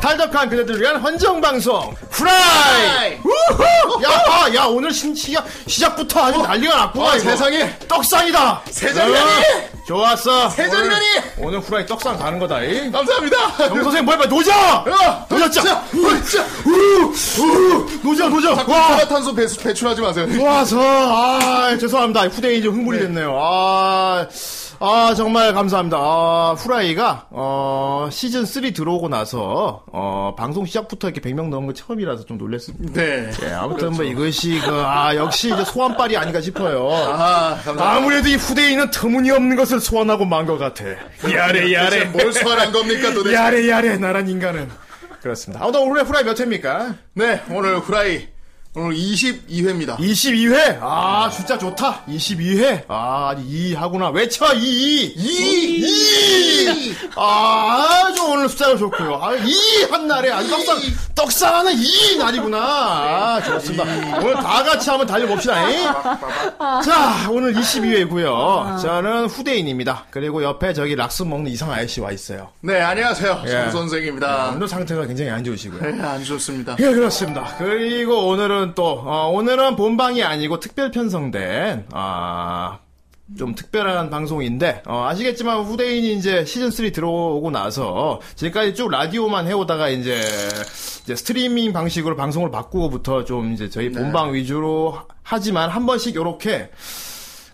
탈덕한 그대들을 위한 헌정방송 후라이 우후 야야 야, 오늘 신, 시작, 시작부터 아주 난리가 났구나 어, 이거. 세상에. 떡상이다 세절면이. 어, 좋았어 세절면이. 오늘, 오늘 후라이 떡상 가는 거다 이. 감사합니다. 어, 정 선생 뭐야 노자 야, 노자짜 진짜. 노자 노자 자꾸 와 탄소 음. 배수 배출하지 마세요. 좋아서 아 죄송합니다 후대인이 좀 흥분이 됐네요 아, 아 정말 감사합니다 아, 후라이가 어, 시즌 3 들어오고 나서 어, 방송 시작부터 이렇게 100명 넘은 거 처음이라서 좀 놀랬습니다 네. 예, 아무튼 뭐 이것이 그, 아 역시 이제 소환빨이 아닌가 싶어요 아, 감사합니다. 아무래도 이 후대인은 터무니없는 것을 소환하고 만 것 같아 야래 도대체 야래 뭘 소환한 겁니까 도대체? 야래 야래 나란 인간은 그렇습니다 아무튼 오늘 후라이 몇 회입니까? 네, 오늘 후라이 오늘 22회입니다. 22회! 아, 진짜 좋다! 22회! 아, 아직 2 하구나. 외쳐, 2! 2! 2! 2! 아, 아주 오늘 숫자가 좋고요. 아, 2! 한 날에, 아, 떡상, 떡상하는 2! 날이구나. 아, 좋습니다. 오늘 다 같이 한번 달려봅시다. 잉? 자, 오늘 22회고요. 저는 후대인입니다. 그리고 옆에 저기 락스 먹는 이상 아저씨 와 있어요. 네, 안녕하세요. 예. 정 선생입니다. 오늘 상태가 굉장히 안 좋으시고요. 네, 안 좋습니다. 예, 그렇습니다. 그리고 오늘은 또, 어, 오늘은 본방이 아니고 특별 편성된, 아, 좀 특별한 방송인데, 어, 아시겠지만 후대인이 이제 시즌3 들어오고 나서, 지금까지 쭉 라디오만 해오다가 이제, 이제 스트리밍 방식으로 방송을 바꾸고부터 좀 이제 네. 저희 본방 위주로 하- 하지만 한 번씩 요렇게,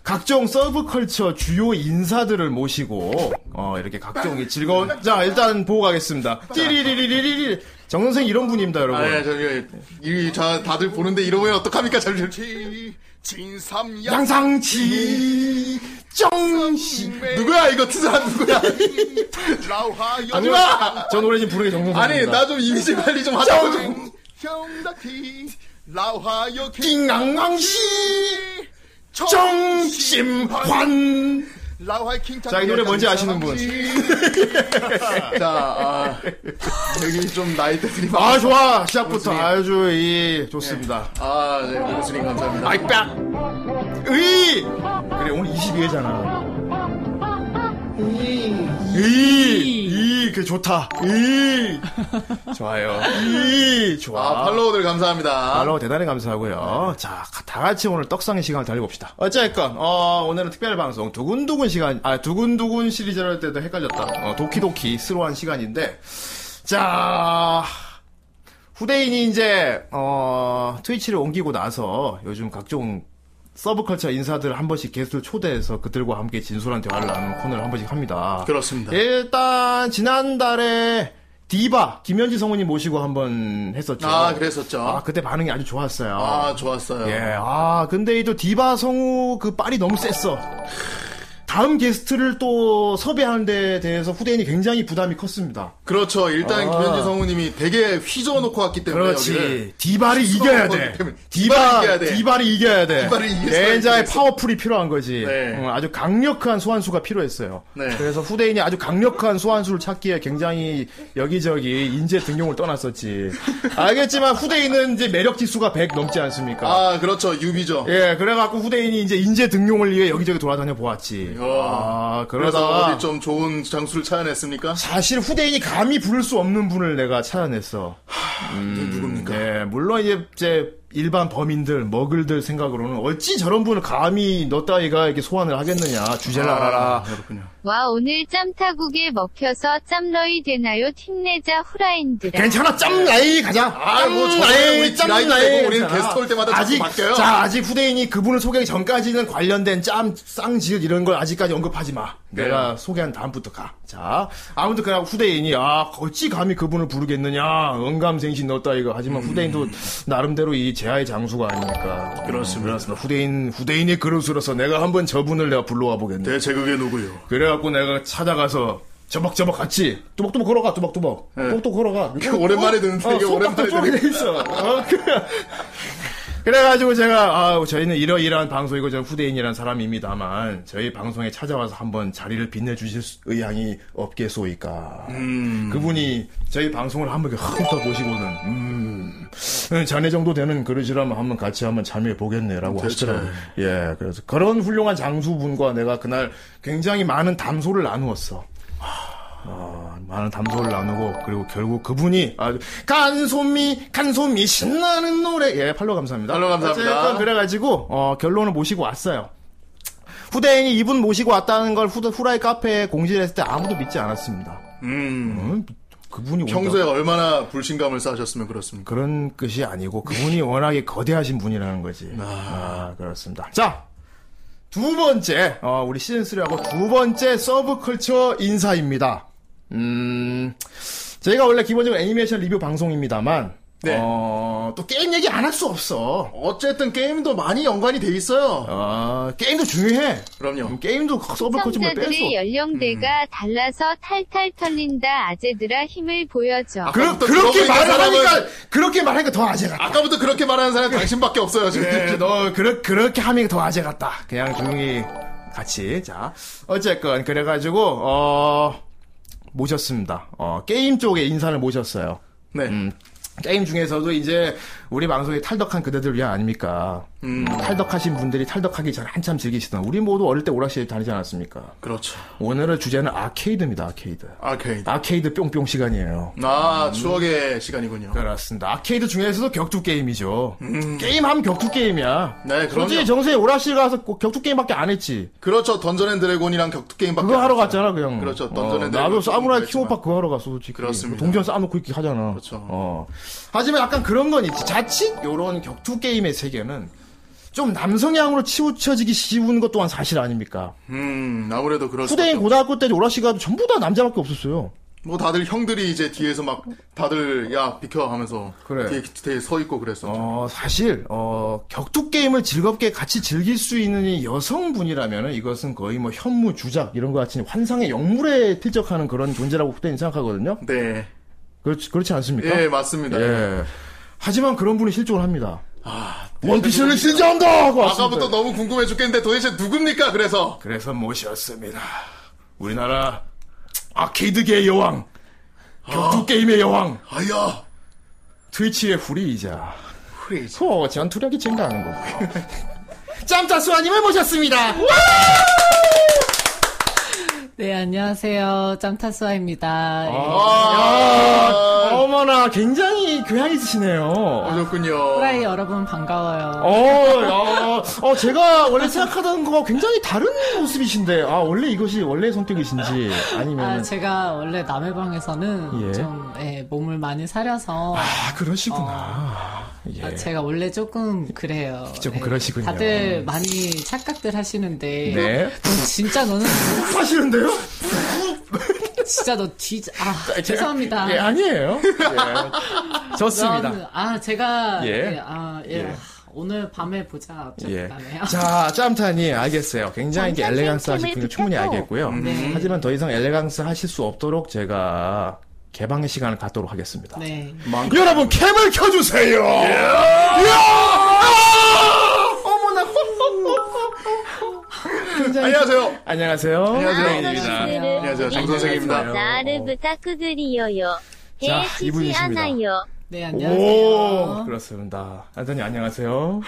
각종 서브컬처 주요 인사들을 모시고 어 이렇게 각종 이 즐거운 자 일단 보고 가겠습니다. 띠리리리리리 정 선생 이런 분입니다 여러분. 아, 예, 저기 이, 자, 다들 보는데 이러면 어떡합니까? 잠시 진삼 양 양상치 정씨 누구야 이거 은 사람 누구야? 라우하 하지마 여주마. 저 노래 지금 부르는 게 아니 정선생입니다. 나 좀 이미지 관리 좀 하자고 좀. 형다키 라우하 여키 띵강강씨 정심환 라우하 킹. 자, 이 노래 뭔지 아시는 분? 자 아, 여기 좀 나이대들이 많아. 아 좋아 시작부터 아주 이 좋습니다. 아, 네, 모스님 감사합니다. 아이 빡 네. 으이 그래 오늘 22회잖아. 이이 그게 좋다. 이 좋아요. 이 좋아. 아, 팔로우들 감사합니다. 말로 대단히 감사하고요. 자, 다 같이 오늘 떡상의 시간을 달려봅시다. 어쨌건, 어, 오늘은 특별 방송 두근두근 시간, 아, 두근두근 시리즈를 할 때도 헷갈렸다. 어, 도키도키 스로한 시간인데, 자, 후대인이 이제, 어, 트위치를 옮기고 나서 요즘 각종 서브컬처 인사들 한 번씩 게스트를 초대해서 그들과 함께 진솔한 대화를 나누는 코너를 한 번씩 합니다. 그렇습니다. 예. 일단, 지난달에 디바, 김현지 성우님 모시고 한번 했었죠. 아, 그랬었죠. 아, 그때 반응이 아주 좋았어요. 아, 좋았어요. 예, 아, 근데 이 또 디바 성우 그 빨이 너무 셌어. 다음 게스트를 또 섭외하는 데 대해서 후대인이 굉장히 부담이 컸습니다. 그렇죠. 일단 아. 김현지 성우님이 되게 휘저어 놓고 왔기 때문에 여기를. 예, 디바를 수성우 이겨야 돼. 거기 때문에. 디바, 디바를 이겨야 돼. 디바를 이겨야 돼. 디바를 이길 수가 굉장히 있겠어. 파워풀이 필요한 거지. 네. 응, 아주 강력한 소환수가 필요했어요. 네. 그래서 후대인이 아주 강력한 소환수를 찾기에 굉장히 여기저기 인재 등용을 떠났었지. 알겠지만 후대인은 이제 매력 지수가 100 넘지 않습니까? 아, 그렇죠. 유비죠. 예, 그래갖고 후대인이 이제 인재 등용을 위해 여기저기 돌아다녀 보았지. 이야. 아, 그래서 그러다가 어디 좀 좋은 장수를 찾아냈습니까? 사실 후대인이 감히 부를 수 없는 분을 내가 찾아냈어. 누굽니까? 예, 물론 이제, 이제 일반 범인들, 머글들 생각으로는 어찌 저런 분을 감히 너 따위가 이렇게 소환을 하겠느냐, 주제를 알아라. 그렇군요. 와 오늘 짬타국에 먹혀서 짬러이 되나요? 팀내자 후라인드라. 괜찮아, 짬나이 가자. 아, 뭐 저번에 우리 디라이트 되고 우리는 게스트 올 때마다 자꾸 아직 바뀌어요. 자, 아직 후대인이 그분을 소개하기 전까지는 관련된 짬, 쌍지읒 이런 걸 아직까지 언급하지 마. 네. 내가 소개한 다음부터 가. 자, 아무튼 그냥 후대인이 아, 어찌 감히 그분을 부르겠느냐, 언감생신 넣었다 이거. 하지만 음. 후대인도 나름대로 이 제아의 장수가 아닙니까. 그렇습니다. 후대인 후대인의 그릇으로서 내가 한번 저분을 내가 불러와 보겠네. 대체 그게 누구요? 그래갖고 내가 찾아가서 저벅저벅 같이 뚜벅뚜벅 걸어가 뚜벅뚜벅 네. 뚜벅뚜벅 걸어가 이게 오랜만에 듣는데, 어, 이게 손톱도 오랜만에 쪼개 돼 있어 어, 그래. 그래가지고 제가 아 저희는 이러이러한 방송이고 저는 후대인이라는 사람입니다만 저희 방송에 찾아와서 한번 자리를 빛내주실 수- 의향이 없겠소이까 음. 그분이 저희 방송을 한번 이렇게 훑어보시고는 음 자네 정도 되는 그릇이라면 한번 같이 한번 참여해 보겠네라고 대체. 하시더라고요 예 그래서 그런 훌륭한 장수분과 내가 그날 굉장히 많은 담소를 나누었어 아, 많은 담소를 나누고 그리고 결국 그분이 아주 간소미 간소미 신나는 노래 예 팔로 감사합니다. 팔로우 감사합니다. 어쨌건 그래가지고 어, 결론을 모시고 왔어요. 후대인이 이분 모시고 왔다는 걸 후, 후라이 카페에 공지를 했을 때 아무도 믿지 않았습니다. 음. 음, 그분이 온다고. 평소에 얼마나 불신감을 쌓으셨으면 그렇습니까? 그런 것이 아니고 네. 그분이 워낙에 거대하신 분이라는 거지. 아, 그렇습니다. 자. 두 번째, 어, 우리 시즌3하고 두 번째 서브컬처 인사입니다. 음, 저희가 원래 기본적으로 애니메이션 리뷰 방송입니다만, 네. 어, 또 게임 얘기 안 할 수 없어. 어쨌든 게임도 많이 연관이 돼 있어요. 음, 어, 게임도 중요해. 그럼요. 게임도 서브컬처 음. 뭐 뺄수 시청자들의 없어. 연령대가 달라서 탈탈 털린다 아재들아 힘을 보여줘. 아, 그, 아까부터 그렇게 들어보니까 말을 사람은- 하니까, 그렇게 말하니까 더 아재 같다. 아까부터 그렇게 말하는 사람 당신밖에 없어요, 지금. 그래, 네, 너 그렇 그렇게 하면 더 아재 같다. 그냥 조용히 같이 자 어쨌건 그래가지고 어 모셨습니다. 어 게임 쪽에 인사를 모셨어요. 음, 네. 게임 중에서도 이제 우리 방송에 탈덕한 그대들 위한 아닙니까? 탈덕하신 분들이 탈덕하기 전 한참 즐기시던 우리 모두 어릴 때 오락실 다니지 않았습니까? 그렇죠. 오늘의 주제는 아케이드입니다. 아케이드. 아케이드. 아케이드 뿅뿅 시간이에요. 아, 추억의 시간이군요. 그렇습니다. 아케이드 중에서도 격투 게임이죠. 게임하면 격투 게임이야. 네, 그럼요. 솔직히 정수에 오락실 가서 꼭 격투 게임밖에 안 했지. 그렇죠. 던전 앤 드래곤이랑 격투 게임밖에 그거 안 하러 했잖아요. 갔잖아, 그냥. 그렇죠. 어, 던전 앤 드래곤. 나도 사무라이 그렇지만. 킹오파 그거 하러 갔어, 솔직히. 그렇습니다. 동전 쌓아놓고 이렇게 하잖아. 그렇죠. 어. 하지만 약간 그런 건 있지. 자칫 요런 격투 게임의 세계는 좀 남성향으로 치우쳐지기 쉬운 것 또한 사실 아닙니까? 음, 아무래도 그렇죠. 후대인 고등학교 때 오락실 가도 전부 다 남자밖에 없었어요. 뭐 다들 형들이 이제 뒤에서 막 다들 야 비켜 하면서 그래. 뒤에, 뒤에 서 있고 그랬었죠. 어, 사실, 어, 격투 게임을 즐겁게 같이 즐길 수 있는 이 여성분이라면 이것은 거의 뭐 현무, 주작, 이런 것 같은 환상의 영물에 필적하는 그런 존재라고 그때는 생각하거든요. 네. 그렇지, 그렇지 않습니까? 예, 맞습니다. 예. 하지만 그런 분이 실종을 합니다. 아, 원피스를 실종한다! 하고 왔습니다. 네. 아까부터 너무 궁금해 죽겠는데 도대체 누굽니까? 그래서 그래서 모셨습니다. 우리나라 아케이드계의 여왕, 격투 게임의 여왕, 아야 트위치의 후리이자 프리즈. 소 전투력이 증가하는 거고. 짬짜수아님을 모셨습니다. 네, 안녕하세요. 짬타수아입니다. 예, 아, 어머나, 굉장히 교양 있으시네요. 오셨군요. 후라이 여러분 반가워요. 어, 어, 어, 제가 원래 생각하던 거와 굉장히 다른 모습이신데, 아, 원래 이것이 원래 성격이신지, 아니면. 아, 아, 제가 원래 남의 방에서는 예. 좀 예, 몸을 많이 사려서 그러시구나. 아, 예. 아, 제가 원래 조금 그래요. 예, 조금 그러시군요. 다들 많이 착각들 하시는데 음, 네. 진짜 너는 하시는데요? 진짜 너 뒤... 아, 죄송합니다. 예, 아니에요. 예. 넌- 좋습니다. 아, 제가 예. 예, 아, 예. 예. 아, 오늘 밤에 보자. 좀 예. 그다음에요. 자, 짬타니, 알겠어요. 굉장히 이게 완전 엘레강스 하실 분은 팬심을 충분히 비켜줘. 알겠고요. 네. 하지만 더 이상 엘레강스 하실 수 없도록 제가 개방의 시간을 갖도록 하겠습니다. 네. 예. 여러분 캠을 켜주세요. 이야! 예! 어머나. 안녕하세요. 안녕하세요. 네. 아, 안녕하세요. 안녕하세요. 정 선생입니다. 나를 부탁드려요. 어. 자, 해치지 이분이십니다. 않아요. 네, 오, 안녕하세요. 그렇습니다. 안전히 안녕하세요.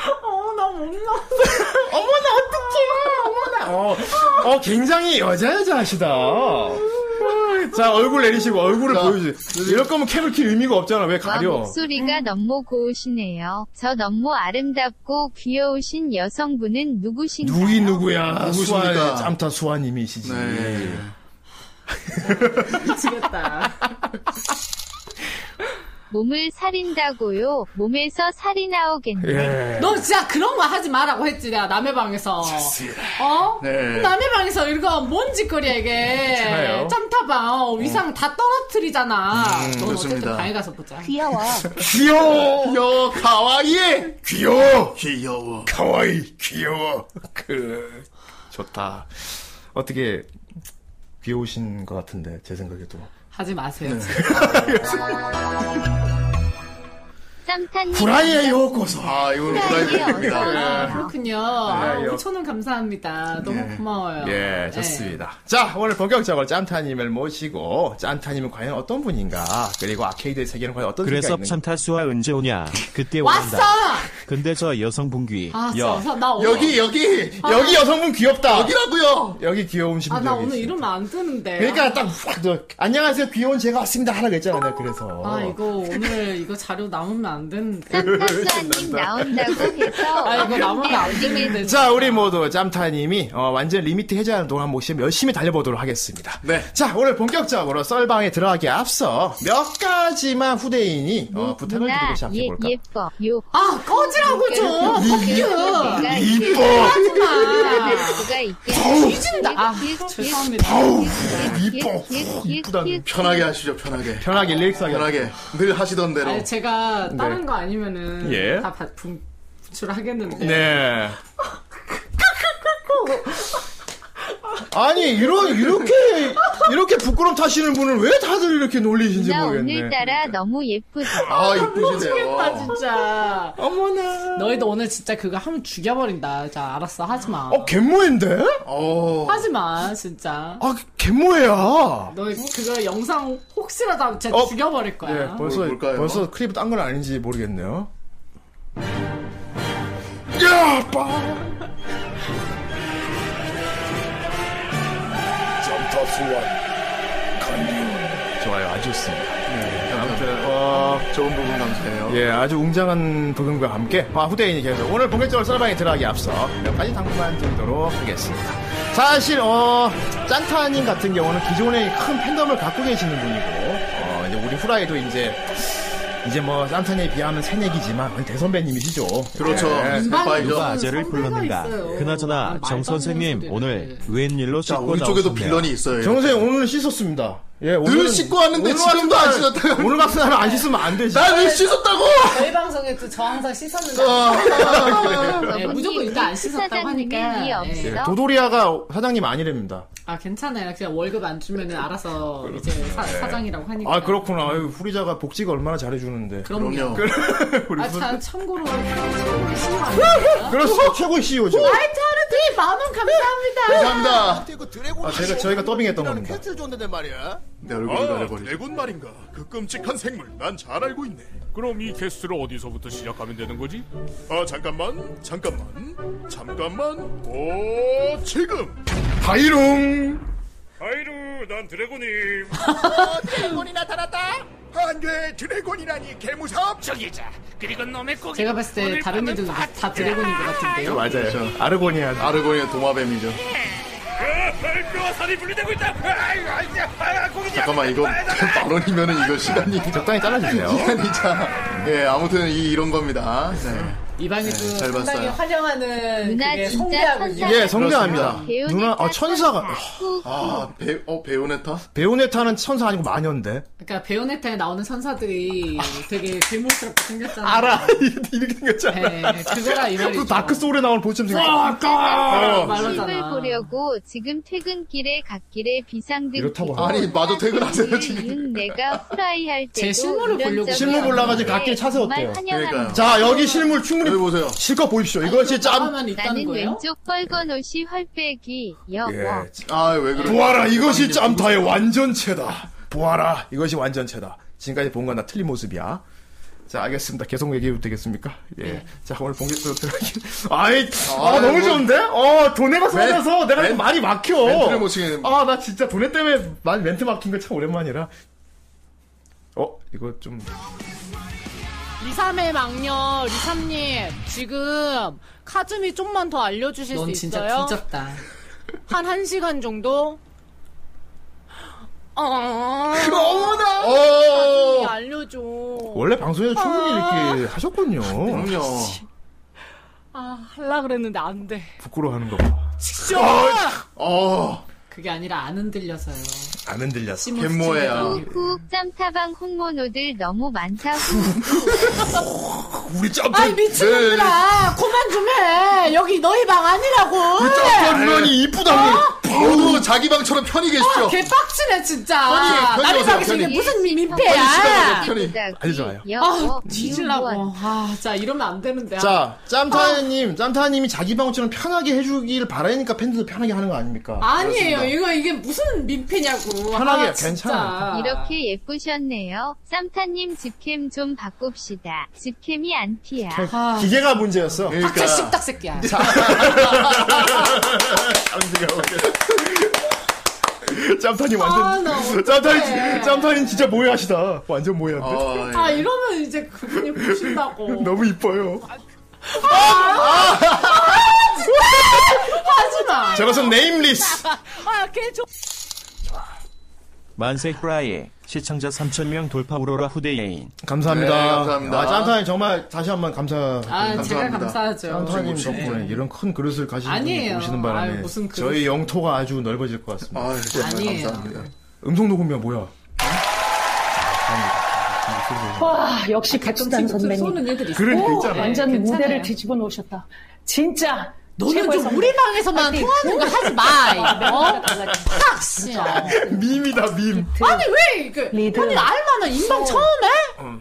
어머나 못나. 어머나 어떡해. 어머나. 어, 어 굉장히 여자 여자하시다. 자 네. 얼굴 내리시고 얼굴을 자, 보여주세요. 이럴 거면 캠을 킬 의미가 없잖아. 왜 와, 가려? 목소리가 너무 고우시네요. 저 너무 아름답고 귀여우신 여성분은 누구신가요? 누이 누구야? 누구십니까? 수아 짬타 수아님이시지. 네. 미치겠다. 몸을 살인다고요? 몸에서 살이 나오겠네. 예. 너 진짜 그런 거 하지 마라고 했지, 내가 남의 방에서. 어? 네. 남의 방에서 이거 뭔 짓거리야, 이게. 괜찮아요. 음, 짬타봐. 어, 위상 다 떨어뜨리잖아. 너 좋습니다. 어쨌든 방에 가서 보자. 귀여워. 귀여워. 여 가와이에 귀여워. 귀여워. 가와이 귀여워. 그 좋다. 어떻게 귀여우신 것 같은데 네. 제 생각에도. 하지 마세요. 쌈탄님. 후라이의 네, 요고서. 아, 이건 후라이의 후라이팬입니다. 아, 어서. 그렇군요. 예, 예. 5천원 감사합니다. 너무 예. 고마워요. 네. 예, 좋습니다. 자, 오늘 본격적으로 짠타님을 모시고, 짠타님은 과연 어떤 분인가, 그리고 아케이드의 세계는 과연 어떤 그래서 세계가 있는가. 참타수와 언제 오냐? 그때 예. 왔어! 온다. 근데 저 여성 분귀. 아, 여. 진짜 나 오늘. 예. 여기, 여기! 여기 여성분 귀엽다! 여기, 여기라고요 귀여운 심지어. 아, 나 오늘 이러면 안 뜨는데. 그러니까 딱 확, 저, 안녕하세요, 귀여운 제가 왔습니다. 하라고 했잖아, 내가 그래서. 아, 이거 오늘 이거 자료 남으면 안 되는데. 쌈타수아님 나온다고 해서. 아, 이거 남으면 안 되는데. 자, 우리 모두 짬타님이 어, 완전 리미트 해제하는 동안 한번 혹시 열심히 달려보도록 하겠습니다. 네. 자, 오늘 본격적으로 썰방에 들어가기 앞서 몇 가지만 후대인이 어, 뭐 부탁을 드리고 예, 시작해볼까? 예뻐, 요. 그 아, 꺼지라고 좀! 뻑큐! 내가 예. 어, 이뻐! 그 하지마! 누가 있게. 진짜, 아, 죄송합니다. 그 예, 이뻐. 이쁘다. 편하게 하시죠, 편하게. 편하게 릴렉스하게. 편하게. 늘 하시던 대로. 아니, 네. 제가 다른 거 아니면은. 예. 다 바- 분- 분출하겠는데. 네. 아니 이런 이렇게 이렇게 부끄럼 타시는 분을 왜 다들 이렇게 놀리신지 나 모르겠네. 오늘따라 너무 예쁘다. 아, 죽겠다, 이쁘시네요. 진짜. 어머나. 너희도 오늘 진짜 그거 하면 죽여버린다. 자, 알았어. 하지마. 어 갯모인데? 어. 하지마, 진짜. 아 갯모야. 너희 그거 영상 혹시라도 하면 진짜 어? 죽여버릴 예, 거야. 벌써 뭘 볼까요? 벌써 클립 딴 건 아닌지 모르겠네요. 야, 빠. 좋아요, 아주 좋습니다. 아무튼, 어, 좋은 부분 감사해요. 예, 아주 웅장한 부금과 함께 아, 후대인이 계속 오늘 본격적으로 썰방에 들어가기 앞서 몇 가지 당부만 드리도록 하겠습니다. 사실 어 짠타님 같은 경우는 기존에 큰 팬덤을 갖고 계시는 분이고 어, 이제 우리 후라이도 이제 이제 뭐 짠타님에 비하면 새내기지만 완전 대선배님이시죠. 그렇죠. 예. 스파이죠. 누가 아재를 선배가 불렀는가? 있어요. 아, 그나저나 말도 안정 되는 네. 선생님 소리를. 오늘 웬일로 자, 씻고 우리 쪽에도 나오셨네요? 빌런이 있어요. 정선생 오늘 씻었습니다. 예, 오늘은- 씻고 왔는데 오늘 지금도 같은 안 날- 씻었다고. 오늘 같은 날은 안 씻으면 안 되지. 나를 씻었다고! 저희 방송에 또 저 항상 씻었는데. 아, 네, 무조건 일단 안 씻었다고 하니까. 이 네. 예, 예. 없어. 도도리아가 사장님 아니랍니다. 아, 괜찮아요. 그냥 월급 안 주면은 알아서 이제 사, 사장이라고 하니까. 아 그렇구나. 아유, 후리자가 복지가 얼마나 잘해주는데. 그럼요. 그럼요. 우리 아, 후- 참, 참고로, 아, 참고로 씻으면 안 돼요. 어? 그렇소 최고의 CEO죠. 하이차르티 만원 감사합니다. 감사합니다. 그리고 드래곤 아, 저희가- 저희가 더빙했던 겁니다. 퀘스트 줬는데 말이야. 내 네, 얼굴을 가려버리죠. 아, 드래곤 말인가? 그 끔찍한 생물 난 잘 알고 있네. 그럼 이 퀘스트를 어디서부터 시작하면 되는 거지? 아 잠깐만, 잠깐만, 잠깐만. 오 지금. 다이룽. 아이루, 난 드래곤이. 드래곤이 나타났다. 안돼, 드래곤이라니 개무섭적이자. 그리고 놈의 고기. 제가 봤을 때 다른 애들 다 드래곤인 것 같은데요. 맞아요. 그렇죠. 아르고니아. 아르곤의 도마뱀이죠. 아, 뼈살이 분리되고 있다. 아이고, 아이고, 아이고, 고기냐. 잠깐만, 이거 발언이면 은 이거 시간이. 적당히 잘라주세요. 시간이자. 예, 아무튼 이, 이런 겁니다. 네. 아. 이 방이 또 네, 잘 상당히 봤어요. 환영하는 누나 예, 그게 진짜 성대하고 천사. 있는 예, 성대합니다. 배우니까 누나, 아, 천사가. 후, 아, 배, 어, 배우네타? 배우네타는 천사 아니고 마녀인데. 그러니까 베요네타에 나오는 선사들이 되게 괴물스럽게 생겼잖아요. 알아. 이렇게 네, 생겼잖아. 그거라 이 말이죠. 또 다크소울에 나오는 보이처럼 생겼어. 아, TV를 말로잖아. 보려고 지금 퇴근길에 갓길에 비상등 이렇다고 끼고 아니, 마도 퇴근하세요, 지금. 예. 이응 내가 후라이 할 때도 제 실물을 이런 보려고 적이 실물 없는데 올라가지 갓길 차 세웠대요. 정말 환영합니다. 그러니까요. 자, 여기 실물 충분히 네. 여기 보세요. 실컷 보십시오. 이것이 짬. 만 있다는 나는 거예요? 왼쪽 빨간 옷이 헐빼기 여워 예. 아, 왜 그래? 보아라, 이것이 짬타의 완전체다. 보아라, 이것이 완전체다. 지금까지 본 건 다 틀린 모습이야. 자, 알겠습니다. 계속 얘기해도 되겠습니까? 예. 자, 오늘 본격적으로 들어가기. 아이, 아, 네. 아이고. 너무 좋은데? 어, 돈에가 쏟아져서 내가 멘- 좀 말이 막혀. 멘트를 못 치게 됐네. 아, 나 진짜 돈에 때문에 많이 멘트 막힌 거 참 오랜만이라. 어, 이거 좀. 리삼의 막녀 리삼님 지금 카즈미 좀만 더 알려주실 수 넌 진짜 있어요? 뒤졌다. 한 1시간 정도? 어... 어머나! 어! 카즈미 알려줘 원래 방송에서 충분히 이렇게 아. 하셨군요. 그럼요. 아 할라 그랬는데 안돼 부끄러워하는 거 봐. 진짜 어, 그게 아니라 안 흔들려서요. 안 흔들렸어. 갯모야. 쿡쿡 짬타방 홍모노들 너무 많다 후. 우리 아이 짬타, 네, 아, 미친놈들아 그만 좀해 여기 너희 방 아니라고 그러니까. 예. 짬타 누나니 이쁘다고. 저도 여러분 자기 방처럼 편히 계십시오. 어, 개빡치네 진짜. 편히, 편히 나를 오세요, 가기 이게 편히. 무슨 미- 편히 시간 민폐야. 내세요, 편히. 아주 좋아요. 아 어, 뒤질라고. 아, 자 이러면 안 되는데. 자, 짬타님, 짬타님이 자기 방어처럼 편하게 해주길 바라니까 팬들도 편하게 하는 거 아닙니까? 아니에요. 그렇습니다. 이거 이게 무슨 민폐냐고. 편하게, 아, 진짜. 괜찮아요. 이렇게 예쁘셨네요. 쌈타님 집캠 좀 바꿉시다. 집캠이 안티야. 아. 기계가 문제였어. 그러니까. 박철 식탁 새끼야. 아, 짬타님 아, 나 완전 어떡해. 짬타님 짬타님 진짜 모해하시다. 완전 모해한데. 어, 예. 아 이러면 이제 그분이 보신다고. 너무 이뻐요. 하지 마. 저것은 네임리스. 아걔 좀. 만세 프라이 시청자 3,000명 돌파 우로라 후대인. 감사합니다. 네, 감사합니다. 아, 짬타님 정말 다시 한번 감사. 아 제가 감사합니다. 감사하죠. 짬타님 덕분에 이런 큰 그릇을 가지고 아니에요. 오시는 바람에 아유, 무슨 그릇. 저희 영토가 아주 넓어질 것 같습니다. 아, 정말 아니에요. 감사합니다. 음성 녹음이야 뭐야? 와, 아, 역시 아, 백수단 좀 선배님. 쏘는 애들 있어. 그러니까 있잖아. 완전 괜찮아요. 무대를 뒤집어 놓으셨다. 진짜. 너는 최고의 좀 우리 방에서만 통하는 거 하지 마. 어? 선배님. 딱 싫어. 밈이다 밈. 아니 왜 그, 리드. 아니 알만한 인방 처음에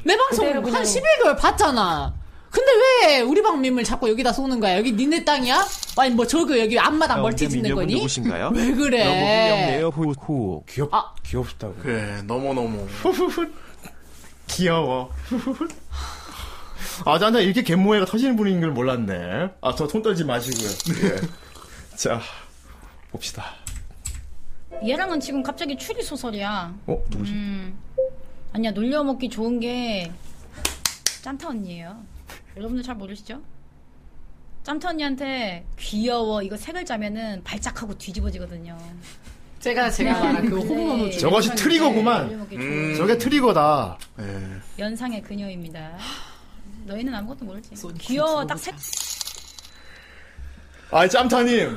내 방송 그대로 한 그냥. 11개월 봤잖아. 근데 왜 우리 방 밈을 자꾸 여기다 쏘는 거야? 여기 니네 땅이야? 아니 뭐 저거 여기 앞마당 멀티 짓는 미녀분 거니? 네. 누구신가요? 왜 그래? 영내요 후후. 귀엽 아. 귀엽다고. 그래, 너무너무. 귀여워. 아, 나는 이렇게 갯모해가 터지는 분인 걸 몰랐네. 아, 저 손 떨지 마시고요. 예. 자, 봅시다. 얘랑은 지금 갑자기 추리 소설이야. 어, 누구지? 아니야 놀려 먹기 좋은 게 짬타 언니예요. 여러분들 잘 모르시죠? 짬타 언니한테 귀여워 이거 세 글자면은 발작하고 뒤집어지거든요. 제가 제가 말한 그 호모노 네. 저것이 연상인데 트리거구만. 네, 놀려 먹기 좋은 음. 저게 트리거다. 예. 연상의 그녀입니다. 너희는 아무것도 모르지. 소닉 귀여워 소닉 딱 세. 아, 짬타님.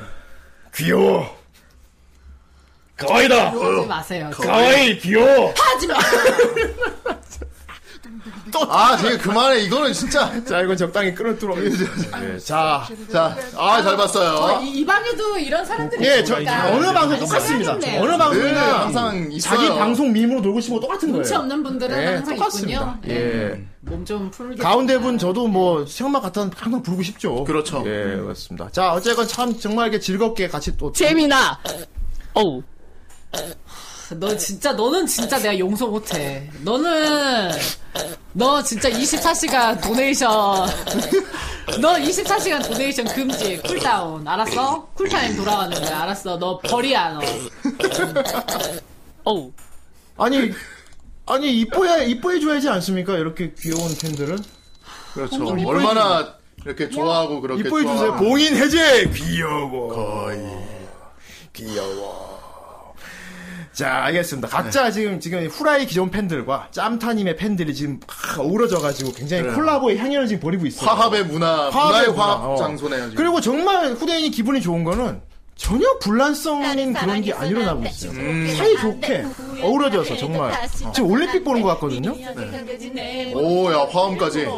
귀여워. 가와이다. 하지 마세요. 가와이, 귀여워. 하지 마. 아, 되게 그만해. 이거는 진짜. 자, 이건 적당히 끌어뚫어. 예, 자, 자, 아, 잘 어, 봤어요. 이, 이 방에도 이런 사람들이 예, 저, 있으니까. 어느 방송 아, 똑같습니다. 신기하겠네요. 어느 늘 방송이나 항상 있어요. 자기 방송 밈으로 놀고 싶어 똑같은 거예요. 눈치 없는 분들은 예, 항상 똑같습니다. 있군요. 네, 예. 몸 좀 풀게. 가운데 분 저도 뭐 시험만 같은 항상 부르고 싶죠. 그렇죠. 예, 그렇습니다. 자, 어쨌건 참 정말 이렇게 즐겁게 같이 또 재미나. 어우. 너 진짜 너는 진짜 내가 용서 못해. 너는 너 진짜 24시간 도네이션. 너 24시간 도네이션 금지. 쿨다운. 알았어? 쿨타임 돌아가는 거야. 알았어. 너 버리야 너. 어우. 아니 아니 이뻐야 이뻐해 줘야지 않습니까? 이렇게 귀여운 팬들은 그렇죠. 얼마나 이렇게 좋아하고 그렇게 이뻐해 주세요. 좋아하고. 봉인 해제 귀여워 거의. 귀여워. 자, 알겠습니다. 네. 각자 지금 지금 후라이 기존 팬들과 짬타님의 팬들이 지금 막 어우러져가지고 굉장히 그래요. 콜라보의 향연을 지금 벌이고 있어요. 화합의 문화, 문화의 화합 어. 장소네요. 지금. 그리고 정말 후대인이 기분이 좋은 거는 전혀 불란성인 그런 게 안 일어나고 있어요. 사이 좋게 어우러져서 정말 지금 올림픽 보는 것 같거든요. 오, 야, 화음까지.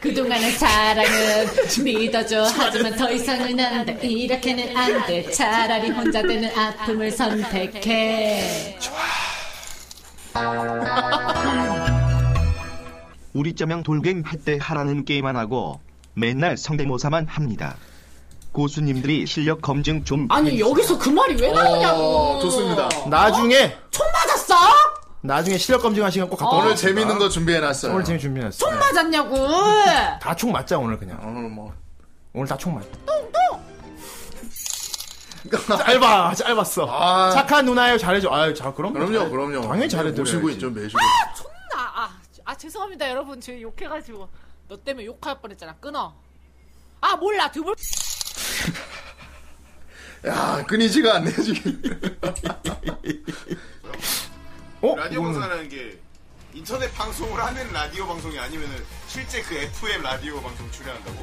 그동안의 사랑은 믿어줘 하지만 더 이상은 안돼 이렇게는 안돼 차라리 혼자 되는 아픔을 선택해 우리 쩌명 돌갱 할 때 하라는 게임만 하고 맨날 성대모사만 합니다. 고수님들이 실력 검증 좀 아니 여기서 그 말이 왜 나오냐고 어, 좋습니다. 나중에 총 맞았어? 나중에 실력 검증한 시간 꼭 갖다 오늘 오늘 재밌는 거 준비해놨어요. 아, 오늘 재미 준비했어. 총 맞았냐고 다 총 맞자 오늘 그냥 오늘 뭐. 오늘 다 총 맞. 짧아 짧았어. 아. 착한 누나예요 잘해줘. 아유 자 그럼 그럼요, 그럼요. 당연히 잘해줘야지. 모시고 있죠, 매시고. 아, 아, 아 죄송합니다 여러분 저 욕해가지고 너 때문에 욕할 뻔했잖아 끊어 아 몰라 두불 야, 끊이지가 않네, 지금. 어? 라디오 방송이라는 게 인터넷 방송을 하는 라디오 방송이 아니면은 실제 그 FM 라디오 방송 출연한다고?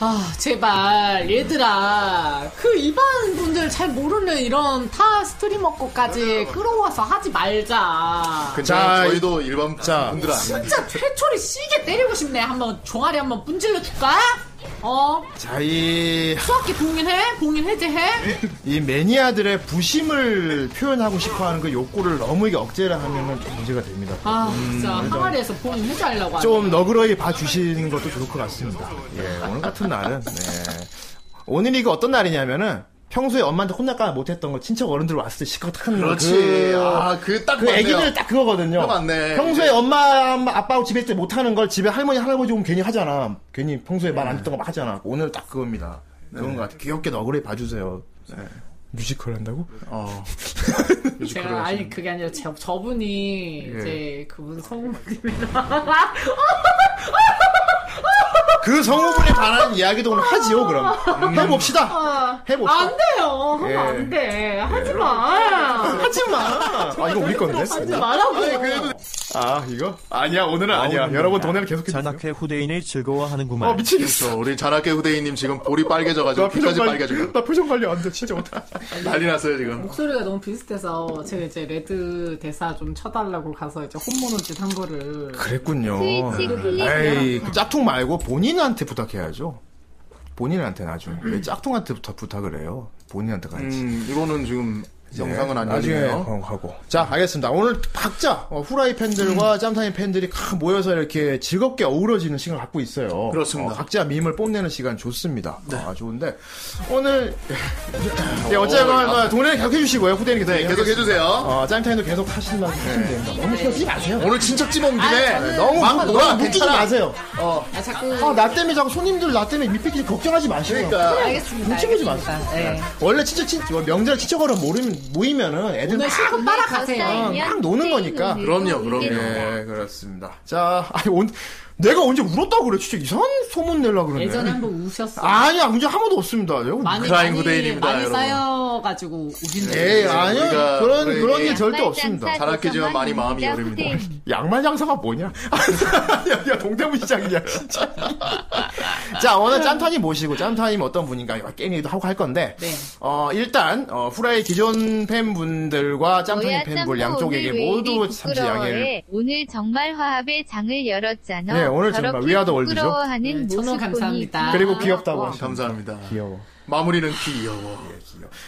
아, 제발, 얘들아. 그 일반 분들 잘 모르는 이런 타 스트리머 거까지 끌어와서 하지 말자. 자, 자, 저희도 일반 자. 분들 아니에요. 진짜 퇴초리 씨게 때리고 싶네. 한번, 종아리 한번 분질러 줄까? 어? 자, 이, 수학기 봉인해? 봉인 해제해? 이 매니아들의 부심을 표현하고 싶어 하는 그 욕구를 너무 이게 억제를 하면은 좀 문제가 됩니다. 아, 음, 진짜 좀- 항아리에서 봉인 해제하려고 하네. 좀 너그러이 봐주시는 것도 좋을 것 같습니다. 예, 오늘 같은 날은, 네. 오늘이 그 어떤 날이냐면은, 평소에 엄마한테 혼날까 못했던 거 친척 어른들 왔을 때 시커멓한 그렇지. 그, 아, 그딱 그 맞네요. 애기들 딱 그거거든요. 그거 맞네. 평소에 예. 엄마 아빠하고 집에 있을 때 못하는 걸 집에 할머니 할아버지 오면 괜히 하잖아. 괜히 평소에 말 안 듣던 거 막 하잖아. 오늘 딱 그겁니다. 그런 것 같아. 귀엽게 너그러이 봐주세요. 네. 뮤지컬 한다고? 어. 제가 아니 그게 아니라 저, 저분이 예. 이제 그분 성우님이라 그 성우분에 관한 이야기도 오늘 하지요, 그럼. 음. 해봅시다. 아, 해봅시다. 안 돼요. 예. 하면 안 돼. 하지 마. 하지 마. 아, 이거 우리 건데? 하지 말라고. 아, 이거? 아니야, 오늘은 아니야. 여러분 돈을 계속 잔악회 후대인을 어, 즐거워하는구만. 그렇죠. 우리 자라케 후대인님 지금 볼이 빨개져가지고 귀까지 빨개지고 나 표정 관리 안 돼. 진짜 어떡하지? 난리 났어요 지금. 목소리가 너무 비슷해서 제가 이제 레드 대사 좀 쳐달라고 가서 이제 홈모노 짓한 거를 그랬군요. 스위치 클릭이요. 에이, 그 짝퉁 말고 본인한테 부탁해야죠. 본인한테 나중에. 왜 짝퉁한테 부탁, 부탁을 해요? 본인한테 가야지. 음, 이거는 지금 네, 영상은 안 네. 나중에 열리네요. 하고. 자, 알겠습니다. 오늘 각자 어, 후라이 팬들과 음. 짬타임 팬들이 다 모여서 이렇게 즐겁게 어우러지는 시간을 갖고 있어요. 그렇습니다. 네. 어, 각자 밈을 뽐내는 시간 좋습니다. 아, 좋은데 오늘 예, 어쨌건 어, 동네는 계속 해주시고요. 후대는 계속, 네, 계속 얘기하겠습니다. 해주세요. 네. 어, 짬타임도 계속 하시려고 하시면 됩니다. 너무 끼지 마세요. 오늘 진짜 찜온 김에 네, 너무 막 너무 놀아, 묶이지 괜찮아. 네. 마세요. 어. 아, 자꾸. 아, 나 때문에 자꾸 손님들 나 때문에 밑패키지 걱정하지 마시고. 그러니까. 그래, 알겠습니다. 눈치 보지 알겠습니다. 마세요. 네. 원래 진짜 친, 뭐 명절 친척으로 모르면, 모이면은 애들 오늘 막 네, 실컷 따라가세요. 그냥 막 노는 거니까. 그럼요, 그럼요. 예, 그렇습니다. 자, 아니, 온, 내가 언제 울었다고 그래? 진짜 이상한 소문 내려고 그러네. 예전에 한 번 우셨어. 아니야, 문제 한 번도 없습니다. 많이 우크라인 많이, 후대인입니다, 많이 여러분. 쌓여가지고 우신데. 예, 아니요. 우리가 그런, 우리에게 그런 일 절대 양말 없습니다. 장사 자랐겠지만 많이 마음이 장사 여립니다. 후대인. 양말 장사가 뭐냐? 야, 야, 동대문 시장이야, 진짜. 자, 오늘 짬타님 모시고, 짬타님 어떤 분인가, 이거 게임 얘기도 하고 할 건데, 네. 어, 일단, 어, 후라이 기존 팬분들과 짬타님 뭐야, 팬분 짬뽕 양쪽에게 오늘 왜 이리 모두 잠시 부끄러워해? 양해를. 오늘 정말 화합의 장을 열었잖아. 네, 오늘 정말 저렇게 위아더 월드죠. 부끄러워하는 모습 네, 천원 보니 감사합니다. 아, 그리고 어. 귀엽다고 하시고. 감사합니다. 귀여워. 마무리는 귀여워.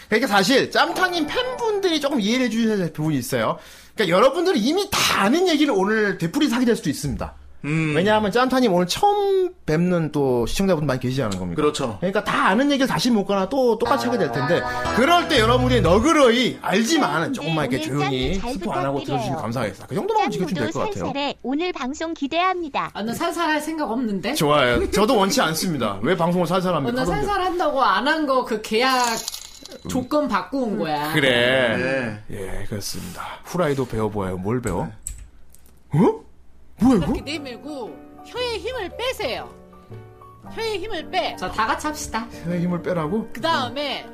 그러니까 사실 짬타님 팬분들이 조금 이해를 해주셔야 될 부분이 있어요. 그러니까 여러분들은 이미 다 아는 얘기를 오늘 되풀이해서 하게 될 수도 있습니다. 음. 왜냐하면 짬타님 오늘 처음 뵙는 또 시청자분 많이 계시지 않은 겁니까? 그렇죠. 그러니까 다 아는 얘기를 다시 묻거나 또 똑같이 하게 될 텐데 그럴 때 여러분이 너그러이 알지만 조금만 이렇게 조용히 스포 안 하고 들어주시면 감사하겠습니다. 그 정도만 지켜주면 될 것 같아요. 살살해. 오늘 방송 기대합니다. 아, 나 살살할 생각 없는데? 좋아요. 저도 원치 않습니다. 왜 방송을 살살합니까? 오늘 살살한다고 안 한 거 그 계약 조건 바꾸 음. 온 거야. 네. 그래. 예, 그렇습니다. 후라이도 배워보아요. 뭘 배워? 어? 뭐야 이거? 이렇게 내밀고 혀의 힘을 빼세요. 혀의 힘을 빼. 자, 다 같이 합시다. 네. 내 힘을 빼라고? 그 다음에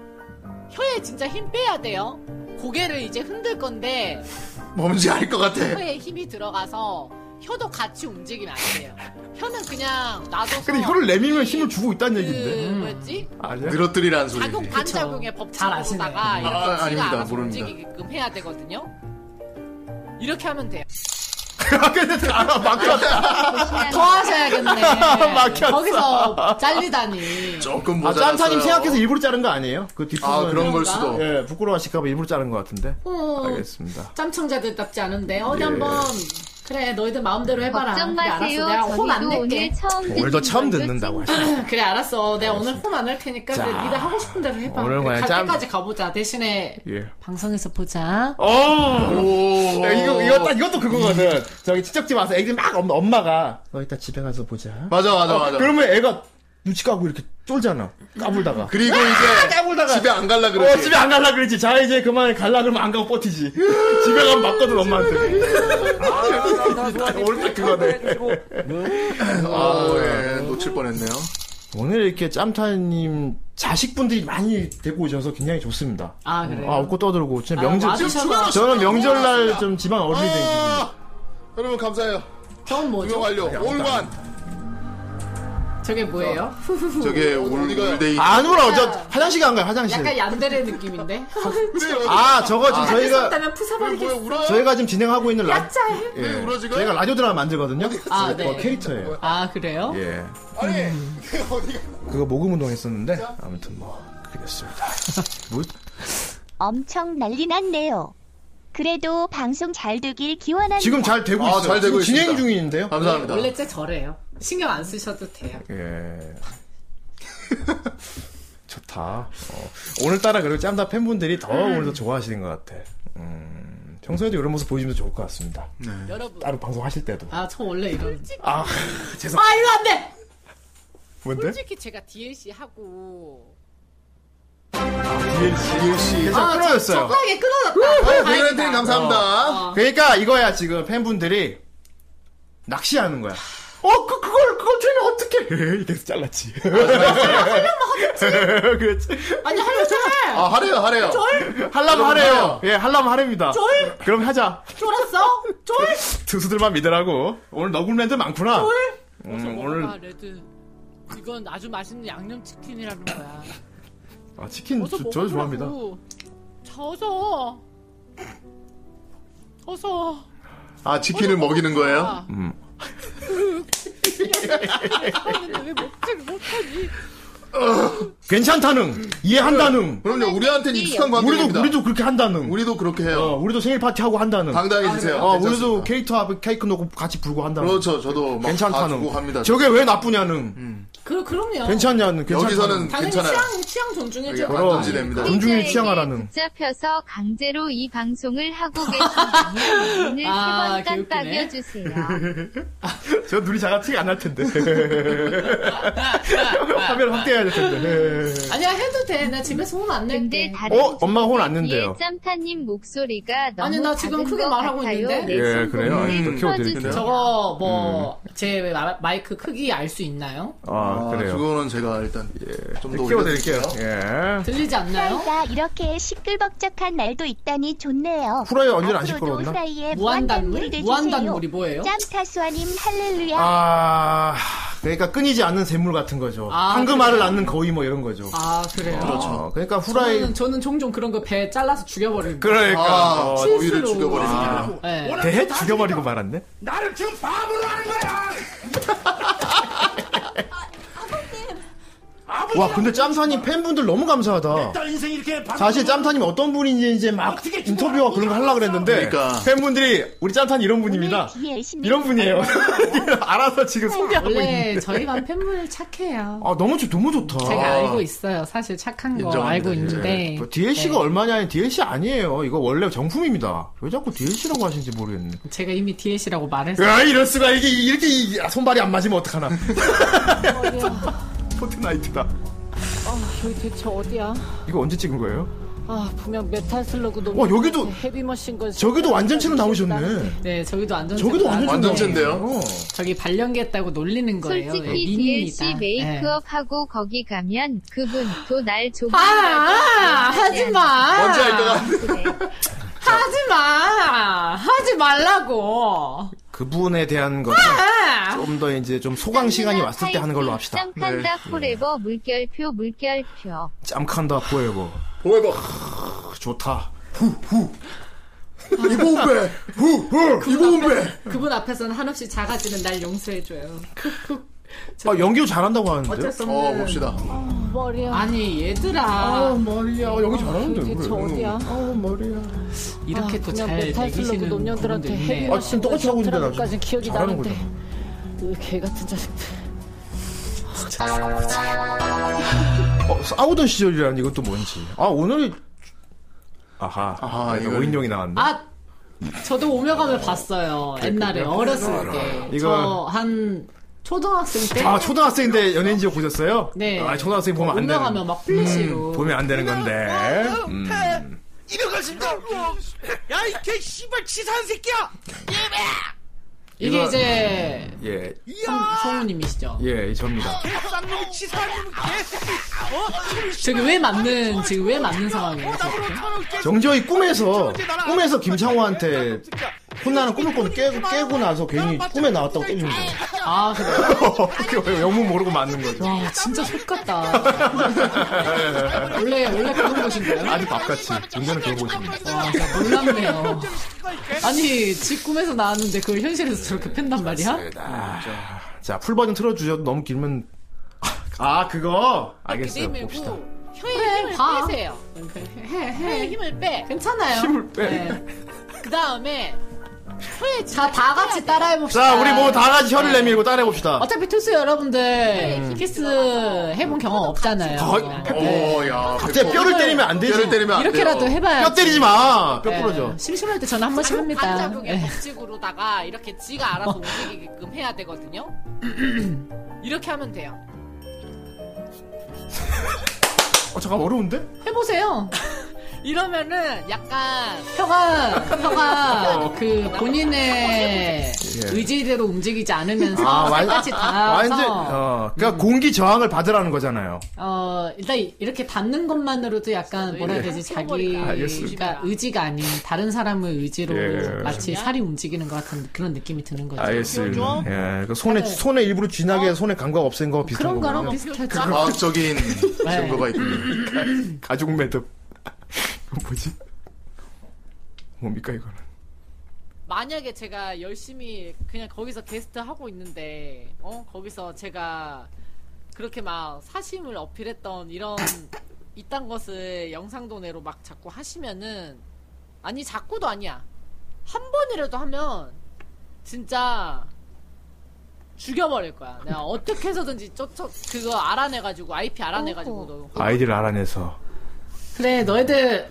혀에 진짜 힘 빼야 돼요. 고개를 이제 흔들 건데 뭔지 알 것 같아. 혀에 힘이 들어가서 혀도 같이 움직이면 안 돼요. 혀는 그냥 놔둬서 근데 이거를 내밀면 힘을 주고 있다는 그 얘기인데. 뭐였지? 음. 아니야? 늘어뜨리란 소리. 작용 반작용의 잘 아시네. 법칙으로다가 이렇게 아, 지가 아닙니다. 알아서 모릅니다. 움직이게끔 해야 되거든요. 이렇게 하면 돼요. 아, 막혔다. 더 하셔야겠네. 막혔어. 거기서 잘리다니. 조금 아, 모자라서. 짬타님 생각해서 일부러 자른 거 아니에요? 그 뒷부분. 아, 그런 걸 수도. 예, 부끄러워하실까봐 일부러 자른 것 같은데. 어, 알겠습니다. 짬청자들답지 않은데 어디 예. 한번 그래 너희들 마음대로 해봐라. 걱정 그래, 알았어. 마세요. 내가 홈 안 저희도 낼게. 오늘 처음 오늘도 처음 듣는다고 하시죠. 그래 알았어. 내가 오늘 홈 안 할 테니까 자, 그래, 네가 하고 싶은 대로 해봐. 오늘 그래, 뭐야, 갈 짬- 때까지 가보자. 대신에 예. 방송에서 보자. 오! 어. 야, 이거, 이거 딱, 이것도 그거거든. 저기 친척집 와서 애기 막 엄- 엄마가, 너 이따 집에 가서 보자. 맞아, 맞아, 어, 맞아. 그러면 애가 눈치 까고 이렇게 쫄잖아. 까불다가. 그리고 아, 이제 까불다가. 집에 안 갈라 그러지. 어, 집에 안 갈라 그랬지. 자, 이제 그만 갈라 그러면 안 가고 버티지. 집에 가면 맞거든, 엄마한테. 오늘 딱 그거네. 아, 예, 놓칠 뻔했네요. 오늘 이렇게 짬타님 자식분들이 많이 데리고 오셔서 굉장히 좋습니다. 아, 그래요? 아, 웃고 떠들고. 진짜 아, 명절, 와주셔서 저는 명절날 좀 집안 어른이 된 기분. 여러분 감사해요. 아, 저건 뭐죠? 유명 완료. 올관. 저게 뭐예요? 저게 울- 울데이. 안 울어. 저 화장실 간 거야, 화장실. 약간 얀데레 느낌인데? 아, 저거 지금 저희가- 다면 푸사버리겠어. 저희가 지금 진행하고 있는 라 야짜해. 예. 저희가 라디오 드라마 만들거든요. 아, 그거 네. 캐릭터예요. 아, 그래요? 예. 아니, 그거 모금 운동 했었는데 아무튼 뭐 그랬습니다. 뭐? 엄청 난리 났네요. 그래도 방송 잘 되길 기원합니다. 지금 잘 되고 있어요. 지금 진행 아, 중인데요. 원래 음. 쟤 저래요. 신경 안 쓰셔도 돼요. 예. 좋다. 어, 오늘따라 그리고 짬다 팬분들이 더 음. 오늘도 좋아하시는 것 같아. 음, 평소에도 이런 모습 보여주면 좋을 것 같습니다. 여러분. 따로 방송하실 때도. 아, 저 원래 이런. 네. 아, 죄송. 아, 이거 안 돼! 뭔데? 솔직히 제가 DLC 하고. 예, 그 DLC. 계속 끊어졌어요. 아, 적당하게 끊어졌다. 아, 네, 네, 팬 그러니까 이거야 지금 팬분들이 낚시하는 거야. 어, 그, 그걸, 그걸 틀면 어떡해. 이렇게 해서 아, 잘랐지. 뭐 그렇지. 아니, 하려 해! 아, 하래요, 하래요. 쫄? 하려면 하래요. 예, 하려면 하래입니다. 쫄? 그럼 하자. 쫄았어? 쫄? 투수들만 믿으라고. 오늘 너굴랜드 많구나. 쫄? 음, 아, 오늘, 레드. 이건 아주 맛있는 양념치킨이라는 거야. 아, 치킨, 어서 저, 저 좋아합니다. 먹으라고. 자, 어서. 어서. 아 치킨을 먹이는 아. 거예요? 음. 하는데 왜 먹지 못하니? 괜찮다는, 이해한다는. 그럼요, 우리한테는 익숙한 우리도, 관계입니다. 우리도 그렇게 한다는. 우리도 그렇게 해요. 어, 우리도 생일 파티하고 한다는. 당당해지세요. 어, 괜찮습니다. 우리도 캐릭터 앞에 케이크 놓고 같이 불고 한다는. 그렇죠, 저도 막 괜찮다는. 다 주고 합니다. 음. 저게 왜 나쁘냐는. 그, 그럼요. 괜찮냐는, 괜찮다는. 당연히 취향, 취향 존중해줘. 그럼. 존중이 취향하라는. 붙잡혀서 강제로 이 방송을 하고 계신다면 오늘 아, 세번 개웃기네. 깜빡여주세요. 저 눈이 자가치가 안 날 텐데. 화면 확대해야 될 텐데. 아니야, 해도 돼. 나 집에서 혼 안 낼게. 어? 엄마 혼 안 낸대요. 짬타님 목소리가 너무 아니, 나 지금 작은 크게 것 말하고 같아요. 네, 있는데? 내 예, 음. 그래요? 아니, 손목을 또 키워드릴게요. 저거, 뭐, 음. 제 마- 마이크 크기 알 수 있나요? 아, 그래요. 예. 그거는 제가 일단 좀더 키워드릴게요. 예. 들리지 않나요? 후라이가 이렇게 시끌벅적한 날도 있다니 좋네요. 후라이 언제나 안 시끄러웠나? 후라이의 무한단물? 무한단물이 되주세요. 무한단물이 뭐예요? 짬타수아님 할렐루야. 아, 그러니까 끊이지 않는 샘물 같은 거죠. 아, 황금알을 그래요? 낳는 거위 뭐 이런 거죠. 아, 그래요? 어, 그러니까 후라이. 저는, 저는 종종 그런 거 배 잘라서 죽여버리는 거. 그러니까. 아, 어, 실수로. 거위를 죽여버리는 거야. 네. 대해 죽여버리고 말았네? 그 나를 지금 바보로 하는 거야! 아, 와, 근데 짬사님 팬분들 너무 감사하다. 딸 인생 이렇게 바보- 사실 짬타님 어떤 분인지 이제 막 인터뷰와 그런 거 하려고 그랬는데 그러니까. 팬분들이 우리 짬타님 이런 분입니다. 이런 분이에요. 알아서 지금 소개하고 원래 있는데. 저희 반 팬분들 착해요. 아 너무 좋 너무 좋다. 네. 제가 알고 있어요. 사실 착한 거 알고 있는데. DLC가 네. 얼마냐 아니 DLC 아니에요. 이거 원래 정품입니다. 왜 자꾸 DLC라고 하시는지 모르겠네. 제가 이미 DLC라고 말했어요. 야 이럴 수가 이게 이렇게 이- 아, 손발이 안 맞으면 어떡하나. 포트나이트다. 아, 여기 대체 어디야? 이거 언제 찍은 거예요? 아, 분명 메탈 슬러그 너무. 와, 여기도- 헤비머신 건. 저기도 완전체로 나오셨네. 네, 저기도 완전. 저기도 완전체인데요. 저기 발령기했다고 놀리는 거예요. 솔직히 예, DLC 밈입니다. 예. 메이크업 하고 거기 가면 그분 또 날 조금 아, 아, 하지 마. 뭔지 알것 예. 하지 마. 하지 말라고. 어. 그분에 대한 것은 아! 좀 더 이제 좀 소강 시간이 왔을 때 하는 걸로 합시다. 네. 짬판다 포레버 물결표 물결표 짬칸다 포에버. 포에버. 좋다. 이보은배 후후 이보은배 그분 앞에서는 한없이 작아지는 날 용서해줘요. 아 연기도 잘한다고 하는데요. 어쩔 수 없는- 어, 봅시다. 머리야. 아니 얘들아. 아, 머리야. 어, 여기 잘하는데, 대체 왜? 어디야? 어 머리야. 아, 이렇게 또 잘 매기시는 놈녀들한테 분도 있네. 헤비 아, 지금 똑같이 그 하고 어, 있는데 나 지금. 까지 기억이 잘하는 나는데 개 같은 자식들 어, 싸우던 시절이라는 이것도 뭔지. 아 오늘 아하 아하 이거 5인용이 나왔네. 아 저도 오며감을 봤어요. 옛날에 어렸을 때. 이거- 저 한 초등학생 때. 아 초등학생인데 연예인 지옥 보셨어요? 네. 아 초등학생 보면 안 되는. 오며가면 막 플래시로. 음, 보면 안 되는 건데. 음. 이래가신다! 네. 음. 야, 이 개, 씨발, 치사한 새끼야! 이게 이거- 이제 예. 성- 성우님이시죠. 예, 이 접니다. 싼 놈이 치사한 놈이 개새끼! 어? 저기 왜 맞는 지금 왜 맞는 상황이에요? 정지영이 꿈에서 꿈에서 김창호한테 혼나는 꿈을 꾸고 깨고, 깨고 나서 괜히 꿈에 나왔다고 때리는 거예요. 아, 네. 그래. 영문 모르고 맞는 거죠. 와, 진짜 속 같다. 원래, 원래 그런 것인가요? 아주 밥같이. 은근히 그런 곳입니다. 와, 진짜 놀랍네요. 아니, 지 꿈에서 나왔는데 그걸 현실에서 저렇게 팬단 말이야? 네. 자, 풀버전 틀어주셔도 너무 길면. 아, 그거? 알겠어요. 내밀고 봅시다. 혀에 그래, 힘을 봐. 빼세요. 해, 혀에 해. 힘을 빼. 괜찮아요. 힘을 빼. 그 다음에 혀에 자, 다 같이 따라해봅시다. 자, 우리 뭐 다 같이 혀를 내밀고 따라해봅시다. 어차피 투수 여러분들 음. 키스 해본 경험 없잖아요. 거의 네. 어, 오, 야. 그 갑자기 뼈를 때리면 안 되지. 뼈를 때리면 이렇게라도 해봐요. 어. 뼈 때리지 마. 뼈 부러져. 아, 심심할 때 저는 한 번씩 합니다. 아, 반자국의 네. 어. 법칙으로다가 이렇게 지가 알아서 움직이게끔 해야 되거든요. 이렇게 하면 돼요. 어, 잠깐 어려운데? 해보세요. 이러면은 약간 혀가 혀가 어. 그 본인의 예. 의지대로 움직이지 않으면서 아, 완- 같이 완전, 닿아서 어, 그러니까 공기 저항을 받으라는 거잖아요. 어 일단 이렇게 닿는 것만으로도 네. 약간 뭐라 해야 되지 자기 아, 알겠습니다. 가 의지가 아닌 다른 사람을 의지로 예. 마치 살이 움직이는 것 같은 그런 느낌이 드는 거죠. 알겠습니다. 예, 그 손에 네. 손에 일부러 진하게 손에 감각 없앤 거 비슷한 그런 거군요. 거랑 그 비슷하죠. 과학적인 네. 증거가 음. 있군요. 가- 가족 매듭. 이거 뭐지? 뭡니까 이거는? 만약에 제가 열심히 그냥 거기서 게스트 하고 있는데 어 거기서 제가 그렇게 막 사심을 어필했던 이런 이딴 것을 영상도 내로 막 자꾸 하시면은 아니 자꾸도 아니야 한 번이라도 하면 진짜 죽여버릴 거야 내가 어떻게 해서든지 쫓아 그거 알아내가지고 IP 알아내가지고 너 아이디를 알아내서. 그래 너희들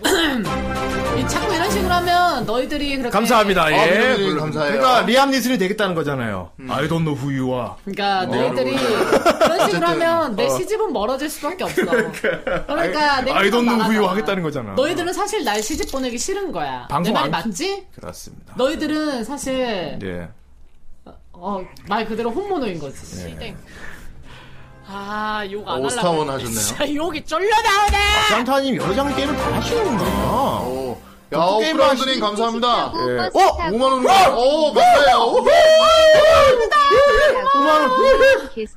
이 자꾸 이런 식으로 하면 너희들이 그렇게 감사합니다. 예. 물론 감사해요. 그러니까 리암 니슨이 되겠다는 거잖아요. 음. I don't know who you are. 그러니까 어, 너희들이 그런 식으로 하면 내 어. 시집은 멀어질 수밖에 없어. 그러니까 I, 내 I don't know who 시집은 you 나가잖아. are 하겠다는 거잖아. 너희들은 사실 날 시집 보내기 싫은 거야. 내 방송 말이 안- 맞지? 그렇습니다. 너희들은 사실 예. 어, 말 그대로 혼모노인 거지. 땡. 아, 욕 네. 어, 안 하려고. 오스타원 했는데 하셨네요. 아, 진짜 욕이 쫄려 나오네! 장타님 여러 장의 게임을 다 하시는구나. 어. 야, 오프라운드님 감사합니다. 예. 어? 5만원. 오, 맞아요.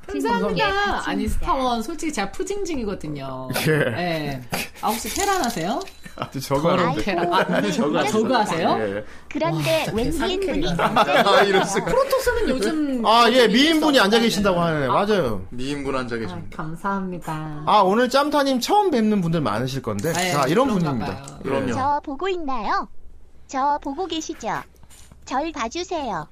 감사합니다. 아니 스타원 솔직히 제가 푸징징이거든요. 예. 예. 아 혹시 테란 하세요? 아주 저거 하는데. 테란. 아, 저거 하는데. 저거 하세요? 네, 예. 그런데 웬수인 분이 아, 이럴 수가. 프로토스는 요즘 아, 예, 미인분이 앉아 계신다고 하네요. 맞아요. 미인분 앉아 계십니다. 감사합니다. 아, 오늘 짬타님 처음 뵙는 분들 많으실 건데. 아, 예, 네, 자, 이런 그런가 분입니다. 예. 저 보고 있나요? 저 보고 계시죠? 절 봐주세요.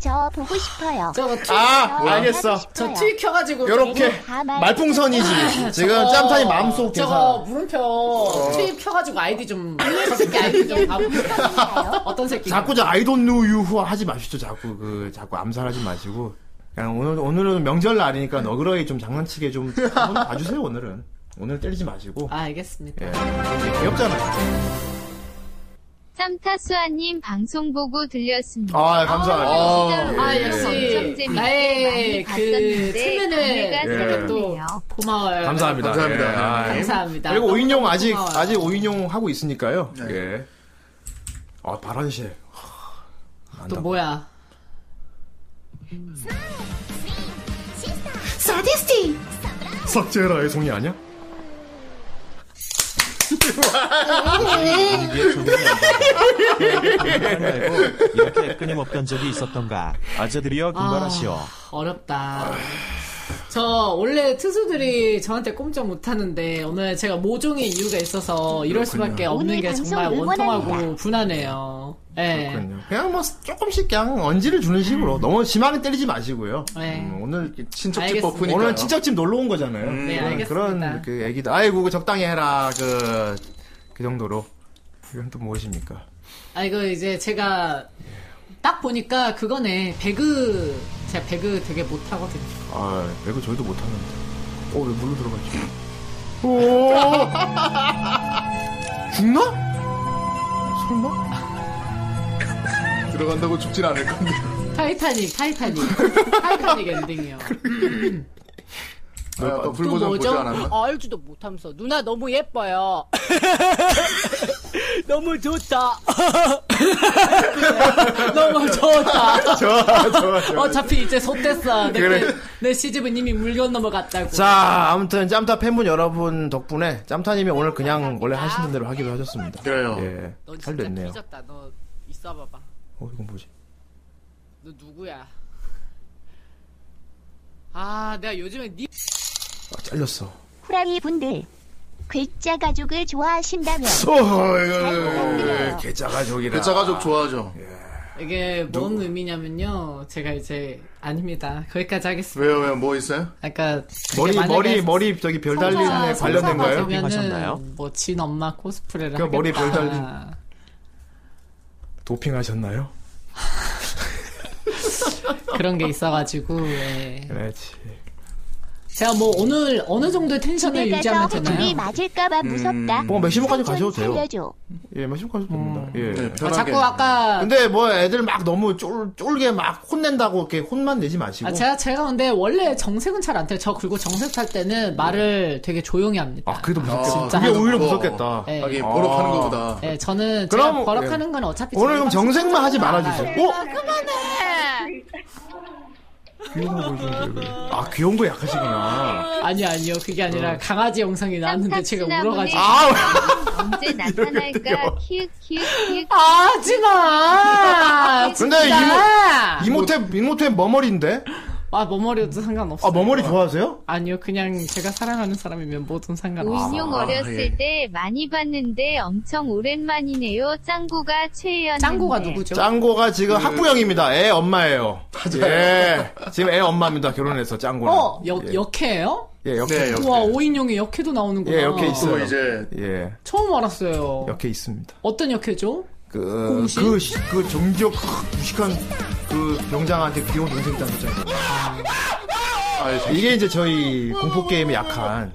저 보고 싶어요. 아, 알겠어. 저 트윗 켜가지고 요렇게 말풍선이지. 지금 짬타이 마음속 계산. 저거 물음표 어. 트윗 켜가지고 아이디 좀저 새끼 아이디 좀 봐봐. 어떤 새끼? 자꾸 저 아이돈 누유후 하지 마십시오. 자꾸 그 자꾸 암살하지 마시고. 그냥 오늘 오늘은 명절 날이니까 너그러이 좀 장난치게 좀 한번 봐주세요. 오늘은 오늘 때리지 마시고. 아, 알겠습니다. 예. 귀엽잖아요. 쌈타수아님 방송 보고 들렸습니다. 아, 감사합니다. 어, 진짜로 아, 방송 역시 네, 엄청 재밌게 나의 많이 그 봤었는데 측면을 감회가 예. 새롭네요. 또 고마워요. 감사합니다. 감사합니다. 예, 아, 예. 감사합니다. 그리고 너무너무 오인용 아직 고마워요. 아직 오인용 하고 있으니까요. 예. 아 바란시. 또 뭐야? 사디스티. 삭제라의 송이 아니야? 이게 정말 말고 이렇게 끊임없던 적이 있었던가 아저들이여 분발하시오 어렵다. 저 원래 투수들이 저한테 꼼짝 못하는데 오늘 제가 모종의 이유가 있어서 이럴 수밖에 없는 게 오늘 방송 정말 원통하고 응원합니다. 분하네요. 예. 그냥 뭐 조금씩 그냥 언지를 주는 식으로 너무 심하게 때리지 마시고요. 음. 네. 음, 오늘 친척집 버프니까요. 오늘 음. 친척집 놀러 온 거잖아요. 네, 그런- 알겠습니다. 그런 그 애기들 아이고 그 적당히 해라 그, 그 정도로 이건 또 무엇입니까? 아 이거 이제 제가 딱 보니까 그거네 배그 제가 배그 되게 못하거든요. 아 이거 저희도 못하는데. 어왜 물로 들어가지? 죽나? 설마? 들어간다고 죽진 않을 건데. 타이타닉 타이타닉 타이타닉 엔딩이요. 아, 아까 그 어? 어, 불보전 보지 않았나? 알지도 못하면서 누나 너무 예뻐요. 너무 좋다. 너무 좋다. 좋아, 좋아, 좋아. 어차피 이제 소됐어. 내, 그래. 내 시집은 이미 물건 넘어갔다고. 자, 아무튼 짬타 팬분 여러분 덕분에 짬타님이 오늘 그냥 원래 하시는 대로 하기로 하셨습니다. 어. 그래요. 예, 너 잘 진짜 됐네요. 뒤졌다. 너 있어봐봐. 어, 이건 뭐지? 너 누구야? 아, 내가 요즘에 니 아, 잘렸어. 후라이 분들 괴짜 가족을 좋아하신다면 어, 어이구, 개짜가족이라. 괴짜가족 좋아하죠. 이게 뭔 의미냐면요. 제가 이제 아닙니다. 거기까지 하겠습니다. 왜요, 왜요, 뭐 있어요? 아까 머리, 머리, 머리, 저기 별 달린 아, 애 네, 관련된가요? 뭐진 엄마 코스프레를 그 머리 별 하겠다. 달린. 도핑하셨나요? 그런 게 있어가지고. 예. 그렇지. 제가 뭐 오늘 어느 정도의 텐션을 집에 가서 유지하면 호출이 되나요? 맞을까봐 무섭다. 뭐 맥시멈까지 가셔도 돼요. 음. 살려줘. 예, 마시고 가셔도 됩니다. 예. 네, 아, 자꾸 아까 근데 뭐 애들 막 너무 쫄, 쫄게 막 혼낸다고 이렇게 혼만 내지 마시고. 아, 제가 제가 근데 원래 정색은 잘 안 타요. 저 그리고 정색 탈 때는 말을 되게 조용히 합니다. 아, 그래도 아, 무섭겠다. 진짜. 그게 오히려 무서워. 무섭겠다. 네. 아, 하긴 버럭하는 것보다. 네, 저는 그럼, 제가 버럭하는 건 어차피 오늘 그럼 제가 정색만 하지 말아주세요. 어? 그만해. 귀여운 거 보시는 거예요. 아, 귀여운 거 약하시구나. 아니 아니요 그게 어. 아니라 강아지 영상이 나왔는데 제가 지난번에 울어가지고 언제 나타날까? 키읔 키읔 키읔. 아, 아, 아지마. 근데 아, 이모, 이모탭, 이모탭 머머리인데? 아 머머리도 상관없어요. 아, 머머리 좋아하세요? 아니요 그냥 제가 사랑하는 사람이면 뭐든 상관없어요. 아. 운용 아, 어렸을 예. 때 많이 봤는데 엄청 오랜만이네요. 짱구가 최연. 짱구가 누구죠? 짱고가 지금 학부형입니다. 애 엄마예요. 맞아요. 예. 지금 애 엄마입니다. 결혼해서 짱고는. 어, 역, 역해예요? 예, 역해. 와, 5인용에 역해도 나오는구나. 예, 역해 있어요. 이제 예, 처음 알았어요. 역해 있습니다. 어떤 역해죠? 그, 공식? 그, 시- 그 정적 무식한 그 병장한테 귀여운 동생 딴 거잖아요. 아, 예, 이게 이제 저희 공포 게임에 약한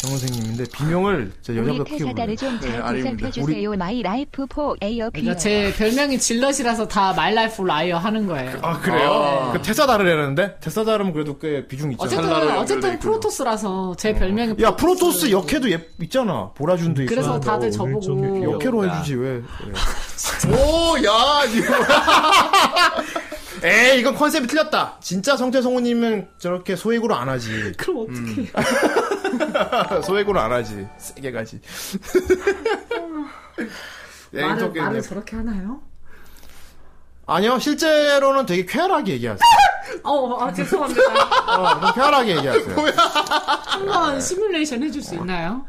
정 선생님인데 비명을 저 우리 여자보다 크게 회사다를 부르는. 좀잘 보살펴주세요. 마이 라이프 포 에어피. 그러니까 제 별명이 질럿이라서 다 말라이프 라이어 하는 거예요. 아 그래요? 그 테사다르라는데 테사다르면 그래도 그, 꽤 비중 있잖아. 어쨌든, 어쨌든 프로토스라서 제 별명이 어. 야 프로토스 역해도 예, 있잖아. 보라준도 있고. 그래서 다들 저보고 역해로 해주지 왜? 오, 야, 에이 이건 컨셉이 틀렸다. 진짜 성태성우님은 저렇게 소액으로 안 하지. 음. 그럼 어떻게? 소액으로 안 하지. 세게 가지. 예, 말을, 인터게임 말을 앱. 저렇게 하나요? 아니요 실제로는 되게 쾌활하게 얘기하세요. 어, 아, 죄송합니다. 어, 좀 쾌활하게 얘기하세요. 한번 시뮬레이션 해줄 수 있나요?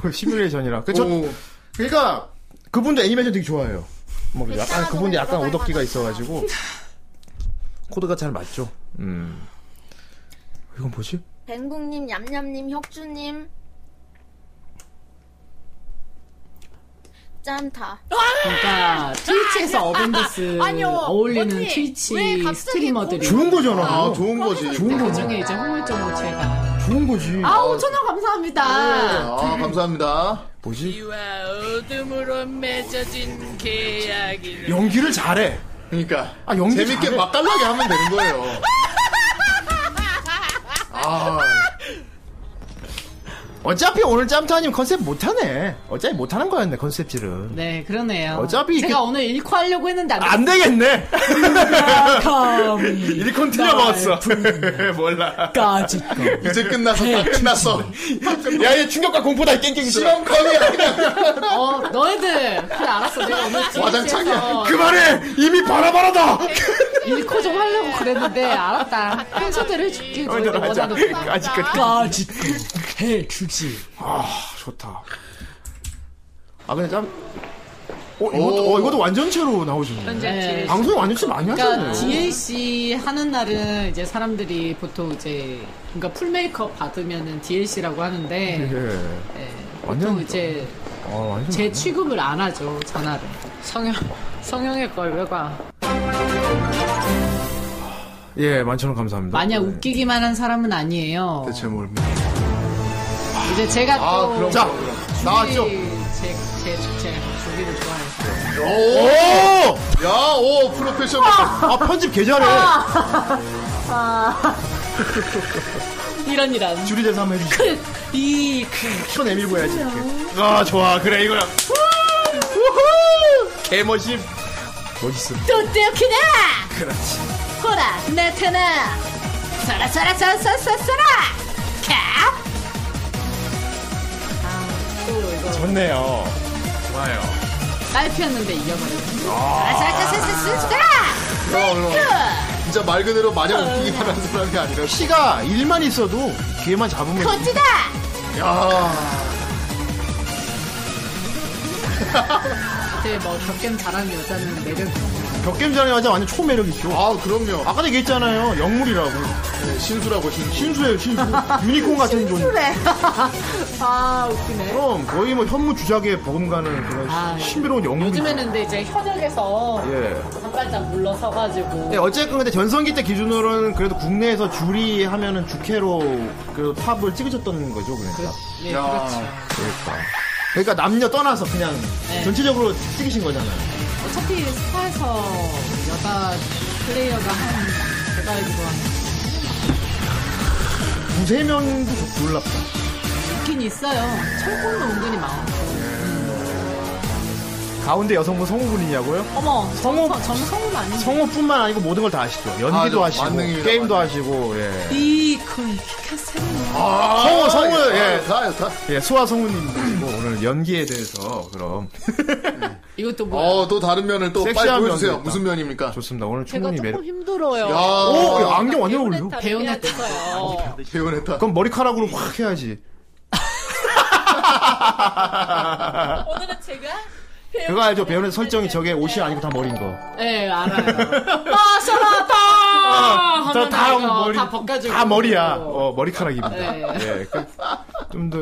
뭐 시뮬레이션이라. 그쵸? 오. 그러니까 그분도 애니메이션 되게 좋아해요. 뭐 약간 그분이 약간 오덕기가 있어가지고 코드가 잘 맞죠. 음. 이건 뭐지? 뱅국님, 얌얌님, 혁주님. 짠타. 그러니까 트위치에서 어벤져스 아니요, 어울리는 언니, 왜 트위치 갑자기 스트리머들이 좋은 거잖아. 아, 좋은 거지. 좋은 그 거지. 중에 이제 홍일점으로 제가 좋은 거지. 아우 천원 감사합니다. 아, 감사합니다. 뭐지? 와, 어둠으로 맺어진 계약이. 연기를 잘해. 그러니까. 아, 연기 재밌게 잘해. 맛깔나게 하면 되는 거예요. 아. 어차피 오늘 짬타님 컨셉 못하네. 어차피 못하는 거였네 컨셉질은. 네 그러네요. 어차피 제가 이렇게- 오늘 일코 하려고 했는데 안, 안 되겠네. 이 컨 틀려먹었어. 몰라. 까짓 이제 끝났어. 다 끝났어. 야, 얘 충격과 공포다, 깽깽이. 실험 강의 아니야. 어 너희들 그래 알았어 내가 오늘 와장창이야. 트위치에서 그만해! 이미 바라바라다! 일코 좀 하려고 그랬는데 알았다 한 소대로 해줄게 어, 이제 너희들 맞아. 원하는 아직 끝. 까짓 해주지. 아, 좋다. 아, 그냥 짬. 어, 이것도, 어, 이것도 완전체로 완전체. 나오시네. 방송이 완전체 많이 그러니까 하잖아요. DLC 하는 날은 이제 사람들이 보통 이제 그러니까 풀 메이크업 받으면은 DLC라고 하는데 예. 보통 이제 아, 완전. 제 취급을 안 하죠 전화를 성형 성형의 걸 왜가 예, 만천원 감사합니다. 만약 웃기기만 한 사람은 아니에요. 대체 뭘. 이제 제가 또 아, 그럼, 아, 자 네. 그럼, 그럼. 나왔죠? 제제 제가 주기를 좋아해서 오! 야, 오, 프로페셔널. 아, 편집 개 잘해. 아, 이런 이런. 줄이대서 한번 해주세요. 이크 손 내밀고 해야지. 이렇게. 아 좋아 그래 이거야. 우후! 개멋임. 멋있어. 또 떼어키나 그렇지. 호라 나타나 쏘라 쏘라 쏘라 쏘라 쏘라 캬 좋네요. 어, 좋아요. 딸피였는데 이겨버려. 쏘라 쏘라 쏘라 어, 그럼, 예. 그럼. 진짜 말 그대로 마냥 웃기기만 한 사람이 아니라 키가 일만 있어도 귀에만 잡으면. 코지다 야. 되게 뭐 격겜 잘하는 여자는 매력. 격겜자는 여자 완전 초매력 있죠. 아 그럼요. 아까 얘기했잖아요. 영물이라고. 신수라고 신수. 신수예요 신수. 유니콘 같은 존재. 아 웃기네. 그럼 거의 뭐 현무 주작에 버금가는 그런 신비로운 영물이. 요즘에는 근데 이제 현역에서 예. 한 발짝 물러서가지고. 네, 어쨌든 근데 전성기 때 기준으로는 그래도 국내에서 줄이 하면은 주캐로 그 팝을 찍으셨던 거죠, 그러니까. 예, 그렇죠. 그러니까. 그러니까 남녀 떠나서 그냥 네. 전체적으로 찍으신 거잖아요. 어차피 스타에서 여자 플레이어가 한 제가 알기로는 두세 명도 놀랍다. 있긴 있어요. 철권도 은근히 많아. 가운데 여성분 성우분이냐고요? 어머, 성우 정성우 아니? 성우뿐만 아니고 모든 걸 다 하시죠. 아, 저 연기도 하시고 만능이라 게임도 하시고 예. 이그 키카세. 성우 성우 예. 아, 다, 다. 예, 수아 성우님이시고 오늘 연기에 대해서 그럼 이것도 뭐야? 어, 또 다른 면을 또 빨리 섹시한 보여주세요. 면도 있다. 무슨 면입니까? 좋습니다. 오늘 충분히 매력. 힘들어요. 야, 오, 야, 안경 완전 어울려. 배우네타. 배우냈다. 그럼 머리카락으로 확 해야지. 오늘은 제가 그거 알죠? 배우는 설정이 저게 옷이 아니고 다 머리인 거. 예, 알아요. 마셔라다. 어, 저 다 머리, 다 벗겨지고. 다 머리야. 어, 머리카락입니다. 네. 예, 그, 좀 더.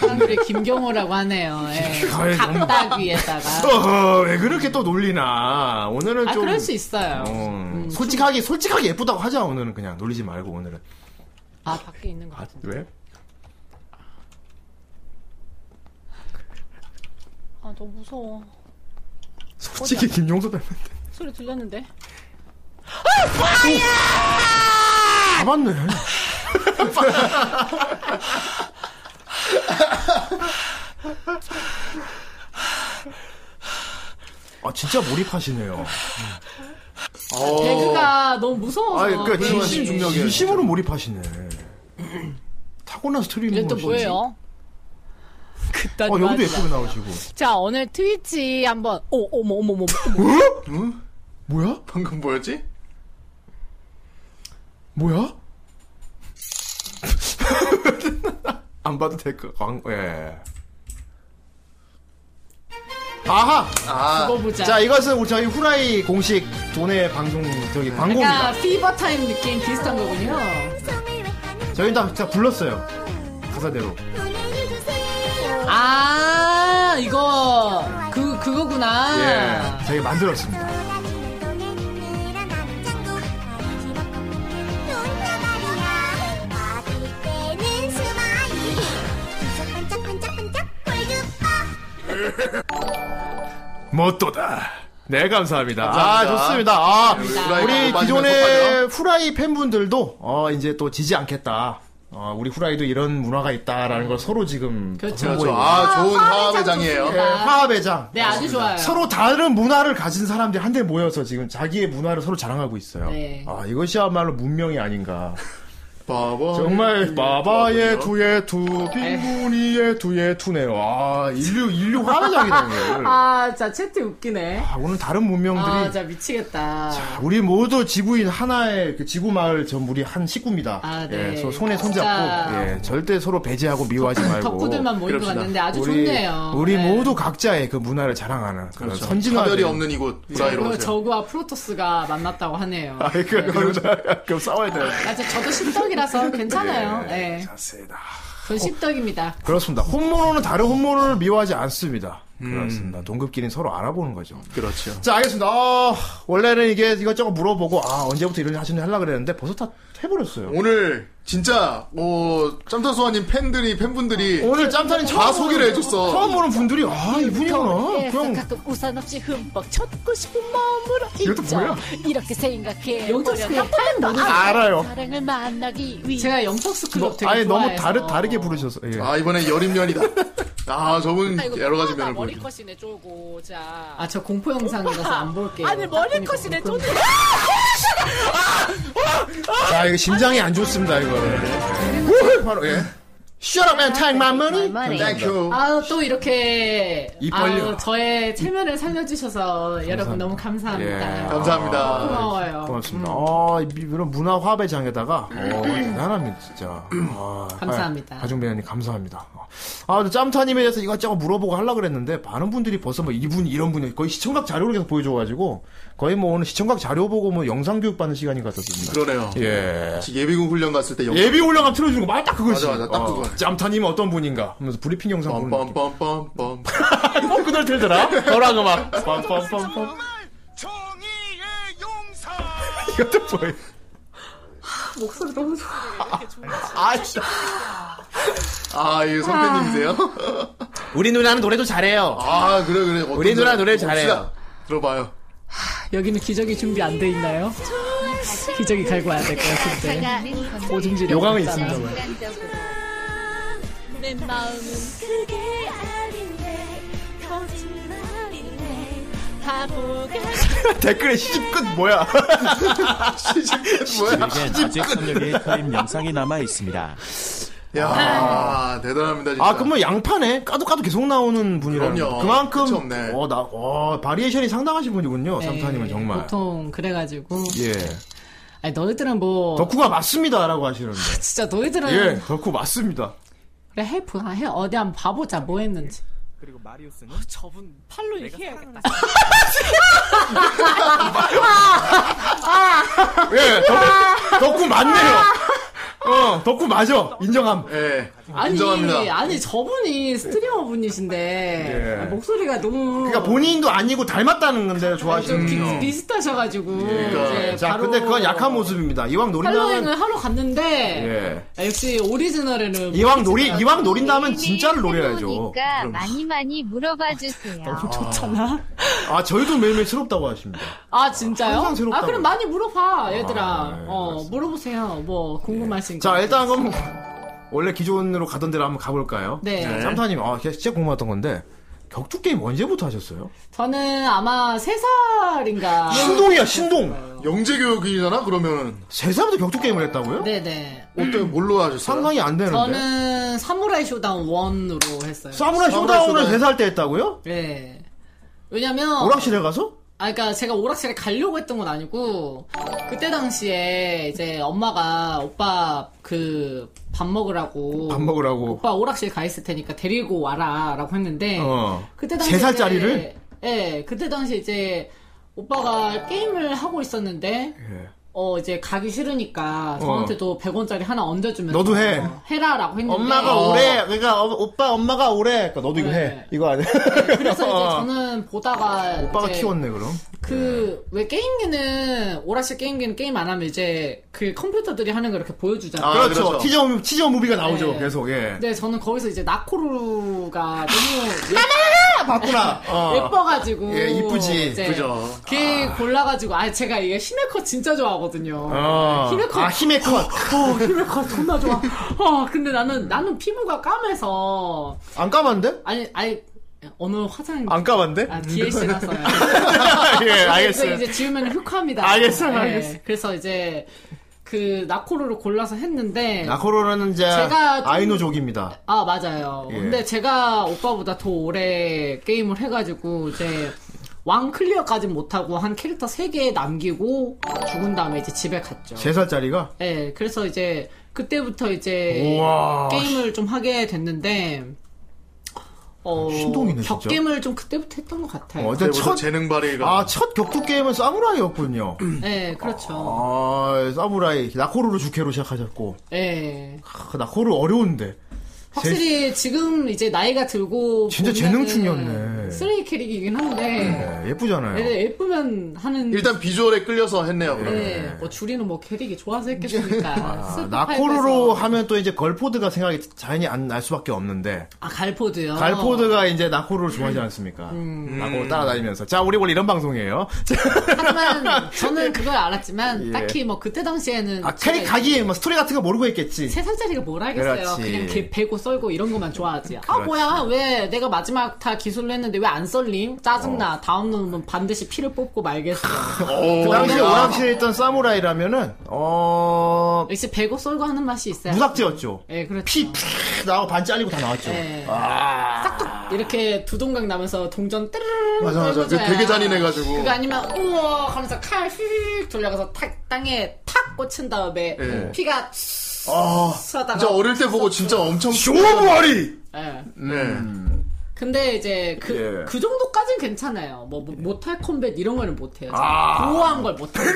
사람들이 김경호라고 하네요. 예. 아이, 너무- 각딱 위에다가. 어허, 왜 그렇게 또 놀리나. 오늘은 아, 좀. 그럴 수 있어요. 어, 솔직하게, 솔직하게 예쁘다고 하자, 오늘은 그냥. 놀리지 말고, 오늘은. 아, 밖에 있는 거. 아, 왜? 아 너무 무서워. 솔직히 김용수 닮았 소리 들렸는데? 다 맞네. 아, 진짜 몰입하시네요. 어, 배그가 아, 너무 무서워서. 아니, 그러니까 진심 그런 중력이 거지. 진심으로 몰입하시네. 타고난 스트리머. 이게 또 뭐예요? 어, 그딴 여기도 말이야. 예쁘게 나오시고. 자 오늘 트위치 한번 오 어머 어머 어머 뭐야? 방금 뭐였지? 뭐야? 안 봐도 될 거. 광, 예. 아하! 그거 보자. 자, 이것은 우리 저희 후라이 공식 돈의 방송, 저기, 광고입니다. 그러니까. 약간 피버 타임 느낌 비슷한 거군요. 저희 다, 다 불렀어요. 가사대로. 아 이거 그 아. 그거구나. 예. 저희 만들었습니다. 뭐 멋도다. 네, 감사합니다. 감사합니다. 아, 좋습니다. 아, 감사합니다. 후라이 우리 꼭 기존의 마시면서 후라이 팬분들도, 어, 이제 또 지지 않겠다. 어, 우리 후라이도 이런 문화가 있다라는 걸 서로 지금. 그렇죠. 선보이고 아, 좋은 화합의 예, 장이에요. 화합의 장. 아. 네, 아주 좋아요. 서로 다른 문화를 가진 사람들이 한데 모여서 지금 자기의 문화를 서로 자랑하고 있어요. 네. 아, 이것이야말로 문명이 아닌가. 바바. 음. 정말 바바의 바바예요? 두의 두, 빈분이의 두의 투네요. 아, 인류, 인류 화합장이네요. 아, 자 채팅 웃기네. 아, 오늘 다른 문명들이 아, 자 미치겠다. 우리 모두 지구인 하나의 그 지구 마을 전 우리 한 식구입니다. 아, 네. 아, 예, 서 손에 손잡고 진짜. 예, 절대 서로 배제하고 미워하지 말고 덕후들만 모인 것 뭐, 그럽시다. 같는데 아주 우리, 좋네요. 우리 네. 모두 각자의 그 문화를 자랑하는 그런 그렇죠. 선진화 차별이 없는 이곳 그렇죠. 그리고 저그와 프로토스가 만났다고 하네요. 아, 네. 그, 그럼, 그럼 싸워야 돼요. 아, 저, 저도 십덕이라서 괜찮아요. 네. 예. 좋습니다. 전 십덕입니다. 그렇습니다. 혼모노는 다른 혼모노를 미워하지 않습니다. 그렇습니다. 동급끼리는 서로 알아보는 거죠. 그렇죠. 자, 알겠습니다. 어, 아, 원래는 이게 이것저것 물어보고, 아, 언제부터 이런 하시는 하려고 그랬는데, 벌써 다 해버렸어요. 오늘 진짜 어 짬타소아님 팬들이 팬분들이 오늘 짬타님 다 처음 소개를 보는- 해줬어. 처음 보는 분들이 아 이분이구나. 어, 그래서 그냥 가끔 우산 없이 흠뻑 젖고 싶은 마음으로 이것도 잊어. 뭐야? 이렇게 생각해 영적 보려 스크린 한 번은 너무 더 알아요. 사랑을 만나기 위해 제가 영턱스 클럽 되게 뭐, 아예 너무 좋아해서. 다르 다르게 부르셔서. 예. 아 이번에 여린면이다. 아 저분 이거 여러 뭐 가지 면을 뻔하다. 보여. 머리컷이네 쪼고 자 아 저 공포 영상이라서 안 볼게요. 아니 머리컷이네 쪼는 자 이거 심장이 안 좋습니다 이거. 우후, 바로 예. Shut up and take my money. 네. Thank you. 아우 또 이렇게 입 벌려. 아우 저의 체면을 살려주셔서 여러분 너무 감사합니다. 예. 감사합니다. 아, 고마워요. 음. 네. 고맙습니다. 아, 이- 이런 문화 화배장에다가 어, 대단합니다 진짜. 아, 감사합니다. 아, 가중 배우님 감사합니다. 아, 근데 짬타님에 대해서 이것저것 물어보고 하려 그랬는데 많은 분들이 벌써 뭐 이분 이런 분이 거의 시청각 자료를 계속 보여줘가지고 거의 뭐 오늘 시청각 자료 보고 뭐 영상 교육 받는 시간인 것 같았습니다. 그러네요. 예. 예비군 훈련 갔을 때 영- 예비 훈련감 틀어주는 거 말 딱 그거지. 맞아, 맞아. 딱 그거. 짬타님 어떤 분인가 하면서 브리핑 영상 보는 느낌. 빰빰빰빰. 꼭 그대로 들더라. 너랑 음악. 빰빰빰빰. 이것도 뭐야? 목소리 너무 좋아. 아, 진짜. 아, 이 선배님이세요? 우리 누나는 노래도 잘해요. 아, 그래, 그래. 어떤 우리 누나 노래 봅시다. 잘해요. 들어봐요. 여기는 기저귀 준비 안 돼 있나요? 기저귀 갈고 와야 될 것 같은데. 네. 오줌질 요강은 아, 있습니다, 왜. 내 마음은 그게 아닌데 거짓말인데 바보가 댓글에 시집끝 뭐야? 뭐야? 저에겐 아직 선력의 클립 영상이 남아 있습니다. 야, 대단합니다, 진짜. 아, 그러면 양파네? 까도 까도 계속 나오는 분이라는 그럼요. 거. 그만큼, 어, 나, 어, 바리에이션이 상당하신 분이군요. 네, 삼타님은 정말. 보통 그래가지고. 예. 아니 너희들은 뭐 아, 덕후가 맞습니다라고 하시는데. 진짜 너희들은 예, 덕후 맞습니다. 그래 해보 해 어디 한번 봐보자 뭐 했는지. 아, 그리고 마리우스는 저분 팔로 얘기해야겠다. 예, 덕, 덕후 맞네요. 어, 덕후 맞아. 인정함. 예. 아니 아니 저분이 스트리머 분이신데 예. 아, 목소리가 너무 그러니까 본인도 아니고 닮았다는 건데 좀 좋아하시는 비, 분이요. 비슷하셔가지고 예. 이제 자, 음. 바로 근데 그건 약한 모습입니다. 이왕 노린다면. 팔로잉을 하러 갔는데 예. 아, 역시 오리지널에는 뭐- 이왕 노리, 이왕 노린다면 진짜를 노려야죠. 그러니까 그럼. 많이 많이 물어봐 주세요. 좋잖아. 아, 저희도 매일매일 새롭다고 하십니다. 아 진짜요? 항상 새롭다고. 네, 아 그럼 많이 물어봐 얘들아. 어 물어보세요. 뭐 궁금하신 거. 자, 일단 그럼 원래 기존으로 가던 대로 한번 가볼까요? 네. 네. 삼타님, 아, 진짜 궁금했던 건데 격투 게임 언제부터 하셨어요? 저는 아마 세 살인가. 신동이야, 신동. 영재 교육이잖아, 그러면은. 세 살부터 격투 게임을 했다고요? 네네. 어때, 뭘로 하셨어요? 상상이 안 되는데. 저는 사무라이 쇼다운 1으로 했어요. 사무라이 쇼다운을 세 살 때 했다고요? 네. 왜냐면 오락실에 가서? 아, 그니까 제가 오락실에 가려고 했던 건 아니고, 그때 당시에 이제 엄마가 오빠 그 밥 먹으라고. 밥 먹으라고. 오빠 오락실 가 있을 테니까 데리고 와라 라고 했는데, 어. 그때 당시에. 세 살짜리를? 예, 그때 당시 이제 오빠가 게임을 하고 있었는데, 예. 어, 이제 가기 싫으니까 저한테도 100원짜리 하나 얹어주면서. 어. 너도 해. 해라 라고 했는데. 엄마가 오래, 그러니까 어, 오빠, 엄마가 오래. 그러니까 너도 이거 해. 이거 안 해. 네. 그래서 이제 저는 보다가. 오빠가 이제 키웠네, 그럼. 그 왜 게임기는 오락실 게임기는 게임 안 하면 이제 그 컴퓨터들이 하는 거 이렇게 보여주잖아요. 그렇죠. 티저, 무- 티저 무비가 나오죠, 네. 계속, 예. 근데 저는 거기서 이제 나코루가 너무 아, 봤구나. 어. 네, 예, 뻐가지고 예, 이쁘지. 그죠. 걔 골라가지고 아 제가 이게 히메컷 진짜 좋아하거든요. 어. 히메컷. 아, 히메컷. 어, 히메컷 존나 좋아. 어, 근데 나는 나는 피부가 까매서 안 까만데? 아니 아니 어느 화장 안 까만데? 아, DLC라서요. 예, 알겠어요. 이제 지우면 흑화입니다. 알겠어요, 예, 알겠어요. 그래서 이제 그 나코로를 골라서 했는데 아, 나코로라는 이제 제가 좀- 아이노족입니다. 아 맞아요. 예. 근데 제가 오빠보다 더 오래 게임을 해가지고 이제 왕 클리어까지 못하고 한 캐릭터 3개 남기고 죽은 다음에 이제 집에 갔죠. 세 살짜리가 예, 그래서 이제 그때부터 이제 우와. 게임을 좀 하게 됐는데 어, 신동이네, 진짜. 격겜을 좀 그때부터 했던 것 같아요. 어, 일단 첫 재능 발휘가 음. 아첫 격투 게임은 사무라이였군요. 네, 그렇죠. 아 사무라이 나코루를 주캐로 시작하셨고 예. 아, 나코루 어려운데 확실히 지금 이제 나이가 들고 진짜 보면은 재능충이었네. 쓰레기 캐릭이긴 한데 네, 예쁘잖아요. 네, 예쁘면 하는 일단 비주얼에 끌려서 했네요. 그러면. 네, 뭐 주리는 뭐 캐릭이 좋아서 했겠습니까? 아, 스파이크에서. 나코루로 하면 또 이제 걸포드가 생각이 자연히 안 날 수밖에 없는데 아 음. 갈포드요. 갈포드가 이제 나코루를 좋아하지 않습니까? 나코루 따라다니면서 자 우리 원래 이런 방송이에요. 하지만 저는 그걸 알았지만 예. 딱히 뭐 그때 당시에는 아 캐릭 제가 각이 뭐 스토리 같은 거 모르고 했겠지. 네. 세 살짜리가 뭘 알겠어요. 그렇지. 그냥걔 베고 썰고 이런 것만 좋아하지. 아 그렇지. 뭐야 왜 내가 마지막 다 기술로 했는데 왜 안 썰림? 짜증나. 다음 놈은 반드시 피를 뽑고 어. 말겠어. 그 당시 오락실에 있던 사무라이라면은 어 역시 베고 썰고 하는 맛이 있어요. 무삭제였죠. 예, 그렇죠. 피 팍 나오고 반 잘리고 다 나왔죠. 예. 아. 이렇게 두 동강 나면서 동전 뜨르르 맞아, 맞아. 떨궈줘야. 그게 되게 잔인해가지고. 그거 아니면 우와 하면서 칼 휙 돌려가서 탁 땅에 탁 꽂힌 다음에 예. 피가 아, 쓰다가 진짜 어릴 때 보고 진짜 엄청 쇼머리. 예. 네. 근데 이제 그, 예. 그 정도까진 괜찮아요. 뭐, 뭐 못할 컴뱃 이런 거는 못해요. 아. 고한 걸 못해요.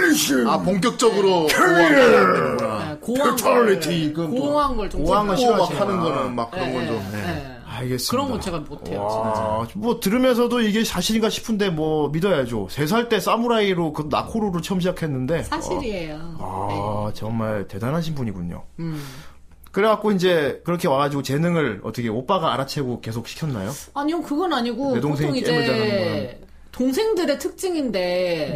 아 본격적으로 네, 캐리어 고한 페탈리티 걸, 아. 이건 또 고한 걸좀 고한 건 생각해요. 싫어하시나. 아. 하는 거는 막 그런 네. 건 좀, 네. 예, 예. 알겠습니다. 그런 건 제가 못해요. 와, 뭐 들으면서도 이게 자신인가 싶은데 뭐 믿어야죠. 세 살 때 사무라이로 그 나코루를 처음 시작했는데 사실이에요. 어, 아 정말 대단하신 분이군요. 음. 그래갖고 이제 그렇게 와가지고 재능을 어떻게 오빠가 알아채고 계속 시켰나요? 아니요, 그건 아니고 내 동생이 보통 게임을 이제 잘하는구나. 동생들의 특징인데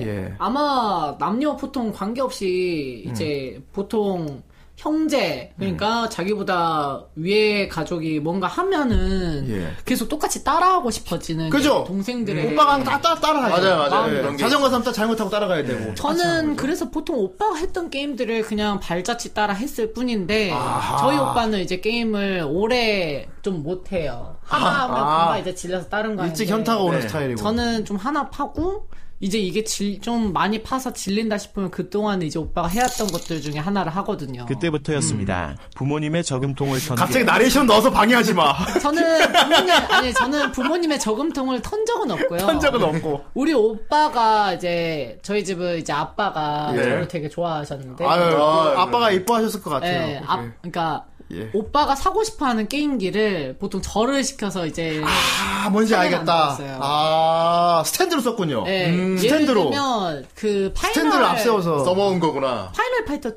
예. 아마 남녀 보통 관계없이 이제 음. 보통 형제 그러니까 자기보다 위에 가족이 뭔가 하면은 예. 계속 똑같이 따라하고 싶어지는 그죠? 네, 음. 동생들의 예. 오빠가 따, 따, 따라가야 맞아요, 맞아요. 예. 그런 게 네. 자전거 삼면 잘못하고 따라가야 되고. 저는 그래서 보통 오빠가 했던 게임들을 그냥 발자취 따라 했을 뿐인데 저희 오빠는 이제 게임을 오래 좀 못해요. 하나 하면 아. 금방 이제 질려서 다른 거 일찍 하는데. 현타가 오는 네. 스타일이고. 저는 좀 하나 파고 이제 이게 질, 좀 많이 파서 질린다 싶으면 그동안 이제 오빠가 해왔던 것들 중에 하나를 하거든요. 그때부터였습니다. 부모님의 저금통을 던 갑자기 나레이션 넣어서 방해하지 마. 저는 뭐 부모님 아니 저는 부모님의 저금통을 턴 적은 없고요. 한 적은 없고. 우리 오빠가 이제 저희 집은 이제 아빠가 예. 저를 되게 좋아하셨는데 아유, 네. 아, 빠가 이뻐하셨을 것 같아요. 예, 네. 아, 예. 그러니까 예. 오빠가 사고 싶어하는 게임기를 보통 저를 시켜서 이제 아, 뭔지 알겠다. 아, 스탠드로 썼군요. 예, 음, 예를 스탠드로. 들면 그 파이널 스탠드를 앞세워서 써먹은 거구나. 파이널 파이터 2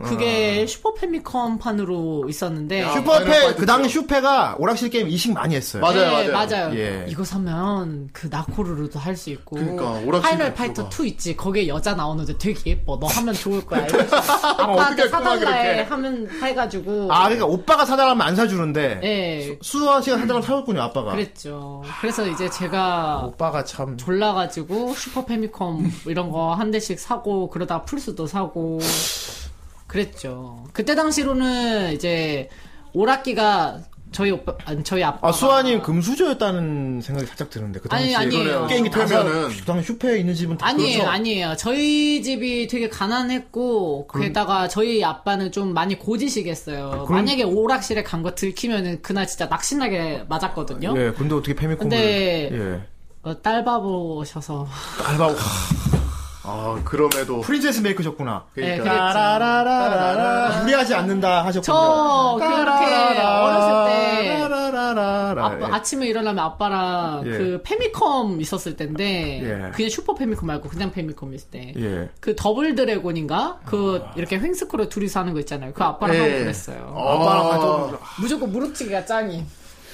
아. 그게 슈퍼 패미컴 판으로 있었는데 슈퍼패 그 당시 슈페가 오락실 게임 이식 많이 했어요. 예, 맞아요. 예. 이거 사면 그 나코루루도 할 수 있고 그러니까, 오락실 대표가. 파이널 파이터 2 있지 거기에 여자 나오는데 되게 예뻐 너 하면 좋을 거야 이러면서 어떻게 아빠한테 했구나, 사달라 해 그렇게. 하면 해가지고 아, 그러니까 오빠가 사달라면 안 사주는데 예 수아 씨가 사달라면 사줬군요, 아빠가. 그랬죠. 그래서 이제 제가 오빠가 참 졸라가지고 슈퍼 패미컴 이런 거 한 대씩 사고 그러다 플스도 사고 그랬죠. 그때 당시로는 이제 오락기가 저희 오빠 아니, 저희 아빠 아, 수아님 금수저였다는 생각이 살짝 드는데 그 당시 아니, 아니에요. 게임기 그러면은- 되면은 당시 슈페에 있는 집은 다 아니에요, 그렇죠. 아니에요. 저희 집이 되게 가난했고, 게다가 저희 아빠는 좀 많이 고지식했어요. 그럼- 만약에 오락실에 간 거 들키면은 그날 진짜 낙신나게 맞았거든요. 예, 근데 어떻게 패미콤을 근데- 예. 어, 딸바보셔서. 알바고 아 그럼에도 프린세스 메이크셨구나. 네, 그랬죠. 따라라라라라 무리하지 않는다 하셨군요. 저 그렇게 어렸을 때 라라라라. 아빠, 아침에 일어나면 아빠랑 예. 그 패미컴 있었을 때인데 예. 그냥 슈퍼 패미컴 말고 그냥 패미컴 있을 때. 예. 그 더블 드래곤인가? 그 이렇게 횡스크롤 둘이서 하는 거 있잖아요. 그 아빠랑 예. 하고 그랬어요. 아빠랑 하고 무조건 무릎치기가 짱이.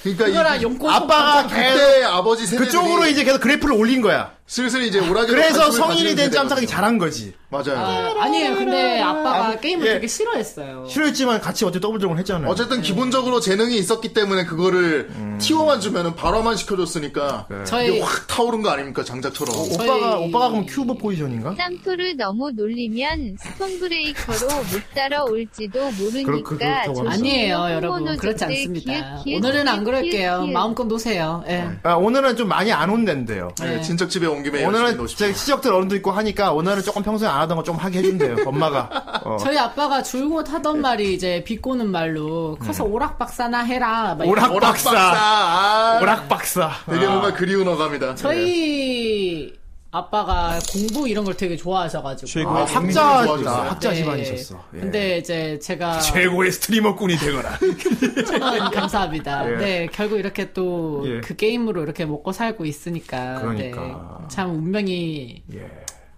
그러니까 그거랑 이- 용꽃 아빠가 손톱 그때 아버지 세대들이- 아, 그쪽으로 이제 계속 그래프를 올린 거야. 슬슬 이제 오락에 그래서 관심을 성인이 가지는 된 세대가 짬짝이 잘한 거지. 맞아요. 아, 니에요 근데 아빠가 게임을 예. 되게 싫어했어요. 싫어했지만 같이 어제 더블 드래곤 했잖아요. 어쨌든 기본적으로 재능이 있었기 때문에 그거를 음. 티워만 주면은 발화만 시켜줬으니까 네. 저희- 이게 확 타오른 거 아닙니까 장작처럼. 오빠가 오빠가 그럼 큐브 포지션인가? 네. 쌈토를 너무 놀리면 스톤브레이커로 못 따라올지도 그렇- 그- 모르니까 그렇다고 조심해요. 아니에요, 여러분. 홍보노조 그렇지 때 않습니다. 기억, 기억, 오늘은 안 기억, 그럴게요. 기억. 마음껏 노세요. 예. 아, 오늘은 좀 많이 안 온댄데요. 어, 네, 네. 친척집에 온 김에 오늘은 제 시적들 어른도 있고 하니까 오늘은 조금 평소에 안 하던 거 좀 하게 해준대요. 엄마가. 어. 저희 아빠가 줄곧 네. 하던 말이 이제 비꼬는 말로 커서 오락박사나 해라. 막 이런 거. 오락박사. 아. 아, 오락박사. 되게 뭔가 그리운 어감이다. 저희 아빠가 공부 이런 걸 되게 좋아하셔가지고 네. 네. 최고의 아, 학자, 좋아하셨어요. 학자 집안이셨어. 예. 근데 이제 제가 최고의 스트리머꾼이 되거라. 최고인 감사합니다. 예. 네 결국 이렇게 또 그 예. 게임으로 이렇게 먹고 살고 있으니까 그러니까. 네, 참 운명이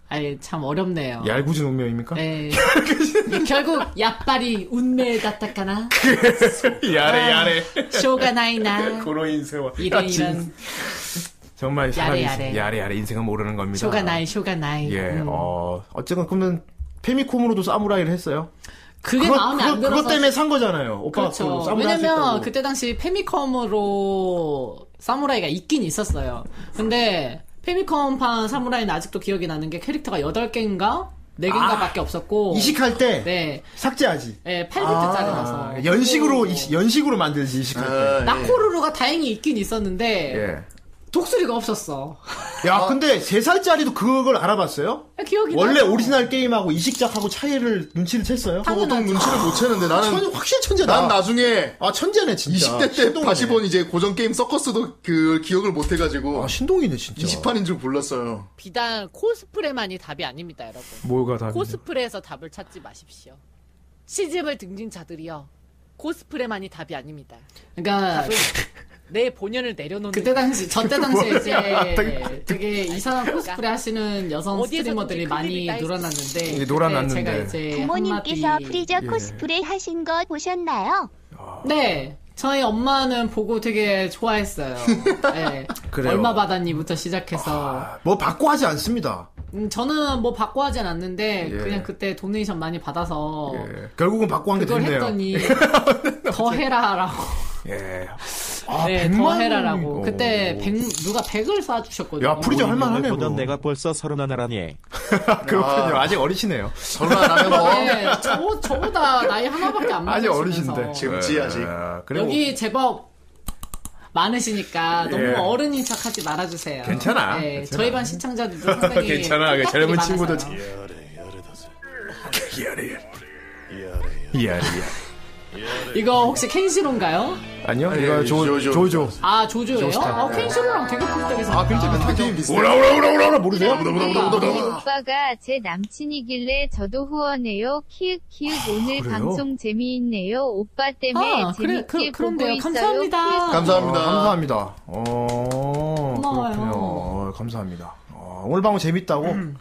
아예 참 어렵네요. 얄궂은 운명입니까? 네. 결국 야빨이 운명에 같았거나 야래 야래. 쇼가 나이나 고로인 세월. 아. 이런 아, 진- 이런 정말 사람이 야래, 야래 야래. 야래 인생은 모르는 겁니다. 쇼가 나이 쇼가 나이. 아. 예, 음. 어, 어쨌건 그러면 페미콤으로도 사무라이를 했어요. 그게 마음에 안 들어서 그것 때문에 산 거잖아요. 오빠가 그걸로 그렇죠. 사무라이 할수 왜냐면 있다고. 그때 당시 페미컴으로 사무라이가 있긴 있었어요. 근데 페미컴판 사무라이는 아직도 기억이 나는 게 캐릭터가 8개인가 4개인가 밖에 없었고 아. 이식할 때 네. 삭제하지. 네, 8비트짜리 나서 아, 연식으로 이식- 연식으로 만들지 이식할 아, 때. 예. 나코루루가 다행히 있긴 있었는데 네. 예. 독수리가 없었어. 야, 근데 3살짜리도 그걸 알아봤어요? 기억이 원래 나죠. 오리지널 게임하고 이식작하고 차이를 눈치를 챘어요? 보통 눈치를 못 채는데 나는 전- 확실히 천재다. 난 나중에 아 천재네 진짜. 20대 때 신동이네. 다시 본 이제 고전 게임 서커스도 그 기억을 못 해가지고 아 신동이네 진짜 20판인 줄 몰랐어요 비단 코스프레만이 답이 아닙니다, 여러분. 뭘가 다 코스프레에서 답을 찾지 마십시오. 시집을 등진 자들이여. 코스프레만이 답이 아닙니다. 그러니까 답은 내 본연을 내려놓는 그때 당시 저때 뭐, 당시에 이제 어떻게- 되게 이상한 코스프레 하시는 여성 어디에서 스트리머들이 많이 놀아났는데 이게 그때 놀아났는데. 제가 이제 부모님께서 한마디- 프리저 예. 코스프레 하신 거 보셨나요? 네 저희 엄마는 보고 되게 좋아했어요. 네. 그래요. 얼마 받았니부터 시작해서 뭐 받고 하지 않습니다. 음, 저는 뭐 받고 하진 않는데 예. 그냥 그때 도네이션 많이 받아서 예. 결국은 받고 한 게 그걸 됐네요. 했더니 더 해라라고 예. 네, 더 100만 어. 해라라고 오. 그때 100, 누가 100을 쏴주셨거든요 보던 내가 벌써 서른 하나라니. 그렇군요. 아직 어리시네요. 서른 하나면 뭐 네, 저, 저보다 나이 하나밖에 안 아직 많으시면서 어리신데 예. 젊지, 아직. 그리고 여기 제법 많으시니까 너무 예. 어른인 척하지 말아주세요 괜찮아, 네, 괜찮아. 저희 반 시청자들도 상당히 괜찮아. 그 젊은 똑같이 친구들 많아서요. 야래 야래 야래 이거 혹시 켄시로인가요? 아니요 이거 조 조조. 아 조조예요? 조스타. 아 켄시로랑 되게 비슷하게 아, 생겼다 아, 게임 비슷해. 오라 오라 오라 오라 오라 모르세요? 내 오빠가 제 남친이길래 저도 후원해요. 키읔 키읔 오늘 아, 그래요? 방송 재미있네요. 오빠 그렇죠. 때문에 아, 그래, 재밌게 그- 보고 그런데요. 있어요. 그 감사합니다. 키읔, 키읔. 어, 감사합니다. 어, 고마워요. 그렇군요. 어, 감사합니다. 어, 오늘 방송 재밌다고? 음.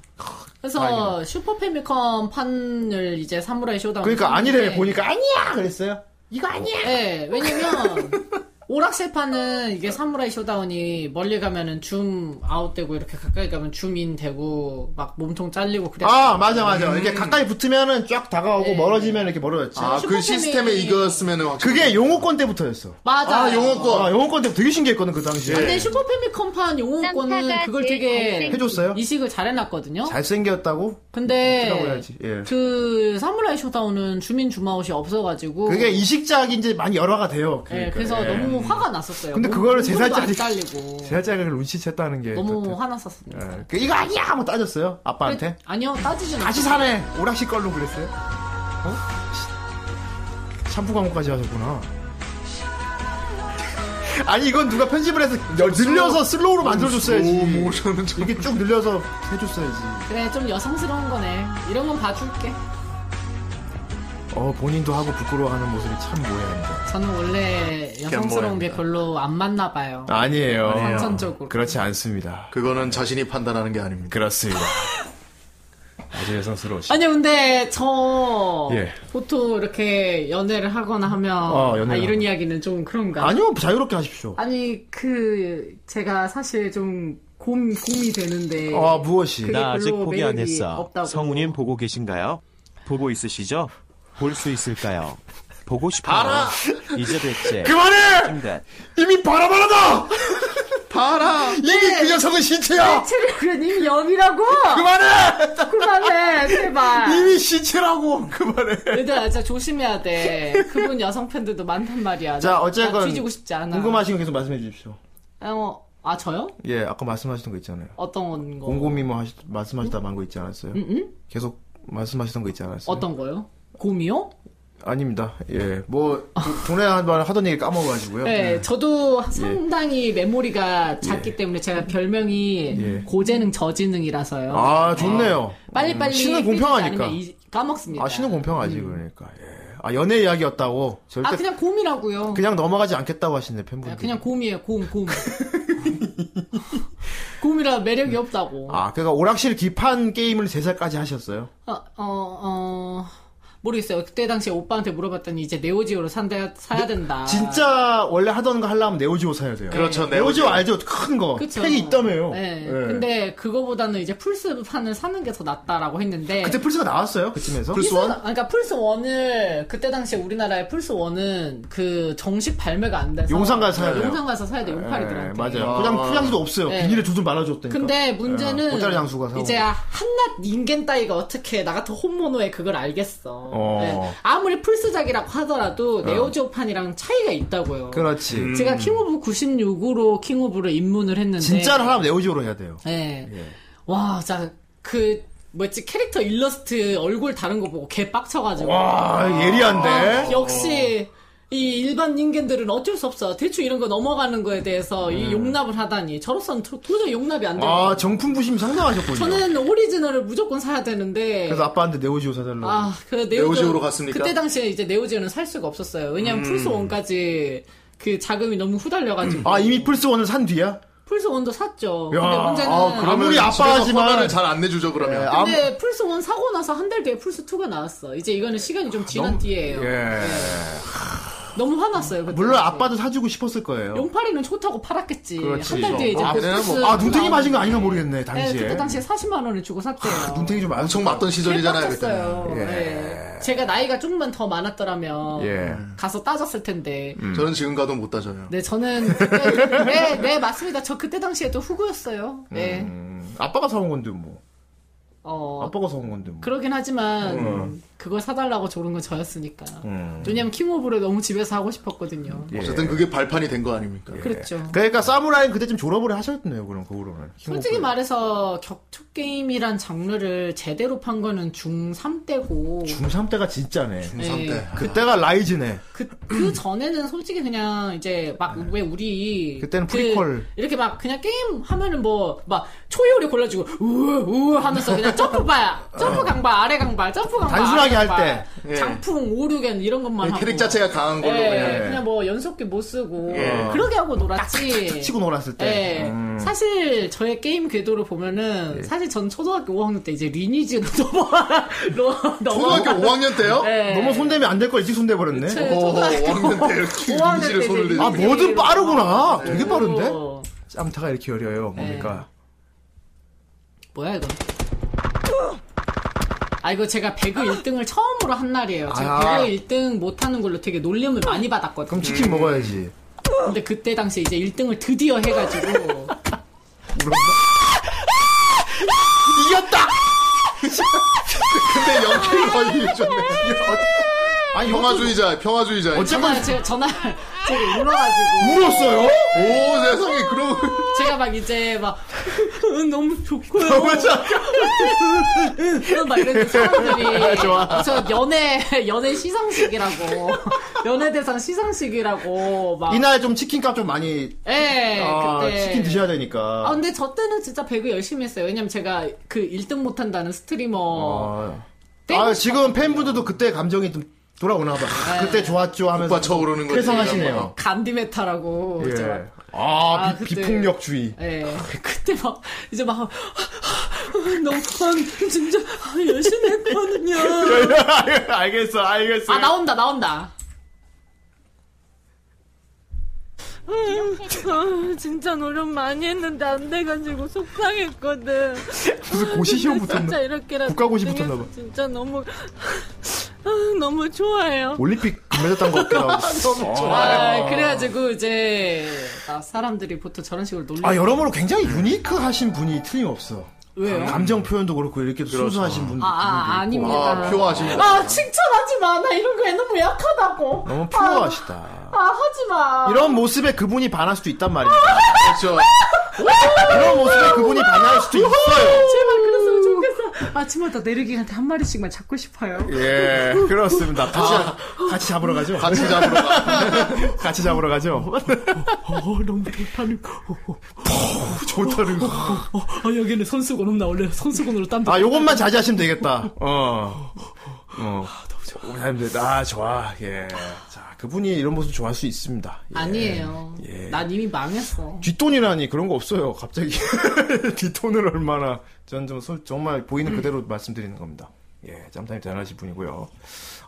그래서 슈퍼 패미컴 판을 이제 사무라이 쇼다운 그러니까 했는데 아니래 보니까 아니야 그랬어요. 이거 아니야. 네, 왜냐면 오락세판은 이게 사무라이 쇼다운이 멀리 가면은 줌 아웃되고 이렇게 가까이 가면 줌인 되고 막 몸통 잘리고 그래. 아 맞아 맞아. 이렇게 가까이 붙으면은 쫙 다가오고 멀어지면 이렇게 멀어졌지. 음. 네. 아, 그 슈퍼패미- 시스템에 익었으면은 그게 용호권 때부터였어. 맞아. 아, 용호권. 아, 용호권 때부터 되게 신기했거든 그 당시에. 근데 슈퍼 패미컴판 네. 용어권은 그걸 되게 해줬어요? 이식을 네. 잘 해놨거든요. 잘생겼다고? 그렇다고 근데 해야지. 예. 그 사무라이 쇼다운은 주민 주마웃이 없어가지고 그게 이식작인지 많이 열화가 돼요. 예, 그러니까. 그래서 예. 너무 화가 났었어요. 근데 몸- 그거를 몸통도 안 제살짜리 잘리고 제살짜리 눈치챘다는 게 너무 화났었습니다. 그 예. 그 이거 아니야 하고 따졌어요 아빠한테. 아니요 따지지 다시 사네 오락실 걸로 그랬어요. 어? 샴푸 광고까지 하셨구나. 아니 이건 누가 편집을 해서 늘려서 슬로우로 만들어줬어야지. 이게 쭉 늘려서 해줬어야지. 그래 좀 여성스러운 거네. 이런 건 봐줄게. 어 본인도 하고 부끄러워하는 모습이 참 모해한데. 저는 원래 여성스러운 게 별로 안 맞나 봐요. 아니에요. 선천적으로. 그렇지 않습니다. 그거는 자신이 판단하는 게 아닙니다 그렇습니다 아주 여성스러우시. 아니 근데 저 예. 보통 이렇게 연애를 하거나 하면 어, 연애를 아, 이런 하면. 이야기는 좀 그런가? 아니요 자유롭게 하십시오. 아니 그 제가 사실 좀 곰, 곰이 되는데 아, 무엇이? 그게 나 아직 별로 포기 안 매력이 했어. 없다고. 성우님 보고 계신가요? 보고 있으시죠? 볼 수 있을까요? 보고 싶어요. 봐라! 이제 됐지. 음. 그만해! 힘든. 이미 바라바라다! 봐라. 네. 이미 그 녀석은 신체야! 신체를 그래 이미 염이라고. 그만해. 그만해 제발. 이미 신체라고 그만해. 얘들아 진짜 조심해야 돼. 그분 여성 팬들도 많단 말이야. 자 나- 어쨌건 나 뒤지고 싶지 않아. 궁금하신 거 계속 말씀해 주십시오. 아, 어, 아 저요? 예 아까 말씀하시던 거 있잖아요. 어떤 거? 곰곰이 뭐 하시, 말씀하시다 만거 있지 않았어요? 음, 음? 계속 말씀하시던 거 있지 않았어요? 어떤 거요? 곰이요? 아닙니다. 예. 뭐, 도- 동네 한번 하던 얘기 까먹어가지고요. 예. 네, 저도 상당히 메모리가 작기 때문에 제가 별명이 예. 고재능 저지능이라서요. 아, 좋네요. 어. 빨리빨리 음, 신은 삐지지 공평하니까. 않으면 이- 까먹습니다. 아, 신은 공평하지, 그러니까. 예. 아, 연애 이야기였다고. 절대 아, 그냥 곰이라고요. 그냥 넘어가지 않겠다고 하시네, 팬분들. 그냥 곰이에요, 곰, 곰. 곰이라 매력이 없다고. 아, 그러니까 오락실 기판 게임을 세 살까지 하셨어요. 어, 어, 어, 모르겠어요. 그때 당시에 오빠한테 물어봤더니 이제 네오지오로 산다, 사야 된다. 진짜 원래 하던 거 하려면 네오지오 사야 돼요. 그렇죠, 아. 네오지오 네오지오. 알죠? 큰 거. 그쵸. 팩이 있다며요. 네. 예. 근데 그거보다는 이제 플스판을 사는 게 더 낫다라고 했는데. 그때 플스가 나왔어요? 그쯤에서? 플스 원? 그러니까 플스 1을 그때 당시에 우리나라에 플스 1은 그 정식 발매가 안 돼서 아, 용산 가서 사야 돼요. 용산 가서 사야 돼 예, 용팔이들한테. 맞아요. 포장, 포장지도 없어요. 네. 비닐에 두둔 말아줬다니까. 근데 문제는 예, 모짜리 장수가 사고. 이제 아- 한낱 닌겐 따위가 어떻게 나 같은 홈모노에 그걸 알겠어. 어. 네. 아무리 플스작이라고 하더라도 네오지오판이랑 차이가 있다고요. 그렇지. 음. 제가 킹오브 96으로 킹오브를 입문을 했는데 진짜를 하려면 네오지오로 해야 돼요. 네. 예. 와, 자, 그, 뭐였지, 캐릭터 일러스트 얼굴 다른 거 보고 개 빡쳐가지고. 와, 예리한데? 아, 역시, 이 일반 인간들은 어쩔 수 없어. 대충 이런 거 넘어가는 거에 대해서 이 용납을 하다니. 저로서는 도, 저히 용납이 안 음. 돼요. 아, 정품 부심 상당하셨군요. 저는 오리지널을 무조건 사야 되는데. 그래서 아빠한테 네오지오 사달라고. 아, 그 네오지오, 그때 당시에 이제 네오지오는 살 수가 없었어요. 왜냐면 음. 플스 1까지 그 자금이 너무 후달려가지고. 아, 이미 플스 원을산 뒤야? 플스 1도 샀죠. 야, 근데 문제는 아, 그러면 아무리 아빠지만- 예, 화를 잘 안 내주죠 그러면. 근데 플스 1 사고 나서 한 달 뒤에 플스 2가 나왔어. 이제 이거는 시간이 좀 지난 뒤에요. 네. 예. 너무 화났어요. 그때. 물론 아빠도 사주고 싶었을 거예요. 용팔이는 좋다고 팔았겠지. 그렇지. 한 달 뒤에 이제 아, 그 그때는 플스 뭐- 아, 눈탱이 나왔는데. 맞은 거 아닌가 모르겠네, 네, 당시에. 그때 당시에 40만 원을 주고 샀대요. 아, 눈탱이 좀 엄청 맞던 시절이잖아요, 그때는. 예. 제가 나이가 조금만 더 많았더라면 예. 가서 따졌을 텐데. 음. 저는 지금 가도 못 따져요. 네, 저는 그때- 네, 네, 맞습니다. 저 그때 당시에도 후구였어요. 네. 음, 아빠가 사온 건데 뭐. 어, 아빠가 사온 건데 뭐. 그러긴 하지만 음. 그걸 사달라고 조른 건 저였으니까. 음. 왜냐면 킹오브를 너무 집에서 하고 싶었거든요. 어쨌든 그게 발판이 된 거 아닙니까? 그렇죠. 예. 그러니까 사무라이 그때쯤 졸업을 하셨네요, 그럼 그후로는. 솔직히 말해서 격투 게임이란 장르를 제대로 판 거는 중3 때고 중3 때가 진짜네. 중3 예. 때. 그때가 라이즈네. 그, 그 전에는 솔직히 그냥 이제 막 네. 왜 우리 그때는 그- 프리퀄. 이렇게 막 그냥 게임 하면은 뭐 막 초요리 골라주고 우우 하면서 그냥 점프 봐 점프 강발 아래 강발 점프 강발 단순하게 아래 할 강발, 때. 예. 장풍 오류겐 이런 것만 하고 캐릭 자체가 강한 걸로 예, 그냥. 그냥 뭐 연속기 못 쓰고 예. 그러게 하고 놀았지 치고 놀았을 때. 예. 음. 사실 저의 게임 궤도를 보면은 예. 사실 전 초등학교 5학년 때 이제 리니지 넘어 초등학교 5학년 때요? 네. 너무 손대면 안 될 걸 일찍 손대버렸네. 어, 그치, 어, 초등학교 5학년 때 이렇게 5학년 때 이미지를 손을 이제 아, 이렇게 뭐든 빠르구나. 네. 되게 빠른데? 오. 짬타가 이렇게 여려요, 네. 뭡니까? 뭐야 이거? 아 이거 제가 배그 1등을 처음으로 한 날이에요. 제가 아. 배그 1등 못하는 걸로 되게 놀림을 많이 받았거든요. 그럼 치킨 먹어야지. 근데 그때 당시 에 이제 1등을 드디어 해가지고 이겼다! 근데 영케이 거의 좀 아니, 평화주의자, 평화주의자. 어, 전화 제가 전화 제가 네, 울어가지고 네. 울었어요? 오, 세상에, 그럼. 제가 막 이제 막 너무 좋고요. 너무 막 이랬는데 사람들이 좋아. 저 연애 연애 시상식이라고 연애 대상 시상식이라고 막 이날 좀 치킨값 좀 많이. 예, 아, 그때. 치킨 드셔야 되니까. 아, 근데 저 때는 진짜 배그 열심히 했어요. 왜냐면 제가 그 1등 못한다는 스트리머. 아. 아, 지금 팬분들도 그때 감정이 좀 돌아오나 봐. 네. 그때 좋았죠 하면서. 오빠 쳐오르는 거지, 회상하시네요. 간디메타라고. 이제 예. 막, 아, 아, 비, 그때. 비폭력주의. 예. 그때 막, 이제 막, 너무, 진짜, 아, 열심히 했거든요. 알겠어, 알겠어. 네. 아, 나온다, 나온다. 아, 진짜 노력 많이 했는데 안 돼가지고 속상했거든. 무슨 고시 시험 근데 붙었나? 진짜 이렇게라도 국가고시 등에서 붙었나 봐. 진짜 너무 아, 너무 좋아요. 올림픽 금메달 딴 거 같기도 하고. 너무 아. 좋아요. 아, 그래가지고 이제 아, 사람들이 보통 저런 식으로 놀리. 아, 여러모로 굉장히 유니크하신 분이 틀림없어. 왜요? 감정 표현도 그렇고 이렇게 순수하신 분. 아, 아, 분도 있고. 아닙니다. 아, 칭찬하지 마. 나 이런 거에 너무 약하다고. 너무 퓨어하시다. 아, 아, 하지 마. 이런 모습에 그분이 반할 수도 있단 말입니다. 그렇죠. 이런 모습에 그분이 반할 수도 있어요. 제발 그랬으면 좋겠어. 아침마다 내르기한테 한 마리씩만 잡고 싶어요. 예, 그렇습니다. 같이, 같이 잡으러 가죠? 같이 잡으러 가. 같이 잡으러 가죠? 어, 너무 좋다는 거. 어, 좋다는 거. 아, 여기는 손수건 없나? 원래 손수건으로 땀. 아, 요것만 자제하시면 되겠다. 어. 어. 오, 사람들, 아, 좋아. 예. 자, 그분이 이런 모습 좋아할 수 있습니다. 아니에요. 예. 난 이미 망했어. 뒷돈이라니 그런 거 없어요. 갑자기 뒷돈을 얼마나 저는 좀 솔- 정말 보이는 그대로 말씀드리는 겁니다. 예, 짬타임 대단하신 분이고요.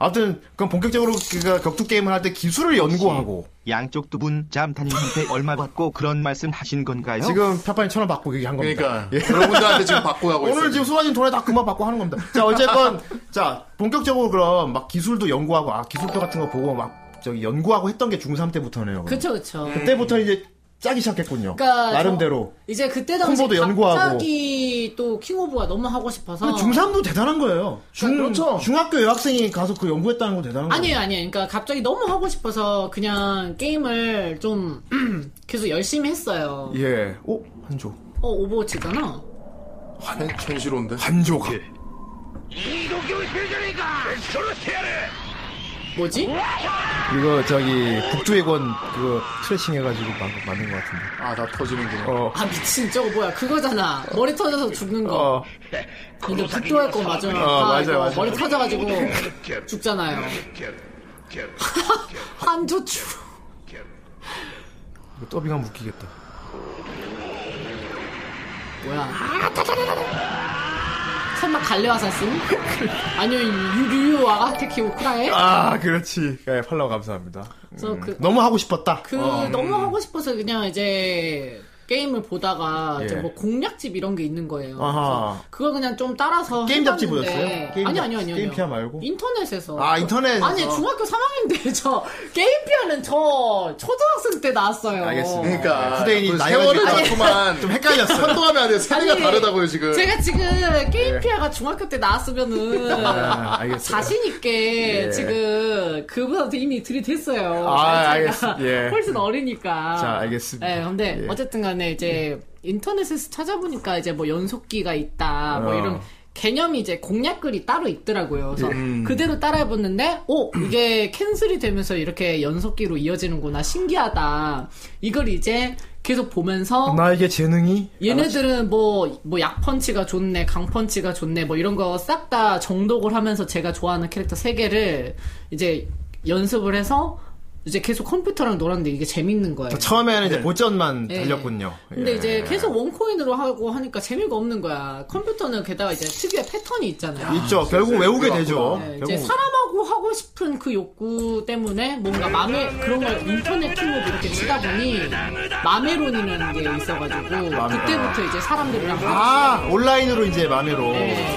아무튼 그럼 본격적으로 그가 격투 게임을 할 때 기술을 연구하고 양쪽 두 분 잠타님한테 얼마 받고 그런 말씀 하신 건가요? 지금 파파님 천원 받고 얘기한 그러니까 겁니다. 예. 오늘 지금 수아님 돈에 다 그만 받고 하는 겁니다. 자 어쨌건 자 본격적으로 그럼 막 기술도 연구하고 아 기술표 같은 거 보고 막 저기 연구하고 했던 게 중3 때부터네요. 그럼. 그쵸, 그쵸. 그때부터 이제 짜기 시작했군요. 그러니까 나름대로. 저- 이제 그때 당시 콤보도 연구하고. 갑자기 또 킹오브가 너무 하고 싶어서 그렇죠. 근데 중3도 대단한 거예요. 중, 중학교 여학생이 가서 그 연구했다는 건 대단한 거예요. 아니에요, 아니에요. 그러니까 갑자기 너무 하고 싶어서 그냥 게임을 좀 계속 열심히 했어요. 예. 어? 한조. 어, 오버워치잖아. 한, 현실온데? 한조가. 뭐지? 이거 저기, 북두의 권 그거 트레싱 해가지고 만, 만든 것 같은데. 아, 다 터지는구나. 어. 아 미친 저거 뭐야 그거잖아 머리 터져서 죽는 거 어. 근데 북도할 거 맞아요 어, 아, 맞아요, 이거 맞아요. 머리 터져가지고 죽잖아요 한조 추 이거 더빙하면 웃기겠다. 뭐야 설마 갈레와사 쓴? 아니요 유류 와가테키 오크라에? 아, 그렇지. 예, 팔로우 감사합니다. 음. 그래서 그- 너무 하고 싶었다. 그 너무 하고 싶어서 그냥 이제 게임을 보다가 예. 이제 뭐 공략집 이런 게 있는 거예요 아하. 그걸 그냥 좀 따라서 게임 잡지 해봤는데 보셨어요? 게임 아니 잡- 아니 아니 아니요. 게임 피아 말고? 인터넷에서 아, 인터넷에서. 아니 중학교 3학년인데 저 게임 피아는 저 초등학생 때 나왔어요 알겠습니다. 예, 그러니까 후대인이 그 나이가 세월을 아니, 자꾸만 좀 헷갈렸어요. 선도하면 안 돼요. 세대가 아니, 다르다고요 지금. 제가 지금 게임 예. 피아가 중학교 때 아, 나왔으면은 알겠어요. 자신 있게 예. 지금 그분한테 이미 들이댔어요. 아, 나이가 알겠- 예. 훨씬 어리니까. 자, 알겠습니다. 예, 근데 예. 어쨌든간에 이제 인터넷에서 찾아보니까 이제 뭐 연속기가 있다, 어. 뭐 이런. 개념이 이제 공략글이 따로 있더라고요. 그래서 예. 음. 그대로 따라해봤는데, 오 이게 캔슬이 되면서 이렇게 연속기로 이어지는구나 신기하다. 이걸 이제 계속 보면서 나에게 재능이? 얘네들은 뭐, 뭐 약펀치가 좋네, 강펀치가 좋네, 뭐 이런 거 싹 다 정독을 하면서 제가 좋아하는 캐릭터 세개를 이제 연습을 해서 이제 계속 컴퓨터랑 놀았는데 이게 재밌는 거예요. 자, 처음에는 이제 보전만 예. 달렸군요. 근데 예. 이제 계속 원코인으로 하고 하니까 재미가 없는 거야. 컴퓨터는 게다가 이제 특유의 패턴이 있잖아요. 있죠. 결국 외우게 되죠. 네, 이제 결국 사람하고 하고 싶은 그 욕구 때문에 뭔가 맘에 그런 걸 인터넷 키워드 이렇게 치다 보니 마메론이라는 게 있어가지고 그때부터 이제 사람들이랑 아 온라인으로 이제 맘에로 네.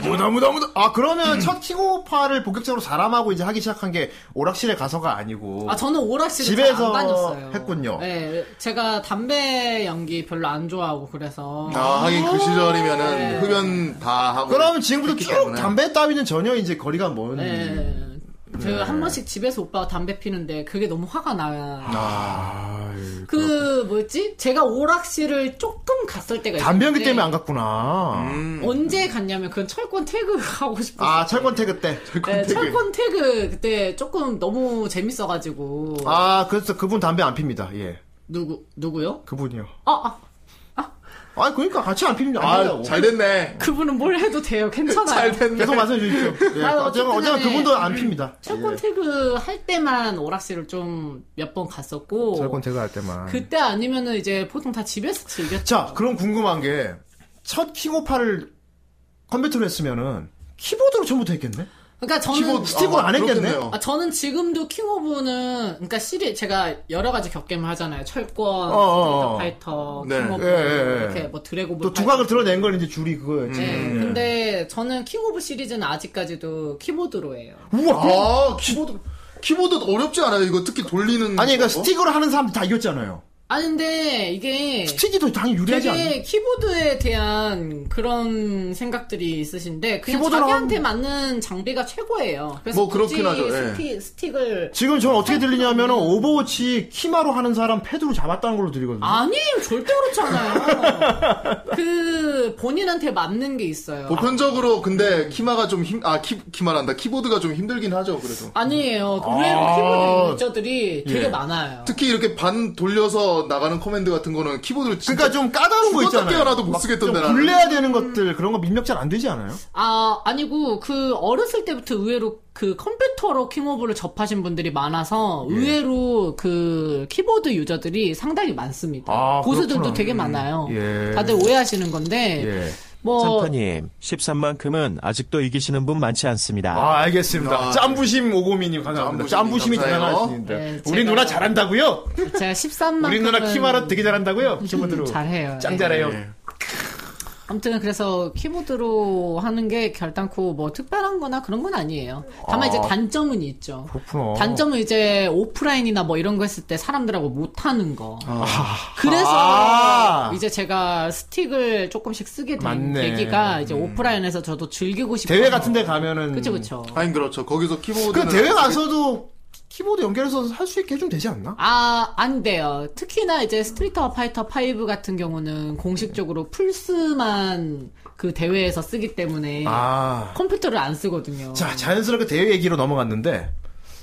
네. 무다 무다 무다 아 그러면 첫 킹오파를 본격적으로 사람하고 이제 하기 시작한 게 오락실에 가서가 아니고 아 저는 오락실을 잘 집에서 안 다녔어요. 했군요 네, 제가 담배 연기 별로 안 좋아하고 그래서 아 하긴 그 시절이면은 네. 흡연 다 하고. 그럼 지금부터 했기 쭉 때문에. 담배 따위는 전혀 이제 거리가 먼 네. 음. 그 한 번씩 집에서 오빠가 담배 피는데 그게 너무 화가 나요. 아, 그 뭐였지? 제가 오락실을 조금 갔을 때가 담배 연기 있었는데 때문에 안 갔구나 음. 언제 갔냐면 그건 철권 태그 하고 싶어. 아 철권 태그 때 네, 철권 태그 그때 조금 너무 재밌어가지고 아 그래서 그분 담배 안 핍니다 예 누구 누구요? 그분이요 아, 아, 아 그러니까 같이 안 핍니다 아, 안 잘 됐네. 그분은 뭘 해도 돼요. 괜찮아요. 계속 말씀해 주십시오 예. 아, 어쨌든 어쨌든 어쨌든 그분도 안 핍니다 철권 태그 할 때만 오락실을 좀 몇 번 갔었고 예, 철권 태그 할 때만 그때 아니면은 이제 보통 다 집에서 즐겼죠. 자, 그럼 궁금한 게 첫 킹오파를 컴퓨터로 했으면은 키보드로 전부터 했겠네? 그러니까 저는 키보드, 스틱으로 안 했겠네? 그렇겠네요. 아, 저는 지금도 킹오브는 그러니까 시리 제가 여러 가지 격겜을 하잖아요. 철권, 어, 어, 어. 스트리트 파이터, 네. 킹오브 예, 예, 예. 이렇게 뭐 드래곤 또 두각을 음. 드러낸 건 이제 줄이 그거였지. 네, 근데 저는 킹오브 시리즈는 아직까지도 키보드로 해요. 아, 우와 아, 키보드 키보드 어렵지 않아요. 이거 특히 돌리는. 그러니까 뭐? 아니, 그러니까 스틱으로 하는 사람들 다 이겼잖아요. 아 근데 이게 네. 스틱이도 당연히 유리하지 되게 않나? 키보드에 대한 그런 생각들이 있으신데 그냥 키보드랑- 자기한테 맞는 장비가 최고예요. 그래서 뭐 그렇긴 굳이 하죠, 예. 스틱- 스틱을 지금 저는 어떻게 들리냐면 오버워치 키마로 하는 사람 패드로 잡았다는 걸로 들리거든요. 아니에요, 절대 그렇지 않아요. 그 본인한테 맞는 게 있어요. 보편적으로 근데 키마가 좀 힘, 아, 키, 키마란다. 키보드가 좀 힘들긴 하죠, 그래도. 아니에요. 아. 의외로 키보드 유저들이 되게 예. 많아요. 특히 이렇게 반 돌려서 나가는 커맨드 같은 거는 키보드를 진짜 그러니까 좀 까다로운 거 있잖아요. 깨어나도 못 막좀 쓰겠던데 나는. 굴려야 되는 것들 그런 거 민력 잘 안 되지 않아요? 아, 아니고, 그, 어렸을 때부터 의외로 그 컴퓨터로 킹오브를 접하신 분들이 많아서 의외로 그 키보드 유저들이 상당히 많습니다. 아, 고수들도 그렇구나. 되게 음, 많아요. 예. 다들 오해하시는 건데, 예. 뭐, 짬터님 13만큼은 아직도 이기시는 분 많지 않습니다. 아 알겠습니다. 짬부심 오고미님 감사합니다. 짬부심이 감사해요. 대단한 분인데 네, 우리 제가- 누나 잘한다고요? 제가 13만. 우리 누나 키마라 되게 잘한다고요? 키보드로 음, 잘해요. 짱 예. 잘해요. 아무튼 그래서 키보드로 하는 게 결단코 뭐 특별한 거나 그런 건 아니에요. 다만 아. 이제 단점은 있죠. 그렇구나. 단점은 이제 오프라인이나 뭐 이런 거 했을 때 사람들하고 못 하는 거. 아. 그래서 아. 이제 제가 스틱을 조금씩 쓰게 된 맞네. 음. 계기가 이제 오프라인에서 저도 즐기고 싶어 대회 같은 데 가면은 그쵸 그쵸. 하긴 그렇죠. 거기서 키보드는. 그 대회 가서도 키보드 연결해서 할 수 있게 해주면 되지 않나? 아, 안 돼요. 특히나 이제 스트리트 어 파이터 5 같은 경우는 공식적으로 플스만 그 대회에서 쓰기 때문에 아. 컴퓨터를 안 쓰거든요. 자 자연스럽게 대회 얘기로 넘어갔는데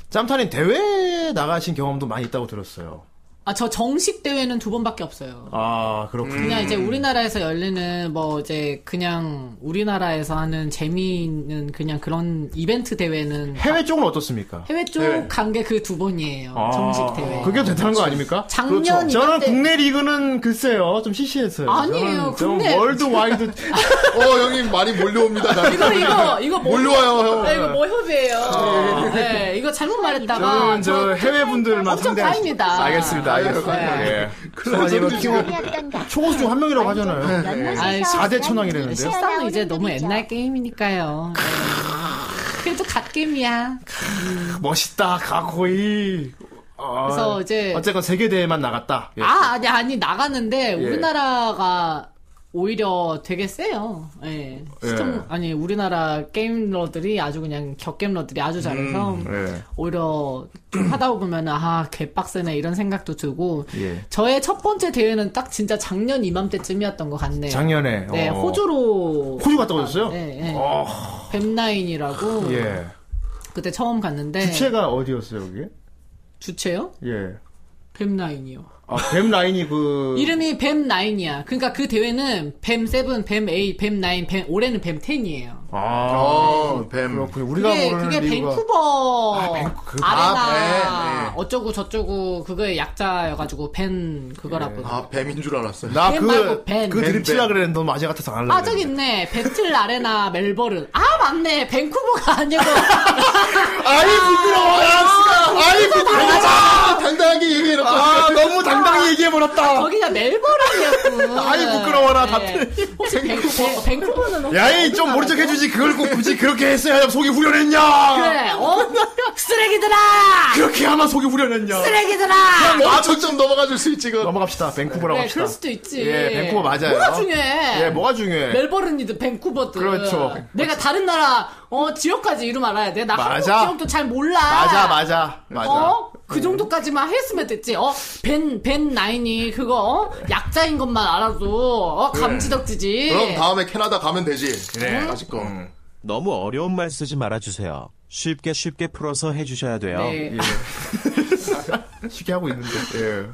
짬타님 대회 나가신 경험도 많이 있다고 들었어요. 아, 저 정식 대회는 두 번밖에 없어요. 아 그렇군요. 그냥 이제 우리나라에서 열리는 뭐 이제 그냥 우리나라에서 하는 재미있는 그냥 그런 이벤트 대회는 해외 쪽은 어떻습니까? 해외 쪽 네. 간 게 그 두 번이에요. 아, 정식 대회. 그게 대단한 거 아닙니까? 작년 그렇죠. 저는 이맘때- 국내 리그는 글쎄요 좀 시시했어요. 아니에요, 저는, 저는 국내- 월드 와이드. 어, 형님 많이 몰려옵니다. 나. 이거 이거 이거 뭐- 몰려와요, 형. 네, 이거 모협이에요. 아, 예. 네, 이거 잘못 말했다가 저는 저 해외 분들만 엄청 상대하시- 다입니다. 아, 알겠습니다. 알겠습니다. 네. 예. 소환이 이거 키워 초고수 중 한 명이라고 하잖아요. 아이, 4대 네, 천왕이라는데요. 실사는 이제 너무 옛날 게임이니까요. 네. 그래도 갓게임이야. 멋있다. 가고이. 아, 그래서 이제- 어쨌건 세계 대회만 나갔다. 예. 아, 아니, 아니, 나가는데, 예. 우리나라가 오히려 되게 세요. 예. 시청, 예. 아니, 우리나라 게임러들이 아주 그냥 격겜러들이 아주 잘해서, 음, 오히려 좀 하다 보면, 아, 개빡세네, 이런 생각도 들고, 예. 예. 저의 첫 번째 대회는 딱 진짜 작년 이맘때쯤이었던 것 같네요. 작년에, 네, 어. 호주로. 호주 갔다 오셨어요? 네, 네. 어. 뱀나인이라고. 예. 그때 처음 갔는데. 주체가 어디였어요, 여기? 주체요? 예. 뱀나인이요. 아, 뱀 라인이 그 이름이 뱀나인이야. 그러니까 그 대회는 뱀7, 뱀8, 뱀9, 뱀, 올해는 뱀10이에요. 아, 어, 뱀. 그렇군요. 우리가 그게, 모르는 그게 이유가- 밴쿠버 아, 네, 그- 아레나 아, 뱀, 어쩌고 저쩌고 그거의 약자여가지고 뱀 그거라고. 아, 뱀인 줄 알았어요. 나 뱀 그, 말고 뱀. 그 드립 뱀, 치라 그랬는데 너무 아재 같아서 안 할래. 아 저기 있네 배틀 아레나 멜버른 아 맞네 밴쿠버가 아니고 아이 부끄러워 아, 아이 부끄러워 당하자. 아, 당당하게 얘기해놓고 아, 너무 당당히 얘기해버렸다. 거기가 멜버른이었고 아이, 부끄러워라, 다 혹시 밴쿠버 밴쿠버는 혹시 야이 좀 모른 척 해주지 그걸 꼭 굳이 그렇게 했어야 속이 후련했냐 그래 어 쓰레기들아 그렇게 하면 속이 후련했냐 쓰레기들아! 아저좀 넘어가 줄 수 있지 그 넘어갑시다 밴쿠버라고 네, 그래, 합시다 그럴 수도 있지. 예 밴쿠버 맞아요 뭐가 중요해? 예 뭐가 중요해 멜버른이든 밴쿠버든 그렇죠. 내가 다른 나라 어 지역까지 이름 알아야 돼. 나 한국 맞아. 지역도 잘 몰라. 맞아 맞아 맞아 어? 그 정도까지만 했으면 됐지. 어, 벤, 벤 나인이 그거, 어? 약자인 것만 알아도, 어, 예. 그래. 감지덕지지. 그럼 다음에 캐나다 가면 되지 네. 음? 그래. 아직 거 음. 너무 어려운 말 쓰지 말아주세요. 쉽게 쉽게 풀어서 해주셔야 돼요. 네. 예. 쉽게 하고 있는데 예.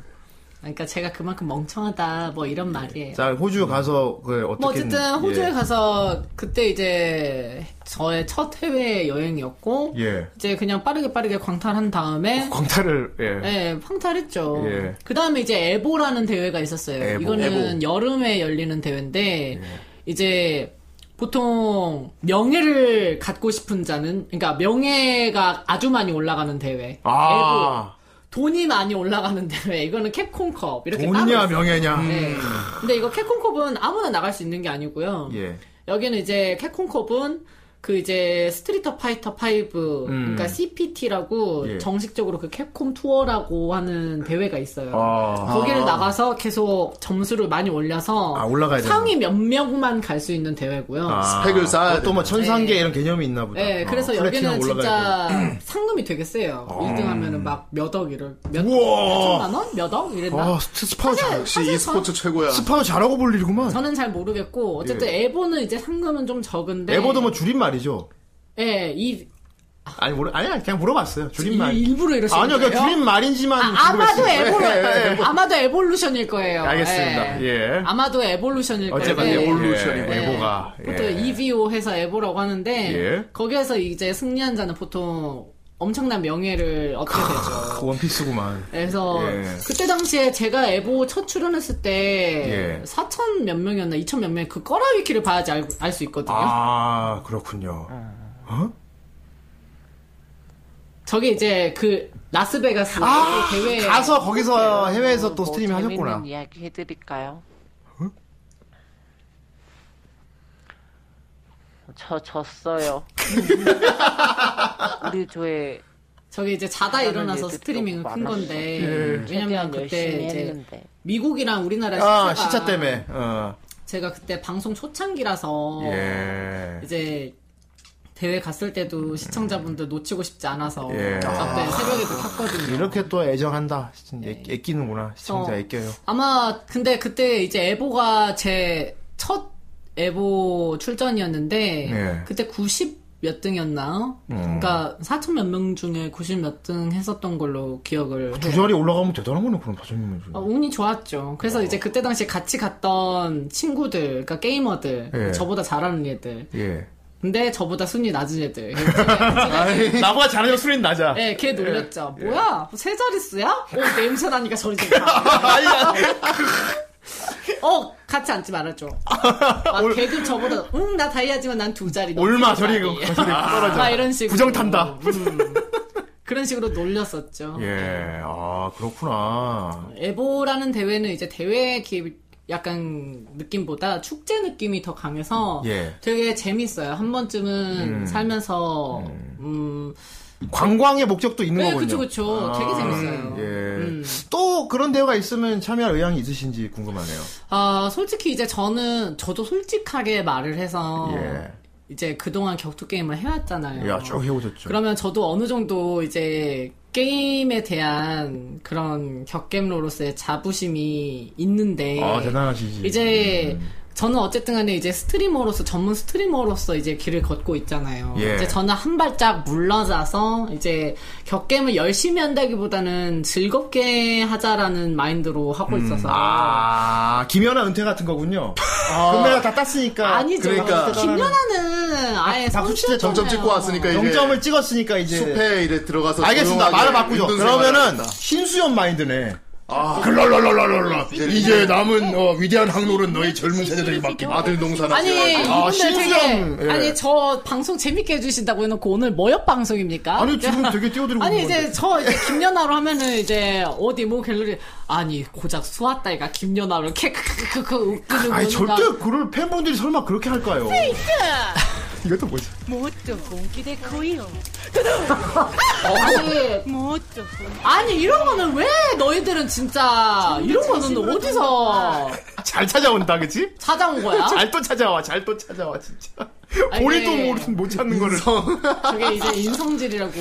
그러니까 제가 그만큼 멍청하다, 뭐 이런 말이에요. 자 호주 가서 그 어떻게 뭐 어쨌든 호주에 예. 가서 그때 이제 저의 첫 해외 여행이었고 예 이제 그냥 빠르게 빠르게 광탈한 다음에 광탈을 예 네, 황탈했죠. 예. 그 다음에 이제 에보라는 네. 대회가 있었어요. 에보. 이거는 에보. 여름에 열리는 대회인데, 이제 보통 명예를 갖고 싶은 자는, 그러니까 명예가 아주 많이 올라가는 대회. 아 에보. 돈이 많이 올라가는 대회. 이거는 캡콤컵. 이렇게 따로 돈이냐 있어요. 명예냐 음. 네. 근데 이거 캡콤컵은 아무나 나갈 수 있는 게 아니고요. 예 여기는 이제 캡콤컵은 그 이제 스트리트 파이터 5 음. 그러니까 CPT라고 예. 정식적으로 그 캡콤 투어라고 하는 대회가 있어요. 아. 거기를 아. 나가서 계속 점수를 많이 올려서 아, 올라가야 상위 몇 명만 갈 수 있는 대회고요. 스펙을 쌓아 어, 또뭐 네. 천상계 이런 개념이 있나 보다. 네, 어, 그래서 플래티넘 여기는 올라가야 돼. 진짜 상금이 되게 세요. 어. 1등 하면은 막 몇 억 이런 몇 우와. 천만 원? 몇 억? 이랬나? 아, 스- 스파우 잘- 역시 사실 e스포츠 최고야. 스파우 잘하고 볼 일이구만. 저는 잘 모르겠고 어쨌든 예. 에보는 이제 상금은 좀 적은데 에버도 뭐 줄임말이죠. 예, 이 아니, 모르, 아니, 아니, 그냥 물어봤어요. 줄임말. 일- 일부러 이러시는 아니요, 거예요? 그냥 줄임말인지만. 아, 마도 모르겠어요. 에볼루 예, 예, 예. 아마도 에볼루션일 거예요. 알겠습니다. 예. 예. 아마도 에볼루션일 어쨌든 거예요. 에볼루션이고, 예. 에보가. 예. 보통 EVO 해서 에보라고 하는데 예. 거기에서 이제 승리한 자는 보통 엄청난 명예를 얻게 되죠. 크, 그 원피스구만. 그래서 예. 그때 당시에 제가 에보 첫 출연했을 때 예. 4천 몇 명이었나 2천 몇 명이 그 꺼라위키를 봐야지 알 수 있거든요. 아, 그렇군요. 어? 저게 이제 그 라스베가스 그 아, 대회 가서 거기서 예. 해외에서 뭐 또 스트리밍 하셨구나. 재밌는 이야기 해드릴까요? 저 졌어요. 우리 조에 저게 이제 자다 일어나서 스트리밍을 큰 건데 예. 왜냐면 최대한 그때 열심히 이제 했는데. 미국이랑 우리나라 시차가 아, 시차 때문에. 어. 제가 그때 방송 초창기라서 예. 이제 대회 갔을 때도 시청자분들 놓치고 싶지 않아서 예. 그때 아. 새벽에도 켰거든요. 이렇게 또 애정한다. 진- 애, 애끼는구나. 시청자 예, 어. 애껴요. 아마 근데 그때 이제 에보가 제 첫 에보 출전이었는데 네. 예. 그때 90 몇 등이었나? 음. 그러니까 4천 몇 명 중에 90 몇 등 했었던 걸로 기억을 두 해요. 자리 올라가면 대단한 거네, 그럼 다정님은. 어, 운이 좋았죠. 그래서 어. 이제 그때 당시 같이 갔던 친구들, 그러니까 게이머들, 예. 저보다 잘하는 애들, 예. 근데 저보다 순위 낮은 애들. 나보다 잘하는 수린 낮아. 예, 걔 놀렸죠. 뭐야? 세 자릿수야? 오, 냄새 나니까 저리 좀 가. 어, 같이 앉지 말아줘. 막 개그 저보다, 응, 나 다이아지만 난 두 자리. 너 얼마 세 자리. 저리, 그- 저리 아. 떨어져. 막 이런 식으로. 부정 탄다. 그런 식으로 놀렸었죠. 예, 아, 그렇구나. 예. 에보라는 대회는 이제 대회 기 약간 느낌보다 축제 느낌이 더 강해서 예. 되게 재밌어요. 한 번쯤은 음. 살면서 음. 관광의 목적도 있는 네, 거군요. 그쵸, 그쵸. 되게 재밌어요. 아, 음. 예. 또 그런 대회가 있으면 참여할 의향이 있으신지 궁금하네요. 아, 솔직히 이제 저는 저도 솔직하게 말을 해서 예. 이제 그동안 격투 게임을 해왔잖아요. 야, 쭉 해오셨죠. 그러면 저도 어느 정도 이제 게임에 대한 그런 격겜러로서의 자부심이 있는데 아, 대단하시지. 네. 음. 이제 저는 어쨌든 간에 이제 스트리머로서 전문 스트리머로서 이제 길을 걷고 있잖아요. 예. 이제 저는 한 발짝 물러서서 이제 격겜을 열심히 한다기보다는 즐겁게 하자라는 마인드로 하고 있어서 음. 아, 김연아 은퇴 같은 거군요. 금메달 다 땄으니까. 아. 아니죠. 그러니까. 김연아는 아예 박수치대 선수였잖아요. 점점 찍고 왔으니까 이제 점을 찍었으니까 이제 숲에 이제 들어가서 알겠습니다. 조용하게 말을 바꾸죠. 운동 생활을 그러면은 한다. 흰수염 마인드네. 아, 글랄랄랄랄랄라. 이제 남은 어, 위대한 항로는 너희 젊은 세대들이 맡기다. 아들 농사나 아니 지어야지. 이분들 되게 예. 아니 저 방송 재밌게 해주신다고 해놓고 오늘 뭐협 방송입니까? 아니, 뭐, 지금 되게 띄워드리고 아니 있는 이제 건데. 저 이제 김연아로 하면은 이제 어디 뭐 갤러리 아니 고작 수아따이가 김연아로 캐크크크크 웃기는 아니 절대 그럴 팬분들이 설마 그렇게 할까요? 이것도 뭐지? もっと本気で来いよ 아니 もっと本 아니 이런 거는 왜 너희들은 진짜 이런 거는 어디서 잘 찾아온다, 그치? 찾아온 거야? 잘 또 찾아와, 잘 또 찾아와, 진짜. 아니, 본인 또 네. 모르- 못 찾는 거를. 아, 저게 이제 인성질이라고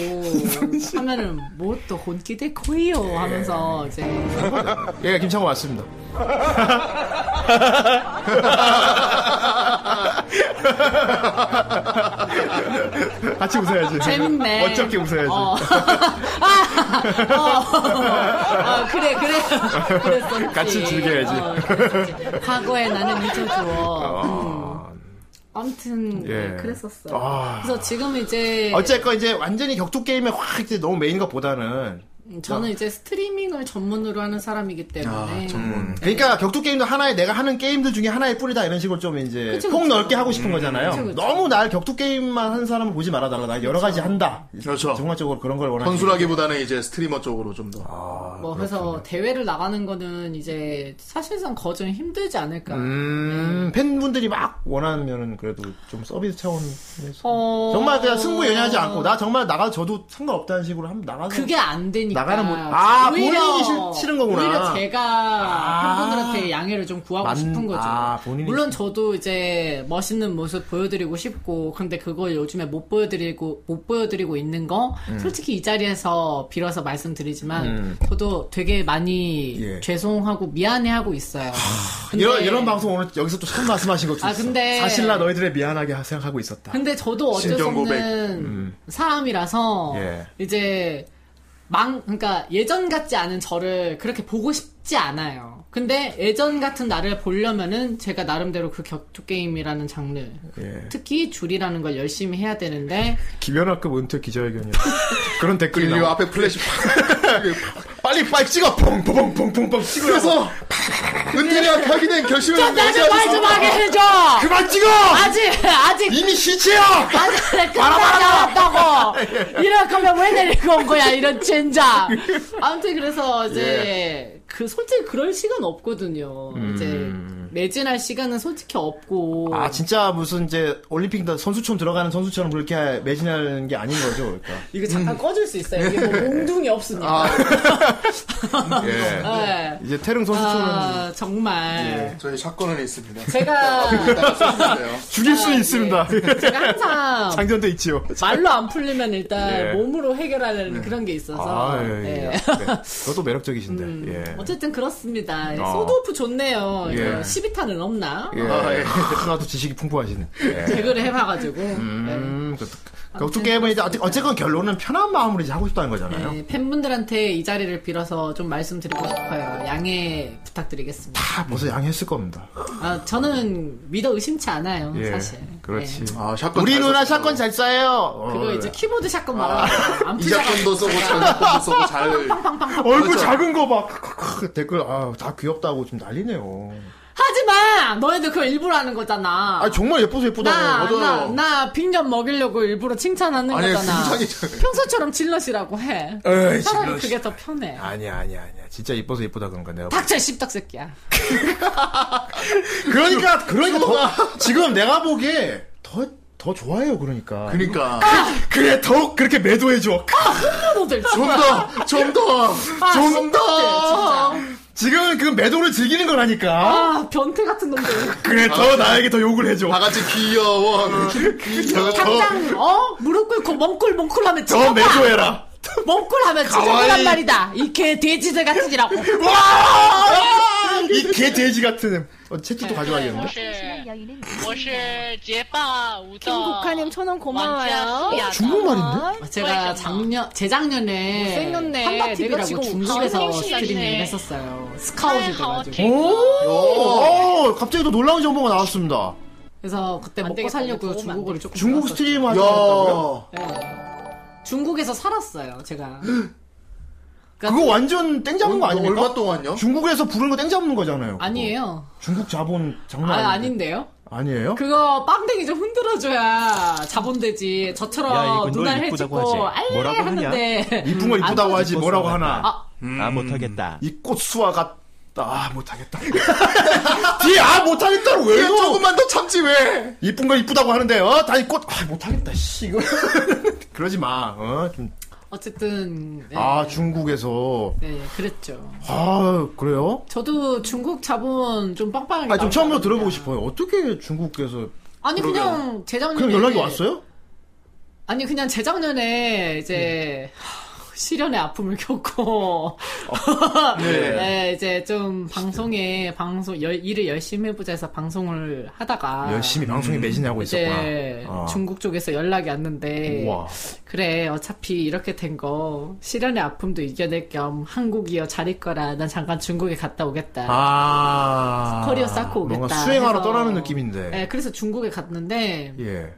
하면은 뭐 또 혼기대 코이요 하면서 이제 예, 김창호 왔습니다. 같이 웃어야지. 재밌네. 어차피 웃어야지. 어. 아, 어. 어, 그래 그래 그랬었지. 같이 즐겨야지. 어, 그랬었지. 과거에 나는 잊어줘. 아. 아무튼 예. 그랬었어요. 아. 그래서 지금 이제 어쨌건 이제 완전히 격투 게임에 확 이제 너무 메인 것보다는 저는 이제 스트리밍을 전문으로 하는 사람이기 때문에 음. 그러니까 격투 게임도 하나의 내가 하는 게임들 중에 하나의 뿌리다 이런 식으로 좀 이제 그쵸, 폭 그쵸. 넓게 하고 싶은 음. 거잖아요. 그쵸, 그쵸. 너무 날 격투 게임만 하는 사람을 보지 말아 달라. 나 여러 가지 한다. 그렇죠. 정말적으로 그런 걸 원하는. 선수라기보다는 이제 스트리머 쪽으로 좀 더. 아, 뭐 그래서 대회를 나가는 거는 이제 사실상 거절이 힘들지 않을까. 음, 팬분들이 막 원하면은 그래도 좀 서비스 차원에서 어... 정말 그냥 승부 연연하지 않고 나 정말 나가 저도 상관없다는 식으로 하면 나가는 그게 안 되니까. 나가는 모- 아, 본인이 싫- 싫은 거구나. 오히려 제가 팬분들한테 양해를 좀 구하고 만- 싶은 거죠. 아, 본인이 물론 저도 이제 멋있는 모습 보여드리고 싶고, 근데 그걸 요즘에 못 보여드리고 못 보여드리고 있는 거 음. 솔직히 이 자리에서 빌어서 말씀드리지만 음. 예. 저도 되게 많이 죄송하고 미안해하고 있어요. 근데- 이런 이런 방송 오늘 여기서 또 처음 말씀하신 것 아, 중에 근데- 사실 나 너희들의 미안하게 생각하고 있었다. 근데 저도 어쩔 수 신경 고백. 없는 음. 사람이라서 예. 이제 망 그러니까 예전 같지 않은 저를 그렇게 보고 싶지 않아요. 근데 예전 같은 나를 보려면은 제가 나름대로 그 격투 게임이라는 장르 예. 특히 줄이라는 걸 열심히 해야 되는데 김연아급 은퇴 기자회견이야. 그런 댓글이 그리고 나와. 앞에 플래시 빨리 빨리 찍어 퐁퐁퐁퐁퐁 찍으 그래서 은퇴를 하게 된 결심을 좀 아, 나를 말좀 하게 해줘. 그만 찍어. 아직 아직 이미 시체야. 아직 끝나지 바라바라. 않았다고. 이럴 거면 왜 내리고 온 거야 이런 젠장. 아무튼 그래서 이제 예. 그 솔직히 그럴 시간 없거든요. 이제 매진할 시간은 솔직히 없고. 음. 아 진짜 무슨 이제 올림픽 선수촌 들어가는 선수처럼 그렇게 매진하는 게 아닌 거죠, 그러니까. 이거 잠깐 꺼줄 수 있어요. 이게 뭐 몽둥이 없으니까. 예. 아, 네. 이제 태릉 선수촌은 아, 네. 예. 정말. 네. 저희 샷건은 있습니다. 제가 죽일 수 아, 있습니다. 제가 항상 장전돼 있지요. 말로 안 풀리면 일단 예. 몸으로 해결하는 그런 게 있어서. 아, 예, 네. 예. 네. 그것도 매력적이신데. 음. 예. 어쨌든 그렇습니다. 아. 소드오프 좋네요. 예. 이거 12탄은 없나? 예. 어, 하나도 지식이 풍부하시네. 예. 제그를 해봐가지고 음, 그- 격투 게임은 이제 어쨌- 어쨌건 결론은 편한 마음으로 이제 하고 싶다는 거잖아요. 어. 네, 팬분들한테 이 자리를 빌어서 좀 말씀드리고 싶어요. 양해 부탁드리겠습니다. 다 벌써 양했을 겁니다. 아, 저는 믿어 의심치 않아요, 예. 음, 사실. 그렇지. 샷건 우리 잘 누나 썼어. 샷건 아, 잘 쏴요. 그거 어, 이제 네. 키보드 샷건 말하는 거안 이 샷건도 아, 쓰고 저 샷건도 쓰고 잘. 얼굴 그렇죠. 작은 거 봐. 크크크. 댓글 아, 다 귀엽다고 지금 난리네요. 하지마! 너희들 그거 일부러 하는 거잖아. 아, 정말 예뻐서 나, 예쁘다고. 나, 나 빈년 먹이려고 일부러 칭찬하는 아니, 거잖아. 칭찬이잖아요. 평소처럼 질럿이라고 해. 에이, 차라리 질럿이. 그게 더 편해. 아니야, 아니야, 아니야. 진짜 예뻐서 예쁘다 그런 거 내가. 닥쳐, 이 씹덕새끼야. 그러니까 그러니까 더, 지금 내가 보기에 더 더 좋아해요 그러니까. 그러니까. 그, 래 더욱 그렇게 매도해 줘. 너들 좀 더, 좀 더. 지금은 그 매도를 즐기는 거라니까. 아, 변태 같은 놈들. 그래 더 나에게 더 욕을 해줘. 다 같이 귀여워. 아, 귀여워. 당장 어 무릎 꿇고 멍굴 멍굴하면 더 찢어봐. 매도해라. 멍굴하면 찢어보란 가와이. 말이다. 이 개 돼지들 같은 이라고. 이 개 돼지 같은 애. 어, 채찍도 네. 가져와야겠는데. 김국화님 천원 고마워요. 중국말인데? 제가 작년 재작년에 못생겼네. 한바TV라고 내가 지금 아, 중국에서 선생님이네. 스트리밍을 했었어요. 스카웃이 돼가지고. 오! 오! 갑자기 또 놀라운 정보가 나왔습니다. 그래서 그때 먹고 살려고 중국어를 조금 중국 배웠었죠. 스트리머 하셨다고요? 중국에서 살았어요. 제가. 그러니까 그거 완전 땡 잡는 거 어, 얼- 아닙니까? 얼마 동안요? 중국에서 부르는 거 땡 잡는 거잖아요. 그거. 아니에요. 중국 자본 장난 아닌데. 아, 아닌데요? 아니에요? 그거 빵댕이 좀 흔들어줘야 자본되지. 야, 저처럼 이건 너 눈알 이쁘다고 해지고 하지. 알레 뭐라고 하냐? 하는데 이쁜 거 이쁘다고 하지 뭐라고 하나. 아, 아 못하겠다. 이 꽃수와 같다. 아 못하겠다. 뒤에 아 못하겠다. 왜 뒤에 이거? 조금만 더 참지 왜? 이쁜 거 이쁘다고 하는데 어 다이 꽃. 아 못하겠다. 씨 이거. 그러지 마. 어 좀. 어쨌든 네. 아 중국에서. 네, 그랬죠. 아 그래요? 저도 중국 자본 좀 빵빵하게. 아 좀 나오지 처음으로 않았냐. 들어보고 싶어요. 어떻게 중국에서 아니 그러게요. 그냥 재작년에 그냥 연락이 왔어요? 아니 그냥 재작년에 네. 이제 하, 시련의 아픔을 겪고 네. 네, 이제 좀 방송에 방송 열- 일을 열심히 해보자 해서 방송을 하다가 열심히 방송에 매진하고 있었구나. 뭐. 이제 아. 중국 쪽에서 연락이 왔는데 우와. 그래 어차피 이렇게 된 거 시련의 아픔도 이겨낼 겸 한국이여 잘 있거라 난 잠깐 중국에 갔다 오겠다 아 커리어 쌓고 오겠다 뭔가 수행하러 해서- 떠나는 느낌인데. 네, 그래서 중국에 갔는데 예.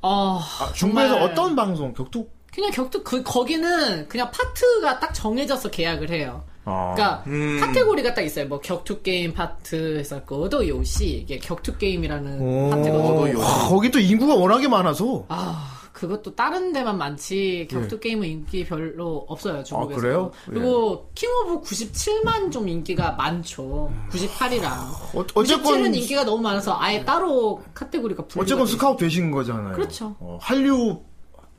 어 아, 중국에서 정말 어떤 방송 격투 그냥 격투 그 거기는 그냥 파트가 딱 정해져서 계약을 해요. 어. 그러니까 음. 카테고리가 딱 있어요. 뭐 격투 게임 파트 했었고 어도 요시 이게 격투 게임이라는 오, 파트거든요. 와, 아, 거기 또 인구가 워낙에 많아서. 아 그것도 다른 데만 많지 격투 게임은 인기 별로 없어요 중국에서. 네. 그래요? 예. 그리고 킹 오브 97만 좀 인기가 많죠. 98이랑. 어, 어쨌건 97은 인기가 너무 많아서 아예 따로 카테고리가 분리가 네. 어쨌건 돼 있어요. 스카웃 되신 거잖아요. 그렇죠. 어, 한류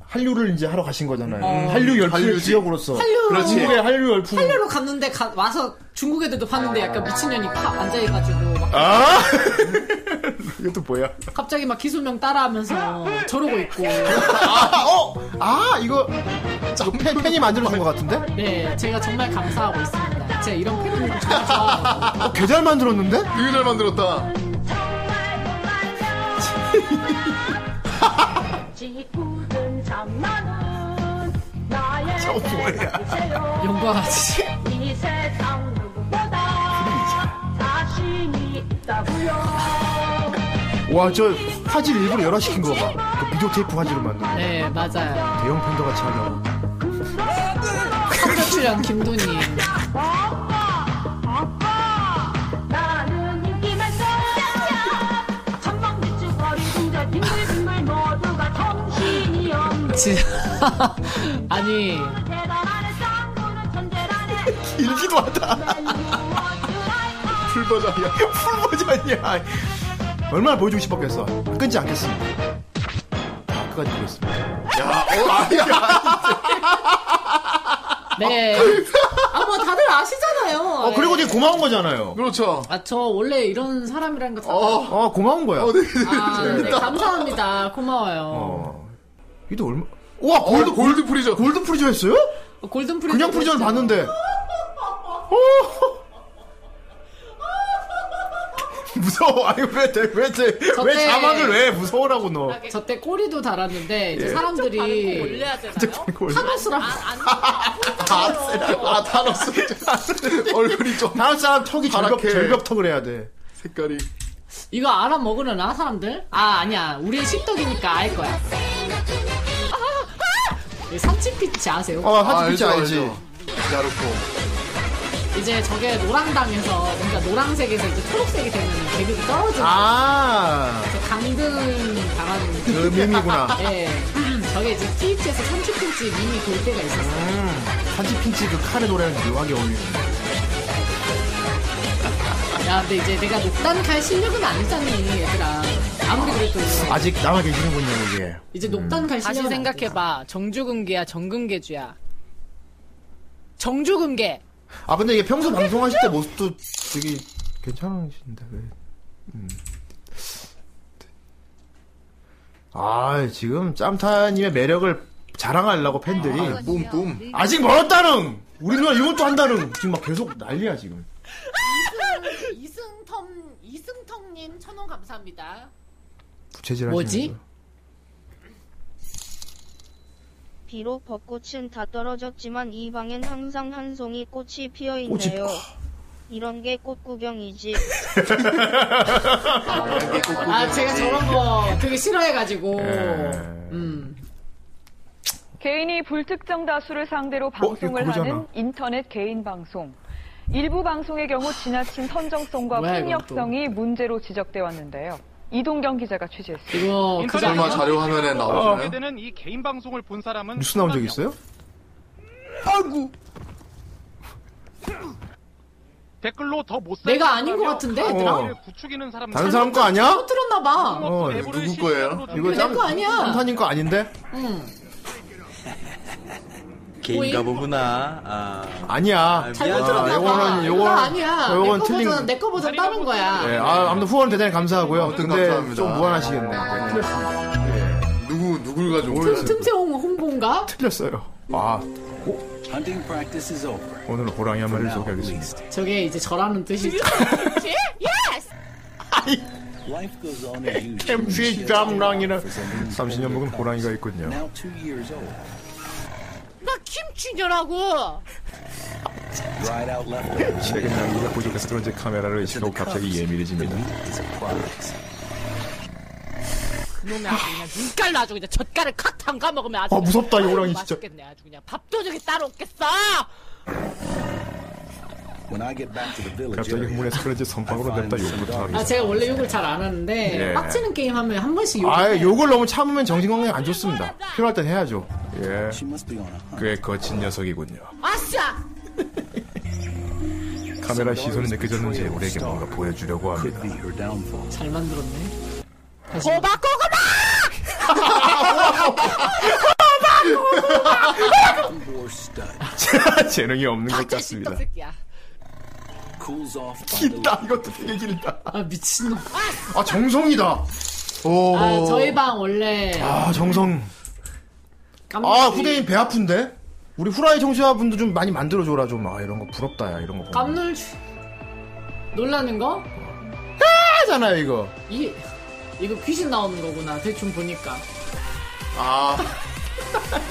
한류를 이제 하러 가신 거잖아요. 어. 한류 열풍의 한류지. 지역으로서. 한류. 그렇지. 중국의 한류 열풍. 한류로 갔는데 가- 와서 중국 애들도 봤는데 약간 미친년이 팍 앉아가지고 막 아 이것도 뭐야? 갑자기 막 기술명 따라하면서 저러고 있고. 아, 어? 아 이거 자, 팬, 팬이 만들어준 것 같은데? 네, 제가 정말 감사하고 있습니다. 제가 이런 팬분들 정말 좋아하고. 어, 개잘 만들었는데? 되게 잘 만들었다. 저 뭐야? 영광 아저씨. 이 세상 누구보다 자신이 있다고요. 와 저 화질 일부러 열화 시킨 거 봐. 그 비디오 테이프 화질로 만든 거. 네, 맞아요. 대형 팬더 같이 하려고. 한자 출연 김돈이. 나는 인기만 써야 천방 지축거리 궁전 빙글빙글 모두가 정신이 없는 진짜. 아니, 대단하네 쌍구는 천재라네 길기도 하다. 풀버전이야. 풀버전이야. 얼마나 보여주고 싶었겠어. 끊지 않겠습니다. 다 끝까지 보겠습니다. 야, 어, 네. 아, 뭐 다들 아시잖아요. 네. 어, 그리고 되게 고마운 거잖아요. 그렇죠. 아, 저 원래 이런 사람이란 거. 다 어, 고마운 거야. 아, 네, 감사합니다. 고마워요. 이도 얼마? 와, 골드 골드 프리저. 어, 골드 프리저 했어요? 골든 프리저. 그냥 프리저를 봤는데. 무서워. 아니 왜왜왜 저때- 자막을 왜 무서워라고 넣어? 저 때 꼬리도 달았는데 이제 예. 사람들이 올려야 되나? 카노스랑 아, 타노스. 얼굴이 좀. 다음 사람 턱이 절벽 파랗게. 절벽 턱을 해야 돼. 색깔이. 이거 알아 먹으려나 사람들? 아 아니야 우리의 십덕이니까 알 거야. 이 삼치피치 아세요? 어, 하트피치 알죠, 알지. 알죠. 야르코. 이제 저게 노랑당에서 그러니까 노랑색에서 이제 초록색이 되면 계급이 떨어지는 아. 거예요. 그래서 강등 당하는 그 밈이구나. 예. 저게 이제 TH에서 삼치피치 밈이 돌 때가 있었어요. 한치핀치 그 칼의 노래랑 묘하게 어울리는. 야, 근데 이제 내가 녹단칼 실력은 아니잖니, 얘들아. 아무리 그래도. 아직 남아 계시는군요 이게. 이제 녹단칼 다시 실력은 생각해봐. 정주금괴야, 정금괴주야. 정주금괴. 아 근데 이게 평소 방송하실 때 모습도 되게 괜찮으신데 왜? 음. 아 지금 짬타님의 매력을 자랑하려고 팬들이 아, 뿜뿜. 아직 멀었다는 우리 누나 이것도 한다는 지금 막 계속 난리야 지금. 이승텀, 이승텀님 천원 감사합니다. 부채질하시는 뭐지? 비록 벚꽃은 다 떨어졌지만 이 방엔 항상 한 송이 꽃이 피어 있네요. 이런 게 꽃구경이지. 아, 제가 저런 거 되게 싫어해가지고. 네. 음. 개인이 불특정 다수를 상대로 방송을 이거 그거잖아. 하는 인터넷 개인 방송. 일부 방송의 경우 지나친 선정성과 뭐야, 이건 또. 폭력성이 문제로 지적돼 왔는데요. 이동경 기자가 취재했습니다. 어, 이거 그 설마 자료 화면에 나오시나요? 어. 되는이 개인 방송을 본 사람은 뉴스 나온 적 있어요? 아이고. 댓글로 더 못. 내가 아닌 것 같은데, 얘들아? 어. 부추기는 사람. 다른 사람 거 아니야? 못 들었나봐. 어 이거 누구 거예요? 이거 내거 아니야. 짬타님 거 아닌데? 응. 개인가 오잉? 보구나. 아. 아니야. 잘못 아, 들었나봐. 요거는 요거는 나 아니야. 요건 내거 틀린. 버전, 내거 버전 다른 거야. 예, 아, 아무튼 후원 대단히 감사하고요. 아무튼 근데 감사합니다. 아, 좀 무안하시겠네. 누구 누굴 가지고 틈, 틈새옹 홍보인가? 틀렸어요. 아, Hunting practice is over. 오늘 호랑이 한 네. 마리를 소개하겠습니다. 저게 이제 저라는 뜻이죠. Life goes on 캠피 짬랑이는 30년 묵은 호랑이가 있군요. two years old. 나 김춘녀라고! Right out left. 최근 연기가 부족해서 그런지 카메라를 의식하고 갑자기 예민해집니다. 그놈의 아주 그냥 눈깔로 아주 그냥 젓갈을 칵 담가 먹으면 아주 아, 무섭다, 이 아유, 호랑이 진짜. 맛있겠네 아주 그냥 밥도둑이 따로 없겠어 갑자기 뭐- 흥분해서 그런지 선방으로 냅다 욕부터 하기 아 제가 원래 욕을 잘 안 하는데 예. 빡치는 게임 하면 한 번씩 욕을 아, 해요. 욕을 너무 참으면 정신 건강에 안 좋습니다. 필요할 땐 해야죠. 예. 꽤 거친 녀석이군요. 아싸 카메라 시선이 느껴졌는지 우리에게 뭔가 보여주려고 합니다. 잘 만들었네. 고바 재능이 없는 것 같습니다. 새끼야 길다. 이것도 되게 길다. 아 미친놈. 아 정성이다. 오. 아 저희 방 원래 아 정성. 깜놀이- 아 후대인 배 아픈데? 우리 후라이 청취자분도 좀 많이 만들어줘라 좀. 아 이런 거 부럽다 야 이런 거. 보면. 깜놀 주- 놀라는 거? 하잖아요 이거. 이 이거 귀신 나오는 거구나 대충 보니까. 아.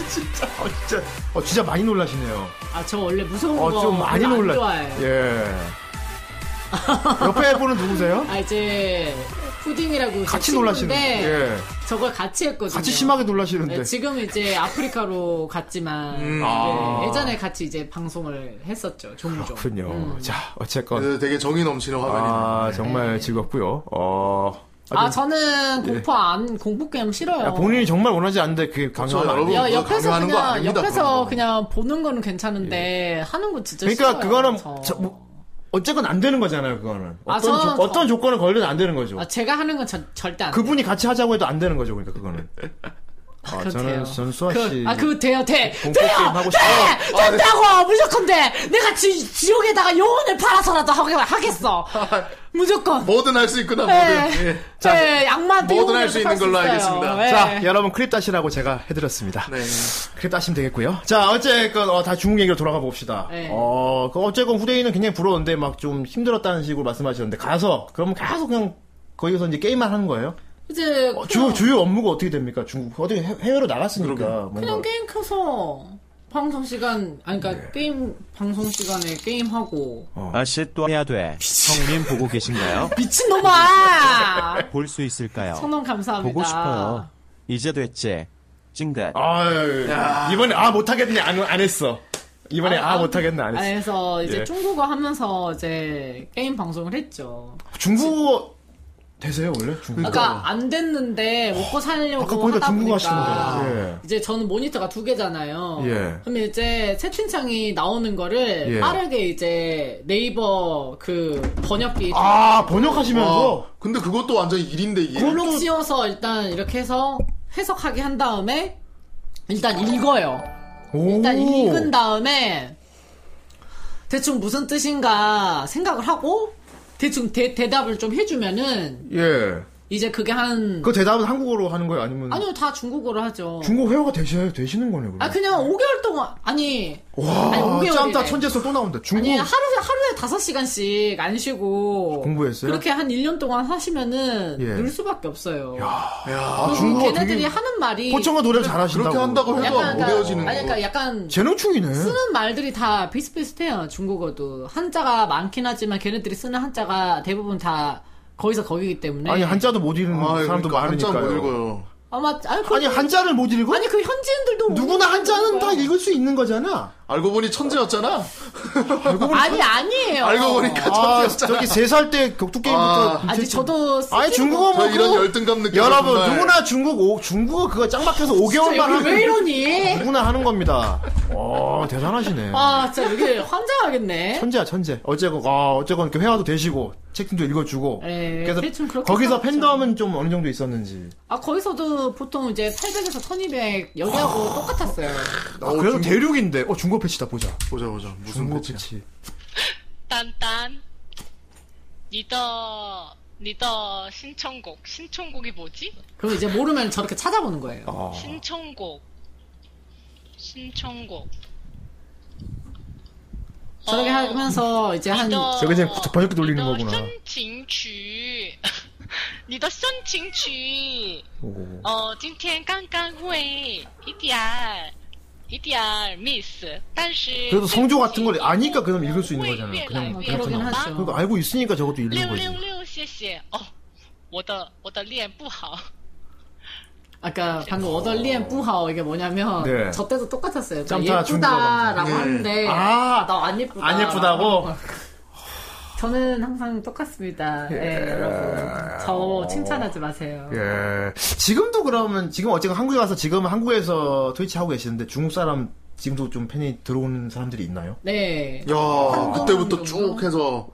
진짜. 어 진짜. 어 진짜 많이 놀라시네요. 아 저 원래 무서운 거 어좀 많이 별로 안 놀라. 좋아해요. 예. 옆에 분은 누구세요? 아그 이제 푸딩이라고 같이 놀라시는. 데 예. 저걸 같이 했거든요. 같이 심하게 놀라시는데. 네, 지금 이제 아프리카로 갔지만 음. 네, 아. 예전에 같이 이제 방송을 했었죠 종종. 그렇군요. 음. 자, 어쨌건 그래도 네, 되게 정이 넘치는 화면이네요. 아, 정말 즐겁고요. 어. 좀- 아, 저는 공포 안 공포 게임 싫어요. 네. 야, 본인이 정말 원하지 않는데 뭐 그게 강요하면 안 돼요. 야, 옆에서 그냥 옆에서 그냥 보는 거는 괜찮은데 하는 거 진짜 예. 그러니까 싫어요. 그거는 저, 뭐, 어쨌건 안 되는 거잖아요. 그거는 아, 어떤 저는 조, 어떤 조건을 걸면 안 되는 거죠. 아, 제가 하는 건 저- 절대 안 그분이 같이 하자고 해도 안 되는 거죠. 그러니까 그거는. 아, 그거 돼요. 저는 전 수아 그- 씨. 아, 그거 돼요, 돼! 공포 돼요! 게임 하고 돼! 싶어요. 아, 네. 된다고! 무조건 돼! 내가 지, 지옥에다가 영혼을 팔아서라도 하게, 하겠어! 무조건! 뭐든 할 수 있구나, 뭐든. 자, 네, 악마한테 뭐든 영혼을 할수 있는 팔수 걸로 있어요. 알겠습니다. 네. 예. 자, 여러분 크립 다시라고 제가 해드렸습니다. 네. 크립 다시면 되겠고요. 자, 어쨌건 어, 다 중국 얘기로 돌아가 봅시다. 네. 어, 그 어쨌건 후대인은 굉장히 부러운데 막 좀 힘들었다는 식으로 말씀하셨는데 가서 그러면 계속 그냥 거기서 이제 게임만 하는 거예요? 이제, 어, 주 그냥, 주요 업무가 어떻게 됩니까? 중국 어디 해- 해외로 나갔으니까 뭔가 그냥 게임 켜서, 방송 시간, 아니, 그니까, 네. 게임, 방송 시간에 게임하고, 어. 아씨 또 해야 돼. 성님 보고 계신가요? 아, 미친놈아! 네. 볼 수 있을까요? 선언 감사합니다. 보고 싶어요. 이제 됐지. 찡긋. 아 이번에 아 못하겠네 안, 안 했어. 이번에 아, 못하겠네 안 아, 했어. 그래서 이제 예. 중국어 하면서 이제 게임 방송을 했죠. 중국어 되세요 원래? 중국어? 그러니까 안 됐는데 먹고 살려고 아까 거기다 하다 중국어 보니까 하시는 거. 예. 이제 저는 모니터가 두 개잖아요. 예. 그럼 이제 채팅창이 나오는 거를 예. 빠르게 이제 네이버 그 번역기 아 번역하시면서 어, 근데 그것도 완전 일인데 이게. 골록 씌워서 일단 이렇게 해서 해석하게 한 다음에 일단 읽어요. 일단 읽은 다음에 대충 무슨 뜻인가 생각을 하고 대충 대, 답을좀 해주면은 예. 이제 그게 한 그 대답은 한국어로 하는 거예요? 아니면 아니요 다 중국어로 하죠. 중국 회화가 되셔야 되시는 거네요. 그럼. 아 그냥 5개월 동안 아니 아니, 와, 5개월이래. 짬다 천재석 또 나온다. 중국 아니 하루에 하루에 5시간씩 안 쉬고 공부했어요? 그렇게 한 1년 동안 하시면은 예. 늘 수밖에 없어요. 야, 그리고 아, 음, 중국어 걔네들이 되게 뭐 하는 말이 포청어 노래를 잘하신다고. 그렇게 한다고 해도 안 뭐. 그러니까- 외워지는 아니 거. 그러니까 약간 재능충이네. 쓰는 말들이 다 비슷비슷해요. 중국어도 한자가 많긴 하지만 걔네들이 쓰는 한자가 대부분 다 거기서 거기기 때문에 아니 한자도 못 읽는 아이, 사람도 그러니까 한자 많으니까요. 못 읽어요. 아마 아니, 그, 아니 한자를 못 읽어? 아니 그 현지인들도 누구나 한자는 다 읽을 수 있는 거잖아. 알고 보니 어. 천재였잖아. 뭐 아니 아니에요. 알고 보니까 천재였잖아. 저기 세 살 때 격투 게임부터. 아. 아, 아니 저도 아니 중국어 뭐 저 이런 그거- 열등감 느껴요, 여러분 정말. 누구나 중국 오, 중국어 그거 짱 박혀서 5개월만 이거 하면 왜 이러니? 누구나 하는 겁니다. 와 대단하시네. 아 진짜 이게 환장하겠네. 천재야 천재. 어쨌건 아 어쨌건 이렇게 회화도 되시고 채팅도 읽어주고. 네, 대충 그렇게 거기서 생각하죠. 팬덤은 좀 어느 정도 있었는지. 아 거기서도 보통 이제 800에서 1200 여기하고 똑같았어요. 아, 그래도 대륙인데. 어 중국 패치다 보자. 보자 보자. 무슨 중국 패치. 丹丹，你的你的 어, 신청곡신청곡이뭐지 그럼 이제 모르면 저렇게 찾아보는 거예요. 신청곡신청곡 저렇게 어. 하면서 이제 한 저게 이제 번역기 아, 돌리는 거구나. 新曲， 你的新情曲。 오. 哦，今天刚刚会一点儿一点儿 miss，但是 그래도 성조 같은 걸 아니까 그냥 읽을 수 있는 네, 거잖아요. 그냥 아, 그렇잖아. 그러긴 하죠. 그러니까 알고 있으니까 저것도 읽는 六 거지. 六六，谢谢哦，我的我的脸不好， 아까 방금 어덜리엔 뿌하오 이게 뭐냐면 네. 저 때도 똑같았어요. 짬타 그러니까 중국어 예쁘다라고 방송. 네. 하는데 아, 나 안 예쁘다. 안 예쁘다고? 저는 항상 똑같습니다. 예, 예. 여러분. 저 칭찬하지 마세요. 예. 지금도 그러면 지금 어쨌든 한국에 와서 지금 한국에서 트위치 하고 계시는데 중국 사람 지금도 좀 팬이 들어오는 사람들이 있나요? 네. 야, 그때부터 쭉 해서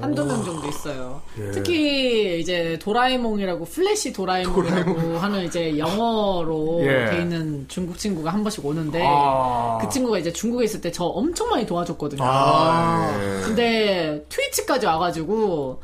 한두 명 정도 있어요. 예. 특히 이제 도라에몽이라고 플래시 도라에몽이라고 하는 이제 영어로 예. 돼 있는 중국 친구가 한 번씩 오는데 아. 그 친구가 이제 중국에 있을 때 저 엄청 많이 도와줬거든요. 아, 예. 근데 트위치까지 와가지고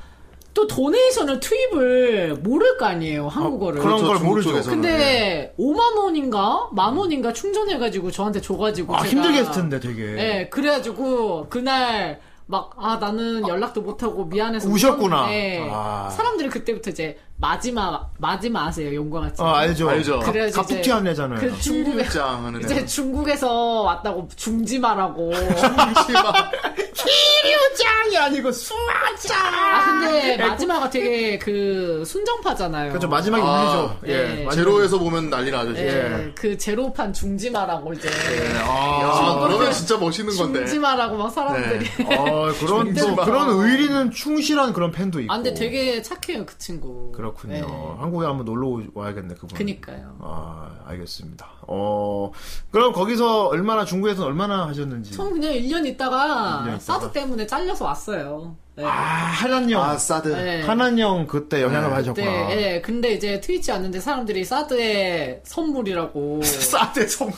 또 도네이션을 투입을 모를 거 아니에요 한국어를 그런 그렇죠, 걸 중국 모르죠. 쪽에서는. 근데 네. 5만 원인가 만 원인가 충전해가지고 저한테 줘가지고 아, 제가- 힘들게 했을 텐데 되게. 예, 그래가지고 그날 막 아 나는 연락도 못하고 미안해서 우셨구나. 울었는데 아. 사람들이 그때부터 이제 마지막 마지막 아세요 용과 같이. 아, 알죠. 알죠. 그래가지고 갑툭튀 이제 안 내잖아요. 네. 그 중국에 입장 하는 이제 애들. 중국에서 왔다고 중지마라고. 아, 키류장이 아니고 수아장. 네. 아 근데 마지막가 되게 그 순정파잖아요. 그렇죠, 마지막에 아, 울리죠. 예, 네. 마지막에. 제로에서 보면 난리 나죠. 예, 그 제로판 중지마라고 이제. 예. 야, 아, 그러면 진짜 멋있는 건데. 중지마라고 막 네. 사람들이. 어, 그런 또 존재감. 그런 의리는 충실한 그런 팬도 있고. 아 근데 되게 착해요 그 친구. 그렇군요. 네. 한국에 한번 놀러 와야겠네 그분. 그니까요. 아 알겠습니다. 어 그럼 거기서 얼마나 중국에서는 얼마나 하셨는지. 전 그냥 1년 있다가 1년 있다가. 사드 때문에 잘려서 왔어요. 네. 아 한한영. 아, 사드. 네. 한한영 그때 영향을 받으셨구나. 네, 예. 근데 이제 트위치 왔는데 사람들이 사드의 선물이라고. 사드의 선물.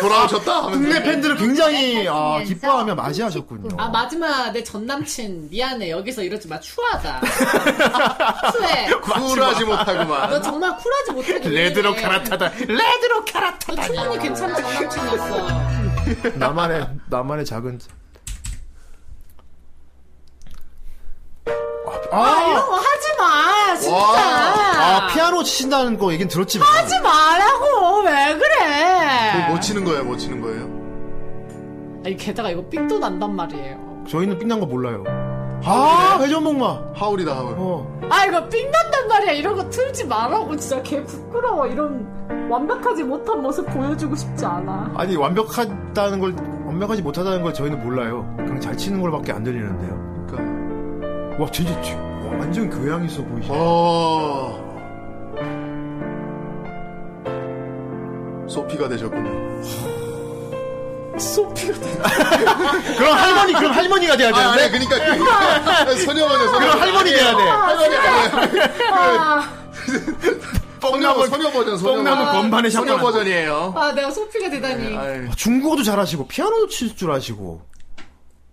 돌아오셨다 하면서. 네. 국내 팬들을 굉장히 아, 하시면서 기뻐하며 맞이하셨군요. 네. 아, 마지막 내 전 남친 미안해 여기서 이러지 마 추하다. 추해. 쿨하지 너 못하구만. 정말 쿨하지 못해. 레드로 갈아타다. 레드로 갈아타다. 충분히 괜찮은 전 남친이었어. 나만의 나만의 작은. 아, 아 이런 거 하지 마 와. 진짜. 아 피아노 치신다는 거 얘긴 들었지만. 하지 말라고 왜 그래? 뭐 치는 거예요? 뭐 치는 거예요? 아니 게다가 이거 삑도 난단 말이에요. 저희는 삥난 거 몰라요. 아 회전목마. 어. 하울이다 하울. 아 이거 삥난단 말이야 이런 거 틀지 말라고 진짜 개 부끄러워 어, 이런 완벽하지 못한 모습 보여주고 싶지 않아 아니 완벽하다는 걸 완벽하지 못하다는 걸 저희는 몰라요. 그냥 잘 치는 걸밖에 안 들리는데요. 그러니까. 와 진짜 치- 와, 완전 교양 있어 보이시네. 소피가 되셨군요. 소피가 그럼 할머니 그럼 할머니가 돼야 아, 되는데. 아니, 그러니까 그- 소녀마녀 네, 소녀. 그럼 할머니 돼야 돼. 뽕나무 소녀 버전 소녀 뽕나무 버전. 건반에 소녀 샷건. 버전이에요. 아 내가 소피가 되다니 아, 중국어도 잘하시고 피아노도 칠 줄 아시고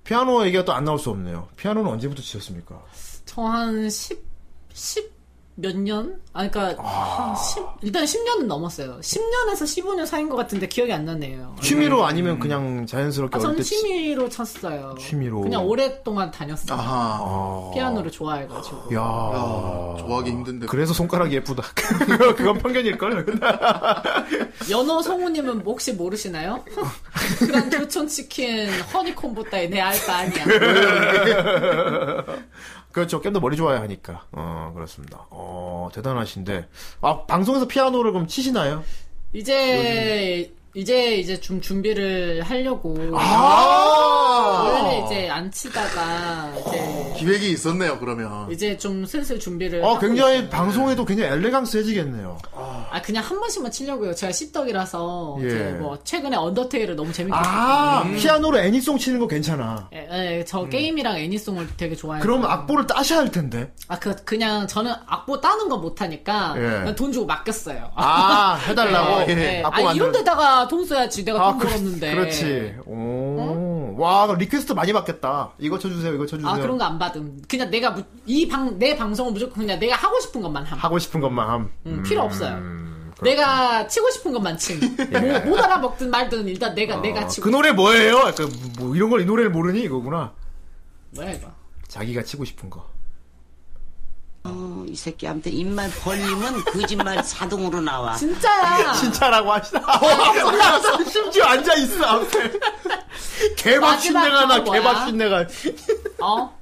피아노 얘기가 또 안 나올 수 없네요. 피아노는 언제부터 치셨습니까? 저 한 10, 10몇 년? 아 그러니까 한 10, 일단 10년은 넘었어요 10년에서 15년 사이인 것 같은데 기억이 안 나네요 취미로 아니면 그냥 자연스럽게 아, 어릴 저는 때 치- 취미로 쳤어요 취미로. 그냥 오랫동안 다녔어요 아하. 피아노를 좋아해가지고 야, 좋아하기 힘든데. 그래서 손가락이 예쁘다. 그건 편견일걸. 아. 연어 성우님은 뭐 혹시 모르시나요? 그런 교촌 치킨 허니콤보 따위 내 알바 아니야. 그렇죠. 겜도 머리 좋아야 하니까. 어, 그렇습니다. 어, 대단하신데. 아, 방송에서 피아노를 그럼 치시나요? 이제 이제 이제 좀 준비를 하려고. 아! 원래 이제 안 치다가 이제 기획이 있었네요 그러면. 이제 좀 슬슬 준비를. 어, 하고 굉장히 있어요. 방송에도 굉장히 엘레강스해지겠네요. 아 그냥 한 번씩만 치려고요. 제가 씹덕이라서 예. 이제 뭐 최근에 언더테일을 너무 재밌게. 아, 봤거든요. 피아노로 애니송 치는 거 괜찮아. 예, 예, 저 게임이랑 애니송을 되게 음. 좋아해요. 그럼 악보를 따셔야 할 텐데. 아, 그, 그냥 저는 악보 따는 거 못하니까 예. 그냥 돈 주고 맡겼어요. 아, 해달라고? 네, 예. 네. 악보 아니, 만들어- 이런 데다가 돈 써야지. 내가 돈 그- 벌었는데. 그렇지. 오. 와, 그럼 리퀘스트 많이 받겠다. 이거 쳐주세요, 이거 쳐주세요. 아, 그런 거 안 받음. 그냥 내가 무- 이 방, 내 방송은 무조건 그냥 내가 하고 싶은 것만 함. 하고 싶은 것만 함. 음, 필요 없어요. 그렇군요. 내가 치고 싶은 것만 침. 예. 뭐, 못 알아먹든 말든 일단 내가, 내가 치고. 그 노래 뭐예요? 약간 뭐 이런 걸 이 노래를 모르니 이거구나. 뭐야, 이거. 자기가 치고 싶은 거. 어, 이 새끼 아무튼 입만 벌리면 거짓말 자동으로 나와. 진짜야. 진짜라고 하시다. 아, 심지어 앉아 있어 앞에. 개밥 마지막 신내가 나 그거 뭐야? 개밥 신내가. 네. 어?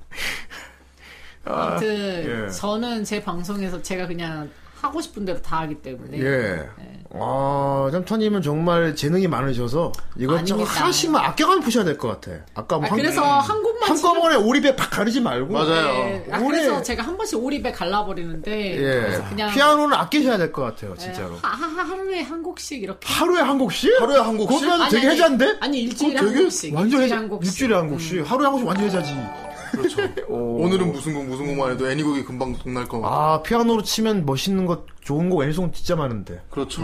아, 아무튼 예. 저는 제 방송에서 제가 그냥 하고 싶은 대로 다 하기 때문에. 예. 네. 아, 참터님은 정말 재능이 많으셔서 이것저것 아닙니다. 하나씩만 아껴가면 보셔야 될 것 같아. 아까 뭐 아, 그래서 한 곳만 한꺼번에 오리배 팍 가르지 말고. 네. 아, 그래서 제가 한 번씩 오립에 갈라버리는데 예. 그래서 그냥 네. 피아노는 아끼셔야 될 것 같아요, 진짜로. 하, 하, 하루에 한 곡씩 이렇게 하루에 한 곡씩? 하루에 한 곡씩? 그러면 아니, 되게 아니. 해자인데? 아니, 일주일에 그거 되게 한 곡씩, 음. 완전 일주일에 해자. 한 일주일에 한 곡씩. 하루에 한 곡씩 완전 해자지. 그렇죠. 오늘은 무슨 곡 무슨 곡만 해도 애니곡이 금방 동날 거. 아, 피아노로 치면 멋있는 것 좋은 곡 애니송 진짜 많은데. 그렇죠.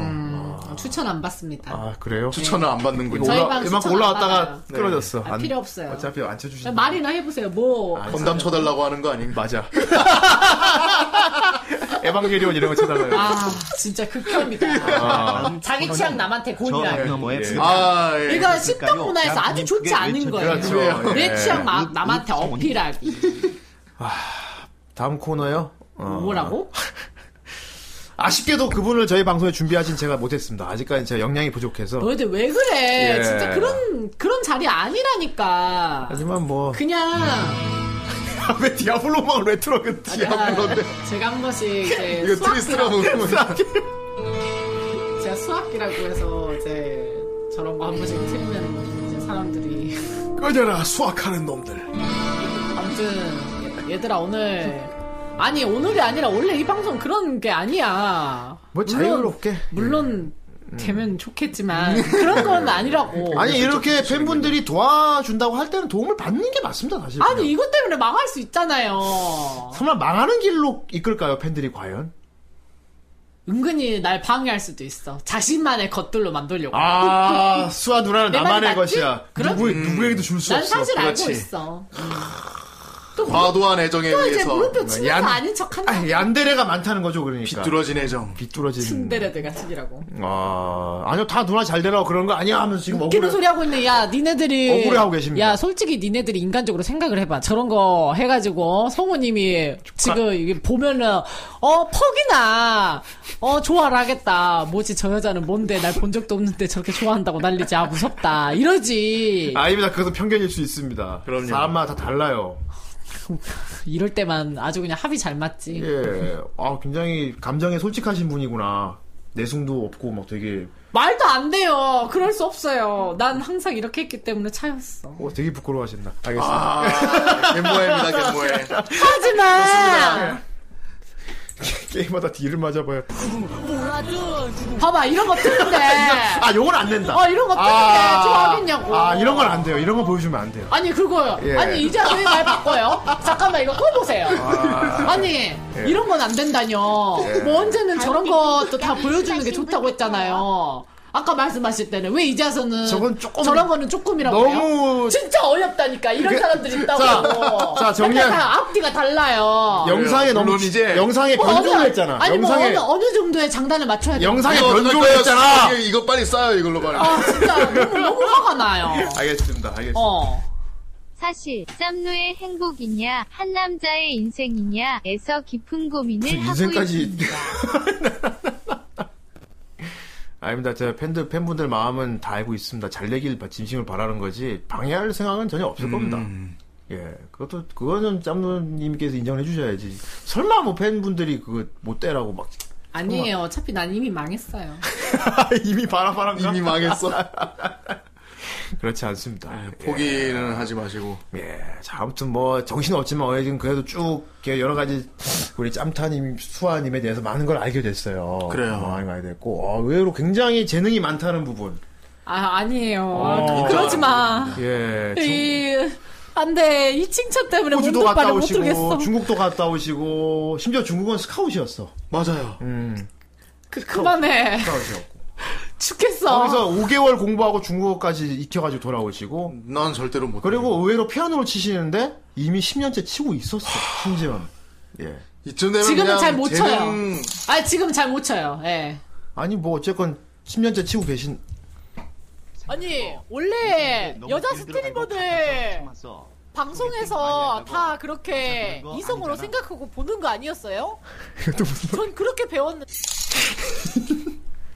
추천 안 받습니다. 아, 그래요? 추천을 안 받는군요. 음. 저희 올라- 방 이만큼 추천 안 올라왔다가 네. 받아요. 끌어졌어. 아, 필요 없어요. 어차피 안 쳐주신. 말이나 해보세요. 뭐 건담 쳐달라고 하는 거 아닌가? 맞아. 에반게리온 이런 거 쳐달라요. 아 진짜 극혐이다. 아. 자기 취향 남한테 저 곤이라. 너머에 예. 아, 예. 이거 식당 그러니까요. 문화에서 아주 남편님 좋지 그게 않은 왜 거예요. 그렇죠. 예. 내 취향 마- 우- 남한테 예. 어필하기. 다음 코너요. 어. 뭐라고? 아쉽게도 그분을 저희 방송에 준비하진 제가 못했습니다. 아직까지 제가 역량이 부족해서. 너희들 왜 그래? 예. 진짜 그런 그런 자리 아니라니까. 하지만 뭐. 그냥 왜 디아블로만 왜 틀어 그 디아블로인데? 제가 한 번씩 이제 이거 수학기라고 트리스라고 그러면. 제가 수학기라고 해서 이제 저런 거 한 번씩 틀면 이제 사람들이 꺼져라 수학하는 놈들. 뭐 아무튼 얘들아 오늘 아니 오늘이 아니라 원래 이 방송 그런 게 아니야. 뭐 자유롭게. 물론 되면 좋겠지만 그런 건 아니라고. 아니 이렇게 팬분들이 도와준다고 할 때는 도움을 받는 게 맞습니다 사실. 아니 이것 때문에 망할 수 있잖아요. 설마 망하는 길로 이끌까요 팬들이 과연? 은근히 날 방해할 수도 있어. 자신만의 것들로 만들려고. 아 수아 누나는 그- 내 말이 나만의 맞지? 것이야. 음. 그럼? 누구 누구에게도 줄 수 없어. 난 사실 그렇지. 음. 알고 있어. 과도한 애정에 뭐? 또 이제 의해서 무릎을 치면서 아닌 척한다. 아니, 얀데레가 많다는 거죠 그러니까. 비뚤어진 애정. 비뚤어진. 침대레드 같은 이라고. 아 아니요 다 누나 잘 되라고 그런 거 아니야 하면서 지금 웃기는 억울해. 소리 하고 있네. 야, 니네들이. 억울해하고 계십니다. 야, 솔직히 니네들이 인간적으로 생각을 해봐. 저런 거 해가지고, 성우님이 지금 이게 보면은, 어, 퍽이나, 어, 좋아를 하겠다. 뭐지, 저 여자는 뭔데, 날 본 적도 없는데 저렇게 좋아한다고 난리지. 아, 무섭다. 이러지. 아닙니다 그것은 편견일 수 있습니다. 그럼요. 사람마다 다 달라요. 이럴 때만 아주 그냥 합이 잘 맞지. 예. 아 굉장히 감정에 솔직하신 분이구나. 내숭도 없고 막 되게 말도 안 돼요. 그럴 수 없어요. 난 항상 이렇게 했기 때문에 차였어. 어, 되게 부끄러워하신다. 알겠습니다. 아, 갯모해입니다, 갯모해. 하지만! 게임마다 딜을 맞아봐요. 봐봐, 이런 거 뜨는데. 아 요건 안 된다. 아, 이런 거 뜨는데 좋아하겠냐고. 아 이런 건 안 돼요. 이런 건 보여주면 안 돼요. 아니 그거요. 예. 아니 이제 왜말 바꿔요? 잠깐만 이거 꺼보세요. 아. 아... 니 예. 이런 건 안 된다뇨. 예. 뭐 언제는 저런 것도 다 보여주는 게 좋다고 했잖아요. 아까 말씀하실 때는 왜 이제 와서는 저건 조금- 저런 거는 조금이라고 너무- 해요? 진짜 어렵다니까 이런 그게- 사람들이 있다고. 자, 자, 정리할- 맨날 다 앞뒤가 달라요. 영상에 너무 이제 영상에 뭐 변종을 어느- 했잖아. 아니 영상에 뭐 어느, 어느 정도의 장단을 맞춰야 돼. 영상에 이거 어떡할 변종을 거예요? 했잖아. 이거- 이거 빨리 싸요 이걸로 빨리. 아 진짜 너무 너무 화가 나요. 알겠습니다. 알겠습니다. 어. 사실 쌈노의 행복이냐 한 남자의 인생이냐에서 깊은 고민을 무슨 하고 인생까지 있습니다. 아닙니다. 제 팬들 팬분들 마음은 다 알고 있습니다. 잘 되길 바- 진심으로 바라는 거지 방해할 생각은 전혀 없을 겁니다. 음. 예, 그것도 그거는 짬누님께서 인정해 주셔야지. 설마 뭐 팬분들이 그거 못 떼라고 막 아니에요. 어차피 난 이미 망했어요. 이미 바라바람가 이미 망했어. 음. 그렇지 않습니다. 포기는 하지 마시고. 예, 자, 아무튼 뭐 정신 없지만 어제 지금 그래도 쭉 이렇게 여러 가지 우리 짬타님, 수아님에 대해서 많은 걸 알게 됐어요. 그래요. 많이 알게 됐고, 어, 의외로 굉장히 재능이 많다는 부분. 아, 아니에요. 어. 그러지 마. 예, 이, 안 돼. 이 칭찬 때문에 호주도 몸도 갔다 발을 못 들겠어. 오시고 중국도 갔다 오시고 심지어 중국은 스카웃이었어. 맞아요. 음. 그, 그만해. 스카웃이었고. 죽겠어. 거기서 5개월 공부하고 중국어까지 익혀가지고 돌아오시고. 난 절대로 못. 그리고 의외로 피아노를 치시는데 이미 10년째 치고 있었어. 심지어. 예. 이쯤 되면 지금은 그냥 잘 못 쳐요. 재능- 아, 지금 잘 못 쳐요. 예. 아니 뭐 어쨌건 10년째 치고 계신. 아니, 원래 여자 스트리머들 방송에서 다 그렇게 이성으로 생각하고 보는 거 아니었어요? 전 그렇게 배웠는데.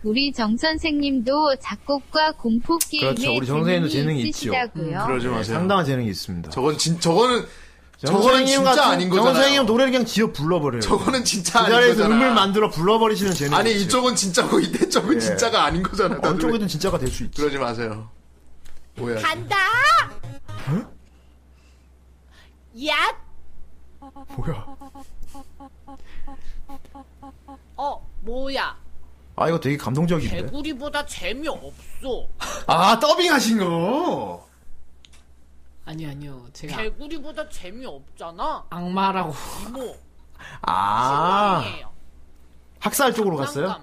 우리 정 선생님도 작곡과 공포 게임에 그렇죠. 우리 정선생님도 재능이 있죠. 있으시다고요. 상당한 재능이 있습니다. 네. 저건 진 저거는 저거는 정선생님 진짜 같은- 아닌 거잖아요. 정선생님 노래를 그냥 지어 불러버려요. 저거는 진짜 그 아닌 자리에서 거잖아. 음을 만들어 불러버리시는 재능. 아니 이쪽은 진짜고 이때 쪽은 예. 진짜가 아닌 거잖아. 어느 쪽이든 진짜가 될 수 있지. 그러지 마세요. 뭐야? 간다! 야! 뭐야? 어 뭐야 아 이거 되게 네. 감동적인데. 개구리보다 재미없어 아 더빙하신 거. 아니요 아니요 제가 개구리보다 재미없잖아 악마라고 이모 아 학살 쪽으로 갔어요?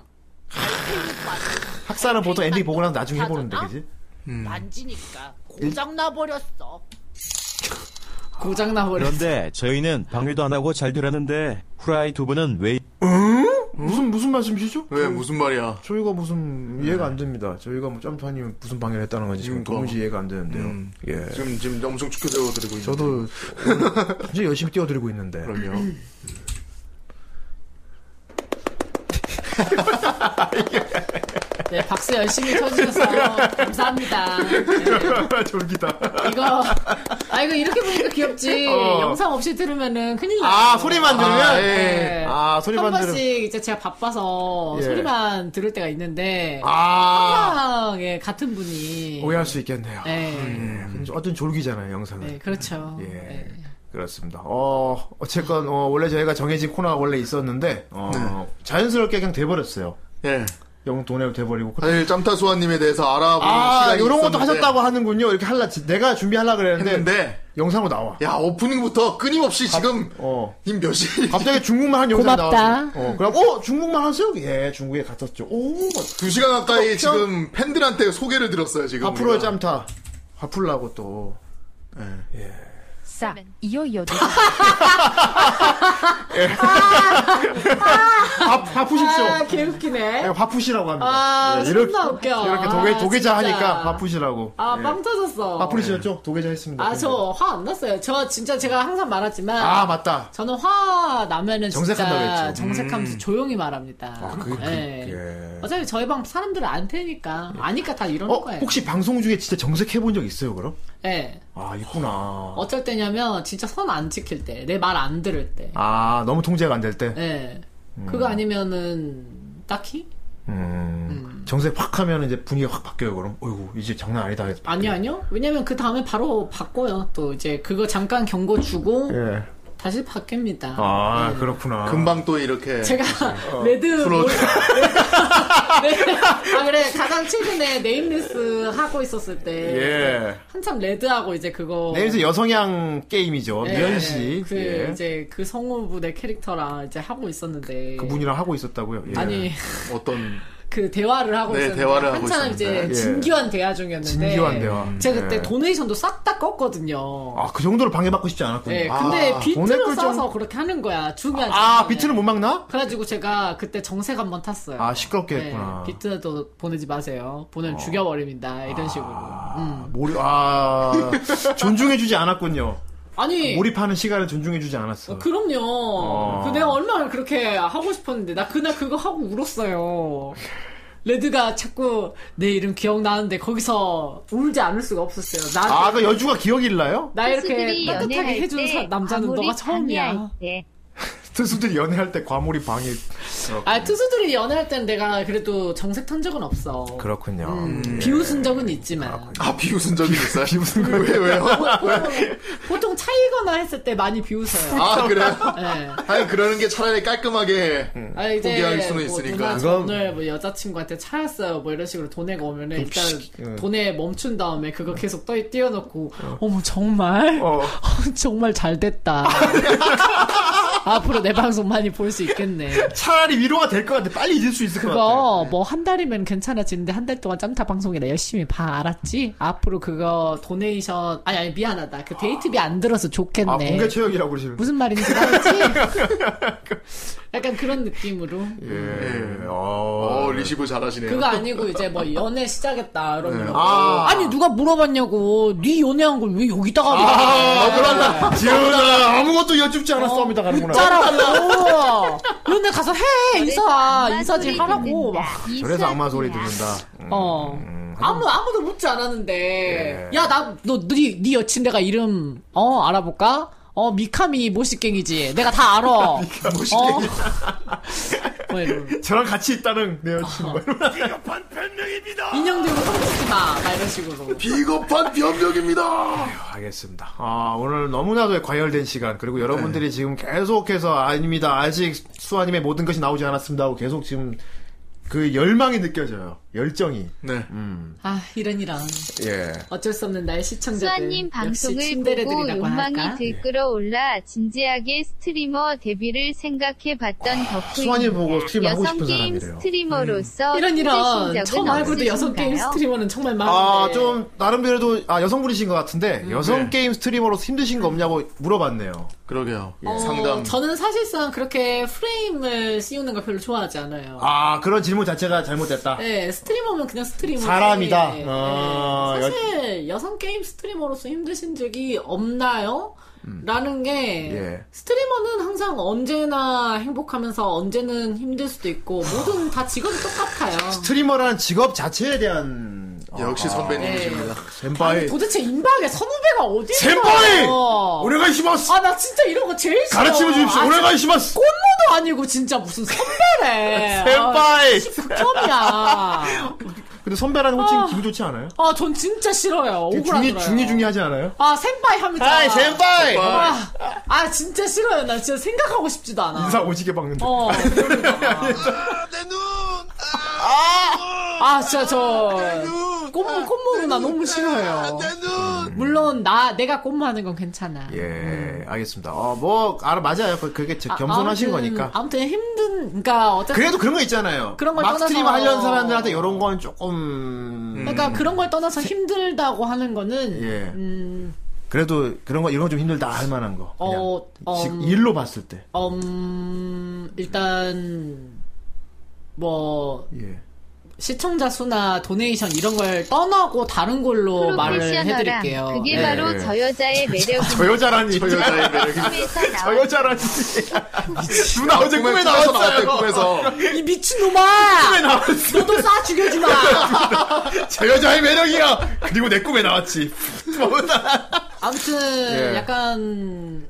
학살은 보통 엔딩 보고 나서 나중에 해보는데 그지? 음. 만지니까 고장나 버렸어 고장 나버렸어. 그런데 저희는 방해도 안 하고 잘 되라는데 후라이 두 분은 왜 음. 무슨 무슨 말씀이시죠? 왜 무슨 말이야? 저희가 무슨 음. 이해가 안 됩니다. 저희가 뭐 점프하님 무슨 방해를 했다는 건지 지금 뭐. 도무지 이해가 안 되는데요. 음. 예. 지금 지금 엄청 축게 세워드리고 있는. 저도 오늘 진짜 열심히 뛰어드리고 있는데. 그럼요. 네 박수 열심히 쳐주셔서 감사합니다. 졸기다. 이거 아 이거 이렇게 보니까 귀엽지. 어. 영상 없이 들으면은 큰일 나요. 아 소리만 들으면 아, 아, 예. 네. 한 소리만 들으면 번씩 이제 제가 바빠서 예. 어, 소리만 들을 때가 있는데 아. 항상 예, 같은 분이 오해할 수 있겠네요. 네. 예, 근데 어떤 졸기잖아요 영상은. 네, 그렇죠. 예. 그렇습니다. 어, 어쨌건, 어, 원래 저희가 정해진 코너가 원래 있었는데, 어, 네. 자연스럽게 그냥 돼버렸요 예. 영돈에 돼버리고. 사실 짬타수아님에 대해서 알아보는 아, 시간이 요런 것도 있었는데 하셨다고 하는군요. 이렇게 할라, 내가 준비하려고 그랬는데, 영상으로 나와. 야 오프닝부터 끊임없이 지금 어. 님몇 시? 갑자기 중국말 한 영상 고맙다. 나왔어. 어, 그럼, 어, 중국말 하세요? 예, 중국에 갔었죠. 오, 두 시간 가까이 어, 지금 팬들한테 소개를 들었어요 지금. 앞으로의 우리가. 짬타. 화풀라고 또. 예. 싸 이어 이어 화, 화푸십시오. 아, 개웃기네. 예, 화푸시라고 합니다. 아, 예, 존나 웃겨. 이렇게 도계, 아, 도계자 진짜. 하니까 화푸시라고. 아, 예. 빵 터졌어. 화풀이셨죠? 도계자 했습니다. 아, 저 화 안 났어요. 저 진짜 제가 항상 말하지만. 아, 맞다. 저는 화 나면은 정색한다고 진짜 했죠. 정색하면서 음. 조용히 말합니다. 아, 그, 그, 예. 예. 어차피 저희 방 사람들은 안 테니까. 아니까 다 이런 어, 거예요. 혹시 방송 중에 진짜 정색해 본 적 있어요, 그럼? 예. 아, 있구나. 어쩔 때냐면, 진짜 선 안 지킬 때. 내 말 안 들을 때. 아, 너무 통제가 안 될 때? 예. 그거 아니면은, 딱히? 음. 정색 확 하면 이제 분위기가 확 바뀌어요, 그럼. 어이구, 이제 장난 아니다. 아니요, 아니요. 왜냐면 그 다음에 바로 바꿔요. 또 이제 그거 잠깐 경고 주고, 예. 다시 바뀝니다. 아, 예. 그렇구나. 금방 또 이렇게. 제가 어, 레드 프로- 몰- 네. 아 그래 가장 최근에 네임리스 하고 있었을 때 예. 한참 레드하고 이제 그거 내일서 여성향 게임이죠. 예, 미연 씨. 어. 그 예. 이제 그 성우부 내 캐릭터랑 이제 하고 있었는데 그분이랑 하고 있었다고요? 예. 아니. 어떤. 그 대화를 하고 네, 있었는데 대화를 하고 한참 이제 있었는데. 예. 진기환 대화 중이었는데 진기환 대화. 네. 제가 그때 예. 도네이션도 싹 다 껐거든요. 아, 그 정도로 방해받고 싶지 않았군요. 네, 근데 아, 돈을 비트로 끌 써서 정- 그렇게 하는 거야. 중요한 아, 장면에. 비트를 못 막나? 그래가지고 제가 그때 정색 한번 탔어요. 아, 어. 시끄럽게 했구나. 네. 비트도 보내지 마세요. 보내면 죽여버립니다. 아. 이런 식으로. 음. 몰입, 아, 존중해주지 않았군요. 아니, 몰입하는 시간을 존중해주지 않았어. 그럼요. 어. 그 내가 얼마나 그렇게 하고 싶었는데 나 그날 그거 하고 울었어요. 레드가 자꾸 내 이름 기억나는데 거기서 울지 않을 수가 없었어요. 나 아, 그 여주가 기억이 일나요? 나 이렇게 선수들이 따뜻하게 연애할 해준 때 사- 남자는 과몰입 너가 처음이야. 방해할 때 투수들이 연애할 때 과몰입 방해. 아, 투수들이 연애할 땐 내가 그래도 정색 탄 적은 없어. 그렇군요. 음, 비웃은 적은 있지만. 아 비웃은 적이 있어요? 비웃은 거 왜, 왜요? 보통 차이거나 했을 때 많이 비웃어요. 아 그래요? 네. 아니 그러는 게 차라리 깔끔하게 음. 아, 이제 포기할 수는 뭐 있으니까. 누나 오늘 뭐 여자친구한테 차였어요. 뭐 이런 식으로 돈내가 오면은 일단 응. 돈내 멈춘 다음에 그거 계속 떠 띄워놓고 어머 정말 정말 잘 됐다. 앞으로 내 방송 많이 볼 수 있겠네. 차라리 위로가 될 것 같아. 빨리 잊을 수 있을 것 같아. 그거 뭐 한 달이면 괜찮아지는데 한 달 동안 짬타 방송이라 열심히 봐 알았지? 앞으로 그거 도네이션 아니 아니 미안하다 그 데이트비 안 들어서 좋겠네. 아, 공개 체육이라고 그러시는 무슨 말인지 알았지? 약간 그런 느낌으로. 예. 어, 리시브 잘하시네요. 음. 그거 아니고 이제 뭐 연애 시작했다 이러면 네. 아. 아. 아니 누가 물어봤냐고 네 연애한 걸 왜 여기다가 아, 그런다. 지훈아, 아무것도 여쭙지 않았어. 합니다. 가는구나. 짜라고 연애 가서 해 인사 인사질 하라고 막 그래서 악마 소리 듣는다. 어. 아무 아무도 묻지 않았는데 음, 예. 야 나 너 네 네 여친 내가 이름 어 알아볼까? 어 미카미 모시갱이지. 내가 다 알아. 뭐 미카 모시갱이. 저랑 같이 있다는 내 여친. 비겁한 변명입니다. 인형 들고 성치지 마. 막 이런 식으로. 비겁한 변명입니다. 알겠습니다. 아, 오늘 너무나도 과열된 시간, 그리고 여러분들이 지금 계속해서, 아닙니다. 아직 수아님의 모든 것이 나오지 않았습니다. 하고 계속 지금 그 열망이 느껴져요. 열정이. 네. 음. 아 이런 이런. 예. 어쩔 수 없는 날 시청자들. 수아님 역시 방송을 보고 침대레들이라고 욕망이 할까? 들끓어 올라 진지하게 스트리머 데뷔를 생각해봤던 덕후입니다. 수아님 보고 스트리머 하고 싶은 여성 게임 사람이래요. 스트리머로서 음. 이런 이런. 힘드신 저 적은 말고도 여성 없으신가요? 게임 스트리머는 정말 아, 많은데. 좀, 나름대로, 아, 여성분이신 것 같은데, 여성 네. 게임 스트리머로서 힘드신 거 없냐고 물어봤네요. 그러게요. 예, 어, 저는 사실상 그렇게 프레임을 씌우는 걸 별로 좋아하지 않아요. 아, 그런 질문 자체가 잘못됐다. 네, 스트리머면 그냥 스트리머. 사람이다. 네. 어, 사실 여성 게임 스트리머로서 힘드신 적이 없나요? 라는 게 음. 예. 스트리머는 항상 언제나 행복하면서 언제는 힘들 수도 있고 모든 다 직업이 똑같아요. 스트리머라는 직업 자체에 대한. 어, 역시 선배님이십니다. 네. 센파이. 아니, 도대체 인방에 선후배가 어디 있어? 센파이! 오네가이 시마스! 아, 나 진짜 이런 거 제일 싫어. 가르치고 주십시오. 아, 오네가이 시마스! 꼰모도 아니고 진짜 무슨 선배래. 아, 센파이! 점이야. 근데 선배라는 호칭 아. 기분 좋지 않아요? 아, 전 진짜 싫어요. 되게 억울하더라요. 중이, 중이, 중이 하지 않아요? 아, 센파이 합니다. 아이, 센파이! 아, 아, 진짜 싫어요. 나 진짜 생각하고 싶지도 않아. 인사 오지게 박는데. 어. 아, 아, 진짜 저 꽃무 꽃무는 나 너무 싫어요. 물론 나 내가 꽃무 하는 건 괜찮아. 예, 알겠습니다. 어, 뭐, 알아, 맞아요. 그- 그게 제- 아, 겸손하신 아무튼- 거니까. 아무튼 힘든, 그러니까 어쨌든 그래도 그런 거 있잖아요. 그런 걸 막 떠나서- 스트림 하려는 사람들한테 이런 건 조금. 그러니까 그런 걸 떠나서 힘들다고 하는 거는 예. 음, 그래도 그런 거, 이런 거 좀 힘들다 할 만한 거. 어, 지금 음, 일로 봤을 때. 음, 일단 뭐 예. 시청자 수나 도네이션 이런 걸 떠나고 다른 걸로 말을 프로페셔널함. 해드릴게요. 그게 예. 바로 저 여자의 매력입니다. 저 여자라니. 저 여자의 매력입니다. 저 여자라니. 누나 어제 꿈에- 꿈에 꿈에서 나왔어요. 나왔대, 꿈에서. 이 미친놈아! 꿈에 나왔어. 너도 싸 죽여주마! 저 여자의 매력이야. 그리고 내 꿈에 나왔지. 아무튼 예. 약간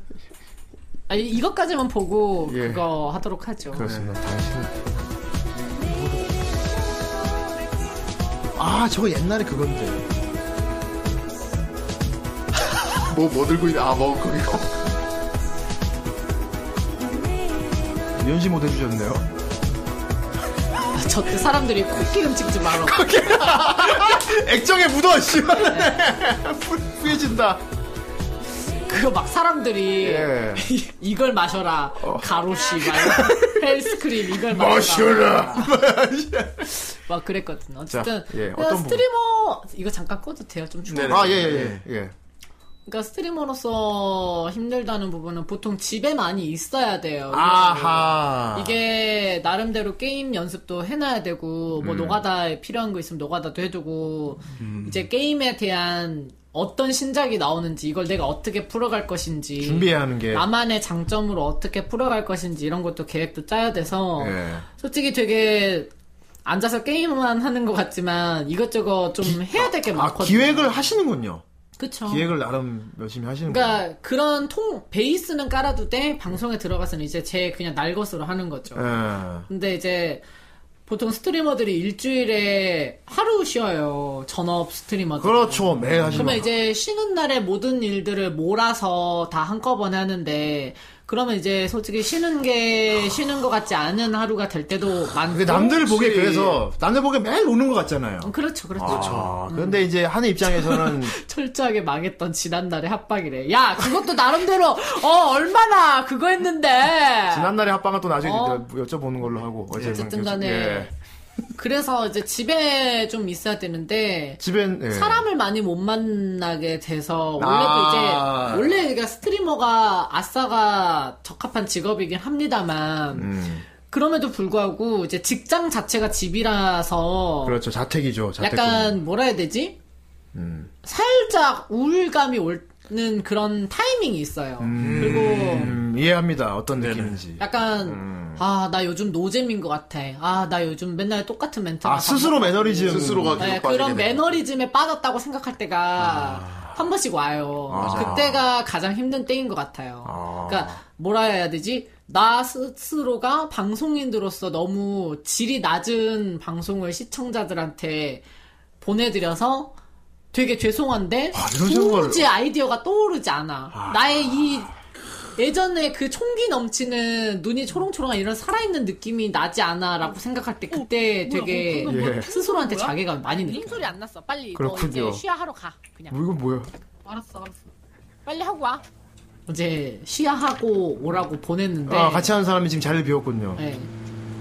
아니, 네, 이것까지만 보고 예. 그거 하도록 하죠. 그렇습니다. 당신은. 아, 저거 옛날에 그건데. 뭐, 뭐 들고 있냐? 아, 먹을 거 이거. 연시 못 해주셨네요. 저때 사람들이 코끼름 찍지 말아. 액정에 묻어, 씨발. 뿌해진다. 그거 막 사람들이 예. 이- 이걸 마셔라 어. 가로씨 막 헬스크림 이걸 마셔라 마셔라. 막 그랬거든. 어쨌든 자, 예, 그냥 어떤 부분? 스트리머 이거 잠깐 꺼도 돼요 좀 추워. 아, 예, 예, 예. 예. 그러니까 스트리머로서 힘들다는 부분은 보통 집에 많이 있어야 돼요. 아하. 이게 나름대로 게임 연습도 해놔야 되고 뭐 음. 노가다에 필요한 거 있으면 노가다도 해두고 이제 게임에 대한 어떤 신작이 나오는지 이걸 내가 어떻게 풀어갈 것인지 준비해야 하는 게. 나만의 장점으로 어떻게 풀어갈 것인지 이런 것도 계획도 짜야 돼서 예. 솔직히 되게 앉아서 게임만 하는 것 같지만 이것저것 좀 해야 될 게 아, 많거든요. 기획을 하시는군요. 그쵸. 기획을 나름 열심히 하시는 군요 그러니까 그런 통 베이스는 깔아도 돼 방송에 들어가서는 이제 제 그냥 날 것으로 하는 거죠. 예. 근데 이제 보통 스트리머들이 일주일에 하루 쉬어요. 전업 스트리머들. 그렇죠. 매일 하시는 그러면 거. 이제 쉬는 날에 모든 일들을 몰아서 다 한꺼번에 하는데 그러면 이제 솔직히 쉬는 게 쉬는 것 같지 않은 하루가 될 때도 많고 그게 남들 보기에 그래서, 남들 보기에 매일 노는 것 같잖아요. 그렇죠 그렇죠 아, 근데 이제 하는 입장에서는 철저하게 망했던 지난날의 합방이래 야 그것도 나름대로 어 얼마나 그거 했는데 지난날의 합방은 또 나중에 어. 여쭤보는 걸로 하고 어제 어쨌든 간에 예. 그래서 이제 집에 좀 있어야 되는데 집엔 예. 사람을 많이 못 만나게 돼서 원래도 아. 이제 원래 그러니까 스트리머가 아싸가 적합한 직업이긴 합니다만 음, 그럼에도 불구하고 이제 직장 자체가 집이라서 그렇죠 자택이죠 자택 약간 뭐라 해야 되지? 음. 살짝 우울감이 오는 그런 타이밍이 있어요. 그리고 음, 이해합니다 어떤 느낌인지 약간 음. 아 나 요즘 노잼인 것 같아. 아 나 요즘 맨날 똑같은 멘트. 예. 네, 아 스스로 매너리즘 네, 네, 그런 매너리즘에 빠졌다고 생각할 때가 한 번씩 와요. 맞아요. 그때가 가장 힘든 때인 것 같아요. 그러니까 뭐라 해야 되지? 나 스스로가 방송인으로서 너무 질이 낮은 방송을 시청자들한테 보내드려서 되게 죄송한데 아, 이런 생각을- 도무지 아이디어가 떠오르지 않아. 나의 이 예전에 그 총기 넘치는 눈이 초롱초롱한 이런 살아있는 느낌이 나지 않아라고 생각할 때 그때 뭐야, 되게 어, 예. 방금 뭐야? 스스로한테 뭐야? 자괴감 많이 느껴. 님 소리 안 났어. 빨리 그렇군요. 너 이제 쉬야하러 가. 음. 그냥. 이건 뭐야? 알았어, 알았어. 빨리 하고 와. 이제 쉬야하고 오라고 네. 보냈는데 아, 같이 하는 사람이 지금 자리를 비웠군요. 네.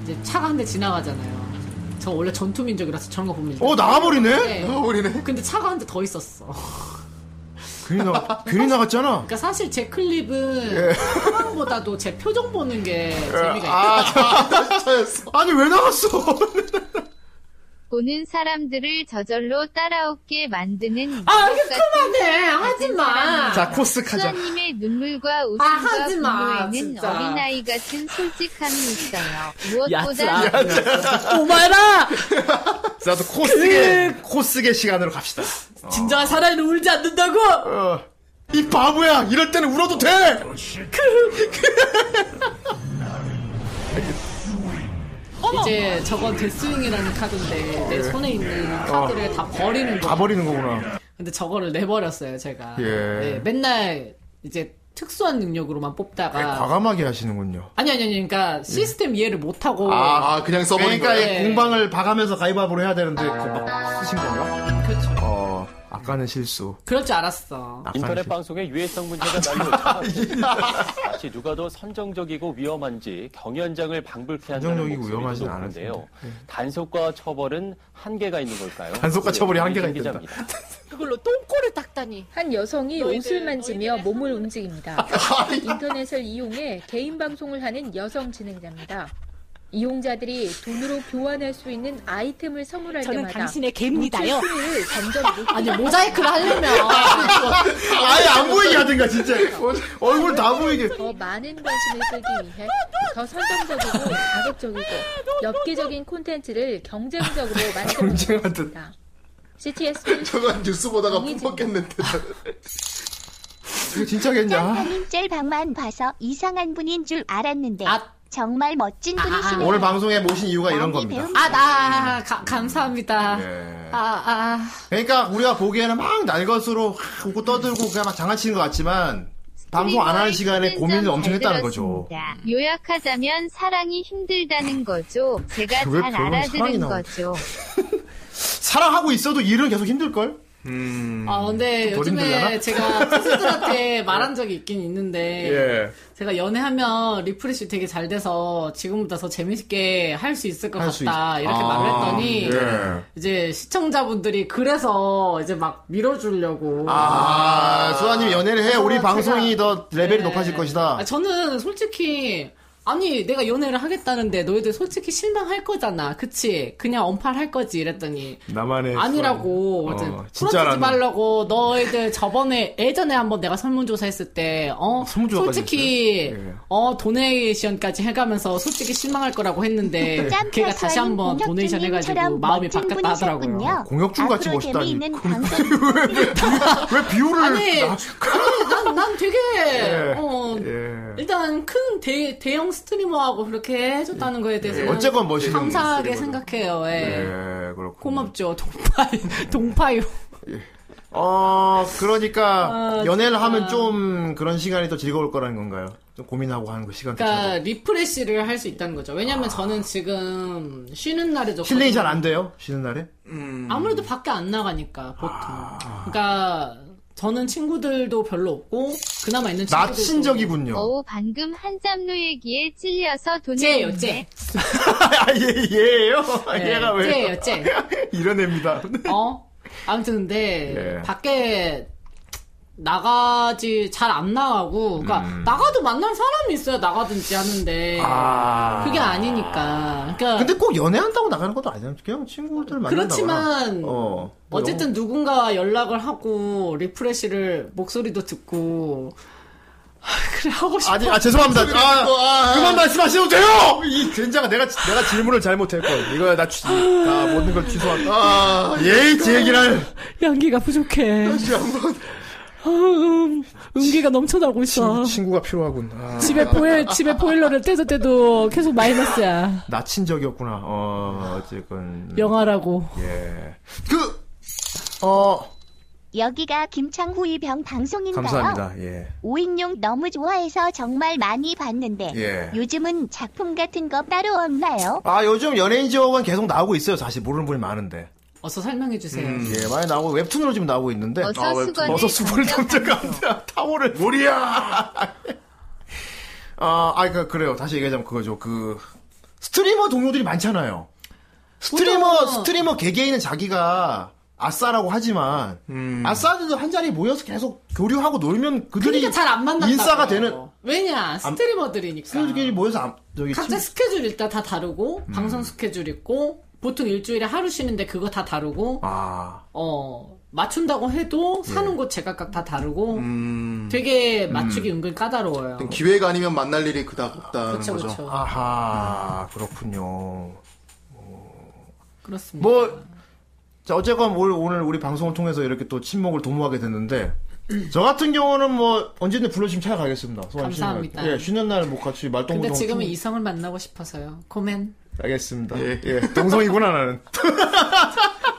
이제 차가 한 대 지나가잖아요. 저 원래 전투민족이라서 저런 거 보면 어, 나가버리네? 나가버리네. 근데 차가 한 대 더 있었어. 괜히, 나, 괜히 나갔잖아. 그러니까 사실 제 클립은 예. 사망보다도 제 표정 보는 게 재미가 있어요. 아, 아니, 왜 나갔어? 보는 사람들을 저절로 따라오게 만드는 아, 이렇게 그만해. 하지 마. 아. 자, 코스 가자. 수아님의 눈물과 아, 웃음과 하지 마, 분노에는 진짜. 어린아이 같은 솔직함이 있어요. 야자. 그 무엇보다 야자. 오마이라! 나도 코스게, 그 코스게 시간으로 갑시다. 진정한 사나이는 울지 않는다고! 어. 이 바보야! 이럴 때는 울어도 돼! 이제 저건 데스윙이라는 카드인데 예. 내 손에 있는 어. 카드를 다 버리는 거. 다 버리는 거구나. 근데 저거를 내버렸어요 제가. 예. 네, 맨날 이제 특수한 능력으로만 아. 뽑다가. 그 과감하게 하시는군요. 아니 아니 아니 그러니까 시스템 이해를 못하고. 아, 그냥 써버린 그러니까 거예요? 이 네. 공방을 봐가면서 가위바위보로 해야 되는데 그거 막 쓰신 건가? 그렇죠. 어, 아까는 실수. 그럴 줄 알았어. 아. 인터넷 방송의 유해성 문제가 날로 차고 다시 누가 더 선정적이고 위험한지 경연장을 방불케 한다는 선정적이고 목소리도 위험하진 높은데요. 단속과 처벌은 한계가 있는 걸까요? 단속과 처벌이 한계가 이진 있다. 기자입니다. 그걸로 똥꼬를 닦다니. 한 여성이 옷을 만지며 몸을 움직입니다. 인터넷을 이용해 개인 방송을 하는 여성 진행자입니다. 이용자들이 돈으로 교환할 수 있는 아이템을 선물할 저는 때마다 당신의 개입니다요. 노출 수위를 점점 높이 아니, 모자이크를 하려면. 아예 안 보이게 하든가, 진짜. 얼굴 다 보이게. 더 많은 관심을 끌기 위해 더 선정적이고 자극적이고 엽기적인 콘텐츠를 경쟁적으로 만들어 경쟁하듯. CTS 저건 뉴스 보다가 뿜었겠는데. 이거 진짜겠냐? 님 짤방만 봐서 이상한 분인 줄 알았는데 정말 멋진 분이시네요. 오늘 방송에 모신 이유가 이런 많이 겁니다. 배운 아, 나, 가- 감사합니다. 예. 아, 아. 그러니까 우리가 보기에는 막 날것으로 막 웃고 떠들고 그냥 막 장난치는 것 같지만 방송 안 하는 시간에 고민을 엄청 했다는 거죠. 요약하자면 사랑이 힘들다는 거죠. 제가 왜 잘 별로 사랑이 알아들은 나오지? 거죠. 사랑하고 있어도 일은 계속 힘들걸? 음. 아, 근데 덜 요즘에 힘들려나? 제가 친구들한테 말한 적이 있긴 있는데, 예. 제가 연애하면 리프레시 되게 잘 돼서 지금보다 더 재밌게 할 수 있을 것 할수 같다. 있- 이렇게 아, 말을 했더니, 예. 이제 시청자분들이 그래서 이제 막 밀어주려고. 아, 수아님 연애를 해. 우리 그래서 방송이 더 레벨이 네. 높아질 것이다. 아, 저는 솔직히 아니 내가 연애를 하겠다는데 너희들 솔직히 실망할 거잖아. 그치? 그냥 언팔할 거지 이랬더니 나만의 아니라고 어, 그래서 진짜라는. 풀어주지 말라고 너희들 저번에 예전에 한번 내가 설문조사 했을 때 어? 아, 설문조사까지 예. 솔직히 어 도네이션까지 해가면서 솔직히 실망할 거라고 했는데 짬 걔가 다시 사수아님 한번 도네이션 해가지고 공격주님처럼 마음이 멋진 바뀌었다 하더라고요 분이셨군요. 아, 공격주 같이 앞으로 멋있다니. 재미있는 왜 비유를 아니, 나- 아니 난, 난 되게 예. 어, 예. 일단 큰 대, 대형 스트리머하고 그렇게 해줬다는 거에 대해서 예, 어쨌건 멋있는 감사하게 스트리머죠. 생각해요. 예. 예, 그렇고. 고맙죠 동파이 동파요. 예. 어, 그러니까 아, 연애를 진짜. 하면 좀 그런 시간이 더 즐거울 거라는 건가요? 좀 고민하고 하는 그 시간. 그러니까 리프레시를 할 수 있다는 거죠. 왜냐면 저는 지금 쉬는 날에 좀 실링이 잘 안 돼요? 쉬는 날에? 음. 아무래도 밖에 안 나가니까 보통. 그러니까 저는 친구들도 별로 없고 그나마 있는 친구들 어우 방금 한잠로 얘기에 찔려서 돈을 쟤요, 냈네. 쟤. 아, 얘, 얘예요? 네, 얘가 왜? 쟤예요, 쟤. 이런 애입니다. 어? 아무튼 근데 예. 밖에 나가지 잘 안 나가고 그러니까 음. 나가도 만날 사람이 있어야 나가든지 하는데 아. 그게 아니니까 그러니까 근데 꼭 연애한다고 나가는 것도 아니잖아요. 그냥 친구들 만나다가. 그렇지만 어. 뭐 어쨌든 누군가 연락을 하고 리프레시를 목소리도 듣고 아, 그래 하고 싶어 아니, 아, 죄송합니다. 아, 그만 말씀하셔도 돼요! 이 된장아, 내가, 내가 질문을 잘못했건. 이거야, 나, 취, 나 모든 걸 취소한다. 아, 예이, 제 얘기를. 연기가 부족해. 다시 한 번. 음, 음기가 넘쳐나고 있어. 친구가 필요하군. 아. 집에 보일 집에 보일러를 떼서 떼도 계속 마이너스야. 낮친 적이었구나. 어, 어쨌건. 영화라고. 예. 그, 어, 여기가 김창구 이병 방송인가요? 감사합니다. 예. 오인용 너무 좋아해서 정말 많이 봤는데 예. 요즘은 작품 같은 거 따로 없나요? 아, 요즘 연예인 지옥은 계속 나오고 있어요. 사실 모르는 분이 많은데. 어서 설명해 주세요. 음, 예, 많이 나오고 웹툰으로 지금 나오고 있는데. 어서 수건을 어서 수건을 던져간다. 타월을. 물이야! 아, 아, 그, 그래요. 다시 얘기하자면 그거죠. 그, 스트리머 동료들이 많잖아요. 스트리머, 보통- 스트리머 개개인은 자기가 아싸라고 하지만, 음. 아싸들도 한 자리에 모여서 계속 교류하고 놀면 그들이 그러니까 잘 안 만난다. 인싸가 되는, 왜냐 스트리머들이니까. 스트리머끼리 모여서 안- 저기 각자 스케줄 일단 다 다르고 방송 스케줄 있고 보통 일주일에 하루 쉬는데 그거 다 다르고 아. 어 맞춘다고 해도 사는 곳 제각각 다 다르고 음. 되게 맞추기 은근 까다로워요. 기회가 아니면 만날 일이 그닥 없다는 음. 그쵸, 거죠. 그쵸. 아하, 그렇군요. 그렇습니다. 뭐, 자, 어쨌건 올- 오늘 우리 방송을 통해서 이렇게 또 친목을 도모하게 됐는데, 저 같은 경우는 뭐, 언제든 불러주시면 찾아가겠습니다. 소감 쉬는 날. 감사합니다. 예, 쉬는 날 뭐 같이 말동무동. 근데 지금은 이성을 만나고 싶어서요. 고멘. 알겠습니다. 예, 동성이구나, 나는.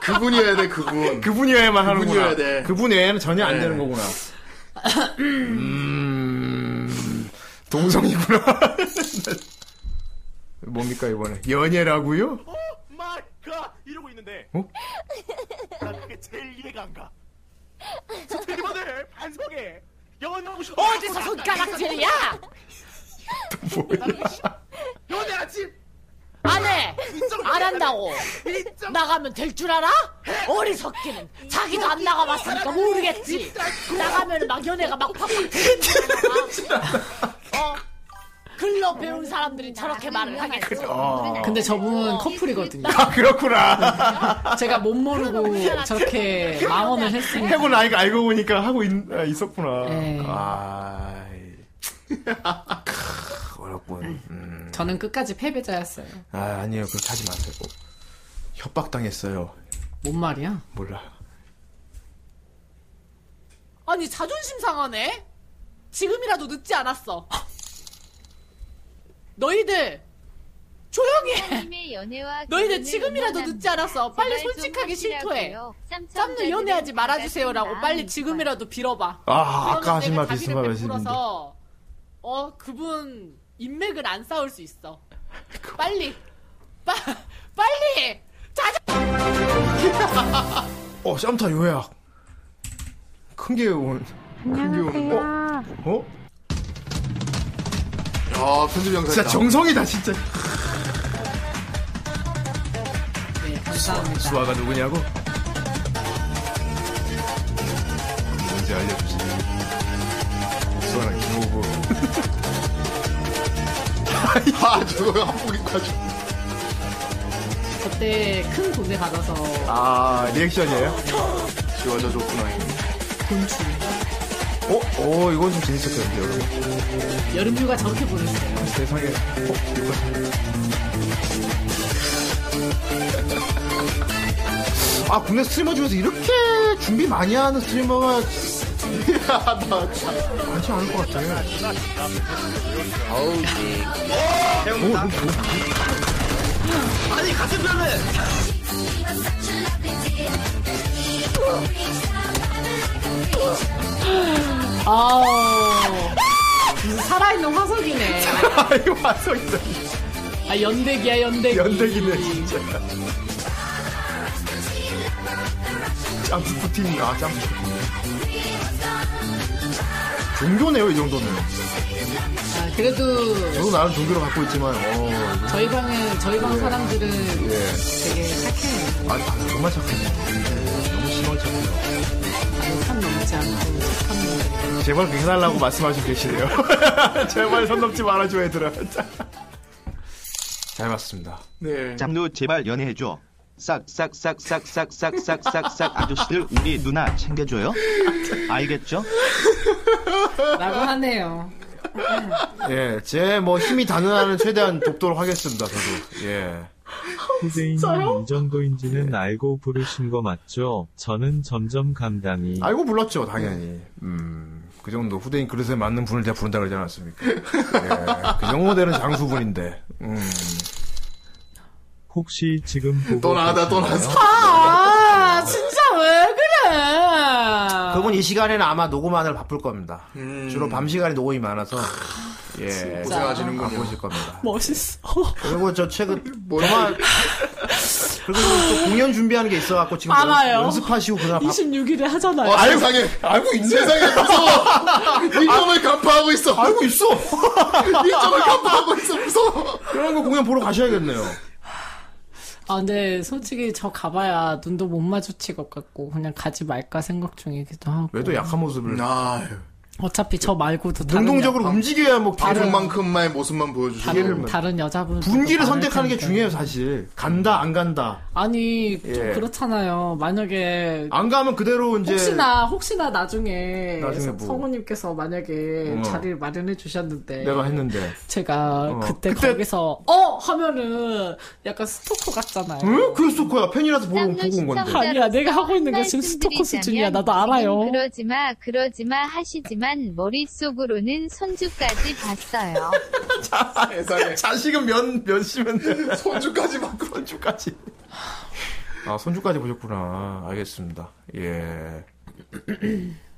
그분이어야 돼, 그분. 그분이어야만 네. 하는구나. 그분이어야 돼. 그분 외에는 전혀 안 예. 되는 거구나. 음, 동성이구나. 뭡니까, 이번에? 연애라고요? 마이 갓 이러고 있는데 어? 난 그게 제일 이해가 안 가. 스트리머들 반성해. 영원하고 싶어. 어디서 손가락질이야? 연애 아침 안 해! 안 한다고! 네. 나가면 될 줄 알아? 어리석기는 자기도 안 나가봤으니까 모르겠지! 나가면 막 연애가 막 팍팍 어? 글로 배운 사람들이 저렇게 말을 하겠지. 어. 근데 저분 커플이거든요. 아, 그렇구나. 제가 못 모르고 저렇게 망언을 했으니까. 해고 나이가 알고 보니까 하고 있, 아, 있었구나. 네. 아, 크, 어렵군. 음. 저는 끝까지 패배자였어요. 아, 아니에요. 그렇게 하지 마세요. 꼭. 협박당했어요. 뭔 말이야? 몰라. 아니 자존심 상하네. 지금이라도 늦지 않았어. 너희들 조용히 해. 하나님의 연애와 너희들 결혼을 지금이라도 응원합니다. 늦지 않았어. 빨리 제발 좀 솔직하게 실토해. 하시라고요. 짬는 연애하지 말아주세요라고 빨리 지금이라도 빌어봐. 아, 그러면 아까 하신 내가 말 자비를 비슷한 말 하시는데. 베풀어서, 어 그분 인맥을 안 쌓을 수 있어. 빨리 빠, 빨리 자자. 어, 쌈타 요약. 큰 게 온. 큰게 오는 거. 어? 아, 편집 영상. 진짜 정성이다, 진짜. 네, 감사합니다. 수아가 누구냐고? 누군지 알려주지. 수아랑 김호부. 아, 저거 한복 입고 아주. 그때 큰 돈을 받아서 아, 리액션이에요? 지워져 줬구나. 곤충. 어? 어, 이건 좀 재밌었겠는데, 여러분. 여름 휴가 저렇게 보냈어요. 세상에. 어, 이거. 아, 국내 스트리머 중에서 이렇게 준비 많이 하는 스트리머가 많지 않을 것 같아. 아우. 아니 같은 편에. 아우. 무슨 살아있는 화석이네. 이거 화석이다. 아, 연대기야, 연대기. 연대기네, 진짜. 짬뽕 푸틴이, 아, 짬뽕 종교네요, 이 정도는. 아, 그래도 저도 나름 종교를 갖고 있지만, 어. 이거- 저희 방은, 저희 방 사람들은 예. 되게 착해요. 아, 아, 정말 착하네. 너무 심하죠. 선 넘지 않고 착한 분들. 제발 그렇게 해달라고 말씀하시고 계시네요. 제발 선 넘지 말아줘, 얘들아. 잘 봤습니다. 예. 네. 잠도 제발 연애해줘. 싹싹싹싹싹싹싹싹싹 아저씨들 우리 누나 챙겨줘요. 알겠죠? 라고 하네요. 예, 제 뭐 힘이 닿는 한은 최대한 돕도록 하겠습니다, 저도. 예. 후대인이 진짜요? 이 정도인지는 알고 부르신 거 맞죠? 저는 점점 감당이 알고 불렀죠, 당연히. 음, 그 정도 후대인 그릇에 맞는 분을 제가 부른다 그러지 않았습니까? 예, 그 정도 되는 장수분인데. 음. 혹시 지금 보고 또 나가다, 또 계신가요? 아, 진짜 왜 그래? 그분 이 시간에는 아마 녹음하느라 바쁠 겁니다. 음. 주로 밤 시간에 녹음이 많아서. 예, 고생하시는군요. 아, 바쁘실 겁니다. 멋있어. 그리고 저 최근 정말 그리고 또 공연 준비하는 게 있어갖고 지금 알아요. 연- 연습하시고 그날 바... 26일에 하잖아요. 어, 알고 상해. 알고 있네. 세상에 무서워. 일정을 간파하고 있어. 알고 있어. 일정을 간파하고 있어. 무서워. 그런 거 공연 보러 가셔야겠네요. 아, 근데 솔직히 저 가봐야 눈도 못 마주칠 것 같고 그냥 가지 말까 생각 중이기도 하고. 왜 또 약한 모습을? 아, 어차피 저 말고도 음, 아, 다른 능동적으로 여- 움직여야 뭐 아, 다른- 방송만큼만의 모습만 보여주시고 뭐- 다른, 다른 여자분 분기를 선택하는 게 중요해요 사실 간다 안 간다 아니 좀 예. 그렇잖아요. 만약에 안 가면 그대로 이제 혹시나 혹시나 나중에, 나중에 뭐- 성우님께서 만약에 어. 자리를 마련해 주셨는데 내가 했는데 제가 어. 그때, 거기서 어 하면은 약간 스토커 같잖아요. 응? 그 스토커야 팬이라서 보고, 보고 온 건데 아니야 내가 하고 있는 게 지금 스토커 수준이야 나도 알아요. 그러지마 그러지마 하시지만 머릿속으로는 손주까지 봤어요. 자식은 면, 면시면 손주까지 막 손주까지 아 손주까지 보셨구나 알겠습니다 예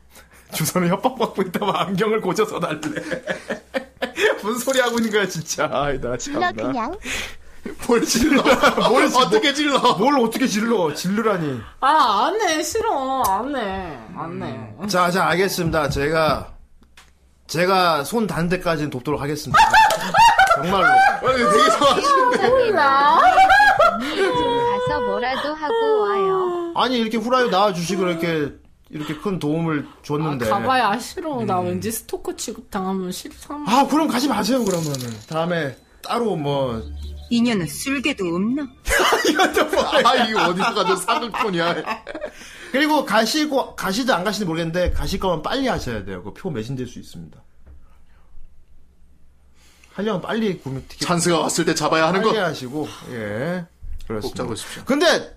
주선은 협박받고 있다가 안경을 고쳐서 달래 뭔 소리 하고 있는 거야 진짜 아이 나 참나 너 그냥 뭘 질러 뭘 어떻게 질러 뭘 어떻게 질러 질르라니 아 안해 싫어 안해 안해. 자, 자, 알겠습니다. 제가, 제가 손 닿는 데까지는 돕도록 하겠습니다. 정말로. 되게 아. 가서 뭐라도 하고 와요. 아니, 이렇게 후라이 나와주시고, 이렇게, 이렇게 큰 도움을 줬는데. 아, 가봐야 싫어 음. 나 왠지 스토커 취급 당하면 싫어. 아, 그럼 가지 마세요, 그러면은. 다음에 따로 뭐. 인연은 쓸개도 없나? 아 이거 어디서 가져 사극폰이야. 그리고 가시고, 가시든 안 가시든 모르겠는데, 가실 거면 빨리 하셔야 돼요. 그 표 매진될 수 있습니다. 하려면 빨리 구매 티켓. 찬스가 왔을 때 잡아야 하는 거. 빨리 하시고, 예. 꼭 그렇습니다. 잡으십시오. 근데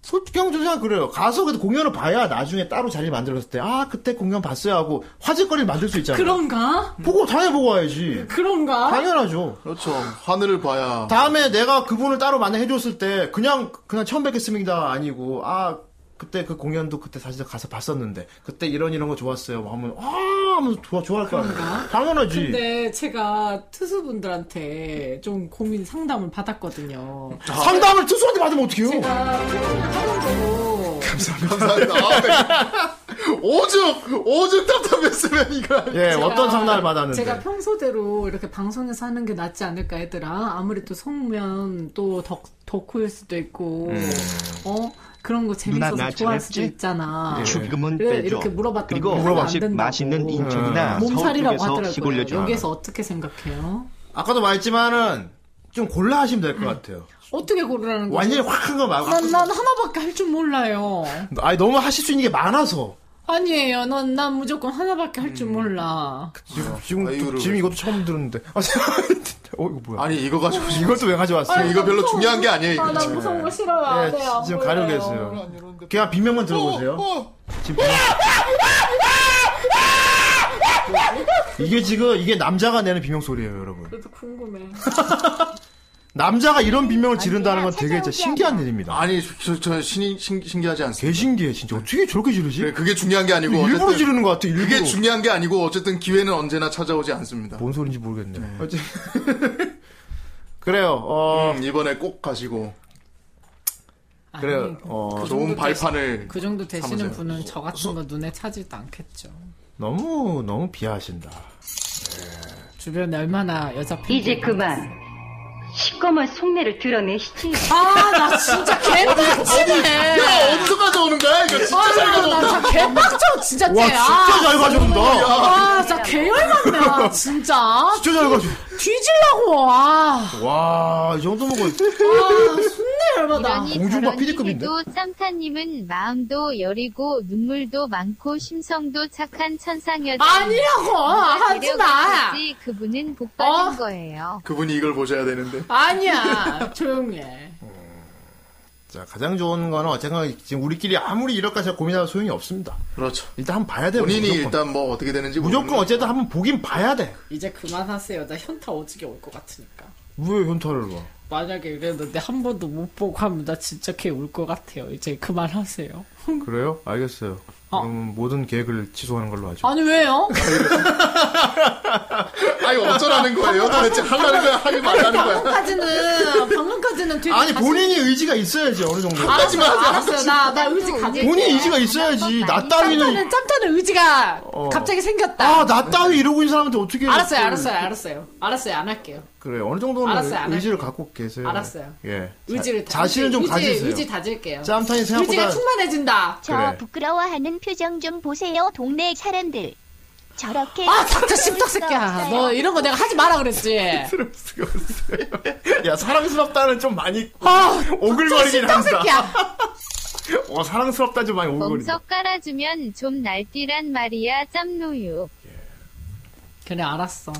솔직히 형조사 그래요. 가서 그래도 공연을 봐야 나중에 따로 자리 만들었을 때 아 그때 공연 봤어야 하고 화제거리를 만들 수 있잖아요. 그런가? 보고 당연히 보고 와야지. 그런가? 당연하죠. 그렇죠. 하늘을 봐야. 다음에 내가 그분을 따로 만나 해줬을 때 그냥 그냥 처음 뵙겠습니다 아니고 아 그때 그 공연도 그때 사실 가서 봤었는데 그때 이런 이런 거 좋았어요. 뭐 하면 아 하면서 좋아 좋아할 거 아니야. 당연하지. 근데 제가 투수분들한테 좀 고민 상담을 받았거든요. 아, 상담을 투수한테 받으면 어떡해요? 감사합니다. 아, 네. 오죽 오죽 답답했으면 이거. 예, 제가- 어떤 상담을 받았는데. 제가 평소대로 이렇게 방송에서 하는 게 낫지 않을까 얘들아. 아무리 또 성우면 또 덕, 덕후일 수도 있고, 음. 어? 그런 거 재밌어서 누나, 나 좋아할 수도 잘했지? 있잖아. 예. 죽음은 그래, 빼죠. 이렇게 물어봤더니 그리고 안 물어봤지. 된다고. 예. 맛있는 인천이나 몸살이라고 서울 쪽에서 시골 하더라고요. 여자. 여기에서 어떻게 생각해요? 아까도 말했지만은 좀 골라 하시면 될 것 같아요. 어떻게 고르라는 거죠? 완전히 확 큰 거 말고. 난, 난 하나밖에 할 줄 몰라요. 아니 너무 하실 수 있는 게 많아서 아니에요. 난, 난 무조건 하나밖에 할 음. 줄 몰라. 아, 지금 지금, 또- 지금 이것도 처음 들었는데. 아, 진짜. 어 이거 뭐야? 아니 이거 가지고 지금 이것도 왜 가져왔어요? 아니, 이거 별로 무서워. 중요한 게 아니에요, 이거 네, 아, 난 지금. 무서운 거 싫어요. 안 예, 돼요. 안 지금 보여요. 가려고 했어요. 그냥 비명만 들어보세요. 지금 비명- 이게 지금 이게 남자가 내는 비명 소리예요, 여러분. 그래도 궁금해. 남자가 이런 비명을 지른다는 건 되게 진짜 신기한 일입니다. 아니 저, 저 신이 신, 신기하지 않습니다. 개 신기해 진짜 어떻게 저렇게 지르지? 그래, 네, 그게 중요한 게 아니고 일부러 어쨌든 지르는 것 같아. 일부러. 그게 중요한 게 아니고 어쨌든 기회는 언제나 찾아오지 않습니다. 뭔 소린지 모르겠네요. 어째- 그래요. 어 음, 이번에 꼭 가시고 그래요. 어, 그 좋은 정도 발판을 되시- 그 정도 되시는 삼으세요. 분은 저 같은 거 눈에 차지도 않겠죠. 너무 너무 비하하신다. 주변에 얼마나 여자 팬 이제 그만 시꺼먼 속내를 드러내시지 아, 나 진짜 개빡치네. 야 어디서 가져오는 거야 이거 진짜 잘 가져온다. 나개빡쳐 진짜 쟤. 와, 아, 진짜 잘 가져온다. 아, 진짜 개열받네. 아, 진짜. 진짜 잘 가져. 뒤질라고. 와. 와, 이뭐 정도 먹어. 아, 손내를 열받아. 이러니 공중파 저러니 피디급인데? 해도 쌈타님은 마음도 여리고 눈물도 많고 심성도 착한 천상여자. 아니라고! 하지 마! 어? 그분은 복 받은 거예요. 그분이 이걸 보셔야 되는데. 아. 아니야. 조용히 해. 자, 가장 좋은 거는 어쨌거나 지금 우리끼리 아무리 이럴까 제가 고민하다 소용이 없습니다. 그렇죠. 일단 한번 봐야 돼요. 본인이 일단 뭐 어떻게 되는지 무조건 어쨌든 한번 보긴 봐야 돼. 이제 그만하세요. 나 현타 오지게 올 것 같으니까. 왜 현타를 봐? 만약에 이랬는데 한 번도 못 보고 하면 나 진짜 걔 울 것 같아요. 이제 그만하세요. 그래요? 알겠어요. 그럼 모든 계획을 취소하는 걸로 하죠. 아니 왜요? 아니 어쩌라는 거예요? 도대체 하려는 거야? 하지 말라는 거야? 방금까지는 방금까지는 되게 아니 자신- 본인이 의지가 있어야지 어느 정도. 알았어요, 알았어요. 나, 나 의지 가질 본인 의지가 있어야지. 나 따위는 짬타는 짬타는 의지가 어. 갑자기 생겼다. 아, 나 따위 이러고 있는 사람한테 어떻게 알았어요, 그걸- 네. 알았어요, 알았어요. 알았어요, 안 할게요. 그래 어느 정도는 알았어요, 안 의지를 갖고 계세요. 알았어요. 예. 의지를 자, 자신은 좀 의지, 가지세요. 의지 다질게요. 짬타니 생각보다- 의지가 충만해진다. 저 그래. 부끄러워하는 표정 좀 보세요, 동네 사람들. 저렇게. 아, 닥쳐 씹덕 새끼야. 너 이런 거 내가 하지 마라 그랬지. 야 사랑스럽다는 좀 많이 아, 오글거리긴 좀 씹덕 한다. 어 사랑스럽다 좀 많이 오글거린다. 몸석 깔아주면 좀 날뛰란 말이야 짬노유. 그래 알았어.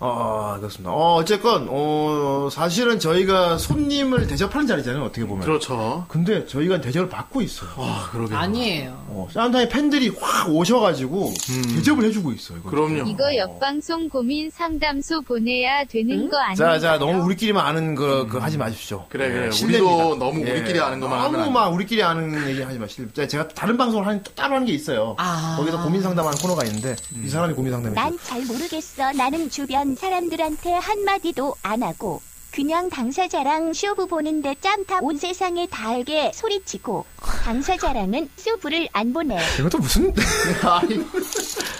아 그렇습니다. 어, 어쨌건 어 사실은 저희가 손님을 대접하는 자리잖아요. 어떻게 보면. 그렇죠. 근데 저희가 대접을 받고 있어요. 아 그러게. 아니에요. 어, 쌈타의 팬들이 확 오셔가지고 음. 대접을 해주고 있어요. 이거. 이거 옆방송 고민 상담소 보내야 되는 거 아니야? 자, 자, 너무 우리끼리만 아는 거, 그 하지 마십시오. 그래, 그래. 우리도 너무 우리끼리 아는 것만 하면 안 너무 돼. 막 우리끼리 아는 얘기 하지 마시고. 제가 다른 방송을 하는, 따로 하는 게 있어요. 아. 거기서 고민 상담하는 코너가 있는데, 이 사람이 고민 상담해. 난 잘 모르겠어. 나는 주변 사람들한테 한마디도 안 하고. 그냥 당사자랑 쇼부 보는데 짬타 온 세상에 다 알게 소리치고 당사자랑은 쇼부를 안 보내. 이것도 무슨.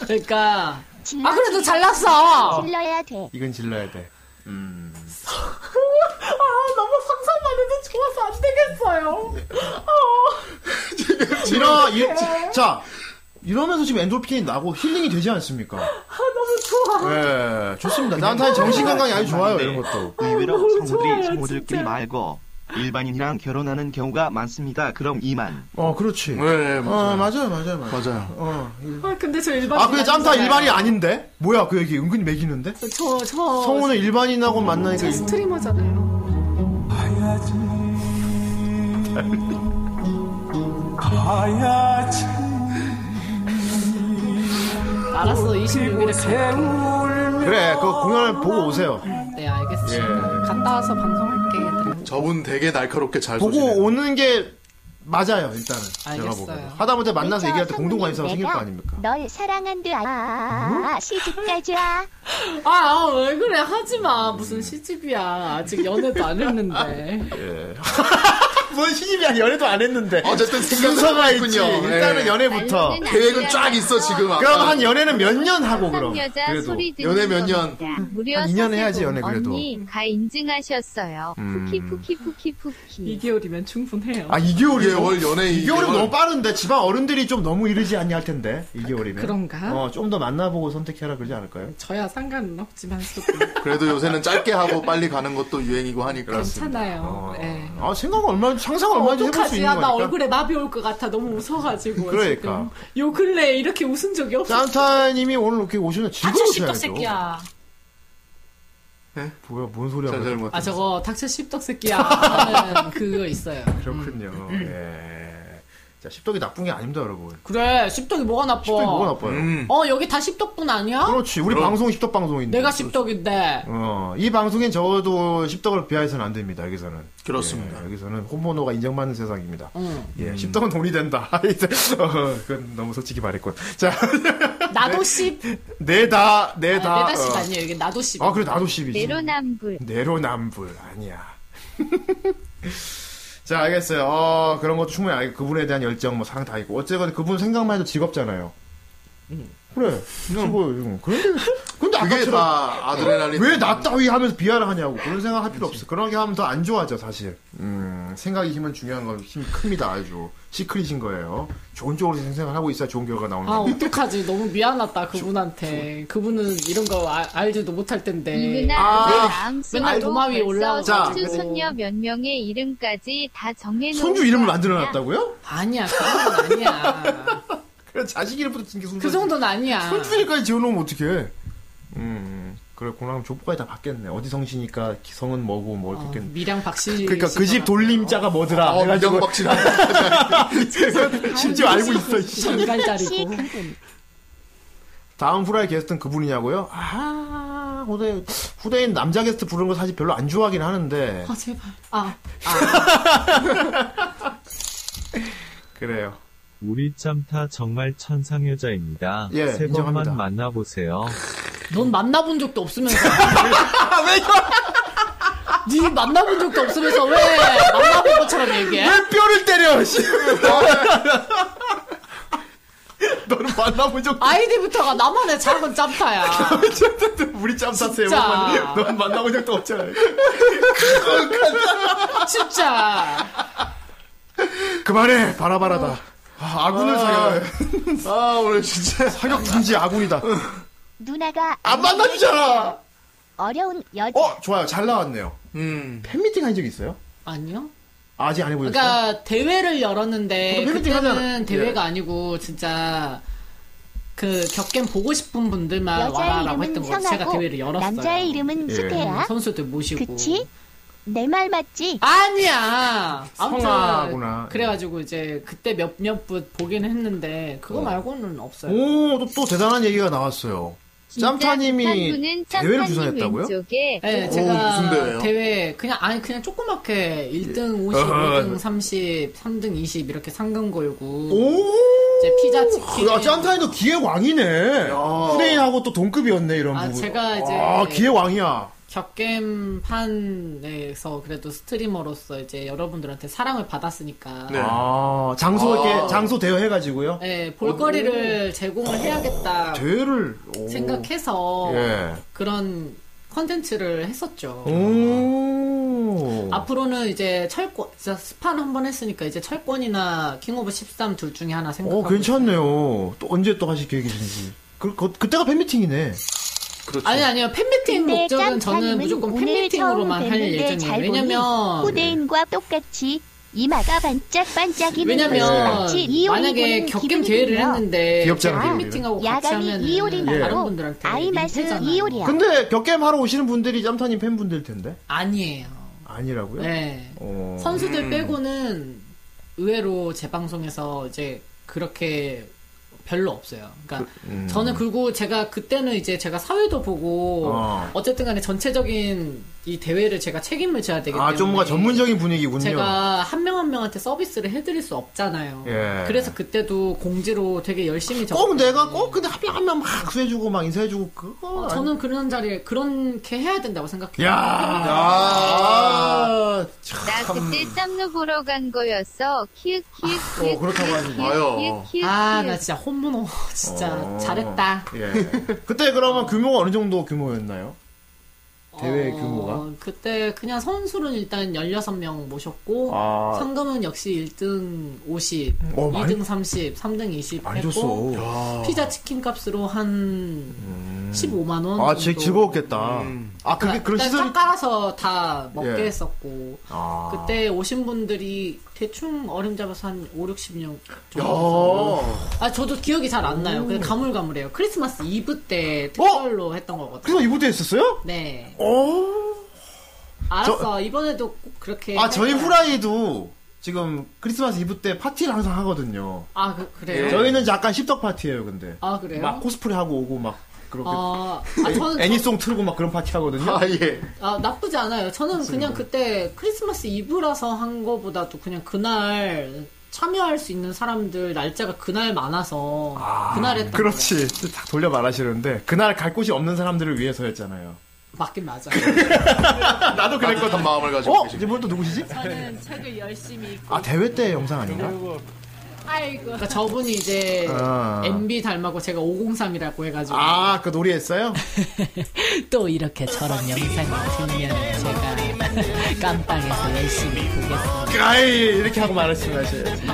그러니까 아 그래도 잘났어. 질러야 돼. 이건 질러야 돼. 음. 아 너무 상상만 해도 좋아서 안 되겠어요. 아. 네. 이러, 이, 자, 이러면서 지금 엔돌핀이 나고 힐링이 되지 않습니까? 아 너무 좋아. 예, 좋습니다. 나한테 정신 건강이 아주 좋아요, 이런 것도. 의외로 좋아요, 성우들이 진짜. 성우들끼리 말고 일반인이랑 결혼하는 경우가 많습니다. 그럼 이만. 어, 그렇지. 네, 어, 맞아요, 맞아요, 맞아요. 맞아요. 어. 아 근데 저 일반. 아, 근데 짬타 일반이 아닌데? 뭐야, 그 얘기 은근히 매기는데? 저저 성우는 일반인하고 만나니까. 제 스트리머잖아요. 가야지 알았어 26일에 갈게요. 그래, 그 공연을 보고 오세요. 네 알겠습니다. 예. 갔다 와서 방송할게. 저분 되게 날카롭게 잘 보고 보시네. 오는 게 맞아요, 일단은. 제가 알겠어요. 보고. 하다못해 만나서 얘기할 때 아, 공동 관심사가 생길 거 내가 아닙니까? 음? 널 사랑한드 아, 아, 아 시집까지 와. 아왜 그래 하지 마 무슨 시집이야 아직 연애도 안 했는데. 예. 뭔 시집이 아니 연애도 안 했는데. 어쨌든 생각은 네. 순서가 있군요. 있군요. 일단은 예. 연애부터. 말로는 계획은 쫙 있어, 지금 아까. 그럼 한 연애는 몇 년 하고 그럼. 상여자 그래도 소리 듣는 연애 몇 년. 겁니다. 무려 한 2년 해야지, 사세분 연애 그래도. 언니 가 인증하셨어요. 음. 푸키 푸키 푸키 푸키. 2개월이면 충분해요. 아 2개월이요? 이개월 연애, 2개월이면 이개월. 너무 빠른데 집안 어른들이 좀 너무 이르지 않냐 할 텐데 2개월이면. 그런가? 어, 좀 더 만나보고 선택해라 그러지 않을까요? 저야 상관은 없지만 그래도 요새는 짧게 하고 빨리 가는 것도 유행이고 하니까. 괜찮아요. 예. 아 생각 얼마 상상 얼마든지 해볼 수 어떡하지? 있는 아, 거니까. 나 얼굴에 마비 올 것 같아. 너무 웃어가지고. 그러니까. 지금. 요 근래 이렇게 웃은 적이 없어. 쌈타님이 오늘 이렇게 오시면 즐거우셔야죠. 씹덕 아, 새끼야. 뭐야 뭔 소리야? 아 저거 닥쳐 씹덕 새끼야. 하는 그거 있어요. 그렇군요. 음. 예. 자 십덕이 나쁜 게 아닙니다, 여러분. 그래 씹덕이 뭐가 나빠? 십덕이 뭐가 나빠요? 어 여기 다 씹덕뿐 아니야? 음. 그렇지, 우리 방송 십덕 방송인데. 내가 씹덕인데. 어, 이 방송엔 적어도 십덕을 비하해서는 안 됩니다. 여기서는 그렇습니다. 예, 여기서는 홈모노가 인정받는 세상입니다. 응. 예, 십덕은 돈이 된다. 이제, 어, 그건 너무 솔직히 말했군. 자, 나도 네. 씹. 내다 내다. 내다 씹 어. 아니야. 여기 나도 씹. 아, 그래, 나도 씹이지. 내로남불. 내로남불 아니야. 자 알겠어요. 어, 그런 것도 충분히 알 그분에 대한 열정 뭐 사랑 다 있고 어쨌건 그분 생각만 해도 즐겁잖아요. 그래. 즐거워 요즘. 그런데 근데 그게 아까처럼 다 아드레날린. 왜나 따위 하면서 비하를 하냐고 그런 생각 할 필요 없어. 그렇게 하면 더 안 좋아져 사실. 음 음, 생각의 힘은 중요한 건 힘이 큽니다. 아주 시크릿인 거예요. 좋은 쪽으로 생각을 하고 있어야 좋은 결과가 나오는 아 거예요. 어떡하지 너무 미안하다 그분한테 그분은 이런 거 아- 알지도 못할 텐데 이누나 아, 마음속으로 맨날 도마 위에 벌써 올라가고 손주 손녀 몇 명의 이름까지 다 정해놓은 손주 이름을 만들어놨다고요? 아니야 그건 아니야 그래 자식 이름부터 진게 손주 그 정도는 아니야 손주 이름까지 지어놓으면 어떡해 음, 음 그렇구나 그럼 족보까지 다 받겠네 어디 성씨니까 성은 뭐고 어. 뭘 받겠네 미량 박씨 그러니까 그 집 돌림자가 뭐더라 어, 해가지고. 명박씨라. 심지어 알고 있어 잠깐짜리고 다음 후라이 게스트는 그분이냐고요? 아 후대, 후대인 남자 게스트 부르는 거 사실 별로 안 좋아하긴 하는데 아 제발 아 아. 그래요 우리 짬타 정말 천상 여자입니다. 예, 세 인정합니다. 번만 만나보세요. 넌 만나본 적도 없으면서 네 만나본 적도 없으면서 왜 만나본 것처럼 왜 얘기해? 뼈를 때려 씨. 너는 만나본 적 아이디부터가 나만의 작은 짬타야 우리 짬사 세요 진짜. 넌 만나본 적도 없잖아 진짜 그만해 바라바라다 아, 아군을 아. 사격 아 오늘 진짜 사격 금지 아군이다 누나가 안 만나주잖아 어려운 여자. 어 좋아요 잘 나왔네요 음. 팬미팅 한 적 있어요? 아니요 아직 안 해보셨어요? 그러니까 대회를 열었는데 보통 어, 팬미팅 하잖아요. 그때는 대회가 예. 아니고 진짜 그 격겜 보고 싶은 분들만 여자의 와라라고 했던 이름은 거예요. 제가 성하고 대회를 열었어요. 남자의 이름은 예. 스페야. 음, 선수들 모시고. 그치? 내 말 예. 맞지? 아니야. 아무튼 성하구나. 그래가지고 이제 그때 몇몇 분 보긴 했는데 그거 어. 말고는 없어요. 오또 또 대단한 얘기가 나왔어요 짬타님이 대회를 주선했다고요? 왼쪽에 네, 오, 무슨 제가 대회예요? 대회 그냥 아니 그냥 조그맣게 1등 예. 50, 어허. 5등 30, 3등 20 이렇게 상금 걸고 오! 그, 이제 피자 치킨 야, 짠타이도 기획왕이네. 후대인하고 또 동급이었네, 이런 아, 부분. 제가 이제- 아, 기획왕이야. 격겜판에서 그래도 스트리머로서 이제 여러분들한테 사랑을 받았으니까 아, 장소, 이렇게, 네. 아. 장소 대여 해가지고요. 네, 볼거리를 제공을 해야겠다 대회를. 오. 생각해서 예. 그런 컨텐츠를 했었죠. 오. 앞으로는 이제 철권, 진짜 스판 한 번 했으니까 이제 철권이나 킹 오브 13 둘 중에 하나 어, 생각하고. 괜찮네요. 또 언제 또 하실 계획이신지. 그, 그, 그때가 팬미팅이네. 그렇죠. 아니 아니요 팬미팅 근데 목적은 저는 짬타님은 무조건 오늘 팬미팅으로만 처음 할 뵀는데 잘 예정이에요. 보니 왜냐면 후대인과 똑같이 이마가 반짝반짝이는 왜냐면 것이 네. 이효리 만약에 보는 격겜 기분이 대회를 들며 했는데 기업장 팬 대회를. 미팅하고 같이 야감이 하면 이효리 예. 다른 말고 분들한테 아이 맛은 민폐잖아요. 이효리야. 근데 격게임 하러 오시는 분들이 짬타님 팬분들 텐데. 아니에요. 아니라고요? 네. 어. 선수들 빼고는 의외로 제 방송에서 이제 그렇게 별로 없어요. 그러니까 음. 저는 그리고 제가 그때는 이제 제가 사회도 보고 어. 어. 쨌든 간에 전체적인 이 대회를 제가 책임을 져야 되기 때문에 아, 좀 뭔가 전문적인 분위기군요. 제가 한 명 한 명한테 서비스를 해드릴 수 없잖아요. 예. 그래서 그때도 공지로 되게 열심히 적. 꼭 내가 꼭 근데 하면 하면 막 악수해주고 막 인사해주고 그거. 어, 저는 그런 자리에 그렇게 해야 된다고 생각해요. 야. 아, 나 그때 짬루 보러 간 거였어. 키읔 키읔 키읔 아, 어, 그렇다고 하지 키읔 마요. 키읔 아, 나 진짜 홈모노 진짜 어. 잘했다. 예. 그때 그러면 규모가 어느 정도 규모였나요? 대회 어, 규모가? 그때 그냥 선수는 일단 16명 모셨고 아. 상금은 역시 1등 50, 어, 2등 많이- 30, 3등 20 많이 했고 줬어. 야. 피자 치킨 값으로 한 15만 원 아, 정도. 제, 즐거웠겠다. 아, 그게 그런 그러니까 일단 시설이. 쫙 깔아서 다 먹게 예. 했었고 아. 그때 오신 분들이 대충 어림 잡아서 한 5, 60명 야. 정도 아 저도 기억이 잘 안 나요 그냥 가물가물해요 크리스마스 이브 때 어? 특별로 했던 거거든요 그래서 이부대 했었어요? 네 오. 알았어 이번에도 꼭 그렇게 아, 할 저희 거야. 후라이도 지금 크리스마스 이브 때 파티를 항상 하거든요. 아 그, 그래요? 저희는 약간 십덕 파티예요, 근데. 아 그래요? 막 코스프레 하고 오고 막 그렇게 아, 아 저는 애니송 틀고 막 그런 파티 하거든요. 아, 예. 아, 나쁘지 않아요. 저는 그냥 그때 크리스마스 이브라서 한 거보다도 그냥 그날 참여할 수 있는 사람들 날짜가 그날 많아서 그날 했던 거예요. 그렇지. 다 돌려 말하시는데 그날 갈 곳이 없는 사람들을 위해서였잖아요. 맞긴 맞아. 나도 그랬거든. 마음을 가지고 어? 계십니다. 이제 분또 누구시지? 저는 책을 열심히 읽고 아 대회 때 영상 아닌가? 아이고 그러니까 저분이 이제 아. MB 닮았고 제가 503이라고 해가지고 아, 그 놀이했어요? 또 이렇게 저런 영상을 보면 제가 깜빵에서 열심히 보겠습니다. 가이 이렇게 하고 말았으면 하셔야지.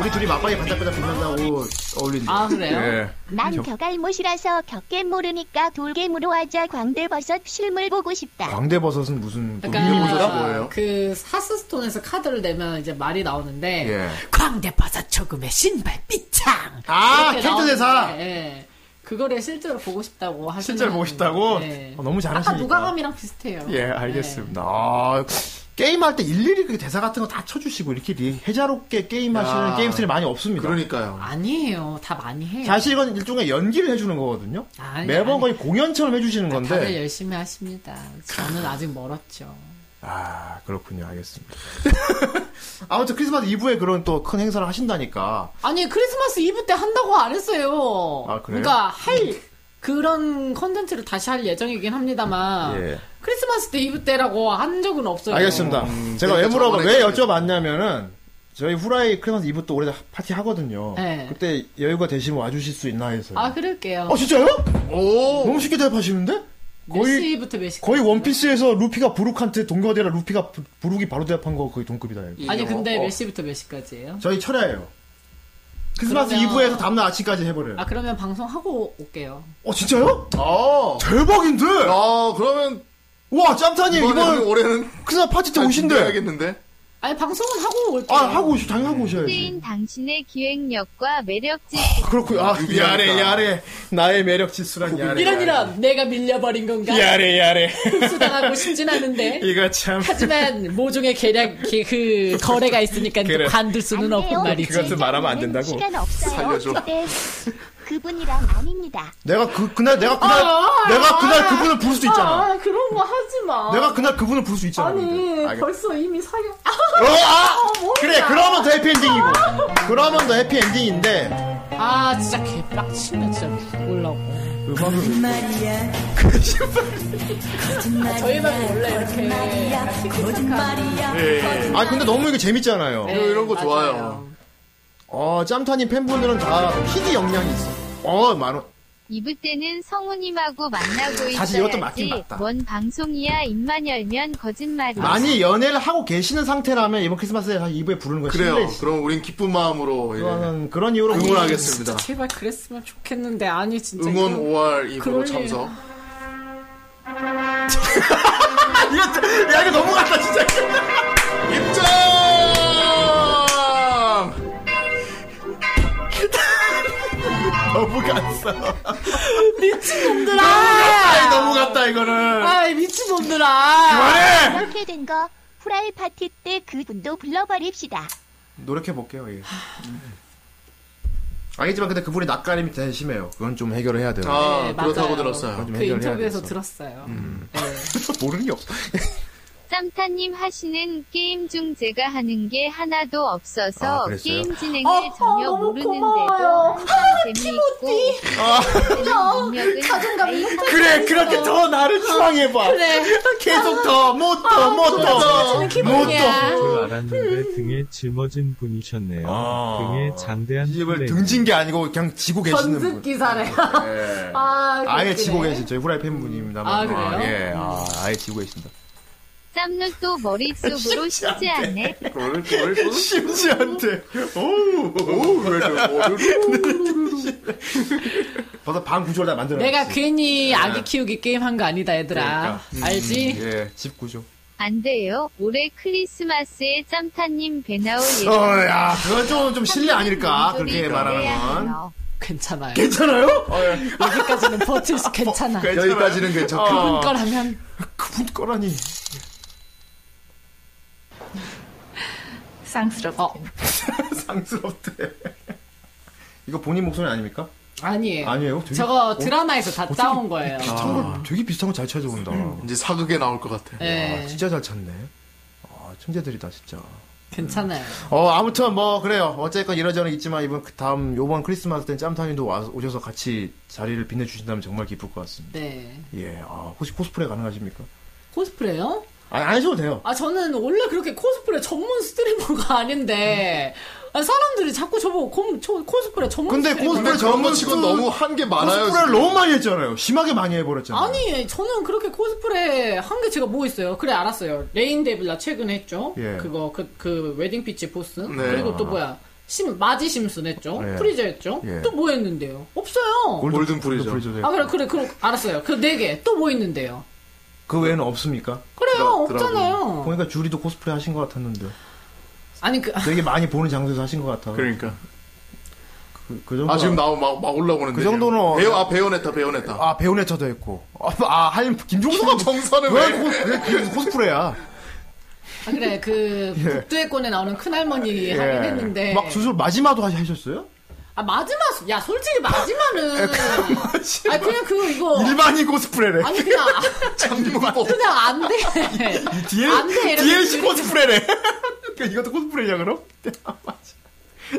우리 둘이 맞방이 반짝반짝 빛난다고 어울린다. 아, 그래요? 예. 난 격알못이라서 격게 모르니까 돌게무로 하자 광대버섯 실물 보고 싶다. 광대버섯은 무슨 또 그러니까 밀버섯이 뭐예요? 그 하스스톤에서 카드를 내면 이제 말이 나오는데 예. 광대버섯 조금의 신발 삐창. 아, 이렇게 캐릭터 대사! 나오는데, 예. 그거를 실제로 보고 싶다고 하시는 실제로 보고 싶다고? 예. 어, 너무 아까 잘하시니까. 무과감이랑 비슷해요. 예, 알겠습니다. 아, 게임할 때 일일이 그 대사 같은 거 다 쳐주시고 이렇게 리- 해자롭게 게임하시는 야. 게임 스이 많이 없습니다. 그러니까요. 아니에요. 다 많이 해요. 사실 이건 일종의 연기를 해주는 거거든요. 아니, 매번 아니. 아, 거의 공연처럼 해주시는 건데. 다들 예. 열심히 하십니다. 저는 아직 멀었죠. 아 그렇군요. 알겠습니다. 아무튼 크리스마스 이브에 그런 또 큰 행사를 하신다니까. 아니 크리스마스 이브 때 한다고 안 했어요. 아, 그래요? 그러니까 할 그런 컨텐츠를 다시 할 예정이긴 합니다만 예. 크리스마스 때 이브 때라고 한 적은 없어요. 알겠습니다. 제가 왜 그러니까 물어봐 저번에 왜 여쭤봤냐면은 저희 후라이 크리스마스 이브 또 올해 파티 하거든요. 네. 그때 여유가 되시면 와주실 수 있나 해서요. 아 그럴게요. 아 진짜요? 오 너무 쉽게 대답하시는데? 몇 거의 시부터 몇 시? 거의 원피스에서 루피가 부룩한테 동거대라 루피가 부- 부룩이 바로 대답한 거 거의 동급이다. 이거. 아니 근데 어, 몇 시부터 몇 시까지예요? 저희 철야예요. 크리스마스 그러면- 이브에서 다음날 아침까지 해버려요. 아 그러면 방송 하고 올게요. 어 진짜요? 아 대박인데. 아 그러면 와 짬타님 이번에 이번 그럼 올해는 크리스마스 파티 아, 때 오신대. 해야겠는데. 아니 방송은 하고 올게요. 아 하고 오시 당연히 하고 오셔야지. 후대인 당신의 기획력과 매력질 그렇군요. 아, 야래, 야래. 나의 매력 지수란 야래. 이런 이런 내가 밀려버린 건가? 야래, 야래. 수당하고 싶진 않은데. 이거 참. 하지만 모종의 계략 그, 그 거래가 있으니까 또 그래. 관둘 수는 없고 말이지. 그것도 말하면 안 된다고. 시간 없어요. 살려줘. 그때 그분이랑 아닙니다. 내가 그, 그날, 내가 그날, 아, 내가 아, 그날 아, 그분을 부를 수 있잖아. 아, 그런 거 하지 마. 내가 그날 그분을 부를 수 있잖아. 아니, 알겠- 벌써 이미 사귀. 아, 어, 아! 뭐야. 그래, 그러면 더 해피엔딩이고. 그러면 더 해피엔딩인데. 아, 진짜 개빡치네, 진짜. 몰라고. 저희 방은 원래 이렇게. 거짓말이야. 예. 아, 근데 너무 이게 재밌잖아요. 네, 이런- 이런 거 맞아요. 좋아요. 어, 짬타님 팬분들은 다 PD 역량이 있어. 어, 많아. 이브 때는 성우님하고 만나고 사실 이것도 맞긴 있어야지 맞다. 뭔 방송이야 입만 열면 거짓말이야 많이 연애를 하고 계시는 상태라면 이번 크리스마스에 다시 2부에 부르는 거 그래요. 그럼 우린 기쁜 마음으로 그거는 그런 이유로 아니, 응원하겠습니다. 진짜 제발 그랬으면 좋겠는데, 아니, 진짜. 응원 이거- 5월 이후로 그럴 일- 참석. 이거, 야, 이거 너무 같다, 진짜. 입장! 너무 갔어. 미친놈들아! 아이, 너무 같다, 이거는. 아이, 미친놈들아! 그렇게 된 거 후라이 파티 때 그분도 불러버립시다. 노력해볼게요, 예. 알겠지만, 근데 그분이 낯가림이 되게 심해요. 그건 좀 해결을 해야 돼요. 아, 네, 그렇다고 맞아요. 그건 좀 그 해결해야 인터뷰에서 돼서. 음, 들었어요. 모르는 게 없어. 쌈타님 하시는 게임 중 제가 하는 게 하나도 아, 없어서 그랬어요? 게임 진행을 전혀 모르는데도 항상 재미있고 야, 아, 자존감 그래, 그렇게 더 나를 추앙해봐. 그래. 아, 계속 더, 뭐 못 더, 못 더, 못 아. 더. 줄 알았는데 등에 짊어진 분이셨네요. 등에 장대한 네. 집을 플레이. 아. 등진 게 아니고 그냥 지고 계시는 분. 전습기사래요. 예. 아, 아예 그렇긴 지고 해. 계신 저희 후라이 팬분입니다만. 아, 그래요? 예, 아, 아예 지고 계십니다. 쌈루 또 머릿속으로 쉽지 않네 어? 심지한테. 오우, 왜 벌써 방 구조를 다 만들어. 내가 그 괜히 아기 예. 키우기 게임 한 거 아니다, 그러니까. 얘들아. 알지? 예, 집 구조. 안 돼요 올해 크리스마스에 쌈타님 배 나올 예정 어, 야, 그건 좀, 좀 실례 아닐까, 그렇게 네. 말하는 아. 건. 괜찮아요. 괜찮아요? 여기까지는 버틸 수 괜찮아. 괜찮아요? 뭐, 여기까지는 괜찮고. 그분 거라면 그분 거라니. 쌍스럽. 어, 상스럽대. 이거 본인 목소리 아닙니까? 아니에요. 그- 아니에요? 되게- 네. 저거 어? 아, 드라마에서 다 짜온 거예요. 음. 비슷한 걸, 되게 비슷한 걸 잘 찾아온다. 이제 사극에 나올 것 같아. 네. 아, 진짜 잘 찾네. 아, 천재들이다, 진짜. 괜찮아요. 어, 아무튼 뭐, 그래요. 어쨌건 이러저러 있지만, 이번, 그 다음, 요번 크리스마스 땐 짬타님도 와, 오셔서 같이 자리를 빛내주신다면 정말 기쁠 것 같습니다. 네. 예, 아, 혹시 코스프레 가능하십니까? 코스프레요? 아니, 아, 안 하셔도 돼요. 아, 저는 원래 그렇게 코스프레 전문 스트리머가 아닌데, 아니, 사람들이 자꾸 저보고 콤- 초- 코스프레 전문 근데 스타일이 코스프레 뭐야. 전문 치고 너무 한 게 많아요, 코스프레를 지금. 너무 많이 했잖아요. 심하게 많이 해버렸잖아요. 아니 저는 그렇게 코스프레 한 게 제가 뭐 있어요 그래 알았어요 레인 데빌라 최근에 했죠 예. 그거 그, 그 웨딩 피치 포스 네. 그리고 또 아. 뭐야 심, 마지 심슨 했죠 예. 프리저 했죠 예. 음. 또 뭐 했는데요 없어요 골든 프리저. 아 그래 그래 그럼 알았어요 그 네 개 또 뭐 있는데요 그 외에는 없습니까? 그래요, 없잖아요. 보니까 주리도 코스프레 하신 것 같았는데. 아니 그 되게 많이 보는 장소에서 하신 것 같아. 그러니까. 그, 그 정도. 아 지금 나막 막 올라오는데. 그 정도는 어- 배우 아 배우네타 배우네타. 아 배우네차도 했고. 아, 아 할, 김종서가 정선은 왜, 왜- 코, 왜 코스프레야? 아 그래 그 예. 북두의권에 나오는 큰할머니 하긴 했는데 막 수술 마지막도 하- 하셨어요? 아 마지막 야 솔직히 마지막은 그- 아 그냥 그 이거 일반인 코스프레래. 뭐, 아니 그냥 장모. 그냥 안돼 안 돼, 이렇게 DLC 줄이지. 코스프레래. 그러니까 이것도 코스프레냐 그럼? 아,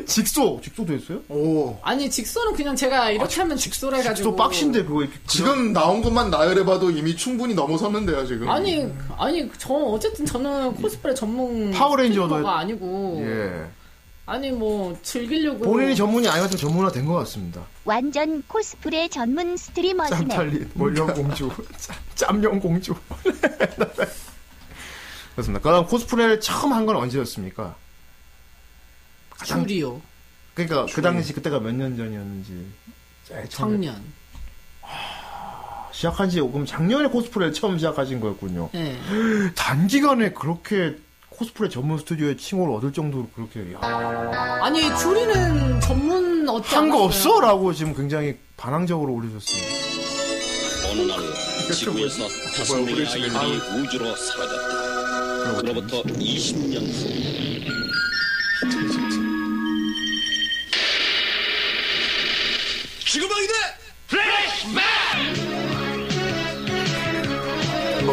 직소, 직소도 했어요? 오. 아니 직소는 그냥 제가 이렇게 아, 하면 직소라 또 해가지고 그거 지금 나온 것만 나열해봐도 이미 충분히 넘어섰는데요 지금. 아니 아니 저 어쨌든 저는 코스프레 전문 파워레인저도 했- 스트리머가 아니고 예. 아니 뭐 즐기려고 본인이 전문이 아니어서 전문화 된 것 같습니다. 완전 코스프레 전문 스트리머시네. 짬탈린, 월령공주, 짬령공주. 그렇습니다. 그럼 코스프레를 처음 한 건 언제였습니까? 가장- 줄이요 그러니까 그 줄이. 당시 그때가 몇 년 전이었는지. 제일 처음에- 작년 시작한 지 그럼 작년에 코스프레를 처음 시작하신 거였군요. 네. 단기간에 그렇게 코스프레 전문 스튜디오의 칭호를 얻을 정도로 그렇게 아니 줄이는 전문 어찌 한 거 않았어요? 없어라고 지금 굉장히 반항적으로 올리셨습니다. 어느 날 지구에서 다섯 명의 아이들이 우주로 사라졌다. 그로부터 20년 후. 지구방이대 플래시맨!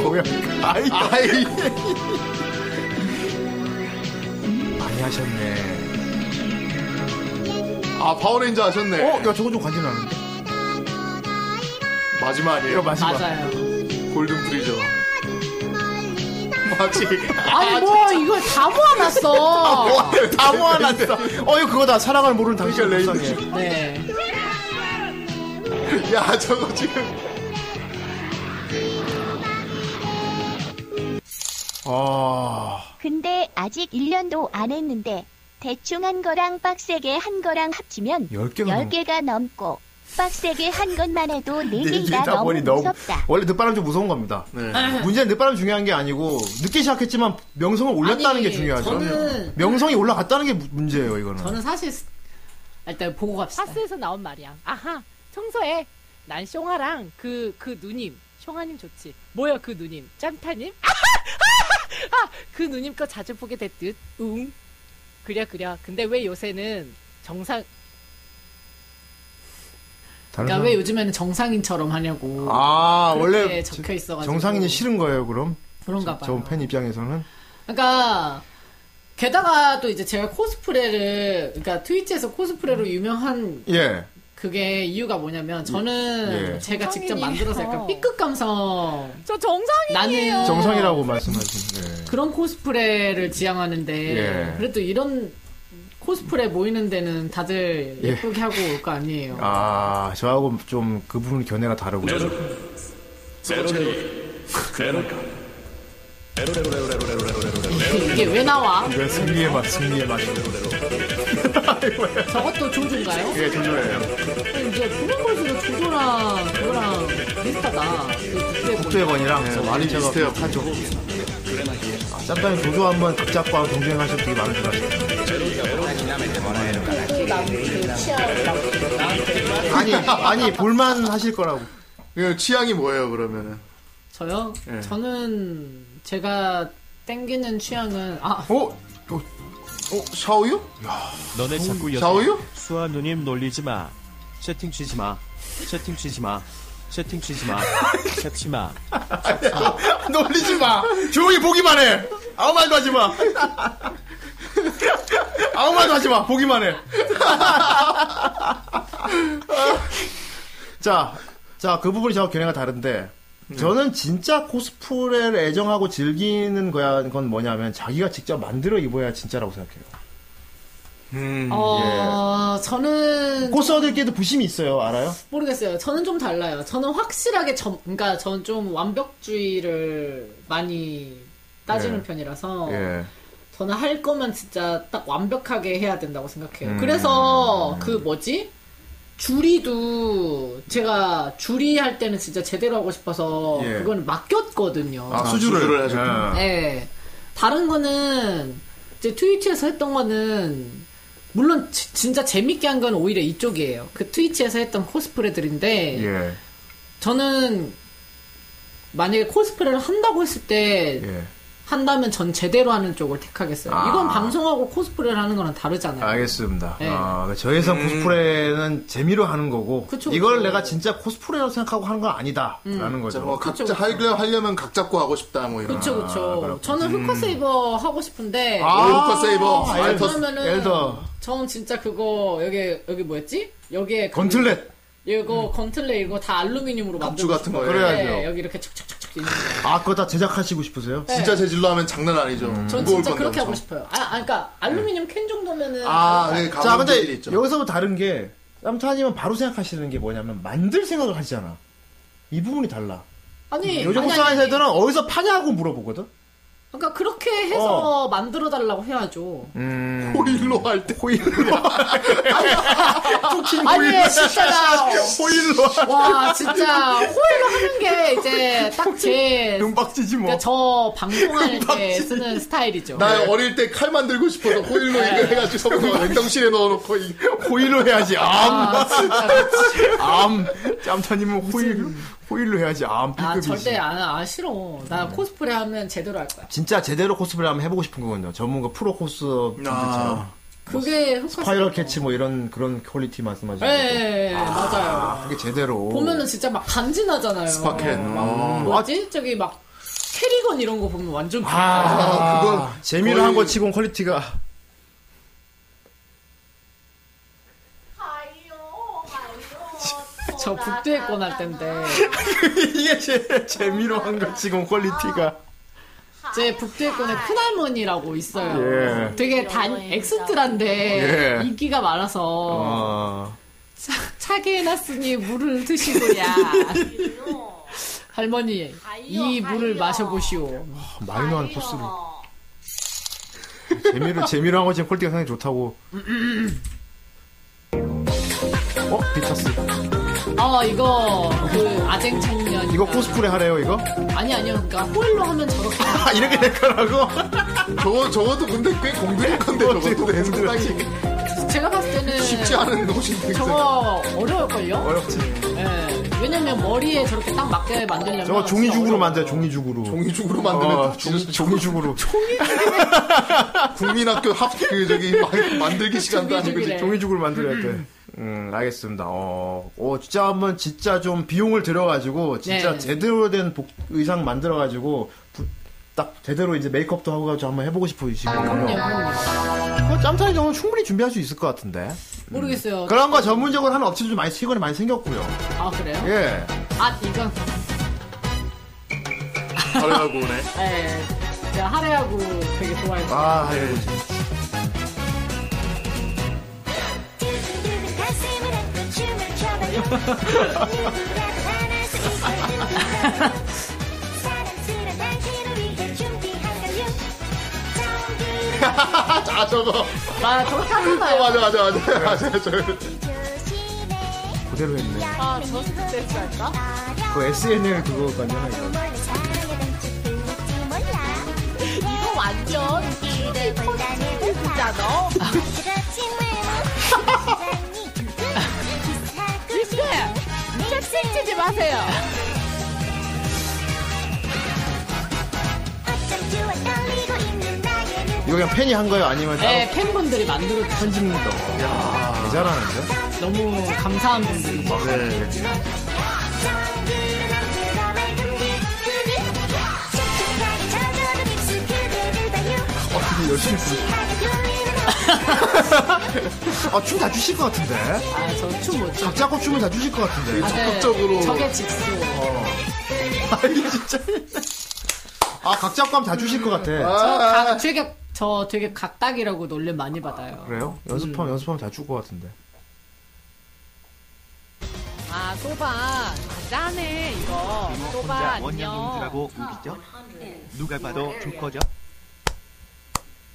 뭐야? 아이, 어, 아이. 많이 하셨네. 아 파워레인저 하셨네. 어, 야 저거 좀 관심 나는데. 마지막이에요. 마지막. 맞아요. 골든 프리저. 맞지. 아니 뭐 이걸 다 모아놨어 다 모아놨어. 어, 이거 그거다. 사랑을 모르는 당신을 그러니까 불쌍해. 네 야 저거 지금. 아, 근데 아직 1년도 안 했는데 대충 한 거랑 빡세게 한 거랑 합치면 열 개가 넘- 10개가 넘고 빡세게 한 것만 해도 4개가 네, 다 너무 머리 너무- 무섭다. 원래 늦바람 좀 무서운 겁니다. 네. 문제는 늦바람 중요한 게 아니고 늦게 시작했지만 명성을 올렸다는 아니, 게 중요하죠. 저는- 그러니까 명성이 올라갔다는 게 무- 문제예요, 이거는. 저는 사실 스- 아, 일단 보고 갑시다 네. 파스에서 나온 말이야. 아하, 청소해. 난 숑아랑 그, 그 누님. 숑아님 좋지. 뭐야, 그 누님. 짬타님? 아하! 아, 그 누님 거 자주 보게 됐듯. 웅. 그려, 그려. 근데 왜 요새는 정상, 다른 그러니까 사람- 왜 요즘에는 정상인처럼 하냐고 아, 그렇게 원래 적혀 있어가지고 정상인이 싫은 거예요, 그럼? 그런가 봐요. 저 팬 입장에서는. 그러니까 게다가 또 이제 제가 코스프레를 그러니까 트위치에서 코스프레로 유명한 예. 그게 이유가 뭐냐면 저는 예. 제가 직접 정상인이에요. 만들어서 약간 삐끗 감성 저 정상인이에요. 나는 정상이라고 말씀하신. 예. 그런 코스프레를 지향하는데 예. 그래도 이런 코스프레 모이는 데는 다들 예. 예쁘게 하고 올 거 아니에요. 아, 저하고 좀 그 부분 견해가 다르군요. 이게 왜 나와? 왜 승리의 맛, 승리의 맛이. 저것도 조조인가요? 예, 조조예요. 아, 이제 보는 걸수록 조조랑 그거랑 비슷하다. 국제권이랑 네, 많이 제가 네, 비슷해요. 하죠. 아, 짬짬이 조조 한번 극작과 경쟁하실 분이 많은 것 같아요. 아니, 아니, 볼만 하실 거라고. 그 취향이 뭐예요 그러면은? 저요? 예. 저는 제가 땡기는 취향은 아 어? 어 샤오유? 너네 그 자꾸 여태 자우요? 수아 누님 놀리지 마. 채팅 치지 마. 채팅 치지 마. 채팅 치지 마. 채치 마. 놀리지 마. 조용히 보기만 해. 아무 말도 하지 마. 아무 말도 하지 마. 보기만 해. 자, 자, 그 부분이 저와 견해가 다른데, 저는 진짜 코스프레를 애정하고 즐기는 거야, 건 뭐냐면, 자기가 직접 만들어 입어야 진짜라고 생각해요. 음, 어, 저는 예. 코스어들끼리도 부심이 있어요, 알아요? 모르겠어요. 저는 좀 달라요. 저는 확실하게 점, 그러니까 저는 좀 완벽주의를 많이 따지는 예. 편이라서 예. 저는 할 거면 진짜 딱 완벽하게 해야 된다고 생각해요. 음. 그래서 그 뭐지? 주리도 제가 주리 할 때는 진짜 제대로 하고 싶어서 예. 그거는 맡겼거든요. 아, 수주를. 수주를 하셨구나. 네. 다른 거는 이제 트위치에서 했던 거는 물론 지- 진짜 재밌게 한 건 오히려 이쪽이에요. 그 트위치에서 했던 코스프레들인데 예. 저는 만약에 코스프레를 한다고 했을 때 예. 한다면 전 제대로 하는 쪽을 택하겠어요. 아. 이건 방송하고 코스프레를 하는 거랑 다르잖아요. 알겠습니다. 네. 아, 저에서 코스프레는 재미로 하는 거고 그쵸, 이걸 그쵸. 내가 진짜 코스프레라고 생각하고 하는 건 아니다라는 음. 거죠. 자, 뭐 각자 하려 하려면 각 잡고 하고 싶다 뭐 이런. 그쵸 그쵸. 아, 저는 그렇군. 후카 음. 세이버 하고 싶은데. 아, 오, 후카 세이버. 예. 알터스, 그러면은 엘더. 저는 진짜 그거 여기 여기 뭐였지? 여기에 그- 건틀렛. 이거 건틀렛 이거 다 알루미늄으로 만들고 같은 싶어요. 거 그래야죠. 네, 여기 이렇게 촉촉촉촉 있는 거. 아, 그거 다 제작하시고 싶으세요? 네. 진짜 재질로 하면 장난 아니죠. 전 진짜 그렇게 하고 싶어요. 아, 아 그러니까 알루미늄 캔 정도면은 아, 아, 네, 자, 근데 여기서 다른 게 남타님은 바로 생각하시는 게 뭐냐면 만들 생각을 하시잖아. 이 부분이 달라. 아니 요즘 아니, 코스하 아니, 는 애들은 어디서 파냐고 물어보거든. 그러니까 그렇게 해서 만들어 달라고 해야죠. 뭐 음. 호일로 할 때 호일로. 아니, 아니 진짜 호일로. 와 진짜 호일로 하는 게 이제 딱제 그러니까 눈박지지 뭐. 저그 방송할 때 쓰는 네. 스타일이죠. 나 어릴 때 칼 만들고 싶어서 호일로 이거 해가지고 냉동실에 넣어놓고 이- 호일로 해야지. 암. 아, 진짜. 암. 짬타님은 호일로 호일로 해야지. 암. 아 B급이지. 절대 안, 아 싫어. 나 코스프레 하면 제대로 할 거야. 진짜 제대로 코스프레 한번 해보고 싶은 거거든요. 전문가 프로 코스 아. 아, 분들처럼 그게 흑화. 파이럴 캐치 뭐 이런 그런 퀄리티 말씀하시는 예, 거죠. 예, 예, 맞아요. 그게 제대로. 보면은 진짜 막 간지나잖아요. 스파켄. 막 어. 뭐지? 저기 막 캐리건 이런 거 보면 완전. 아, 비슷하잖아요. 그건 재미로 한 거 치곤 퀄리티가 啊 아, 저 국제권 할 텐데. 이게 제, 재미로 한 거 치곤 퀄리티가 제 북대권에 큰할머니라고 있어요. 예. 되게 단 엑스트라인데 예. 인기가 많아서 어. 차, 차게 해놨으니 물을 드시고야. 할머니 이 물을 마셔보시오. 마이너 한 코스를 재미로 재미로 한 거 치곤 퀄리티가 상당히 좋다고 어? 비타스 어 이거 그 아쟁 청년 이거 코스프레 하래요 이거? 아니 아니요 그러니까 호일로 하면 저렇게 아 이렇게 될 거라고? 저거 저것도 근데 꽤 공들일 건데 저것도 상당히 제가 봤을 때는 쉽지 않은 옷인데 저거 어, 어려울걸요? 어렵지 예. 왜냐면 머리에 저렇게 딱 맞게 만들려면 저거 종이죽으로 만져요 종이죽으로 종이죽으로 만들면 종이, 종이죽으로 국민학교 합 그 저기 마- 만들기 시간도 아니고 지금 종이죽으로 만들어야 돼. 음, 알겠습니다. 어, 어, 진짜 한번 진짜 좀 비용을 들여가지고 진짜 네. 제대로 된 복, 의상 만들어가지고 부- 딱 제대로 이제 메이크업도 하고 가지고 한번 해보고 아, 싶으시거든요. 그건 짬짜리 경우는 충분히 준비할 수 있을 것 같은데. 모르겠어요. 그런 거 전문적으로 하는 업체도 좀 많이 시골에 많이 생겼고요. 아 그래요? 예. 아 이건 하려고 네 예. 제가 하래하고 되게 좋아해서 아, 예. 아 저거 아 저렇게 어, 하잖아요 맞아 맞아 맞아 맞아 저 그대로 했네. 아저 스트레스 할까? 그 SNL 그거 관련한 거. 이거 완전 이잖아 이제 책치지 마세요. 이거 그냥 팬이 한 거예요? 아니면 아, 그 따로 네 팬분들이 만들어 편집도. 야 대단하는데? 너무 감사한 분들이 네. 어떻게 열심히 부르 아, 춤 다 추실 것 같은데? 아, 저 춤 못 춰. 각자 거 춤을 다 추실 것 같은데? 아, 네. 적극적으로. 저게 직수. 아니, 진짜. 아, 각자 거 하면 다 추실 것 같아. 저 가, 제가 저 되게 각딱이라고 놀림 많이 받아요. 그래요? 연습하면 연습하면 다 죽을 것 같은데. 아 소바 짜네 이거 소바 혼자 아, 안녕 네. 원형인들하고 우기죠? 누가 봐도 조커죠?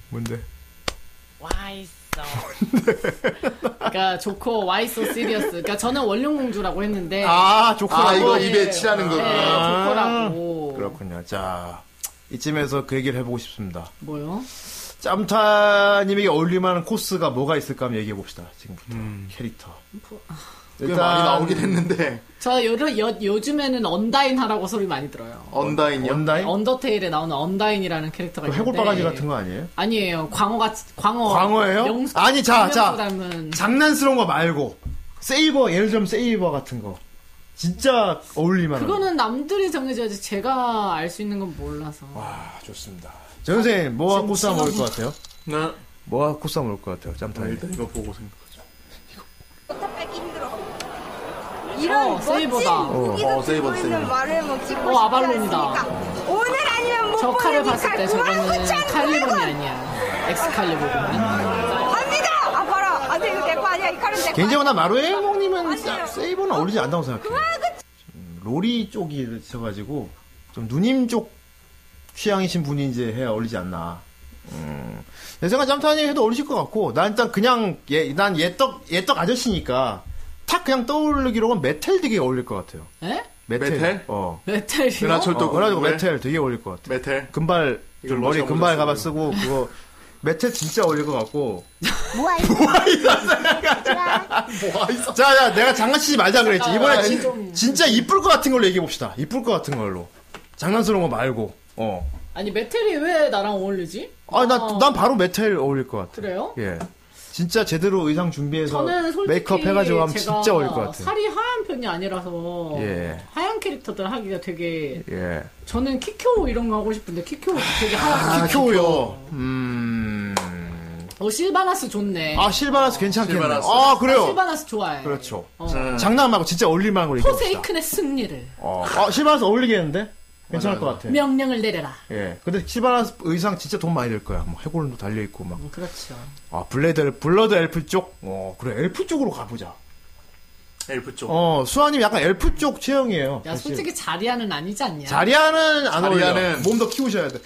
뭔데? 와이소. 그러니까 조커 와이소 시리어스. 그러니까 저는 원룡공주라고 했는데. 아, 조커라고? 아, 이거 입에 칠하는 거구나. 네, 아. 조커라고. 그렇군요. 자 이쯤에서 그 얘기를 해보고 싶습니다. 뭐요? 짬타님에게 어울릴만한 코스가 뭐가 있을까 한번 얘기해 봅시다. 지금부터 캐릭터. 뭐, 아. 꽤 많이 나오긴 했는데 저 요, 요, 요즘에는 언다인 하라고 소리 많이 들어요. 언다인이요? 언다인? 언더테일에 나오는 언다인이라는 캐릭터가 그 있는데. 해골 바가지 같은 거 아니에요? 아니에요. 광어가 광어. 광어예요? 명수- 아니 자, 명수 자. 닮은. 장난스러운 거 말고 세이버 예를 들면 세이버 같은 거 진짜 어울릴만. 한 거. 그거는 남들이 정해줘야지 제가 알 수 있는 건 몰라서. 와 아, 좋습니다. 전 선생님 뭐와 코스 먹을 것 같아요? 네. 뭐와 코스 먹을 것 같아요? 짬타. 일단 이거 보고 생각하자. 이런 어, 멋진 세이버다. 무기도 어, 세이버, 들고 있는 세이버. 말을 뭐 짓고 어, 아발론이다. 싶지 않습니까? 오늘 아니면 못 저 보는 칼을 이 봤을 때 칼 저거는 99,900 칼리본이 아니야. 엑스칼리보구나. 갑니다! 아, 봐라. 아, 근데 이거 내거 아니야. 이 칼은 내거 개인적으로 나 마루에 형님은 세이버는 어울리지 않다고 생각해요. 음, 로리 쪽이 있어가지고 좀 누님 쪽 취향이신 분이 이제 해야 어울리지 않나. 음, 내 생각 짬타님 해도 어울리실 것 같고 난 일단 그냥 얘, 난 얘떡 얘떡 아저씨니까 탁 그냥 떠오르기로는 메텔 되게 어울릴 것 같아요. 에? 메텔? 메텔? 어. 메텔이요? 어, 은하철도 그래가지고 메텔 되게 어울릴 것 같아. 메텔? 금발 이걸 머리 모자 금발 모자 가발 쓰고 그거 메텔 진짜 어울릴 것 같고. 모아이 자, 야, 내가 장난치지 말자 그랬지. 이번에 아, 진, 좀- 진짜 이쁠 것 같은 걸로 얘기해 봅시다. 이쁠 것 같은 걸로. 장난스러운 거 말고. 어. 아니 메텔이 왜 나랑 어울리지? 아, 나, 어. 난 바로 메텔 어울릴 것 같아. 그래요? 예. 진짜 제대로 의상 준비해서 저는 솔직히 어, 메이크업 해가지고 하면 제가 진짜 어울릴 것 같아. 살이 하얀 편이 아니라서 예. 하얀 캐릭터들 하기가 되게 예. 저는 키쿄 이런 거 하고 싶은데 키쿄 되게 하얗고 아, 키쿄요. 음. 어 실바나스 좋네. 아, 실바나스 괜찮겠네. 실바나스. 아, 그래요. 나 실바나스 좋아해. 그렇죠. 어. 음. 장난 말고 진짜 어울릴 만한 걸로 얘기해 봅시다. 포세이큰의 승리를 어. 아, 실바나스 어울리겠는데? 괜찮을 것 같아. 명령을 내려라. 예. 근데 실바나스 의상 진짜 돈 많이 들 거야. 뭐 해골도 달려 있고 막. 그렇죠. 아, 블레드 블러드 엘프 쪽. 어, 그래. 엘프 쪽으로 가보자. 엘프 쪽. 어, 수아님 약간 엘프 쪽 체형이에요. 야 솔직히 자리아는 아니지 않냐? 자리아는 안 어울려. 자리아는- 몸더 키우셔야 돼.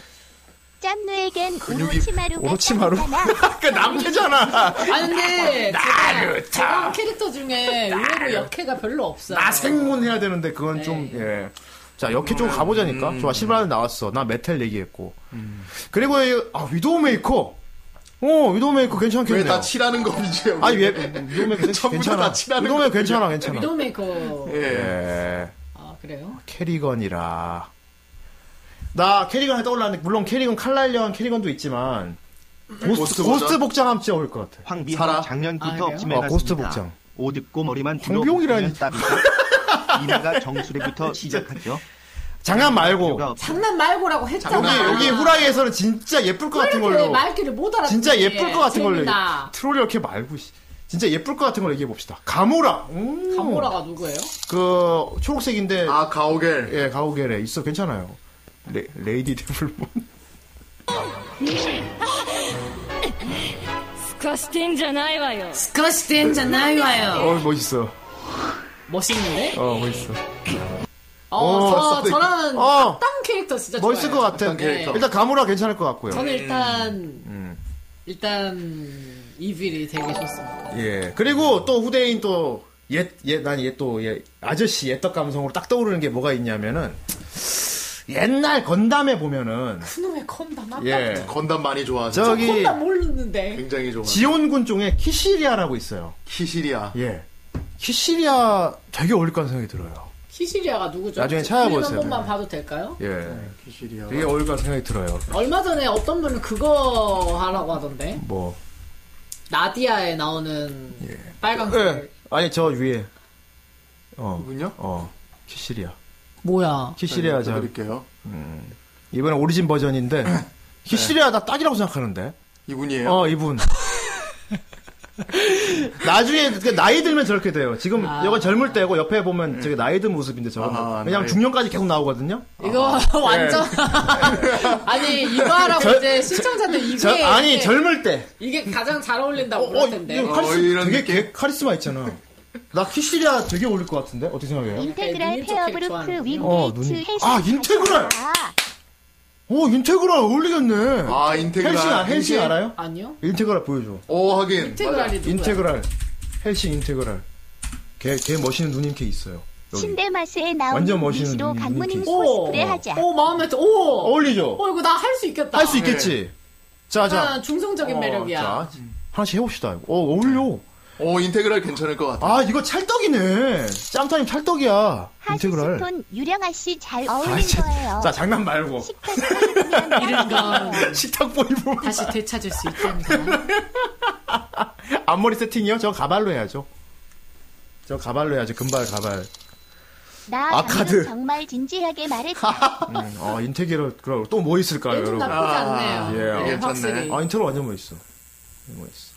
짬누에겐 어, 오로치마루가 오로치마루? 그 남자잖아. 아니 근데 제가, 나루타. 제가 한 캐릭터 중에 의외로 역해가 별로 없어요. 나 생문 해야 되는데 그건 좀 네. 예. 자 역해 음. 쪽 가보자니까. 좋아 실바나스 나왔어. 나 메텔 얘기했고. 그리고 이- 아 위도우 메이커. 어 위도우 메이커 괜찮겠네요. 왜 다 칠하는 건지. 아니 왜 위도우 메이커 전부 다 괜찮아. 다 칠하는 위도우 메이커 거지. 괜찮아 괜찮아. 위도메이커 예. 아 그래요? 캐리건이라. 나 캐리건 떠올랐는데 물론 캐리건 칼날려한 캐리건도 있지만 고스트, 고스트 고스트 복장? 복장 하면 진짜 어울릴 것 같아. 황비하 작년부터 어, 없지만 고스트 복장. 옷 입고 머리만 뒤로 황비용이라니. 묶으면 이마가 정수리부터 시작하죠. 장난 말고 장난 말고라고 여기 아, 했잖아. 여기 후라이에서는 진짜 예쁠 것 같은 왜 이렇게 걸로. 말귀를 못 알아. 진짜 예쁠 것 같은 걸로. 재미나. 얘기- 트롤이 이렇게 말고 씨. 진짜 예쁠 것 같은 걸로 얘기해 봅시다. 가모라. 음. 가모라가 누구예요? 그 초록색인데 아 가오겔 예 가오겔에 있어 괜찮아요 레, 레이디 데블몬 かしてんじゃないわよすかしてんじゃないわよ 어 멋있어 멋있는데? 어 멋있어 어, 어, 저, 멋있어. 저는 어. 딱 캐릭터 진짜 멋있을 것 좋아해요. 같아 네. 일단 가무라 괜찮을 것 같고요 저는 일단 음. 일단 이빌이 되게 좋습니다. 예 그리고 또 후대인 또옛옛난얘또 얘 아저씨 옛떡 감성으로 딱 떠오르는 게 뭐가 있냐면은 옛날 건담에 보면은 그놈의 건담 아빠. 예 건담 많이 좋아하죠. 저기 건담 뭐- 모르는데. 굉장히 좋아. 지온군 쪽에 키시리아라고 있어요 키시리아. 예 키시리아 되게 어울릴 거라는 생각이 들어요 키시리아가 누구죠? 나중에 한 찾아보세요. 번만 봐도 될까요? 예 되게 어울릴 거라는 생각이 들어요 얼마 전에 어떤 분은 그거 하라고 하던데. 뭐 나디아에 나오는 빨간 예. 아니 저 위에 어 누군요? 어 키시리아 뭐야 키시리아 저 드릴게요. 음, 이번에 오리진 네. 버전인데 키시리아 나 어, 딱이라고 생각하는데 이분이에요. 어 이분 나중에 그 나이 들면 저렇게 돼요. 지금 아. 여기 젊을 때고 옆에 네. 보면 저게 나이 든 모습인데 저거 아, 왜냐면 나이. 중년까지 계속 나오거든요. 네. 이거 완전 아니 이거 하라고 절- 이제 그 시청자들 이게 저- 아니 젊을 때 이게 가장 잘 어울린다고 그럴 텐데. 이거 카리스, 되게 개- 카리스마 있잖아. 나 키시리아 되게 어울릴 것 같은데 어떻게 생각해요? 인테그랄 페어브루크 윙 어, 눈- 아 인테그랄. 오 인테그랄 어울리겠네. 아, 인테그랄. 헬싱 아- 헬싱 헬싱? 알아요? 아니요. 인테그랄 보여줘. 오 하긴 인테그랄이 맞아. 누구야? 인테그랄 헬싱 인테그랄. 걔걔 멋있는 누님 걔 있어요. 여기. 침대 마스에 나온 완전 미 멋있는 시로 눈이 강무님 이렇게 코스프레 있어. 하자. 오 마음에 들- 오 어울리죠? 어 이거 나 할 수 있겠다. 할 네. 수 있겠지. 자, 자. 아, 약간 중성적인 어, 매력이야. 자, 하나씩 해봅시다. 이거. 어, 어울려. 오 인테그랄 괜찮을 것 같아. 아, 이거 찰떡이네. 짬타임 찰떡이야. 인테그랄. 톤 유령아 씨 잘 아, 어울린 자, 거예요. 자, 장난 말고. 이런 어. 건 식탁 보이 보면 다시 되찾을 수 있답니다. 앞머리 세팅이요? 저 가발로 해야죠. 저 가발로 해야죠. 금발 가발. 나 아, 방금 카드. 정말 진지하게 말했다. 음, 어, 인테그랄 그럼 또 뭐 있을까요, 얘좀 여러분? 나쁘지 않네요. 예, 네, 어. 확실히. 아, 인테리어 완전 멋있어. 멋있어.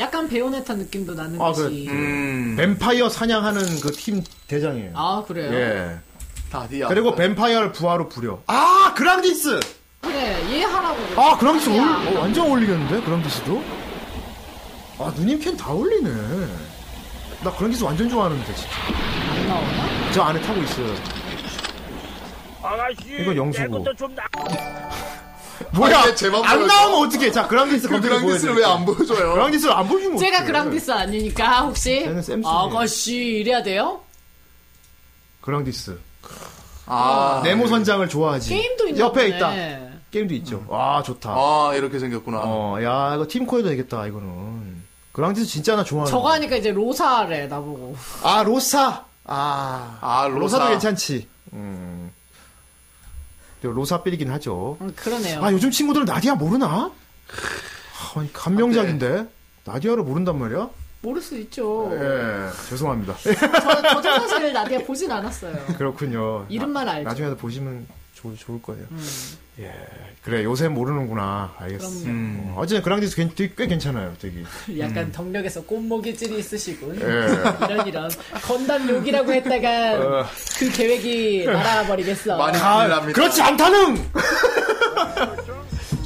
약간 베오네타 느낌도 나는 아, 듯이. 그, 음. 뱀파이어 사냥하는 그 팀 대장이에요. 아 그래요. 예. 다디야. 그리고 뱀파이어를 부하로 부려. 아, 그랑디스! 그래 얘 하라고. 그래. 아, 그랑디스 어울, 어, 완전 어울리겠는데? 그랑디스도? 아, 누님 캔 다 어울리네. 나 그랑디스 완전 좋아하는데, 진짜. 안 나오나? 저 안에 타고 있어요. 아가씨. 이거 영수고. 내 것도 좀 나. 뭐야? 아니, 제맘 안 보여줘. 나오면 어떡해. 자, 그랑디스 그 검색해 보여드릴게요. 그랑디스를 왜 안 보여줘요? 그랑디스를 안 보여주면 어떡해. 제가 그랑디스 아니니까 혹시 쟤는 샘슨이에요. 아가씨 이래야 돼요? 그랑디스. 아, 어, 네모 선장을 좋아하지. 게임도 있나 옆에 보네. 있다. 게임도 있죠. 아, 좋다. 아 이렇게 생겼구나. 어, 야, 이거 팀코에도 되겠다, 이거는. 그랑디스 진짜 나 좋아하는. 저거 하니까 이제 로사래 나보고. 아, 로사! 아, 아 로사. 도 괜찮지. 음. 근데 로사 삘이긴 하죠. 음, 그러네요. 아, 요즘 친구들은 나디아 모르나? 하, 아니, 감명작인데. 나디아를 모른단 말이야? 모를 수 있죠. 예, 죄송합니다. 저도 사실 나디아 보진 않았어요. 그렇군요. 이름만 나- 알죠. 음. 나중에도 보시면 좋, 좋을 거예요. 예, 그래, 요새 모르는구나. 알겠어. 그럼요. 음. 어쨌든 그랑디스 괜- 되게 꽤 괜찮아요, 되게. 약간 음. 덕력에서 꽃모기질이 있으시군. 예. 이런 이런 건담 욕이라고 했다가 어. 그 계획이 날아버리겠어. 가- 그렇지 않다는!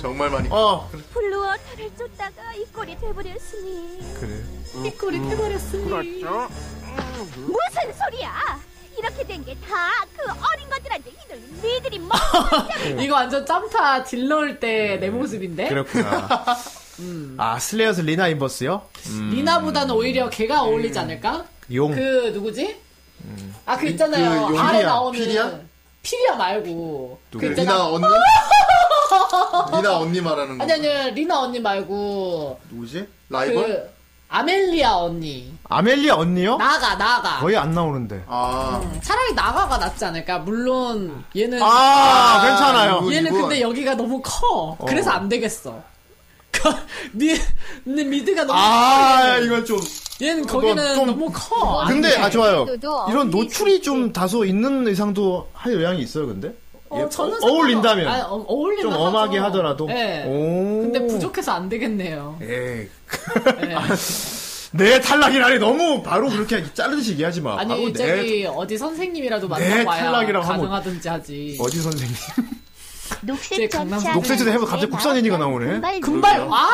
정말 많이. 어, 블루어 탈을 쫓다가 이 꼴이 돼버렸으니 그래. 이 꼴이 돼버렸으니 무슨 소리야 이렇게 된 게 다 그 어린 것들한테 이들 니들이 뭐- 먹 이거 완전 짬타 딜러일 때 내 모습인데? 네. 그렇구나. 음. 아, 슬레이어스 리나 인버스요? 음. 리나보다는 오히려 걔가 어울리지 않을까? 용. 그 누구지? 아 그 리- 있잖아요. 음. 그 아래 용이야. 나오는 피리야? 피리야 말고 누구? 리나 그 언니? 리나 언니 말하는 거. 아니 아니 리나 언니 말고 누구지? 라이벌? 그 아멜리아 언니 아멜리아 언니요? 나가 나가 거의 안 나오는데. 아. 차라리 나가가 낫지 않을까 물론 얘는 아, 괜찮아요. 이분, 얘는 이분. 근데 여기가 너무 커 어. 그래서 안 되겠어 그, 미, 근데 미드가 너무 아, 커, 얘는. 이건 좀. 얘는 이건 거기는 어, 좀- 너무 커 근데, 안 아, 돼. 좋아요. 이런 노출이 좀 다소 있는 의상도 할 의향이 있어요, 근데? 어, 예, 저는 어, 울린다면 상관없- 아니, 어, 어울린다 좀 엄하게 하죠. 하더라도. 네. 오. 근데 부족해서 네. 안 되겠네요 예. 내 탈락이라니 너무 바로 그렇게 자르듯이 얘기하지 마. 바로 아니 내 저기 어디 선생님이라도 네, 만나봐야 탈락이라고 하면 가능하든지 하지 어디 선생님? 녹색 전차. 녹색 전차 해보 갑자기 국산인이가 나오네. 금발 와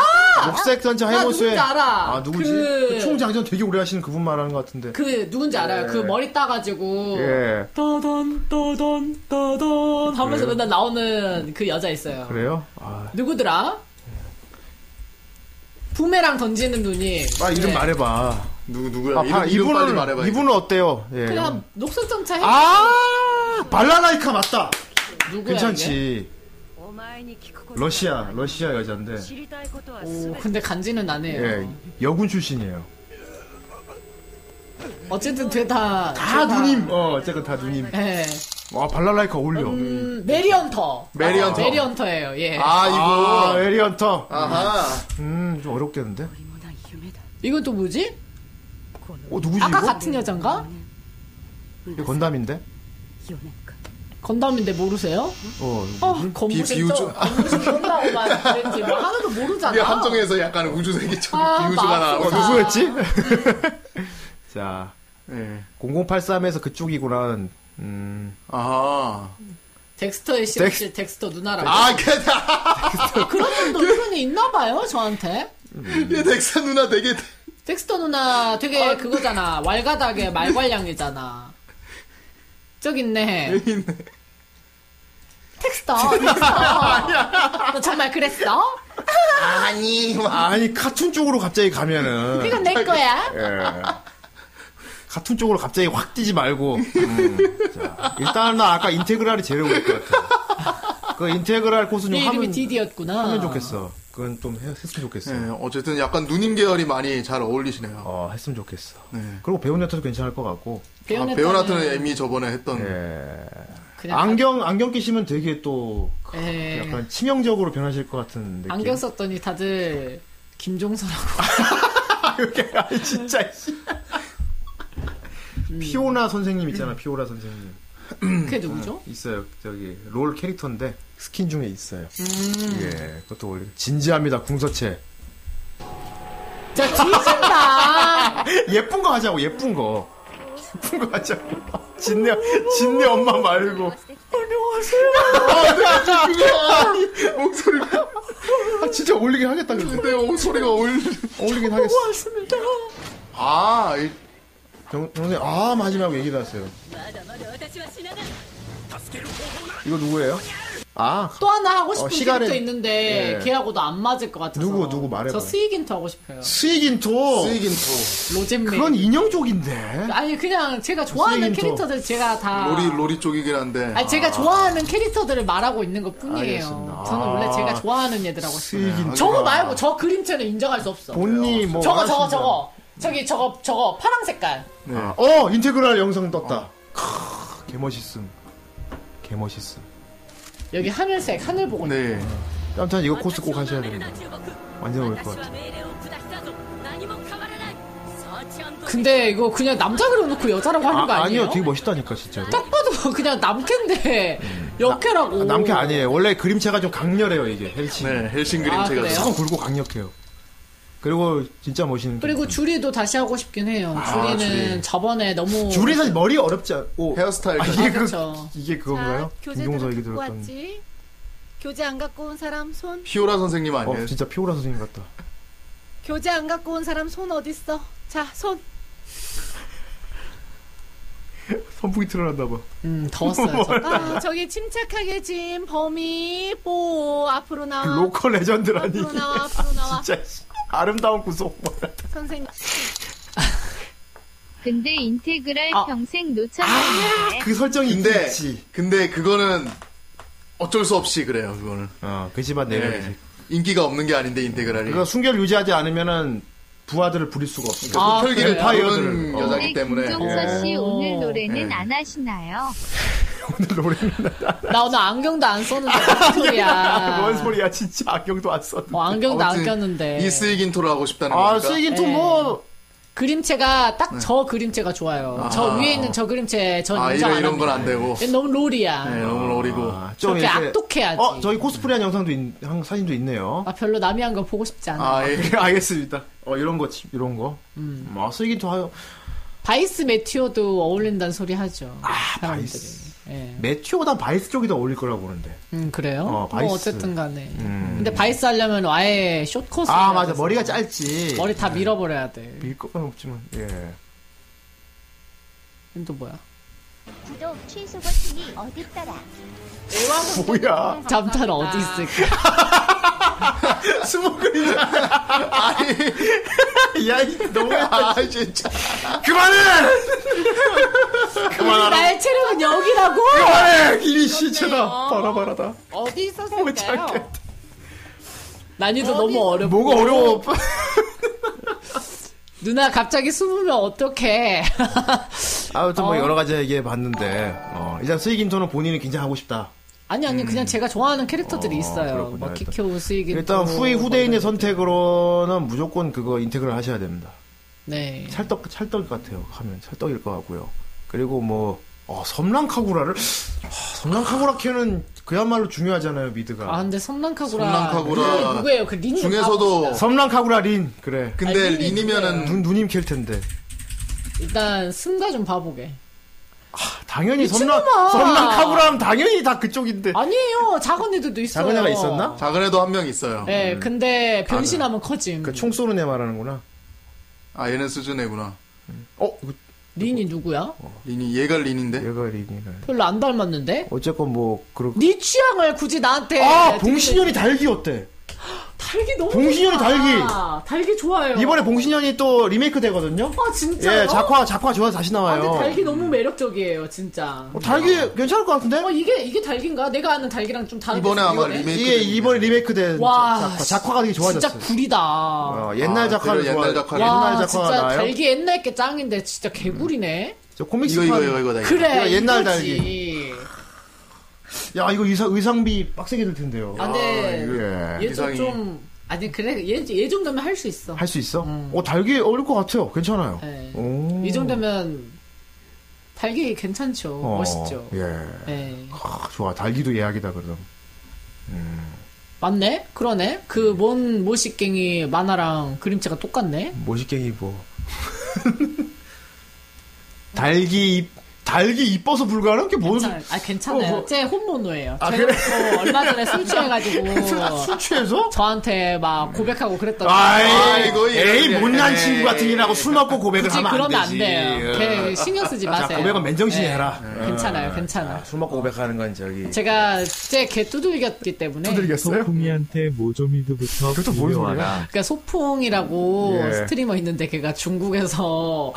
녹색 전차 아, 나 해보수에 누군지 알아. 아 누구지? 그- 그 총장전 되게 오래 하시는 그분 말하는 것 같은데. 그 누군지 알아요? 그 머리 따가지고 네. 예. 떠던 떠던 떠던 하면서 그래요? 맨날 나오는 그 여자 있어요. 그래요? 아, 누구더라? 부메랑 던지는 눈이 빨리 이름 네. 말해봐. 누구 누구야? 아, 그 이름- 이름 이분은 빨리 말해봐, 이름. 이분은 어때요? 예. 그냥 녹색 점차 해. 아 발라나이카 맞다. 누구야? 이게? 괜찮지. 러시아 러시아 여자인데. 오, 근데 간지는 안 해요. 예 여군 출신이에요. 어쨌든 되다. 아, 다 누님. 어 어쨌건 다 누님. 예. 와 발랄라이카 어울려. 음, 메리언터. 메리언터. 아, 메리언터예요. 예. 아, 에리언터. 아하. 음, 좀 어렵겠는데? 이건 또 뭐지? 어, 누구지? 아까 이거? 같은 여잔가? 이거 건담인데? 건담인데 모르세요? 어, 어, 건물이 비우주- 좀 건물이 건담만 그랬지 뭐 하나도 모르잖아. 우리 함정에서 약간 우주세계적인 아, 비우주가 맞아. 나와. 어, 누구였지? 예. 자, 0083에서 그쪽이구나. 음. 아. 덱스터의 실험실 덱스터 누나라고. 아, 걔다. 그런 분도 은근히 있나 봐요, 저한테. 얘 덱스터 누나 되게 덱스터 누나 되게 그거잖아. 왈가닥의 말괄량이잖아. 저기 있네. 여기 있네. 텍스터, 텍스터. 너 정말 그랬어? 아니, 아니 카툰 쪽으로 갑자기 가면은. 이건 내 거야. 예. 카툰 쪽으로 갑자기 확 뛰지 말고. 음, 자, 일단은 나 아까 인테그랄이 제일 어울릴 것 같아. 그 인테그랄 코스 좀 네 이름이 하면, 디디였구나. 하면 좋겠어. 그건 좀 해- 했으면 좋겠어. 예, 어쨌든 약간 누님 계열이 많이 잘 어울리시네요. 아, 어, 했으면 좋겠어. 그리고 배우네타도 괜찮을 것 같고. 예. 배우네타는- 아, 배우네타는 이미 저번에 했던. 음. 안경 안경 끼시면 되게 또 예. 약간 치명적으로 변하실 것 같은 느낌. 안경 썼더니 다들 김종서라고. 아니, 진짜. 음. 씨. 피오나 선생님 있잖아, 피오나 선생님. 그게 누구죠? 있어요. 저기 롤 캐릭터인데 스킨 중에 있어요. 음. 예, 그것도 올리. 진지합니다. 궁서체. 자, 뒤진다. 예쁜 거 하자고. 예쁜 거. 예쁜 거 하자고. 진내 진내 엄마 말고. 아, 안녕하세요. 목소리. 아 진짜 올리긴 하겠다. 근데 어, 목소리가 올 올리긴 하겠어. 왔습니다. 아, 이- 정, 선생님, 아, 마지막 얘기를 하세요. 이거 누구예요? 아, 또 하나 하고 싶은 어, 시간은- 캐릭터 있는데 예. 걔하고도 안 맞을 것 같아서. 누구, 누구 말해봐요. 저 스이긴토 하고 싶어요. 스이긴토. 스이긴토. 로젠메. 그건 인형 쪽인데. 아니 그냥 제가 좋아하는 스이긴토. 캐릭터들 제가 다. 로리 로리 쪽이긴 한데. 아. 아니 제가 좋아하는 캐릭터들을 말하고 있는 것 뿐이에요. 알겠습니다. 저는 원래 아. 제가 좋아하는 애들하고 스이긴토. 저거 말고 저 그림체는 인정할 수 없어. 본니 뭐 저거 저거 하신다. 저거 저기 저거 저거 파랑 색깔. 네. 아, 어, 인테그랄 영상 떴다. 크, 개멋있음. 개멋있음. 여기 하늘색 하늘 보고. 있는 네. 아무튼 이거 코스 꼭 하셔야 됩니다. 그 완전 어울릴 것 같아. 근데 이거 그냥 남자 그려놓고 여자라고 하는 거 아, 아니에요? 아니요, 되게 멋있다니까, 진짜로. 딱 봐도 그냥 남캐인데 역캐라고. 남캐 아니에요. 원래 그림체가 좀 강렬해요, 이게. 헬싱. 네, 헬싱 그림체가. 아, 그래요? 참 굵고 강력해요. 그리고 진짜 멋있는. 그리고 주리도 다시 하고 싶긴 해요. 아, 주리는 주리. 저번에 너무 줄이 사실 머리 어렵지 않고 헤어스타일 이게, 그, 아, 어, 그렇죠. 이게 그건가요? 김종서 얘기 들었던 왔지? 교재 안 갖고 온 사람 손? 피오라 선생님 아니에요? 어, 진짜 피오라 선생님 같다 교재 안 갖고 온 사람 손 어딨어? 자, 손. 선풍기 틀어놨나봐 음 아, 저기 침착하게 짐 범위 뽀 앞으로 그 아, 나와. 그 로컬 레전드라니 앞으로 나와, 앞으로 나와. 진짜 씨, 아름다운 구속 선생님. 근데 인테그랄 평생 노처럼 그 설정이 근데, 근데 그거는 어쩔 수 없이 그래요, 그거는. 어, 그 집안 네. 인기가 없는 게 아닌데 인테그랄이. 그러니까 순결 유지하지 않으면은 부하들을 부릴 수가 없어 아, 그래요? 엠파이어들을 그런 어. 여자기 때문에. 예. 김종서 씨 오늘 노래는 예. 안 하시나요? 나 오늘 안경도 안 썼는데 무슨 아. 소리야. 뭔 소리야 진짜 안경도 안 썼는데 어, 안경도 안 꼈는데. 이 쓰이긴토를 하고 싶다는 아, 그러니까. 거니까. 쓰이긴토 뭐. 그림체가 딱 저 그림체가 좋아요. 아. 저 위에 있는 저 그림체 전 아, 인정 이런- 안 이런 건 합니다. 안 되고. 얘 너무 롤이야. 네, 너무 어리고. 저렇게 악독해야지. 아, 어, 저희 코스프레한 영상도 있, 한 사진도 있네요. 나 별로 남이 한 거 보고 싶지 않아. 아, 예, 알겠습니다. 어, 이런 거, 치- 이런 거. 음. 아, 쓰긴 더 하요. 바이스 메티오도 어울린다는 소리 하죠. 아, 바이스. 매튜보단 바이스 쪽이 더 어울릴 거라고 보는데. 음, 그래요? 어, 바이스. 뭐 어쨌든 간에. 음. 근데 바이스 하려면 아예 숏코스. 아, 맞아. 머리가 네. 짧지. 머리 다 밀어버려야 돼. 밀 것만 없지만, 예. 또 뭐야? 구독 취소 버튼이 어딨더라? 뭐야? 잠탄 어디 있을까? 스모글이 아니. 야, 이 너무했다. 아, 진짜. 그만해! 그만하라. 나의 체력은 여기라고! 그만해! 길이 시체다. 바라바라다. 어디 있었을까요? 난이도 너무 어렵고. 뭐가 어려워? 누나 갑자기 숨으면 어떡해. 아무튼 뭐 어. 여러 가지 얘기해 봤는데, 어, 일단 스이긴토는 본인이 굉장히 하고 싶다. 아니, 아니, 그냥 제가 좋아하는 캐릭터들이 있어요. 음. 그렇구나. 막 키키오 스이긴. 일단 후이 후대인의 선택으로는 무조건 그거 인테그를 하셔야 됩니다. 네. 찰떡 찰떡일 것 같아요. 하면 찰떡일 것 같고요. 그리고 뭐 어, 섬랑카구라를 하, 섬랑카구라 캐는 그야말로 중요하잖아요 미드가. 아 근데 섬랑카구라. 섬랑카구라. 그 누구예요? 그 린이 아, 중에서도 섬랑카구라 린 그래. 근데 아니, 린이 네. 린이면은 눈 누님 캘 텐데. 일단 승가 좀 봐보게. 당연히 섬랑 미친놈아. 섬랑카구라 하면 당연히 다 그쪽인데. 아니에요. 작은 애들도 있어요. 작은 애가 있었나? 작은 애도 한 명 있어요. 네, 근데 변신하면 커짐. 음. 아, 그 총 쏘는 애 말하는구나. 아 얘는 수준애구나. 어? 린이 누구야? 린이 얘가 린인데? 얘가 린이네. 별로 안 닮았는데? 어쨌건 뭐 그렇고. 네 취향을 굳이 나한테. 아 봉신현이 달기 어때? 달기 너무 봉신현이 좋아. 달기 좋아요. 이번에 봉신현이 또 리메이크 되거든요. 아 진짜요? 예, 작화 작화 좋아 다시 아, 나와요. 근데 달기 너무 매력적이에요, 진짜. 어, 달기 괜찮을 것 같은데? 어, 이게 이게 달기인가? 내가 아는 달기랑 좀 예. 다른. 이게 이번에 리메이크 된 와, 작화 작화가 되게 좋아졌어. 진짜 구리다. 어, 옛날 아, 작화를 그래요? 옛날 좋아- 작화를. 옛날 와, 작화가 진짜 나와요. 달기 옛날 게 짱인데 진짜 개구리네. 저 코믹스 이거, 판- 이거, 이거, 이거다, 이거. 그래. 옛날 이거지. 달기. 야 이거 의상 의상비 빡세게 들 텐데요. 아, 근데 예. 얘도 좀 아니 그래 얘, 얘 정도면 할 수 있어. 할 수 있어? 어 달기 어울릴 것 같아요. 괜찮아요. 네. 오. 음. 이 정도면 달기 괜찮죠. 어, 멋있죠. 예. 예. 아, 좋아 달기도 예약이다 그럼. 맞네? 그러네? 그 먼 모식갱이 만화랑 그림체가 똑같네? 모시깽이 뭐. 달기 입- 달기 이뻐서 불가능한 게 뭔? 괜찮아요. 아, 괜찮아요. 어, 뭐- 제 혼모노예요. 아, 제가 또 얼마 전에 술 아, 취해가지고. 술 취해서? 저한테 막 고백하고 그랬던 음. 아이, 에이 못난 친구 같은 일하고 술 먹고 고백을 굳이 하면 안 그러면 안 되지. 어. 돼요. 걔 신경 쓰지 자, 마세요. 고백은 맨정신에 예. 해라. 괜찮아요, 괜찮아. 아, 술 먹고 고백하는 건 저기. 제가 제걔 두들겼기 때문에. 소풍이한테 모조미드부터 그것도 뭔 빌려와라. 소리야? 그러니까 소풍이라고 예. 스트리머 있는데 걔가 중국에서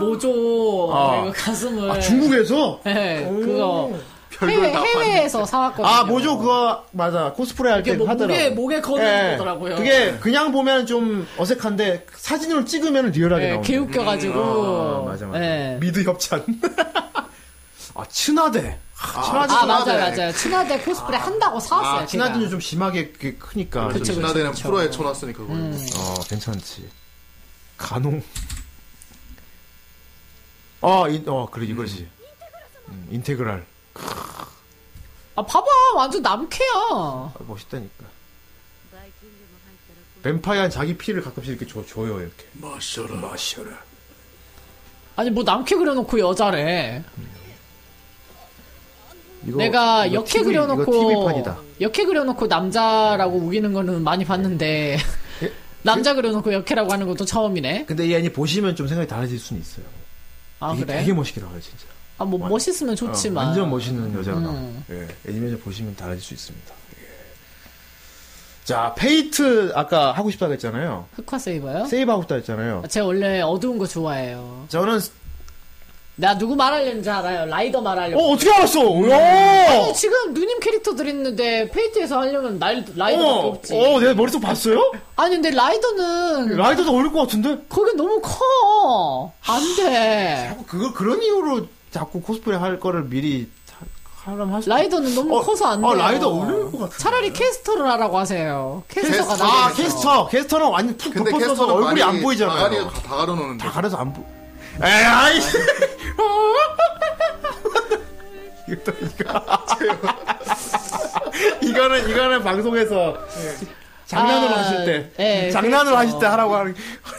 모조 아. 그리고 가슴을 아, 중국에서? 네, 그거 별걸 해외, 다 봤네. 해외에서 사왔거든요. 아, 뭐죠, 그거, 맞아. 코스프레 할 때 이게 뭐 하더라고. 네. 목에- 목에 거는 거더라고요. 예. 그게 그냥 보면 좀 어색한데, 사진으로 찍으면 리얼하게 네, 나오는 개웃겨가지고. 음, 아, 맞아, 맞아. 미드 협찬. 아, 친화대. 아, 친화대. 아, 맞아, 예. 맞아. 친화대 코스프레 한다고 사왔어요. 아, 친화대는 좀 심하게 그게 크니까. 그쵸, 좀 친화대는 그쵸, 그쵸. 프로에 쳐놨으니까 그걸. 어, 괜찮지. 음. 간홍. 어, 인, 어, 그래, 이거지. 음, 인테그랄. 아, 봐봐. 완전 남캐야. 아, 멋있다니까. 뱀파이어는 자기 피를 가끔씩 이렇게 줘, 줘요, 이렇게. 마셔라. 마셔라. 아니, 뭐 남캐 그려놓고 여자래. 이거- 내가 이거 역캐 TV 그려놓고. 이거 TV판이다. 역캐 그려놓고 남자라고 우기는 거는 많이 봤는데. 예? 남자 그려놓고 역캐라고 하는 것도 처음이네. 근데 이 애니 보시면 좀 생각이 달라질 수는 있어요. 아, 되게, 그래? 되게 멋있게 나와요, 진짜. 아, 뭐 멋있으면 좋지만. 어, 완전 멋있는 여자가 나와요. 음. 예, 애니메이션 보시면 달라질 수 있습니다. 예. 자, 페이트 아까 하고 싶다고 했잖아요. 흑화 세이버요? 세이브 하고 싶다 했잖아요. 제가 원래 어두운 거 좋아해요. 저는 나 누구 말하려는지 알아요. 라이더 말하려고. 어, 어떻게 알았어? 네. 아니, 야! 지금 누님 캐릭터들 있는데 페이트에서 하려면 라이, 라이더밖에 어, 없지. 음. 어, 내 머릿속 봤어요? 아니 근데 라이더는 라이더도 어울릴 것 같은데? 거기 너무 커. 안 돼. 어, 그거 그런 이유로 자꾸 코스프레 할 거를 미리 하- 하려면 할 수. 라이더는 너무 어, 커서 안 돼. 어, 라이더 어울릴 것 같아. 차라리 캐스터를 하라고 하세요. 캐스터가 캐스터. 나아. 아, 캐스터. 캐스터는 완전 푹 근데 덮어서 캐스터는 얼굴이 많이 안 보이잖아요. 다가리가 다 가려놓는데. 다 가려서 안 보. 예. 에이, 이거는 이거는 방송에서 장난으로 아, 하실 때, 예, 장난으로 그렇죠. 하실 때 하라고 하는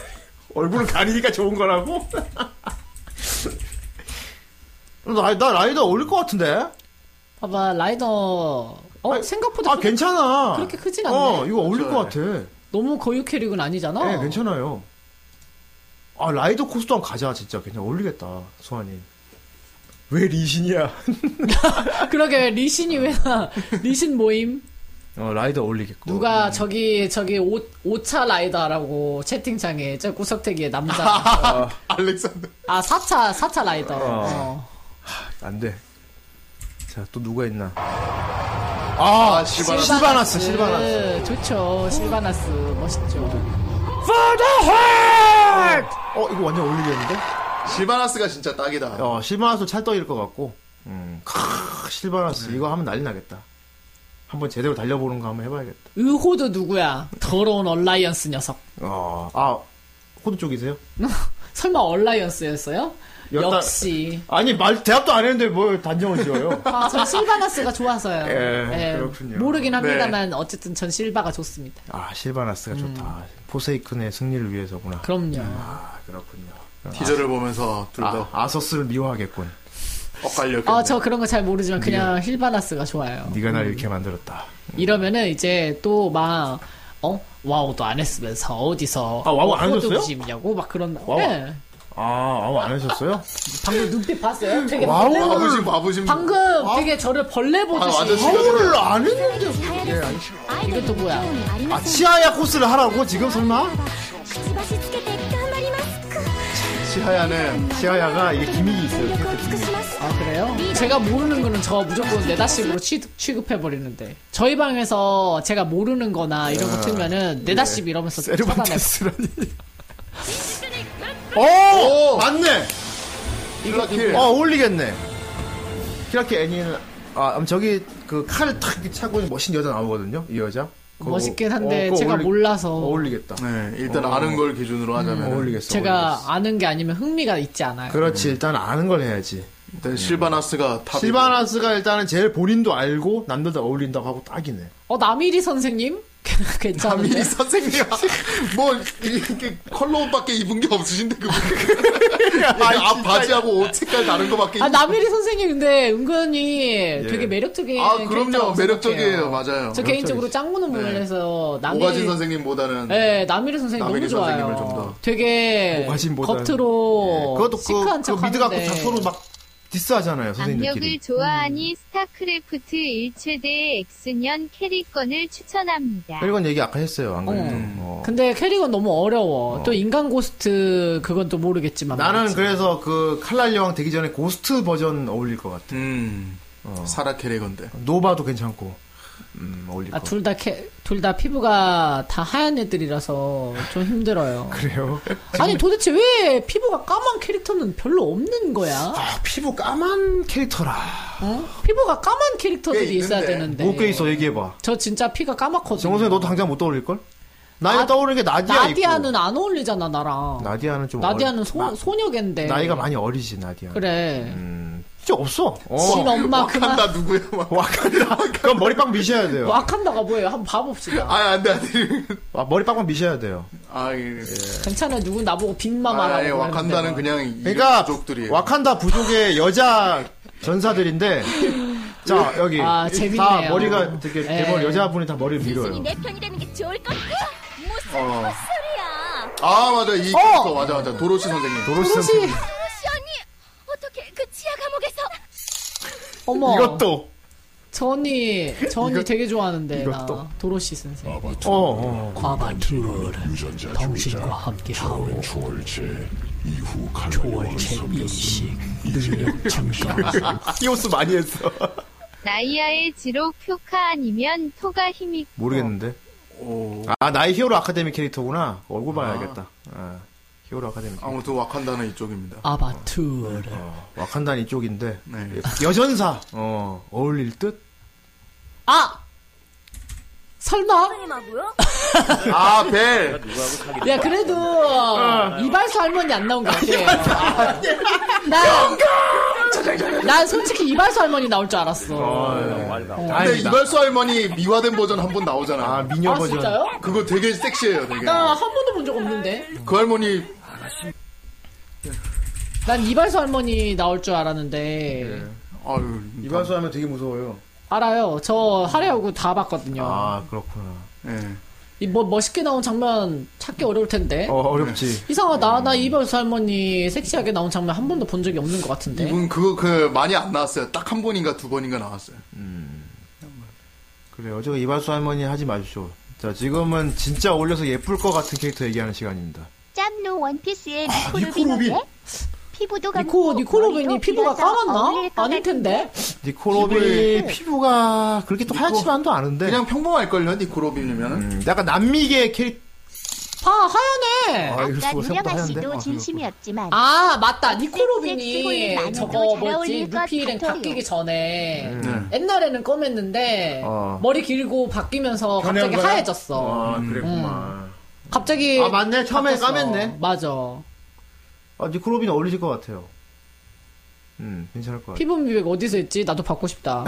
얼굴을 가리니까 좋은 거라고. 나, 나 라이더 어울릴 것 같은데. 봐봐 라이더. 어 생각보다 아 그렇게- 괜찮아. 그렇게 크진 않네. 어 이거 어울릴 것 같아. 너무 거유 캐릭은 아니잖아. 예, 괜찮아요. 아 라이더 코스도 한번 가자 진짜 괜찮 어울리겠다 소환이. 왜 리신이야? 그러게 리신이 왜 나? 리신 모임. 어 라이더 어울리겠고. 누가 저기 저기 오, 오차 라이더라고 채팅창에 저 구석대기에 남자 알렉산더 아 4차 4차 라이더 어. 안 돼. 자, 또 누가 있나? 아, 실바나스, 네. 실바나스. 네, 좋죠 실바나스 멋있죠 어, 이거 완전 어울리겠는데? 실바나스가 진짜 딱이다. 어, 실바나스 찰떡일 것 같고. 음, 크, 실바나스. 이거 하면 난리 나겠다. 한번 제대로 달려보는 거 한번 해봐야겠다. 의호도 누구야 더러운 얼라이언스 녀석 어, 아, 호두 쪽이세요? 설마 얼라이언스였어요? 역시. 아니 말 대답도 안 했는데 뭘 단정을 지어요. 아, 전 실바나스가 좋아서요. 예, 그렇군요. 모르긴 네. 합니다만 어쨌든 전 실바가 좋습니다. 아 실바나스가 음. 좋다. 포세이큰의 승리를 위해서구나. 그럼요. 아 그렇군요. 티저를 보면서 둘다 아, 아서스를 미워하겠군. 엇갈려. 아, 저 그런 거 잘 모르지만 그냥 실바나스가 좋아요. 네가 날 이렇게 만들었다. 이러면은 이제 또 막 어? 와우도 안 했으면서 어디서 아, 와우 안 해줬어요? 호두집이냐고 막 그런 와우. 네. 아, 아무 안 하셨어요? 방금 눈빛 봤어요? 되게 와우, 아, 벌레 보듯이- 바보심, 바보심. 방금 되게 저를 벌레 보듯이 와우를 안 했는데. 예, 아니, 이건 또 뭐야 아, 치아야 코스를 하라고 지금 설마? 치하야는 치하야가 아, 이게 기믹이 있어요. 캐릭터 기믹이. 아 그래요? 제가 모르는 거는 저 무조건 내다식으로 취급, 취급해버리는데 저희 방에서 제가 모르는 거나 이런 거 야. 틀면은 내다식 이러면서 아, 예. 세르반테스라니. 오! 오, 맞네. 이거 키라키. 아 어! 어울리겠네. 키라키 애니는 아 음, 저기 그 칼을 탁 이렇게 차고 있는 멋진 여자 나오거든요. 이 여자. 그거- 멋있긴 한데 그거 제가 어, 어울리- 몰라서 어울리겠다. 음, 네, 일단 아는 걸 기준으로 하자면 어울리겠어. 제가 아는 게 아니면 흥미가 있지 않아요 그렇지 일단 아는 걸 해야지. 일단 실바나스가 탑. 네. 실바나스가 일단은 제일 본인도 알고 남들도 어울린다고 하고 딱이네. 어 남일이 선생님? 괜찮은데? 남일이 선생님. 뭐 이렇게 컬러 옷밖에 입은 게 없으신데 그분. 아, 진짜. 바지하고 옷 색깔 다른 거밖에. 아 입- 남일이 선생님 근데 은근히 예. 되게 매력적인 아 캐릭터라고 그럼요 매력적이에요 생각해요. 맞아요. 저 개인적으로 짱구는 네. 문을 해서 남일 오가진 선생님보다는 네, 남일이 선생님 남일이 너무 좋아요. 선생님을 좀 더. 되게 오가진보다는. 겉으로 그것도 어, 시크한 그, 척 그 미드 갖고 하는데. 다 서로 막 디스하잖아요 악력을 선생님들끼리. 음. 좋아하니 스타크래프트 1최대의 X년 캐리건을 추천합니다. 이건 얘기 아까 했어요 안 그래도. 어. 근데 캐릭은 너무 어려워. 또 인간 고스트 그건 또 모르겠지만 나는 말이지. 그래서 그 칼날 여왕 되기 전에 고스트 버전 어울릴 것 같아. 음. 어. 사라 캐리건데. 노바도 괜찮고. 음, 어울릴 아, 것 둘 다 캐, 둘 다 피부가 다 하얀 애들이라서 좀 힘들어요. 그래요? 아니 도대체 왜 피부가 까만 캐릭터는 별로 없는 거야? 아, 피부 까만 캐릭터라. 어? 피부가 까만 캐릭터들이 있어야 되는데. 뭐 못꽤 있어 얘기해봐. 저 진짜 피가 까맣거든. 정선생 너도 당장 못 떠올릴걸? 나이가 떠오르는 게 나디아 나디아는 안 어울리잖아 나랑. 있고. 나디아는 좀 나디아는 소, 나- 소녀겐데. 나이가 많이 음. 어리지 나디아. 네. 그래. 진짜 없어. 어. 진 엄마 그만. 와칸다 누구야? 와칸다. 그럼 머리 빵 미셔야 돼요. 와칸다가 뭐예요? 한번 봐봅시다. 아 안돼 안돼. 아, 머리 빵빵 미셔야 돼요. 아 예. 괜찮아 누군 나보고 빅마마라고. 아니 예, 와칸다는 그러는데. 그냥 이 그러니까 부족들이에요. 와칸다 부족의 여자 전사들인데 자 여기 아, 다 재밌네요. 머리가 되게 예. 대본 여자분이 다 머리를 밀어요. 당신이 내 편이라는 게 좋을 것 같아. 무슨 어. 헛소리야. 아 맞아 이 캐릭터 맞아 맞아 도로시 선생님. 어! 음. 도로시 도로시. 선생님. 도로시 언니 어떻게 그 치아 감옥에서 어머. 이것도 저 언니, 저 언니 되게 좋아하는데, 나. 도로시 선생. 어, 어. 과반툴 당신과 함께하고 초월체 인식 능력 끼오스 많이 했어. 나이아의 지로 표카 아니면 토가 힘이 모르겠는데. 아 나의 히어로 아카데미 캐릭터구나. 얼굴 봐야겠다. 아, 히어로 아카데미. 아무튼 와칸다는 아. 이쪽입니다. 아바투르. 와칸다는 이쪽인데 네. 여전사 어 어울릴 듯. 아! 설마? 아 벨. 야, 그래도, 이발소 할머니 안 나온 것 같아. 난, 난 솔직히 이발소 할머니 나올 줄 알았어. 근데 이발소 할머니 미화된 버전 한 번 나오잖아. 아 미녀 아, 버전. 진짜요? 그거 되게 섹시해요 되게. 나 아. 한 번도 본 적 없는데. 그 할머니 난 이발소 할머니 나올 줄 알았는데. 아유 이발소 하면 되게 무서워요. 알아요. 저 하레오구 다 봤거든요. 아 그렇구나. 예. 이 뭐 멋있게 나온 장면 찾기 어려울 텐데. 어 어렵지. 이상하다. 나 이발소 할머니 섹시하게 나온 장면 한 번도 본 적이 없는 것 같은데. 이분 그거 그 많이 안 나왔어요. 딱 한 번인가 두 번인가 나왔어요. 네. 그래요. 저 이발소 할머니 하지 마십시오. 자 지금은 진짜 올려서 예쁠 것 같은 캐릭터 얘기하는 시간입니다. 짬로 원피스의 니코로빈인데 피부도 니코 감고 니코로빈이 머리도 피부가 길어서 까맣나? 어울릴 것 아닐 텐데. 니코로빈 피부가 그렇게 또 하얗지만도 않은데 그냥 평범할걸요 니코로빈이면은. 약간 남미계 캐릭. 봐 하연해. 아, 이거 아까 뭐 생각보다 유령아 하는데. 씨도 진심이었지만 아 맞다 섹스볼이 니코로빈이 많아도 저거 잘 뭐지 어울릴 것 루피랑 같아요. 바뀌기 전에 음. 옛날에는 검했는데 어. 머리 길고 바뀌면서 갑자기 하얘졌어. 아 그랬구만. 갑자기 아 맞네 처음에 바뀌었어. 까맸네. 맞아. 아 니코로빈 어울리실 것 같아요. 음, 괜찮을 것 같아. 피부 미백 어디서 했지? 나도 받고 싶다.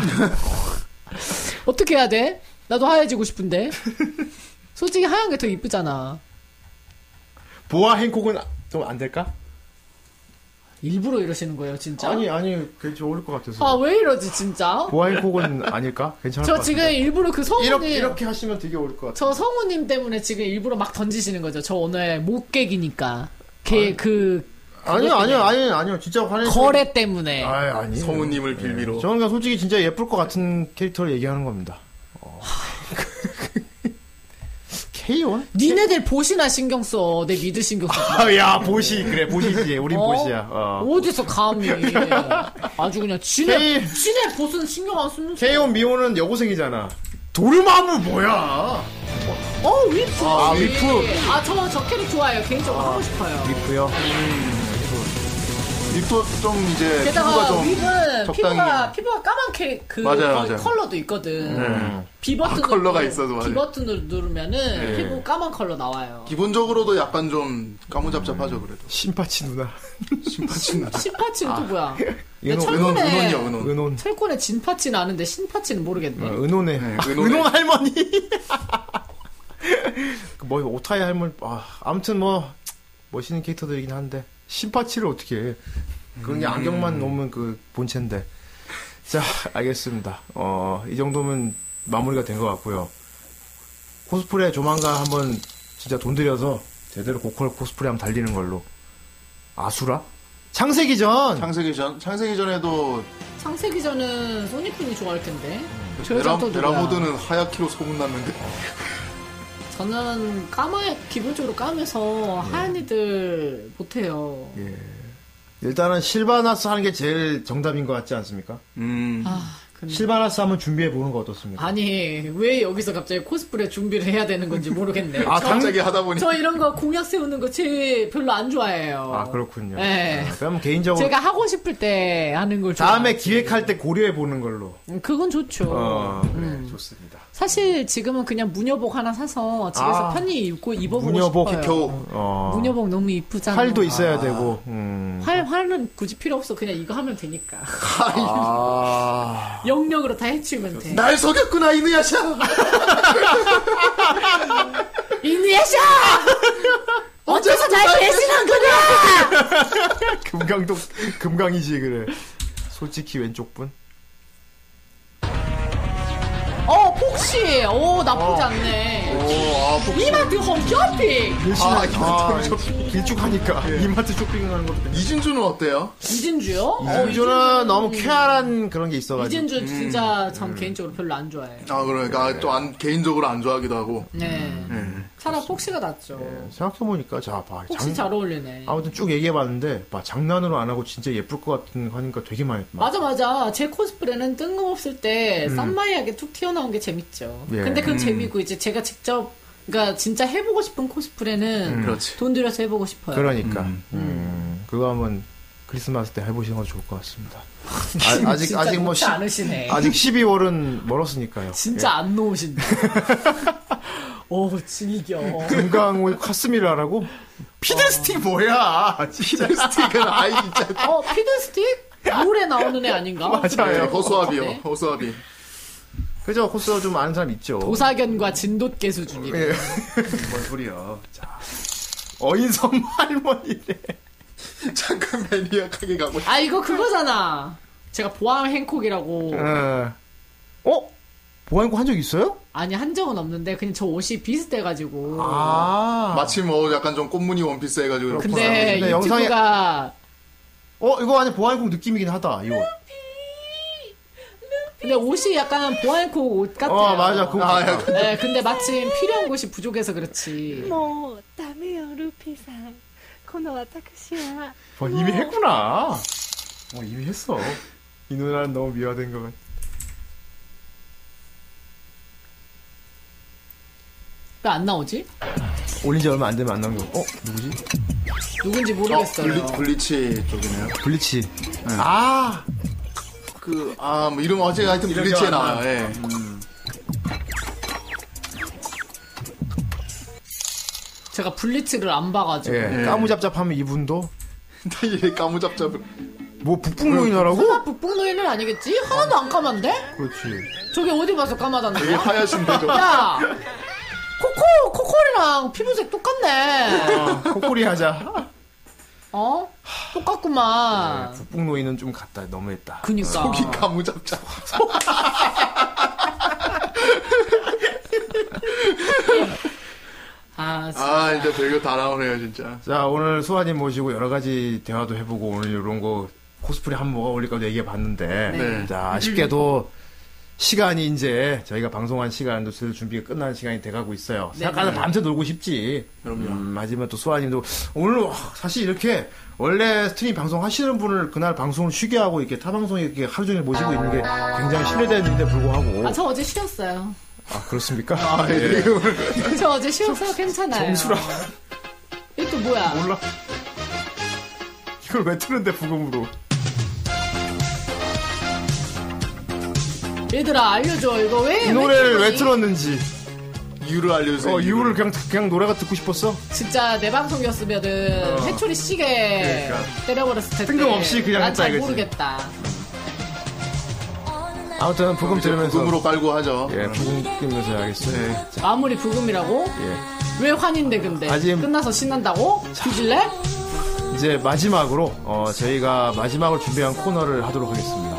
어떻게 해야 돼? 나도 하얘지고 싶은데. 솔직히 하얀 게 더 이쁘잖아. 보아 행콕은 좀 안 될까? 일부러 이러시는 거예요, 진짜? 아니, 아니, 괜히 어울릴 것 같아서. 아, 왜 이러지, 진짜? 보아 행콕은 아닐까? 괜찮을 것 저 같아. 지금 일부러 그 성우님. 이렇게, 이렇게 하시면 되게 어울릴 것 같아. 저 성우님 때문에 지금 일부러 막 던지시는 거죠. 저 오늘 목객이니까. 아, 걔, 그. 아니요, 아니요, 아니요, 아니요. 진짜 화내 거래 때문에. 아, 아니. 성우님을 빌미로. 저는 그냥 솔직히 진짜 예쁠 것 같은 캐릭터를 얘기하는 겁니다. 어. K1? 니네들 보시나 신경 써. 내 미드 신경 써. 아, 야, 보시. 그래, 보시지. 우린 어? 보시야. 아, 어. 어디서 감히. 아주 그냥 지네, K- 지네 보스는 신경 안 쓰면서. K1 미호는 여고생이잖아. 도르마무 뭐야? 어, 위프. 아, 위프. 아, 저, 저 캐릭 좋아해요. 개인적으로 하고 싶어요. 리프요? 입도 좀 이제 피부가 게다가 좀 위프는 적당히. 피부가, 피부가 까만 캐, 그, 맞아요, 컬- 맞아요. 컬러도 있거든. 네. 비버튼으로. 아, 컬러가 있어서 맞아요. 비버튼으로 누르면은 네. 피부 까만 컬러 나와요. 기본적으로도 약간 좀 까무잡잡하죠 그래도. 심파치 누나. 심파치 누나. 신파치는 또 아. 뭐야? 은혼, 은혼, 철권에- 은혼이야 은혼. 은혼. 철권에 진파치는 아는데 신파치는 모르겠네. 어, 은혼의. 음. 은혼의- 은혼 할머니. 그뭐 오타이 할머니. 아, 아무튼 뭐 멋있는 캐릭터들이긴 한데 심파치를 어떻게 해. 그런 게 음. 안경만 놓으면 그 본체인데. 자, 알겠습니다. 어, 이 정도면 마무리가 된 것 같고요. 코스프레 조만간 한번 진짜 돈 들여서 제대로 고퀄 코스프레 한번 달리는 걸로. 아수라? 창세기 전! 창세기 전 창세기 전에도 창세기 전은 소니쿤이 좋아할 텐데. 저 여자 베라, 또 누구야? 베라모드는 하얗기로 소문났는데. 저는 까매 기본적으로 까매서 하얀 이들 못해요. 예. 일단은 실바나스 하는 게 제일 정답인 것 같지 않습니까? 아, 근데- 실바나스 한번 준비해 보는 거 어떻습니까? 아니 왜 여기서 갑자기 코스프레 준비를 해야 되는 건지 모르겠네. 아, 저- 갑자기 하다 보니. 저 이런 거 공약 세우는 거 제일 별로 안 좋아해요. 아, 그렇군요. 네. 아, 그럼 개인적으로 제가 하고 싶을 때 하는 걸 다음에 좋아해요. 기획할 때 고려해 보는 걸로. 음, 그건 좋죠. 어, 그래, 음. 좋습니다. 사실 지금은 그냥 무녀복 하나 사서 집에서 아, 편히 입고 입어보고 무녀복, 싶어요. 겨우. 어. 무녀복 너무 이쁘잖아. 활도 있어야 아. 되고. 음. 활 활은 굳이 필요 없어. 그냥 이거 하면 되니까. 아. 영역으로 다 해치우면 돼. 날 속였구나 이누야샤. 이누야샤! 어째서 날 배신한 거냐? 금강도 금강이지 그래. 솔직히 왼쪽 분. 어, 폭시! 오, 나쁘지 않네. 오, 아, 폭시. 이마트 홈쇼핑! 아, 아, 길쭉하니까 이마트 쇼핑을 하는 것도 이진주는 어때요? 이진주요? 어, 이준은 너무 쾌활한 그런 게 있어가지고. 이진주 진짜 음. 전 개인적으로 별로 안 좋아해요. 아 그러니까 또 안, 개인적으로 안 좋아하기도 하고. 네. 음. 차라리 폭시가 낫죠. 생각해보니까 자 봐. 폭시 장- 잘 어울리네. 아무튼 쭉 얘기해봤는데 봐 장난으로 안 하고 진짜 예쁠 것 같은 거 하니까 되게 많이 막- 맞아 맞아 제 코스프레는 뜬금없을 때 음. 쌈마이하게 툭 튀어나온 게 재밌죠 예. 근데 그건 음. 재미고 이제 제가 직접 그러니까 진짜 해보고 싶은 코스프레는 음. 그렇지. 돈 들여서 해보고 싶어요 그러니까 음, 그거 한번 크리스마스 때 해보시는 거 좋을 것 같습니다. 아, 직 진짜 아직 뭐 좋지 시- 않으시네. 아직 예. 12월은 멀었으니까요. 진짜 안 놓으신다 오 즐겨 금강을 카스미를 예. 하라고? 피들스틱 뭐야? 피들스틱은 아이 진짜. 어 피드스틱? 노래 나오는 애 아닌가? 맞아요. 그래. 허수아비요. 네. 허수아비. 그죠? 코스 좀 아는 사람 있죠. 도사견과 진돗개 수준이래 뭔 소리야? 자 어인섬 할머니네. 잠깐 매니악하게 가고. 아 이거 그거잖아 제가 보암 행콕이라고 어. 어? 보안고 한 적 있어요? 아니 한 적은 없는데 그냥 저 옷이 비슷해가지고 아. 마침 뭐 약간 좀 꽃무늬 원피스 해가지고. 이렇게 근데 보내고. 유튜브가 어 이거 아니 보안국 느낌이긴 하다 이거. 근데 옷이 약간 보안코 옷 같아요. 어, 맞아. 그거 아, 같다. 네, 근데 마침 필요한 곳이 부족해서 그렇지. もうダメよルピーさんこの私は 뭐 이미 했구나. 뭐 이미 했어. 이 누나는 너무 미화된 것 같아. 왜 안 나오지? 올린 지 얼마 안 되면 안 나온 거. 어 누구지? 누군지 어, 모르겠어요. 블리, 블리치 쪽이네요. 블리치. 아! 그, 아, 뭐 이름 어제 하여튼 이름이 블리치에 안 나와요. 나와요. 예. 제가 블리츠를 안 봐가지고. 예. 까무잡잡하면 이분도 다 이게 까무잡잡을. 뭐 북풍 노인하라고? 설마 북북 노인은 아니겠지? 하나도 안 까만데? 그렇지. 저게 어디 봐서 까마단데? 되게 하얗신데, 저. 야! 코코, 코코리랑 피부색 똑같네. 어, 코코리 하자. 어? 똑같구만. 북풍 노인은 좀 갔다 너무했다. 그니까. 속이 가무잡자. 아, 아, 이제 별거 다 나오네요, 진짜. 자 오늘 수아님 모시고 여러 가지 대화도 해보고 오늘 이런 거 코스프레 한번 뭐가 어울릴까도 얘기해 봤는데 네. 자 아쉽게도 시간이 이제 저희가 방송한 시간도 슬 준비가 끝나는 시간이 돼가고 있어요. 네, 생각하는 네. 밤새 놀고 싶지. 그럼요. 하지만 또 수아님도 오늘 와, 사실 이렇게 원래 스트림 방송 하시는 분을 그날 방송을 쉬게 하고 이렇게 타 방송에 이렇게 하루 종일 모시고 있는 게 굉장히 신뢰되는데 불구하고 아, 저 어제 쉬었어요. 아, 그렇습니까? 네. 예. 저 어제 쉬었어요. 괜찮아요. 점수라 이게 또 뭐야? 몰라. 이걸 왜 틀는데 부금으로? 얘들아, 알려줘. 이거 왜? 이 노래를 왜 틀었는지 이유를 알려주세요. 어 이유를 그냥 그냥 노래가 듣고 싶었어. 진짜 내 방송이었으면은 어. 회초리 시계 그러니까. 때려버렸을 텐데. 뜬금없이 그냥 했다 난잘 이거지. 모르겠다. 아무튼 부금 들으면서 부금으로 깔고 하죠. 네. 예, 부금 들으면서 해야겠어요. 마무리 부금이라고? 예. 왜 환인데 근데? 아직- 끝나서 신난다고? 뒤질래? 이제 마지막으로 어, 저희가 마지막으로 준비한 코너를 하도록 하겠습니다.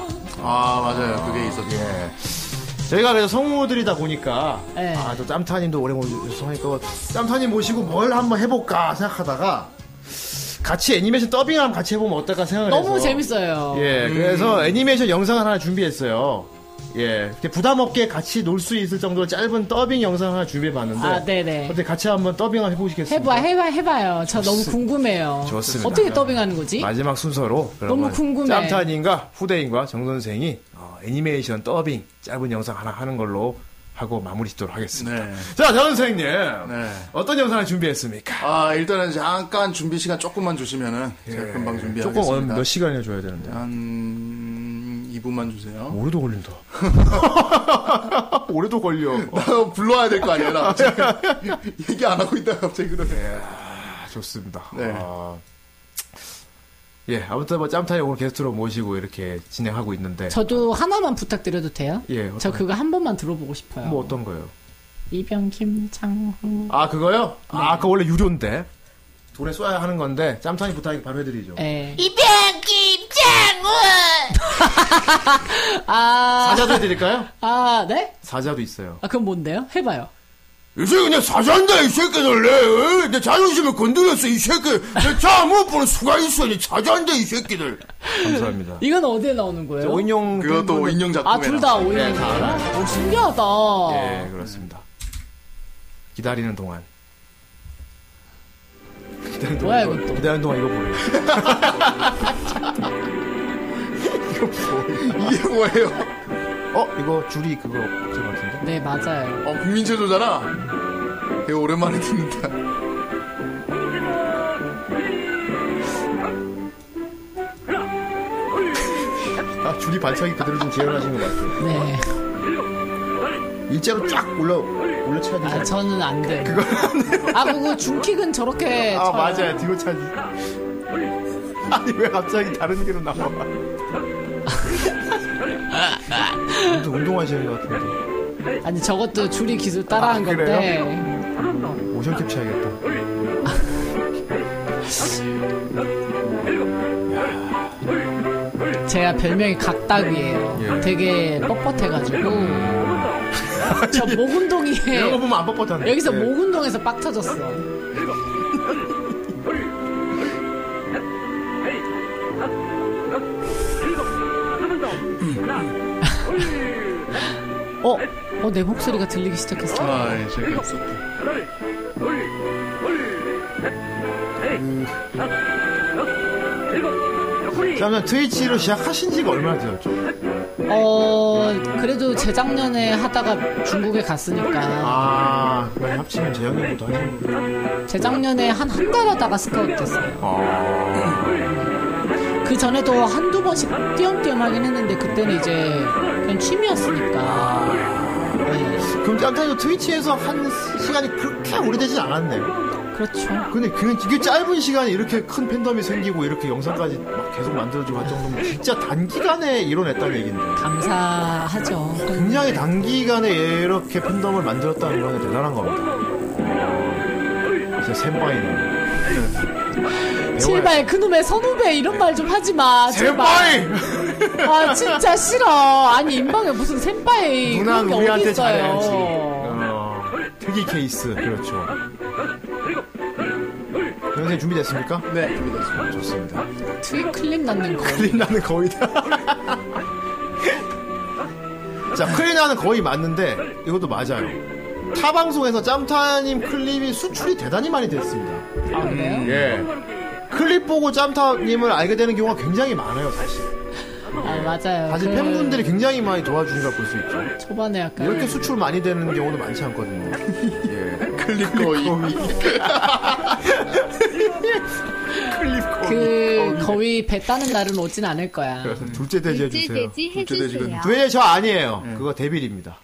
아 맞아요, 그게 있었죠. 예. 저희가 그래서 성우들이다 보니까 예. 아또 짬타님도 오래 모시니까 짬타님 모시고 뭘 한번 해볼까 생각하다가 같이 애니메이션 더빙하면 같이 해보면 어떨까 생각을 너무 해서 재밌어요. 예, 그래서 애니메이션 영상을 하나 준비했어요. 예, 근데 부담 없게 같이 놀 수 있을 정도로 짧은 더빙 영상 하나 준비해봤는데. 아, 네네. 어때 같이 한번 더빙 한번 해보시겠어요? 해봐, 해봐, 해봐요. 저 너무 좋습- 궁금해요. 좋습니다. 어떻게 더빙하는 거지? 마지막 순서로 너무 궁금해. 짬타님과 후대인과 정 선생이 어, 애니메이션 더빙 짧은 영상 하나 하는 걸로 하고 마무리 짓도록 하겠습니다. 네. 자, 정 선생님. 어떤 영상을 준비했습니까? 아 일단은 잠깐 준비 시간 조금만 주시면은 제가 금방 준비하겠습니다. 아, 조금 어, 몇 시간이나 줘야 되는데. 한 2분만 주세요. 오래도 걸린다. 오래도 걸려. 나 불러야 될 거 아니야, 나. 갑자기. 얘기 안 하고 있다가 갑자기 그러네. 아, 좋습니다. 네. 아, 예, 아무튼 뭐 짬타님 오늘 게스트로 모시고 이렇게 진행하고 있는데. 저도 하나만 부탁드려도 돼요? 예, 어떤- 저 그거 한 번만 들어보고 싶어요. 뭐 어떤 거요? 이병 김창호. 아 그거요? 네. 아 그거 원래 유료인데 돈에 쏴야 하는 건데 짬타님 부탁이 바로 해드리죠. 예. 이병 김장훈 아. 사자도 해드릴까요? 아, 네? 사자도 있어요. 아, 그럼 뭔데요? 해봐요. 요새 그냥 사자한다, 이 새끼들. 어? 내, 내 자존심을 건드렸어, 이 새끼. 내 차 뭐, 못 보는 수가 있어, 이 사자한다, 이 새끼들. 감사합니다. 이건 어디에 나오는 거예요? 오인용 그것도 오인용 작품에 아, 둘 다 나왔어요. 오인용. 네, 다 알아요. 오, 신기하다. 아. 예, 그렇습니다. 기다리는 동안. 기다리는 동안. 뭐야, 이거- 이것도. 기다리는 동안 이거 뭐예요? 이게 뭐예요? 어 이거 줄이 그거 없을 것 같은데. 네, 맞아요. 어, 국민체조잖아. 되게 오랜만에 듣는다. 아 줄이 반짝이 그대로 좀 재현하신 것 같아요. 네. 일자로 쫙 올라 올려쳐야 되지. 아, 저는 안 돼. 그거 아, 그거 중킥은 저렇게. 아 쳐요. 맞아요 뒤로 차지. 아니 왜 갑자기 다른 데로 나와? 아무튼 운동하시는 것 같은데 아니, 저것도 줄이 기술 따라한 아, 그래요? 건데. 모션 캡처 해야겠다. 제가 별명이 각닥이에요. 예. 되게 뻣뻣해가지고. 음. 저 목 운동이. 이런 거 보면 안 뻣뻣하네. 여기서 뭐? 예. 목 운동에서 빡 터졌어. 어, 어, 내 목소리가 들리기 시작했어. 아, 예, 제가 없었다. 음. 그러면 트위치로 시작하신 지가 얼마나 되었죠? 어, 그래도 재작년에 하다가 중국에 갔으니까. 아, 그 합치면 재현이부터 하시는 거예요. 재작년에 한 한 달 하다가 스카우트 됐어요. 음. 그 전에도 한두 번씩 띄엄띄엄 하긴 했는데, 그때는 이제 그냥 취미였으니까. 네. 그럼 짬타도 트위치에서 한 시- 시간이 그렇게 오래되진 않았네요. 그렇죠. 근데 그, 이게 짧은 시간에 이렇게 큰 팬덤이 생기고 이렇게 영상까지 막 계속 만들어지고 할 정도면 진짜 단기간에 이뤄냈다는 얘긴데. 감사하죠. 굉장히 단기간에 이렇게 팬덤을 만들었다는 건 대단한 겁니다. 진짜 샘바이네. 제발 그놈의 선후배 이런 말 좀 하지 마. 제발. 아 진짜 싫어. 아니 인방에 무슨 샘바이 누나 그런 게 어디 우리한테 있어요. 잘해야지. 어, 특이 케이스 그렇죠. 선생님 준비됐습니까? 네 준비됐습니다. 좋습니다. 트윗 클립 넣는 거. 클린 나는 거의 다. 자 클린 나는 거의 맞는데 이것도 맞아요. 타 방송에서 짬타님 클립이 수출이 대단히 많이 됐습니다. 아 그래요? 예. 클립 보고 짬타님을 알게 되는 경우가 굉장히 많아요, 사실. 아 맞아요. 사실 그 팬분들이 굉장히 많이 도와주니까 볼 수 있죠. 초반에 약간 이렇게 수출 많이 되는 경우도 많지 않거든요. 예. 클립 거의. 클립 그 거위 배 따는 날은 오진 않을 거야. 그래서 둘째 돼지 둘째 해주세요. 돼지 둘째 돼지는- 해주세요. 돼지 저 아니에요. 그거 데빌입니다.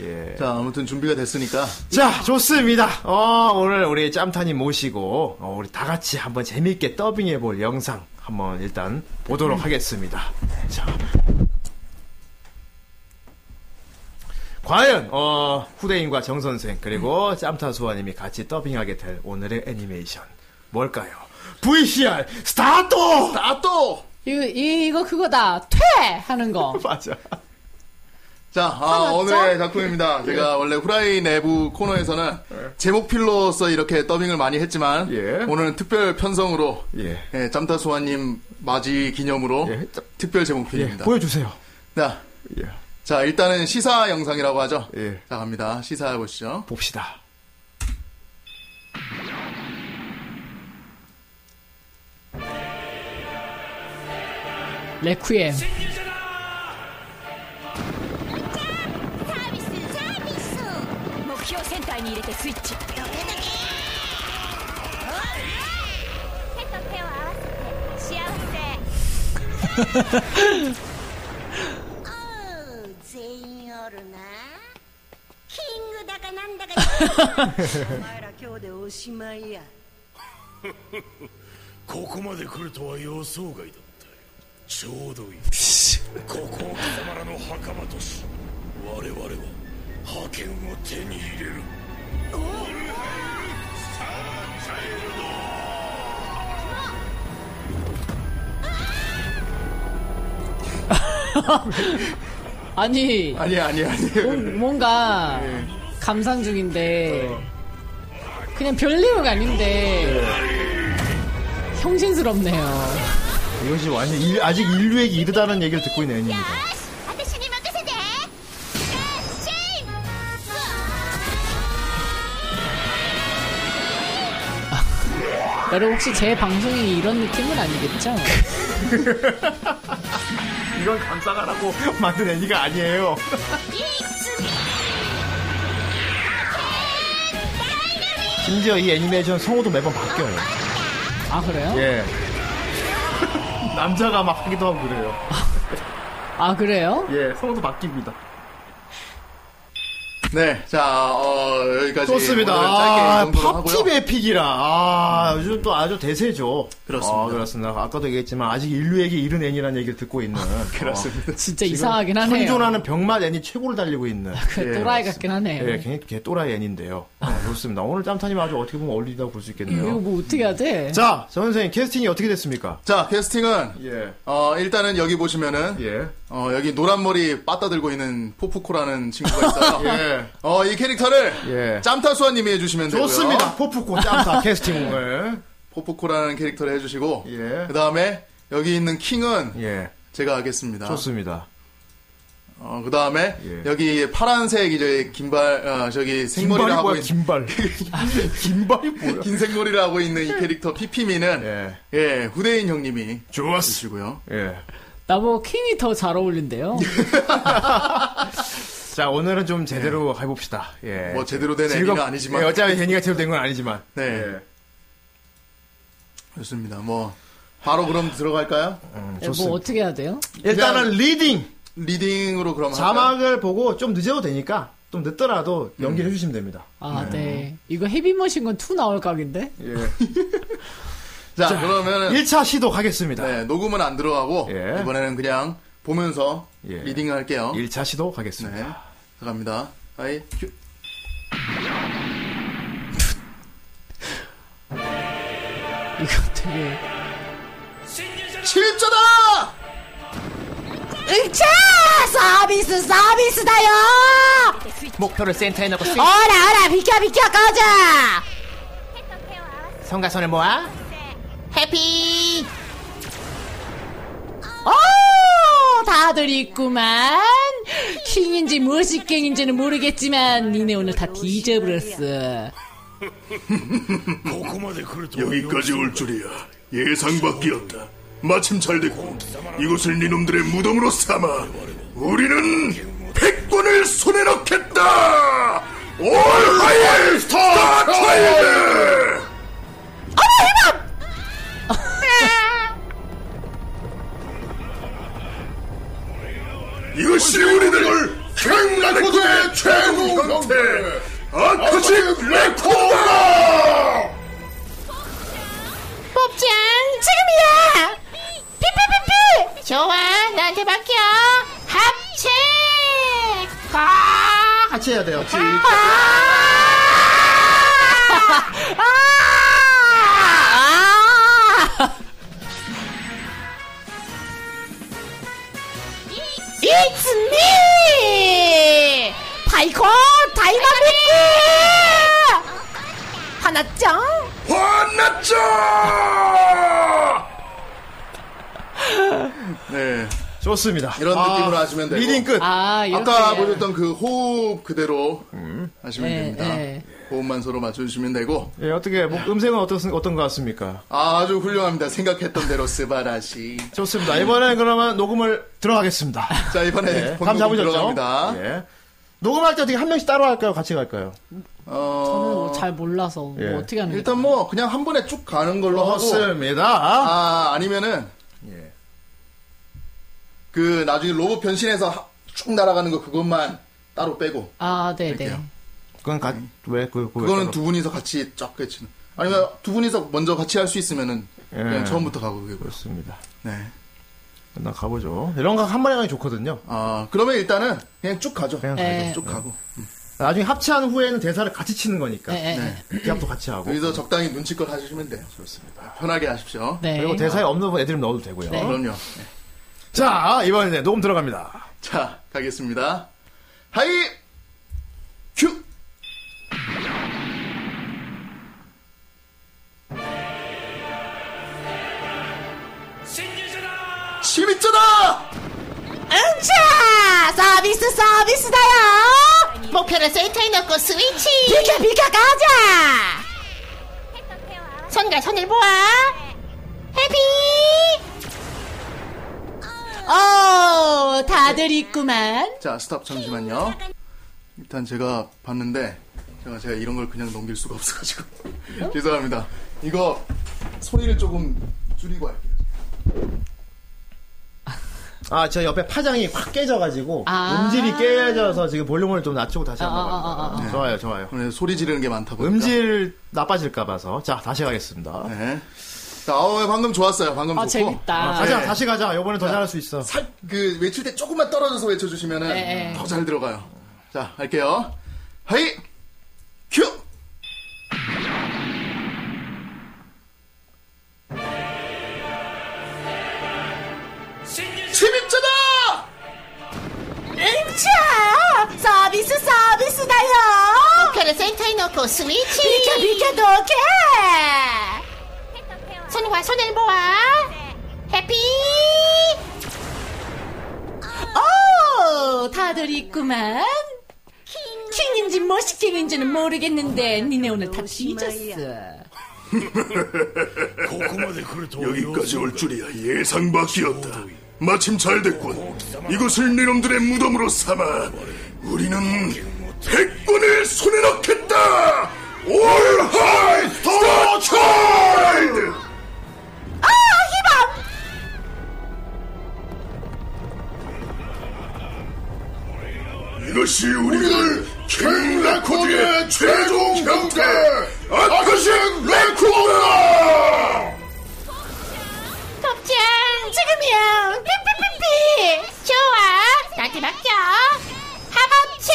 예. 자, 아무튼 준비가 됐으니까. 자, 좋습니다. 어, 오늘 우리 짬타님 모시고, 어, 우리 다 같이 한번 재밌게 더빙해볼 영상 한번 일단 보도록 하겠습니다. 자. 과연, 어, 후대인과 정선생, 그리고 짬타 수아님이 같이 더빙하게 될 오늘의 애니메이션. 뭘까요? VCR 스타트! 스타트! 이거 이- 이거 그거다 퇴 하는 거. 맞아. 자, 아, 오늘의 작품입니다. 예. 제가 원래 후라이 내부 코너에서는 제목 필로서 이렇게 더빙을 많이 했지만 오늘은 특별 편성으로 예. 예, 짬타수아님 맞이 기념으로 특별 제목 필입니다. 보여주세요. 자, 예. 자 일단은 시사 영상이라고 하죠. 자 갑니다. 시사 보시죠. 봅시다. 레퀴엠. 目標センターに入れてスイッチ手と手を合わせて幸せおう全員おるなキングだかなんだかお前ら今日でおしまいやここまで来るとは予想外だったよちょうどいいここを貴様らの墓場とし我々は覇権を手に入れる 아니 아니 아니 아니. 뭔가 감상 중인데 그냥 별 내용 아닌데 네. 형신스럽네요. 이것이 완전 인- 아직 인류에게 이르다는 얘기를 듣고 있는 애니입니다. 私に任せてシェイ 여러 혹시 제 방송이 이런 느낌은 아니겠죠? 이건 감상하라고 만든 애니가 아니에요. いつ 심지어 이 애니메이션 성우도 매번 바뀌어요. 아 그래요? 예. 남자가 막 하기도 하고 그래요. 아 그래요? 예, 성우도 바뀝니다. 네, 자 어, 여기까지 좋습니다. 오늘은 짧게 이 아, 정도로 팝팁 에픽이라. 아, 요즘 또 아주 대세죠. 그렇습니다. 아, 그렇습니다. 아까도 얘기했지만 아직 인류에게 이른 애니라는 얘기를 듣고 있는. 그렇습니다. 진짜 이상하긴 하네요. 현존하는 병맛 애니 최고를 달리고 있는. 그 예, 또라이 같긴 하네요. 예, 굉장히 개 또라이 애니인데요. 아, 좋습니다. 오늘 짬타님 아주 어떻게 보면 어울리다고 볼 수 있겠네요. 이거 뭐 어떻게 해야 돼? 자, 정 선생님 캐스팅이 어떻게 됐습니까? 자, 캐스팅은 어, 일단은 여기 예. 보시면은 어, 여기 노란 머리 빠따 들고 있는 포프코라는 친구가 있어요. 예. 어, 이 캐릭터를 예. 짬타수아님이 해주시면 되고요. 좋습니다. 포프코 짬타 캐스팅을 포프코라는 캐릭터를 해주시고 예. 그 다음에 여기 있는 킹은 제가 하겠습니다. 좋습니다. 예. 어, 그 다음에 여기 파란색 이제 긴발 어, 저기 생머리를 긴발이 하고 뭐야? 있는 긴발. 긴발이 뭐야? 긴 생머리를 하고 있는 이 캐릭터 피피미는 예, 후대인 형님이 좋았으시고요. 예. 나보고 뭐 킹이 더 잘 어울린대요. 뭐 자, 오늘은 좀 제대로 해봅시다. 예. 뭐 제대로 된 즐겁- 애니가 아니지만 예, 어차피 애니가 제대로 된 건 아니지만. 예. 네. 좋습니다. 뭐 바로 그럼 들어갈까요? 뭐 어떻게 해야 돼요? 일단은 음, 리딩 리딩으로 그럼 자막을 보고 좀 늦어도 되니까 좀 늦더라도 음. 연기를 해주시면 됩니다. 아, 네. 이거 헤비머신건 2 나올 각인데? 예. 자, 그러면은 1차 시도 가겠습니다. 네, 녹음은 안 들어가고 이번에는 그냥 보면서 리딩을 할게요. 1차 시도 가겠습니다. 네. 자, 갑니다. 아이 큐. 이거 되게. 7조다! 으차! 서비스, 서비스다요! 목표를 센터에 넣고 스윙. 어라, 어라, 비켜, 비켜, 꺼져! 성가선을 모아. 해피! 오! 다들 있구만! 킹인지 무엇이갱인지는 모르겠지만, 니네 오늘 다 뒤져버렸어. 여기까지 올 줄이야. 예상 밖이었다. 마침 잘 됐고 이곳을 니놈들의 무덤으로 삼아 우리는 백권을 손에 넣겠다. 올하이 스타트라이드. 이것이 우리들 킹라코드의 최후 강태 아크식 레코더. 뽑장, 지금이야! 피피피피! 좋아, 나한테 맡겨! 합체! 가! 아. 같이 해야 돼요. 같이. 아. 아. It's me! 파이콘 다이나믹! 화났죠? 화났죠! 네. 좋습니다. 이런 아, 느낌으로 하시면 되고. 리딩 끝. 아, 이렇게. 아까 보셨던 그 호흡 그대로 하시면 네, 됩니다. 네. 호흡만 서로 맞춰주시면 되고. 예, 어떻게 목- 음색은 어떻 어떤 것 같습니까? 아주 훌륭합니다. 생각했던 대로 스바라시. 좋습니다. 이번에 그러면 녹음을 들어가겠습니다. 예, 자, 이번에 네. 본격적으로 네, 감 잡으셨죠? 들어갑니다. 예. 녹음할 때 어떻게 한 명씩 따로 할까요? 같이 갈까요? 저는 어, 잘 몰라서 예. 뭐 어떻게 하는 어, 일단 뭐 그냥 한 번에 쭉 가는 걸로 좋습니다. 하고. 어. 아, 아니면은 예. 그 나중에 로봇 변신해서 하- 쭉 날아가는 거 그것만 따로 빼고. 아, 네, 네. 그건 가, 왜, 그, 그, 그거는 두 분이서 같이 쫙 끝이는. 아니면 두 분이서 먼저 같이 할 수 있으면은 그냥 처음부터 가고 그게 예. 그렇습니다. 네. 일단 가보죠. 이런 거 한 번에 가면 좋거든요. 아, 그러면 일단은 그냥 쭉 가죠. 그냥 네. 가죠. 쭉 가고. 나중에 합체한 후에는 대사를 같이 치는 거니까. 그 예, 예, 네. 기합도 같이 하고. 여기서 적당히 눈치껏 하시면 돼요. 좋습니다. 편하게 하십시오. 네. 그리고 대사에 없는 분 애드립 넣어도 되고요. 네. 그럼요. 자, 이번에 녹음 들어갑니다. 자, 가겠습니다. 하이! 큐! 침입자다! 응차! 서비스, 서비스다요! 목표를 세이터에 넣고 스위치! 비켜, 비켜, 가자! 손과 손을 모아! 해피! 어. 오, 다들 있구만. 자, 스탑 잠시만요. 일단 제가 봤는데, 제가, 제가 이런 걸 그냥 넘길 수가 없어가지고. 죄송합니다. 이거 소리를 조금 줄이고 할게요. 아, 저 옆에 파장이 확 깨져가지고 아. 음질이 깨져서 지금 볼륨을 좀 낮추고 다시 아, 한번 아, 아, 갑니다. 아, 아. 네. 좋아요, 좋아요. 소리 지르는 게 많다 보니까. 음질 나빠질까 봐서. 자, 다시 가겠습니다. 네. 자, 어, 방금 좋았어요. 방금 아, 좋고. 재밌다. 가자, 네. 다시 가자. 요번엔 더 잘할 수 있어. 살, 그, 외칠 때 조금만 떨어져서 네, 네. 외쳐주시면은 더 잘 들어가요. 자, 할게요. 하이! 큐! 침입자다! 응차! 서비스, 서비스다요! 목표를 센터에 넣고 스위치! 비켜, 비켜, 도게! 손과 손을 모아! 해피! 오! 어, 다들 있구만! 킹인지 멋있킹인지는 모르겠는데, 니네 오늘 다 뒤졌어. ここまで来るとは 여기까지 올 줄이야. 예상 밖이었다. 마침 잘 됐군. 이곳을 네놈들의 무덤으로 삼아 우리는 백군을 손에 넣겠다. 올하이 스타차일드. 아, 희망! 이것이 우리를 최종 형태 아크신 레코더 덥장 지금이야 삐삐삐삐 좋아 나한테 맡겨 하반치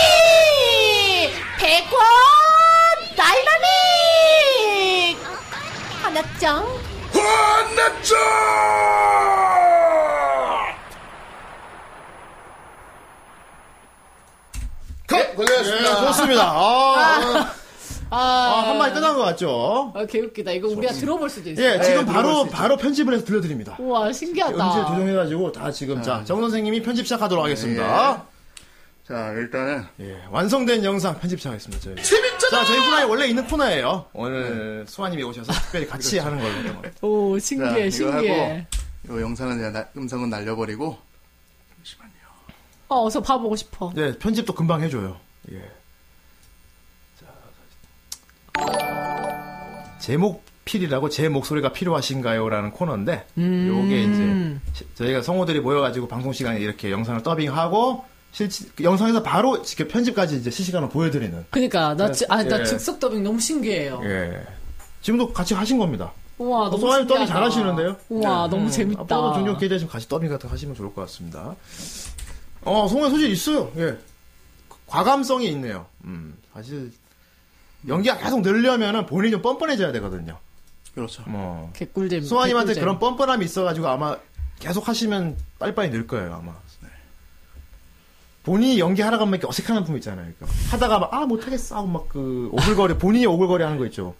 이름이 백원 다이나믹 하나짱 화났죠 컷! 네, 좋습니다. 아, 아, 아, 한 마디 끝난 것 같죠? 아, 개웃기다. 이거 우리가 들어볼 수도 있어. 예, 지금 네, 바로, 들어볼 수 있어. 바로 편집을 해서 들려드립니다. 우와, 음질 신기하다. 조정해가지고 다 지금 네. 자, 정 선생님이 편집 시작하도록 하겠습니다. 예. 예, 자, 일단은. 완성된 영상 편집하겠습니다, 저희. 재밌잖아! 자, 저희 후라이 원래 있는 코너예요. 네. 오늘 수아님이 오셔서 특별히 같이 그렇죠. 하는 걸로. 오, 자, 신기해, 이거 신기해. 하고, 요 영상은 그냥 나- 음성은 날려버리고. 어, 어서 봐보고 싶어. 예, 편집도 금방 해줘요. 예. 자, 제목 필이라고 제 목소리가 필요하신가요? 라는 코너인데, 요게 이제 시- 저희가 성우들이 모여가지고 방송 시간에 이렇게 영상을 더빙하고, 실 영상에서 바로 직접 편집까지 이제 실시간으로 보여드리는. 그니까, 나, 지, 아, 나 예. 즉석 더빙 너무 신기해요. 예. 지금도 같이 하신 겁니다. 우와, 어, 너무 소아님 더빙 신기하다. 잘 하시는데요? 우와, 네. 너무 음, 재밌다. 앞으로도 종종 기자시면 같이 더빙 같은 거 하시면 좋을 것 같습니다. 어, 성우의 소질 있어요. 예. 과감성이 있네요. 음, 사실, 연기가 계속 늘려면은 본인이 좀 뻔뻔해져야 되거든요. 그렇죠. 뭐. 개꿀잼. 소아님한테 개꿀잼. 그런 뻔뻔함이 있어가지고 아마 계속 하시면 빨리빨리 늘 거예요, 아마. 네. 본인이 연기하라고 하면 이렇게 어색한 품 있잖아요. 그러니까. 하다가 막, 아, 못하겠어. 하고 막 그, 오글거리, 본인이 오글거리 하는 거 있죠.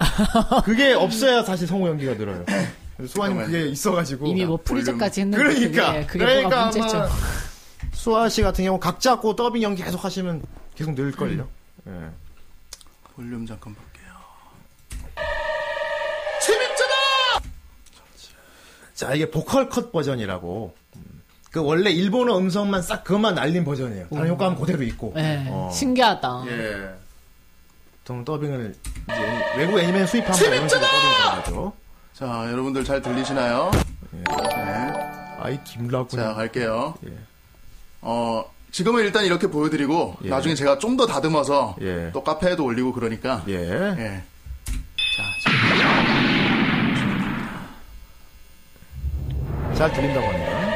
그게 없어야 사실 성우 연기가 늘어요. 그래서 소아님 그게 있어가지고. 이미 뭐 프리저까지 했는데. 그러니까. 그게, 그게 그러니까 뭐가 아마 문제죠. 수아 씨 같은 경우 각 잡고 더빙 연기 계속 하시면 계속 늘걸요. 예. 음. 볼륨 잠깐 볼게요. 자, 이게 보컬 컷 버전이라고. 음. 그 원래 일본어 음성만 싹 그것만 날린 버전이에요. 다른 효과음 그대로 있고. 예, 어. 신기하다. 예. 보통 더빙을 이제 외국 애니메이션 수입하면 이런 식으로 더빙을 하죠. 자, 여러분들 잘 들리시나요? 예. 네. 아이, 김라군. 자, 갈게요. 예. 어, 지금은 일단 이렇게 보여드리고, 예. 나중에 제가 좀 더 다듬어서, 또 카페에도 올리고 그러니까. 예. 잘 들린다고 하네요.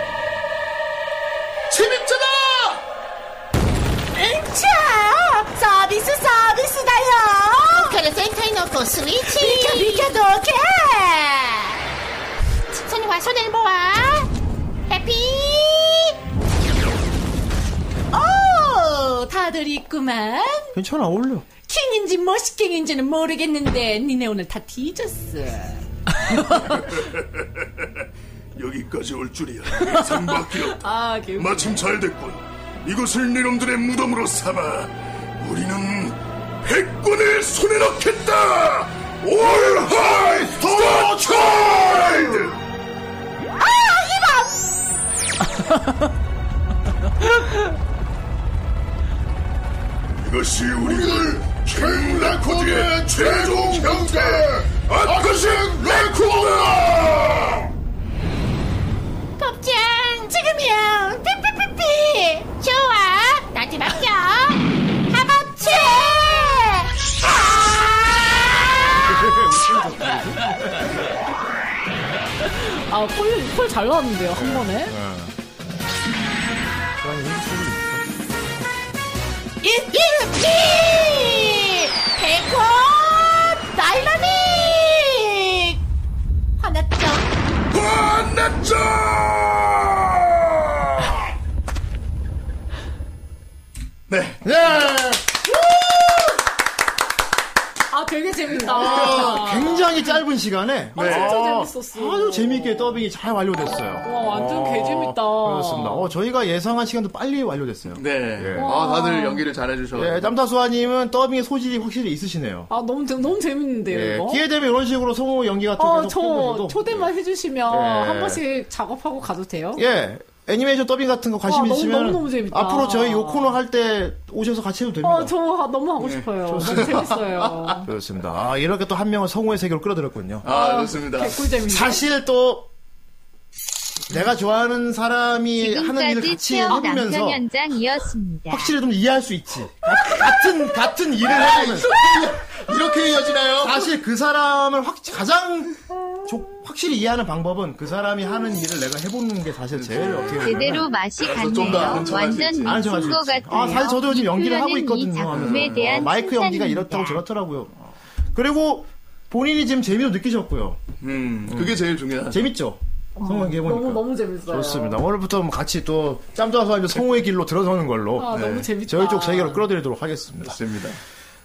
재밌잖아! 응차! 서비스 서비스다요! 그래 센터에 넣고 스위치! 비켜 비켜 도게! 손이 와 손을 모아! 해피! 오! 다들 있구만! 괜찮아, 어울려. 킹인지 머시킹인지는 모르겠는데 니네 오늘 다 뒤졌어 여기까지 올 줄이야 예상 밖이었다 아, 개웃 마침 잘 됐군 이곳을 네놈들의 무덤으로 삼아 우리는 백권을 손에 넣겠다 올 하이 스타 차일드 아! 이밤! 이것이 우리들 킹 레코드의 최종 형태 아크신 레코드 법장 지금이야 삐삐삐삐 좋아 나한테 맡겨 하버치 아, 콜, 콜잘 나왔는데요, 네. 한 번에? 이름이 백호 다이나믹 화났죠 화났죠 네. 아, 되게 재밌다. 아, 굉장히 짧은 시간에 아, 진짜 어, 재밌었어. 아주 재미있게 더빙이 잘 완료됐어요. 와, 완전 어, 개재밌다. 그렇습니다. 어, 저희가 예상한 시간도 빨리 완료됐어요. 네. 예. 아, 다들 연기를 잘 예, 해주셔서. 짬타수아님은 더빙의 소질이 확실히 있으시네요. 아, 너무, 재- 너무 재밌는데요, 예, 이거? 기회 되면 이런 식으로 성우 연기 같은 거 어, 계속 저 해보셔도 초대만 해주시면 예. 한 번씩 작업하고 가도 돼요? 예. 애니메이션 더빙 같은 거 와, 관심 아, 너무, 있으면 너무너무 재밌다. 앞으로 저희 요 코너 할 때 오셔서 같이 해도 됩니다. 어, 저 너무 네. 하고 싶어요. 너무 재밌어요. 그렇습니다. 아, 이렇게 또 한 명을 성우의 세계로 끌어들였군요. 아, 좋습니다. 개꿀잼이네요. 사실 또 내가 좋아하는 사람이 하는 일을 지금까지 같이 체험 해보면서 남편 현장이었습니다. 확실히 좀 이해할 수 있지. 같은 같은 일을 하면 이렇게 이어지나요? 사실 그 사람을 확 가장 조- 확실히 이해하는 방법은 그 사람이 하는 일을 내가 해보는 게 사실 제일 어떻게 보면 제대로 맛이 그래서 갔네요. 좀더 아는 척할 수 완전 있지. 아는 척할 미친 수 것 있지. 같아요. 아, 사실 저도 요즘 연기를 하고 표현은 있거든요. 이 작품에 하면서. 대한 어, 마이크 연기가 칭찬입니다. 이렇다고 저렇더라고요. 그리고 본인이 지금 재미도 느끼셨고요. 음, 그게 제일 중요하죠. 재밌죠? 성우 연기 해보니까. 네. 어, 너무 너무 재밌어요. 좋습니다. 오늘부터 뭐 같이 또 짬짜서 아니면 성우의 길로 들어서는 걸로 네. 아, 너무 재밌다. 저희 쪽 세계로 끌어들이도록 하겠습니다. 좋습니다.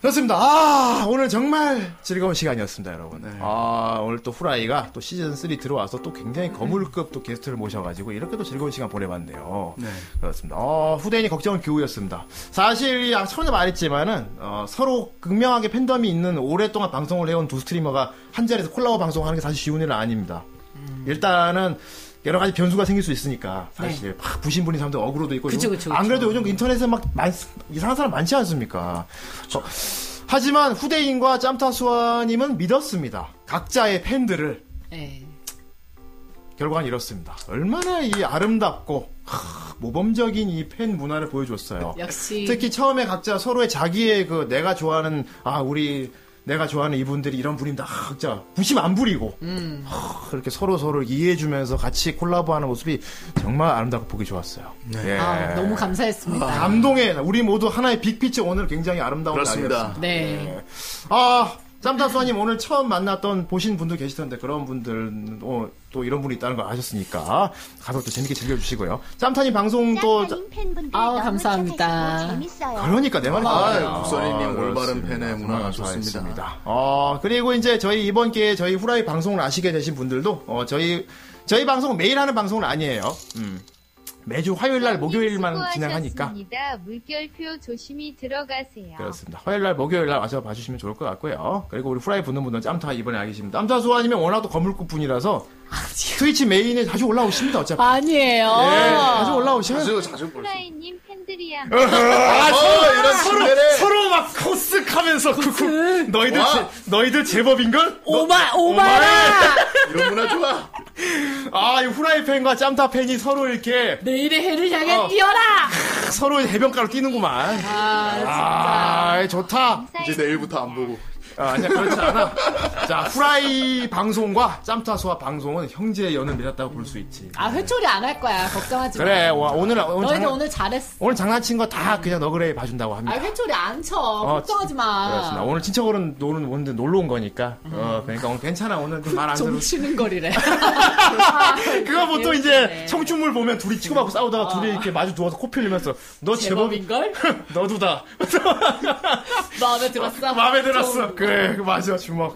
그렇습니다. 아, 오늘 정말 즐거운 시간이었습니다, 여러분. 아, 오늘 또 후라이가 또 시즌 3 들어와서 또 굉장히 거물급 또 게스트를 모셔가지고 이렇게 또 즐거운 시간 보내봤네요. 그렇습니다. 어, 후대인이 걱정은 교우였습니다. 사실, 아, 처음에 말했지만은, 어, 서로 극명하게 팬덤이 있는 오랫동안 방송을 해온 두 스트리머가 한 자리에서 콜라보 방송하는 게 사실 쉬운 일은 아닙니다. 일단은 여러 가지 변수가 생길 수 있으니까 사실 막 부신분인 사람들 어그로도 있고 네. 그쵸, 그쵸, 안 그래도 요즘 인터넷에 막 많- 이상한 사람 많지 않습니까? 어, 하지만 후대인과 짬타수아님은 믿었습니다. 각자의 팬들을 네. 결과는 이렇습니다. 얼마나 이 아름답고 하, 모범적인 이 팬 문화를 보여줬어요. 역시 특히 처음에 각자 서로의 자기의 그 내가 좋아하는 아 우리 내가 좋아하는 이분들이 이런 분입니다. 아, 각자 부심 안 부리고 음. 그렇게 서로 서로 이해해주면서 같이 콜라보하는 모습이 정말 아름답고 보기 좋았어요. 네. 예. 아, 너무 감사했습니다. 아, 감동의 우리 모두 하나의 빅피처 오늘 굉장히 아름다운 그렇습니다. 날이었습니다. 네. 아 짬타수아님 오늘 처음 만났던 보신 분들 계시던데 그런 분들 어, 또 이런 분이 있다는 걸 아셨으니까 가서 또 재밌게 즐겨주시고요. 짬타님 방송도 짜- 팬분들 아우, 너무 감사합니다. 착하시고 재밌어요. 그러니까 내 말이 아, 국선이님 올바른 팬의 문화가 좋습니다. 어, 그리고 이제 저희 이번 기회에 저희 후라이 방송을 아시게 되신 분들도 어, 저희 저희 방송 매일 하는 방송은 아니에요. 음. 매주 화요일 날 목요일만 진행하니까 수고하셨습니다. 물결표 조심히 네, 들어가세요. 그렇습니다. 화요일 날 목요일 날 와서 봐주시면 좋을 것 같고요. 그리고 우리 후라이 보는 분들은 짬타 이번에 알겠습니다. 짬타 소아님은 워낙 또 거물급 분이라서 트위치 메인에 자주 올라오십니다. 어차피 아니에요. 예, 자주 올라오시면 후라이님 팬들이야. 아, 서로, 이런 서로, 신뢰를. 서로 막 코스하면서 쿠쿠 너희들 와. 제, 너희들 제법인걸? 오마 오마라. 이런 문화 좋아. 아, 이 후라이 팬과 짬타 팬이 서로 이렇게 내일의 해를 향해 어. 뛰어라. 서로 해변가로 뛰는구만. 아, 아, 좋다. 이제 내일부터 안 보고. 아, 아니야, 그렇지 않아. 자, 후라이 방송과 짬타수와 방송은 형제의 연을 맺었다고 볼 수 있지. 아 회초리 안 할 거야. 걱정하지 마. 그래, 와, 오늘, 오늘, 너희들 장난, 오늘 잘했어. 오늘 장난친 거 다 그냥 너그레이 봐준다고 합니다. 어, 아 회초리 안 쳐. 걱정하지 마. 그렇습니다. 오늘 친척어른 노는 오는데 놀러 온 거니까. 어, 그러니까 오늘 괜찮아. 오늘 좀 말안 들어. 치는 음. 거리래. 그거 보통 이제 청춘물 보면 둘이 치고받고 싸우다가 둘이 이렇게 마주 누워서 코 필리면서 너 어. 제법인걸? 너도다. 마음에 들었어. 마음에 들었어. 좀- 그래, 그 맞아 주먹.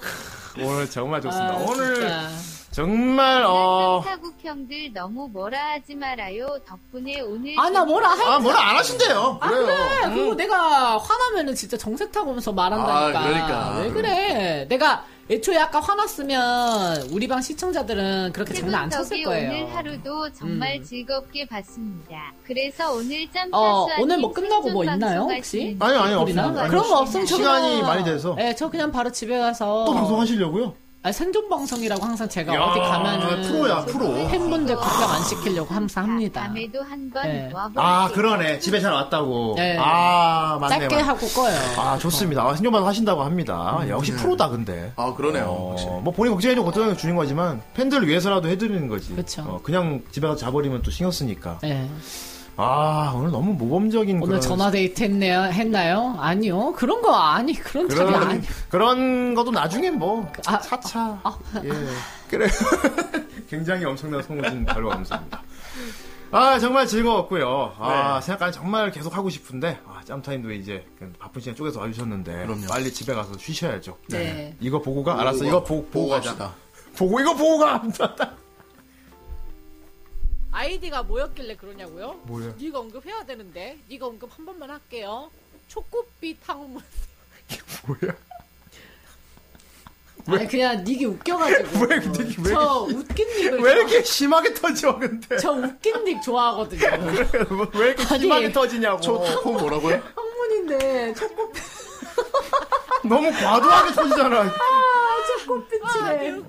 오늘 정말 좋습니다. 아, 오늘 진짜. 정말 어. 타국 형들 너무 뭐라 하지 말아요. 덕분에 오늘 아, 나 뭐라 할 재밌었어요. 아, 그래. 그리고 내가 화나면은 진짜 정색 타고면서 말한다니까. 아, 그러니까. 왜 그래? 내가 애초에 아까 화났으면 우리 방 시청자들은 그렇게 세분 장난 안 쳤을 덕에 거예요. 오늘 하루도 음. 정말 즐겁게 봤습니다. 그래서 오늘 짬 어, 파수아님 오늘 뭐 끝나고 뭐 생존 있나요, 방송할 혹시? 수 있는 아니 아니 댓글이나? 없습니다. 그런 거 없으면 저 시간이 그냥- 많이 돼서 네, 저 그냥 바로 집에 가서 또 방송하시려고요? 아, 생존 방송이라고 항상 제가 야, 뭐. 아, 어디 가면은 프로야, 프로. 팬분들 걱정 안 시키려고 아, 항상 합니다. 밤에도 한번 네. 와볼게요. 아 그러네. 집에 잘 왔다고. 네. 아 맞네. 짧게 맞네. 하고 음, 꺼요. 아 좋습니다. 아, 신경만 하신다고 합니다. 역시 네. 프로다 근데. 아 그러네요. 어, 뭐 본인 걱정해주고 걱정해 주는 거지만 팬들을 위해서라도 해드리는 거지. 그냥 집에 가서 자버리면 또 신경 쓰니까. 아 오늘 너무 모범적인 네. 오늘 그런 전화 데이트 했네요, 했나요? 아니요. 그런 거 아니, 그런 적이 그런 아니. 아, 어, 그런 것도 나중에 뭐 차차 예 그래 굉장히 엄청난 성우진 바로 감사합니다. 아 정말 즐거웠고요. 아 생각까지 정말 계속 하고 싶은데 아, 짬타임도 이제 그 바쁜 시간 쪼개서 와주셨는데 빨리 집에 가서 쉬셔야죠. 네. 이거 보고 가 보고 알았어 가. 이거 보고 보고 보고 가자. 갑시다. 보고 이거 보고 가. 아이디가 뭐였길래 그러냐고요? 뭐예요? 네가 언급해야 되는데 네가 언급 한 번만 할게요. 초코빛 탕후루. 아니 그냥 닉이 웃겨가지고 왜, 닉이 왜, 저 웃긴 닉을 왜 이렇게 심하게 터져 근데 저 웃긴 닉 좋아하거든요 왜 이렇게 아니, 심하게 터지냐고 저 조금 뭐라고요? 학문인데 초코빛 너무 과도하게 터지잖아 아 초코빛이래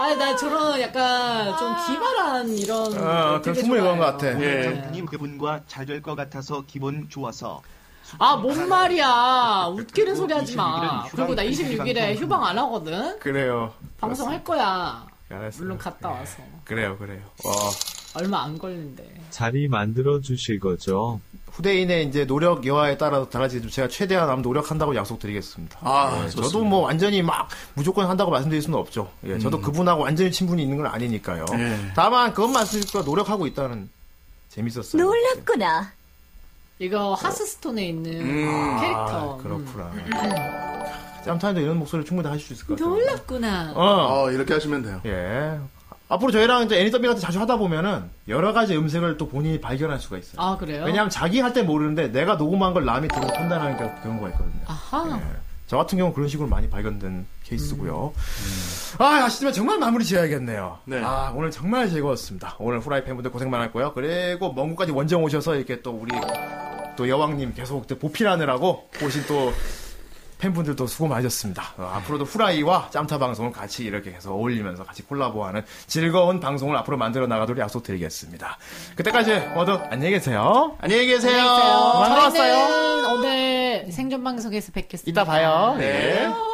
아니 나 저런 약간 좀 기발한 이런 아, 그런 숨을 그런 것 네. 같아. 네. 예. 님 그분과 잘 될 것 같아서 기분 좋아서 아 뭔 말이야 웃기는 소리 하지 마 그리고 나 26일에 휴방 안 하거든 그래요. 방송 할 거야 알았어요. 물론 갔다 와서 그래요, 그래요. 얼마 안 걸린대 자리 만들어 주실 거죠. 후대인의 이제 노력 여하에 따라서 달라지죠. 제가 최대한 아마 노력한다고 약속드리겠습니다. 아, 예, 저도 좋습니다. 뭐 완전히 막 무조건 한다고 말씀드릴 수는 없죠. 예, 저도 그분하고 완전히 친분이 있는 건 아니니까요. 예. 다만 그것만 쓰니까 노력하고 있다는 재밌었어요. 놀랍구나. 이거 하스스톤에 있는 음. 캐릭터 아, 그렇구나. 짬타임도 이런 목소리를 충분히 다 하실 수 있을 것 같아요. 음. 놀랍구나 어. 아, 이렇게 하시면 돼요. 예. 앞으로 저희랑 이제 애니더빙 같은 거 자주 하다 보면은 여러 가지 음색을 또 본인이 발견할 수가 있어요. 아 그래요? 왜냐하면 자기 할 때 모르는데 내가 녹음한 걸 남이 듣고 판단하는 게 경우가 있거든요. 예. 아하 저 같은 경우 는 그런 식으로 많이 발견된 케이스고요. 음. 아 아쉽지만 정말 마무리 지어야겠네요. 아 오늘 정말 즐거웠습니다. 오늘 후라이팬 분들 고생 많았고요. 그리고 먼 곳까지 원정 오셔서 이렇게 또 우리 또 여왕님 계속 또 보필하느라고 오신 또 팬분들도 수고 많으셨습니다. 어, 앞으로도 후라이와 짬타 방송을 같이 이렇게 해서 어울리면서 같이 콜라보하는 즐거운 방송을 앞으로 만들어 나가도록 약속드리겠습니다. 그때까지 모두 안녕히 계세요. 안녕히 안녕히 계세요. 반가웠어요. 저희는 오늘 생존 방송에서 뵙겠습니다. 이따 봐요. 네. 안녕.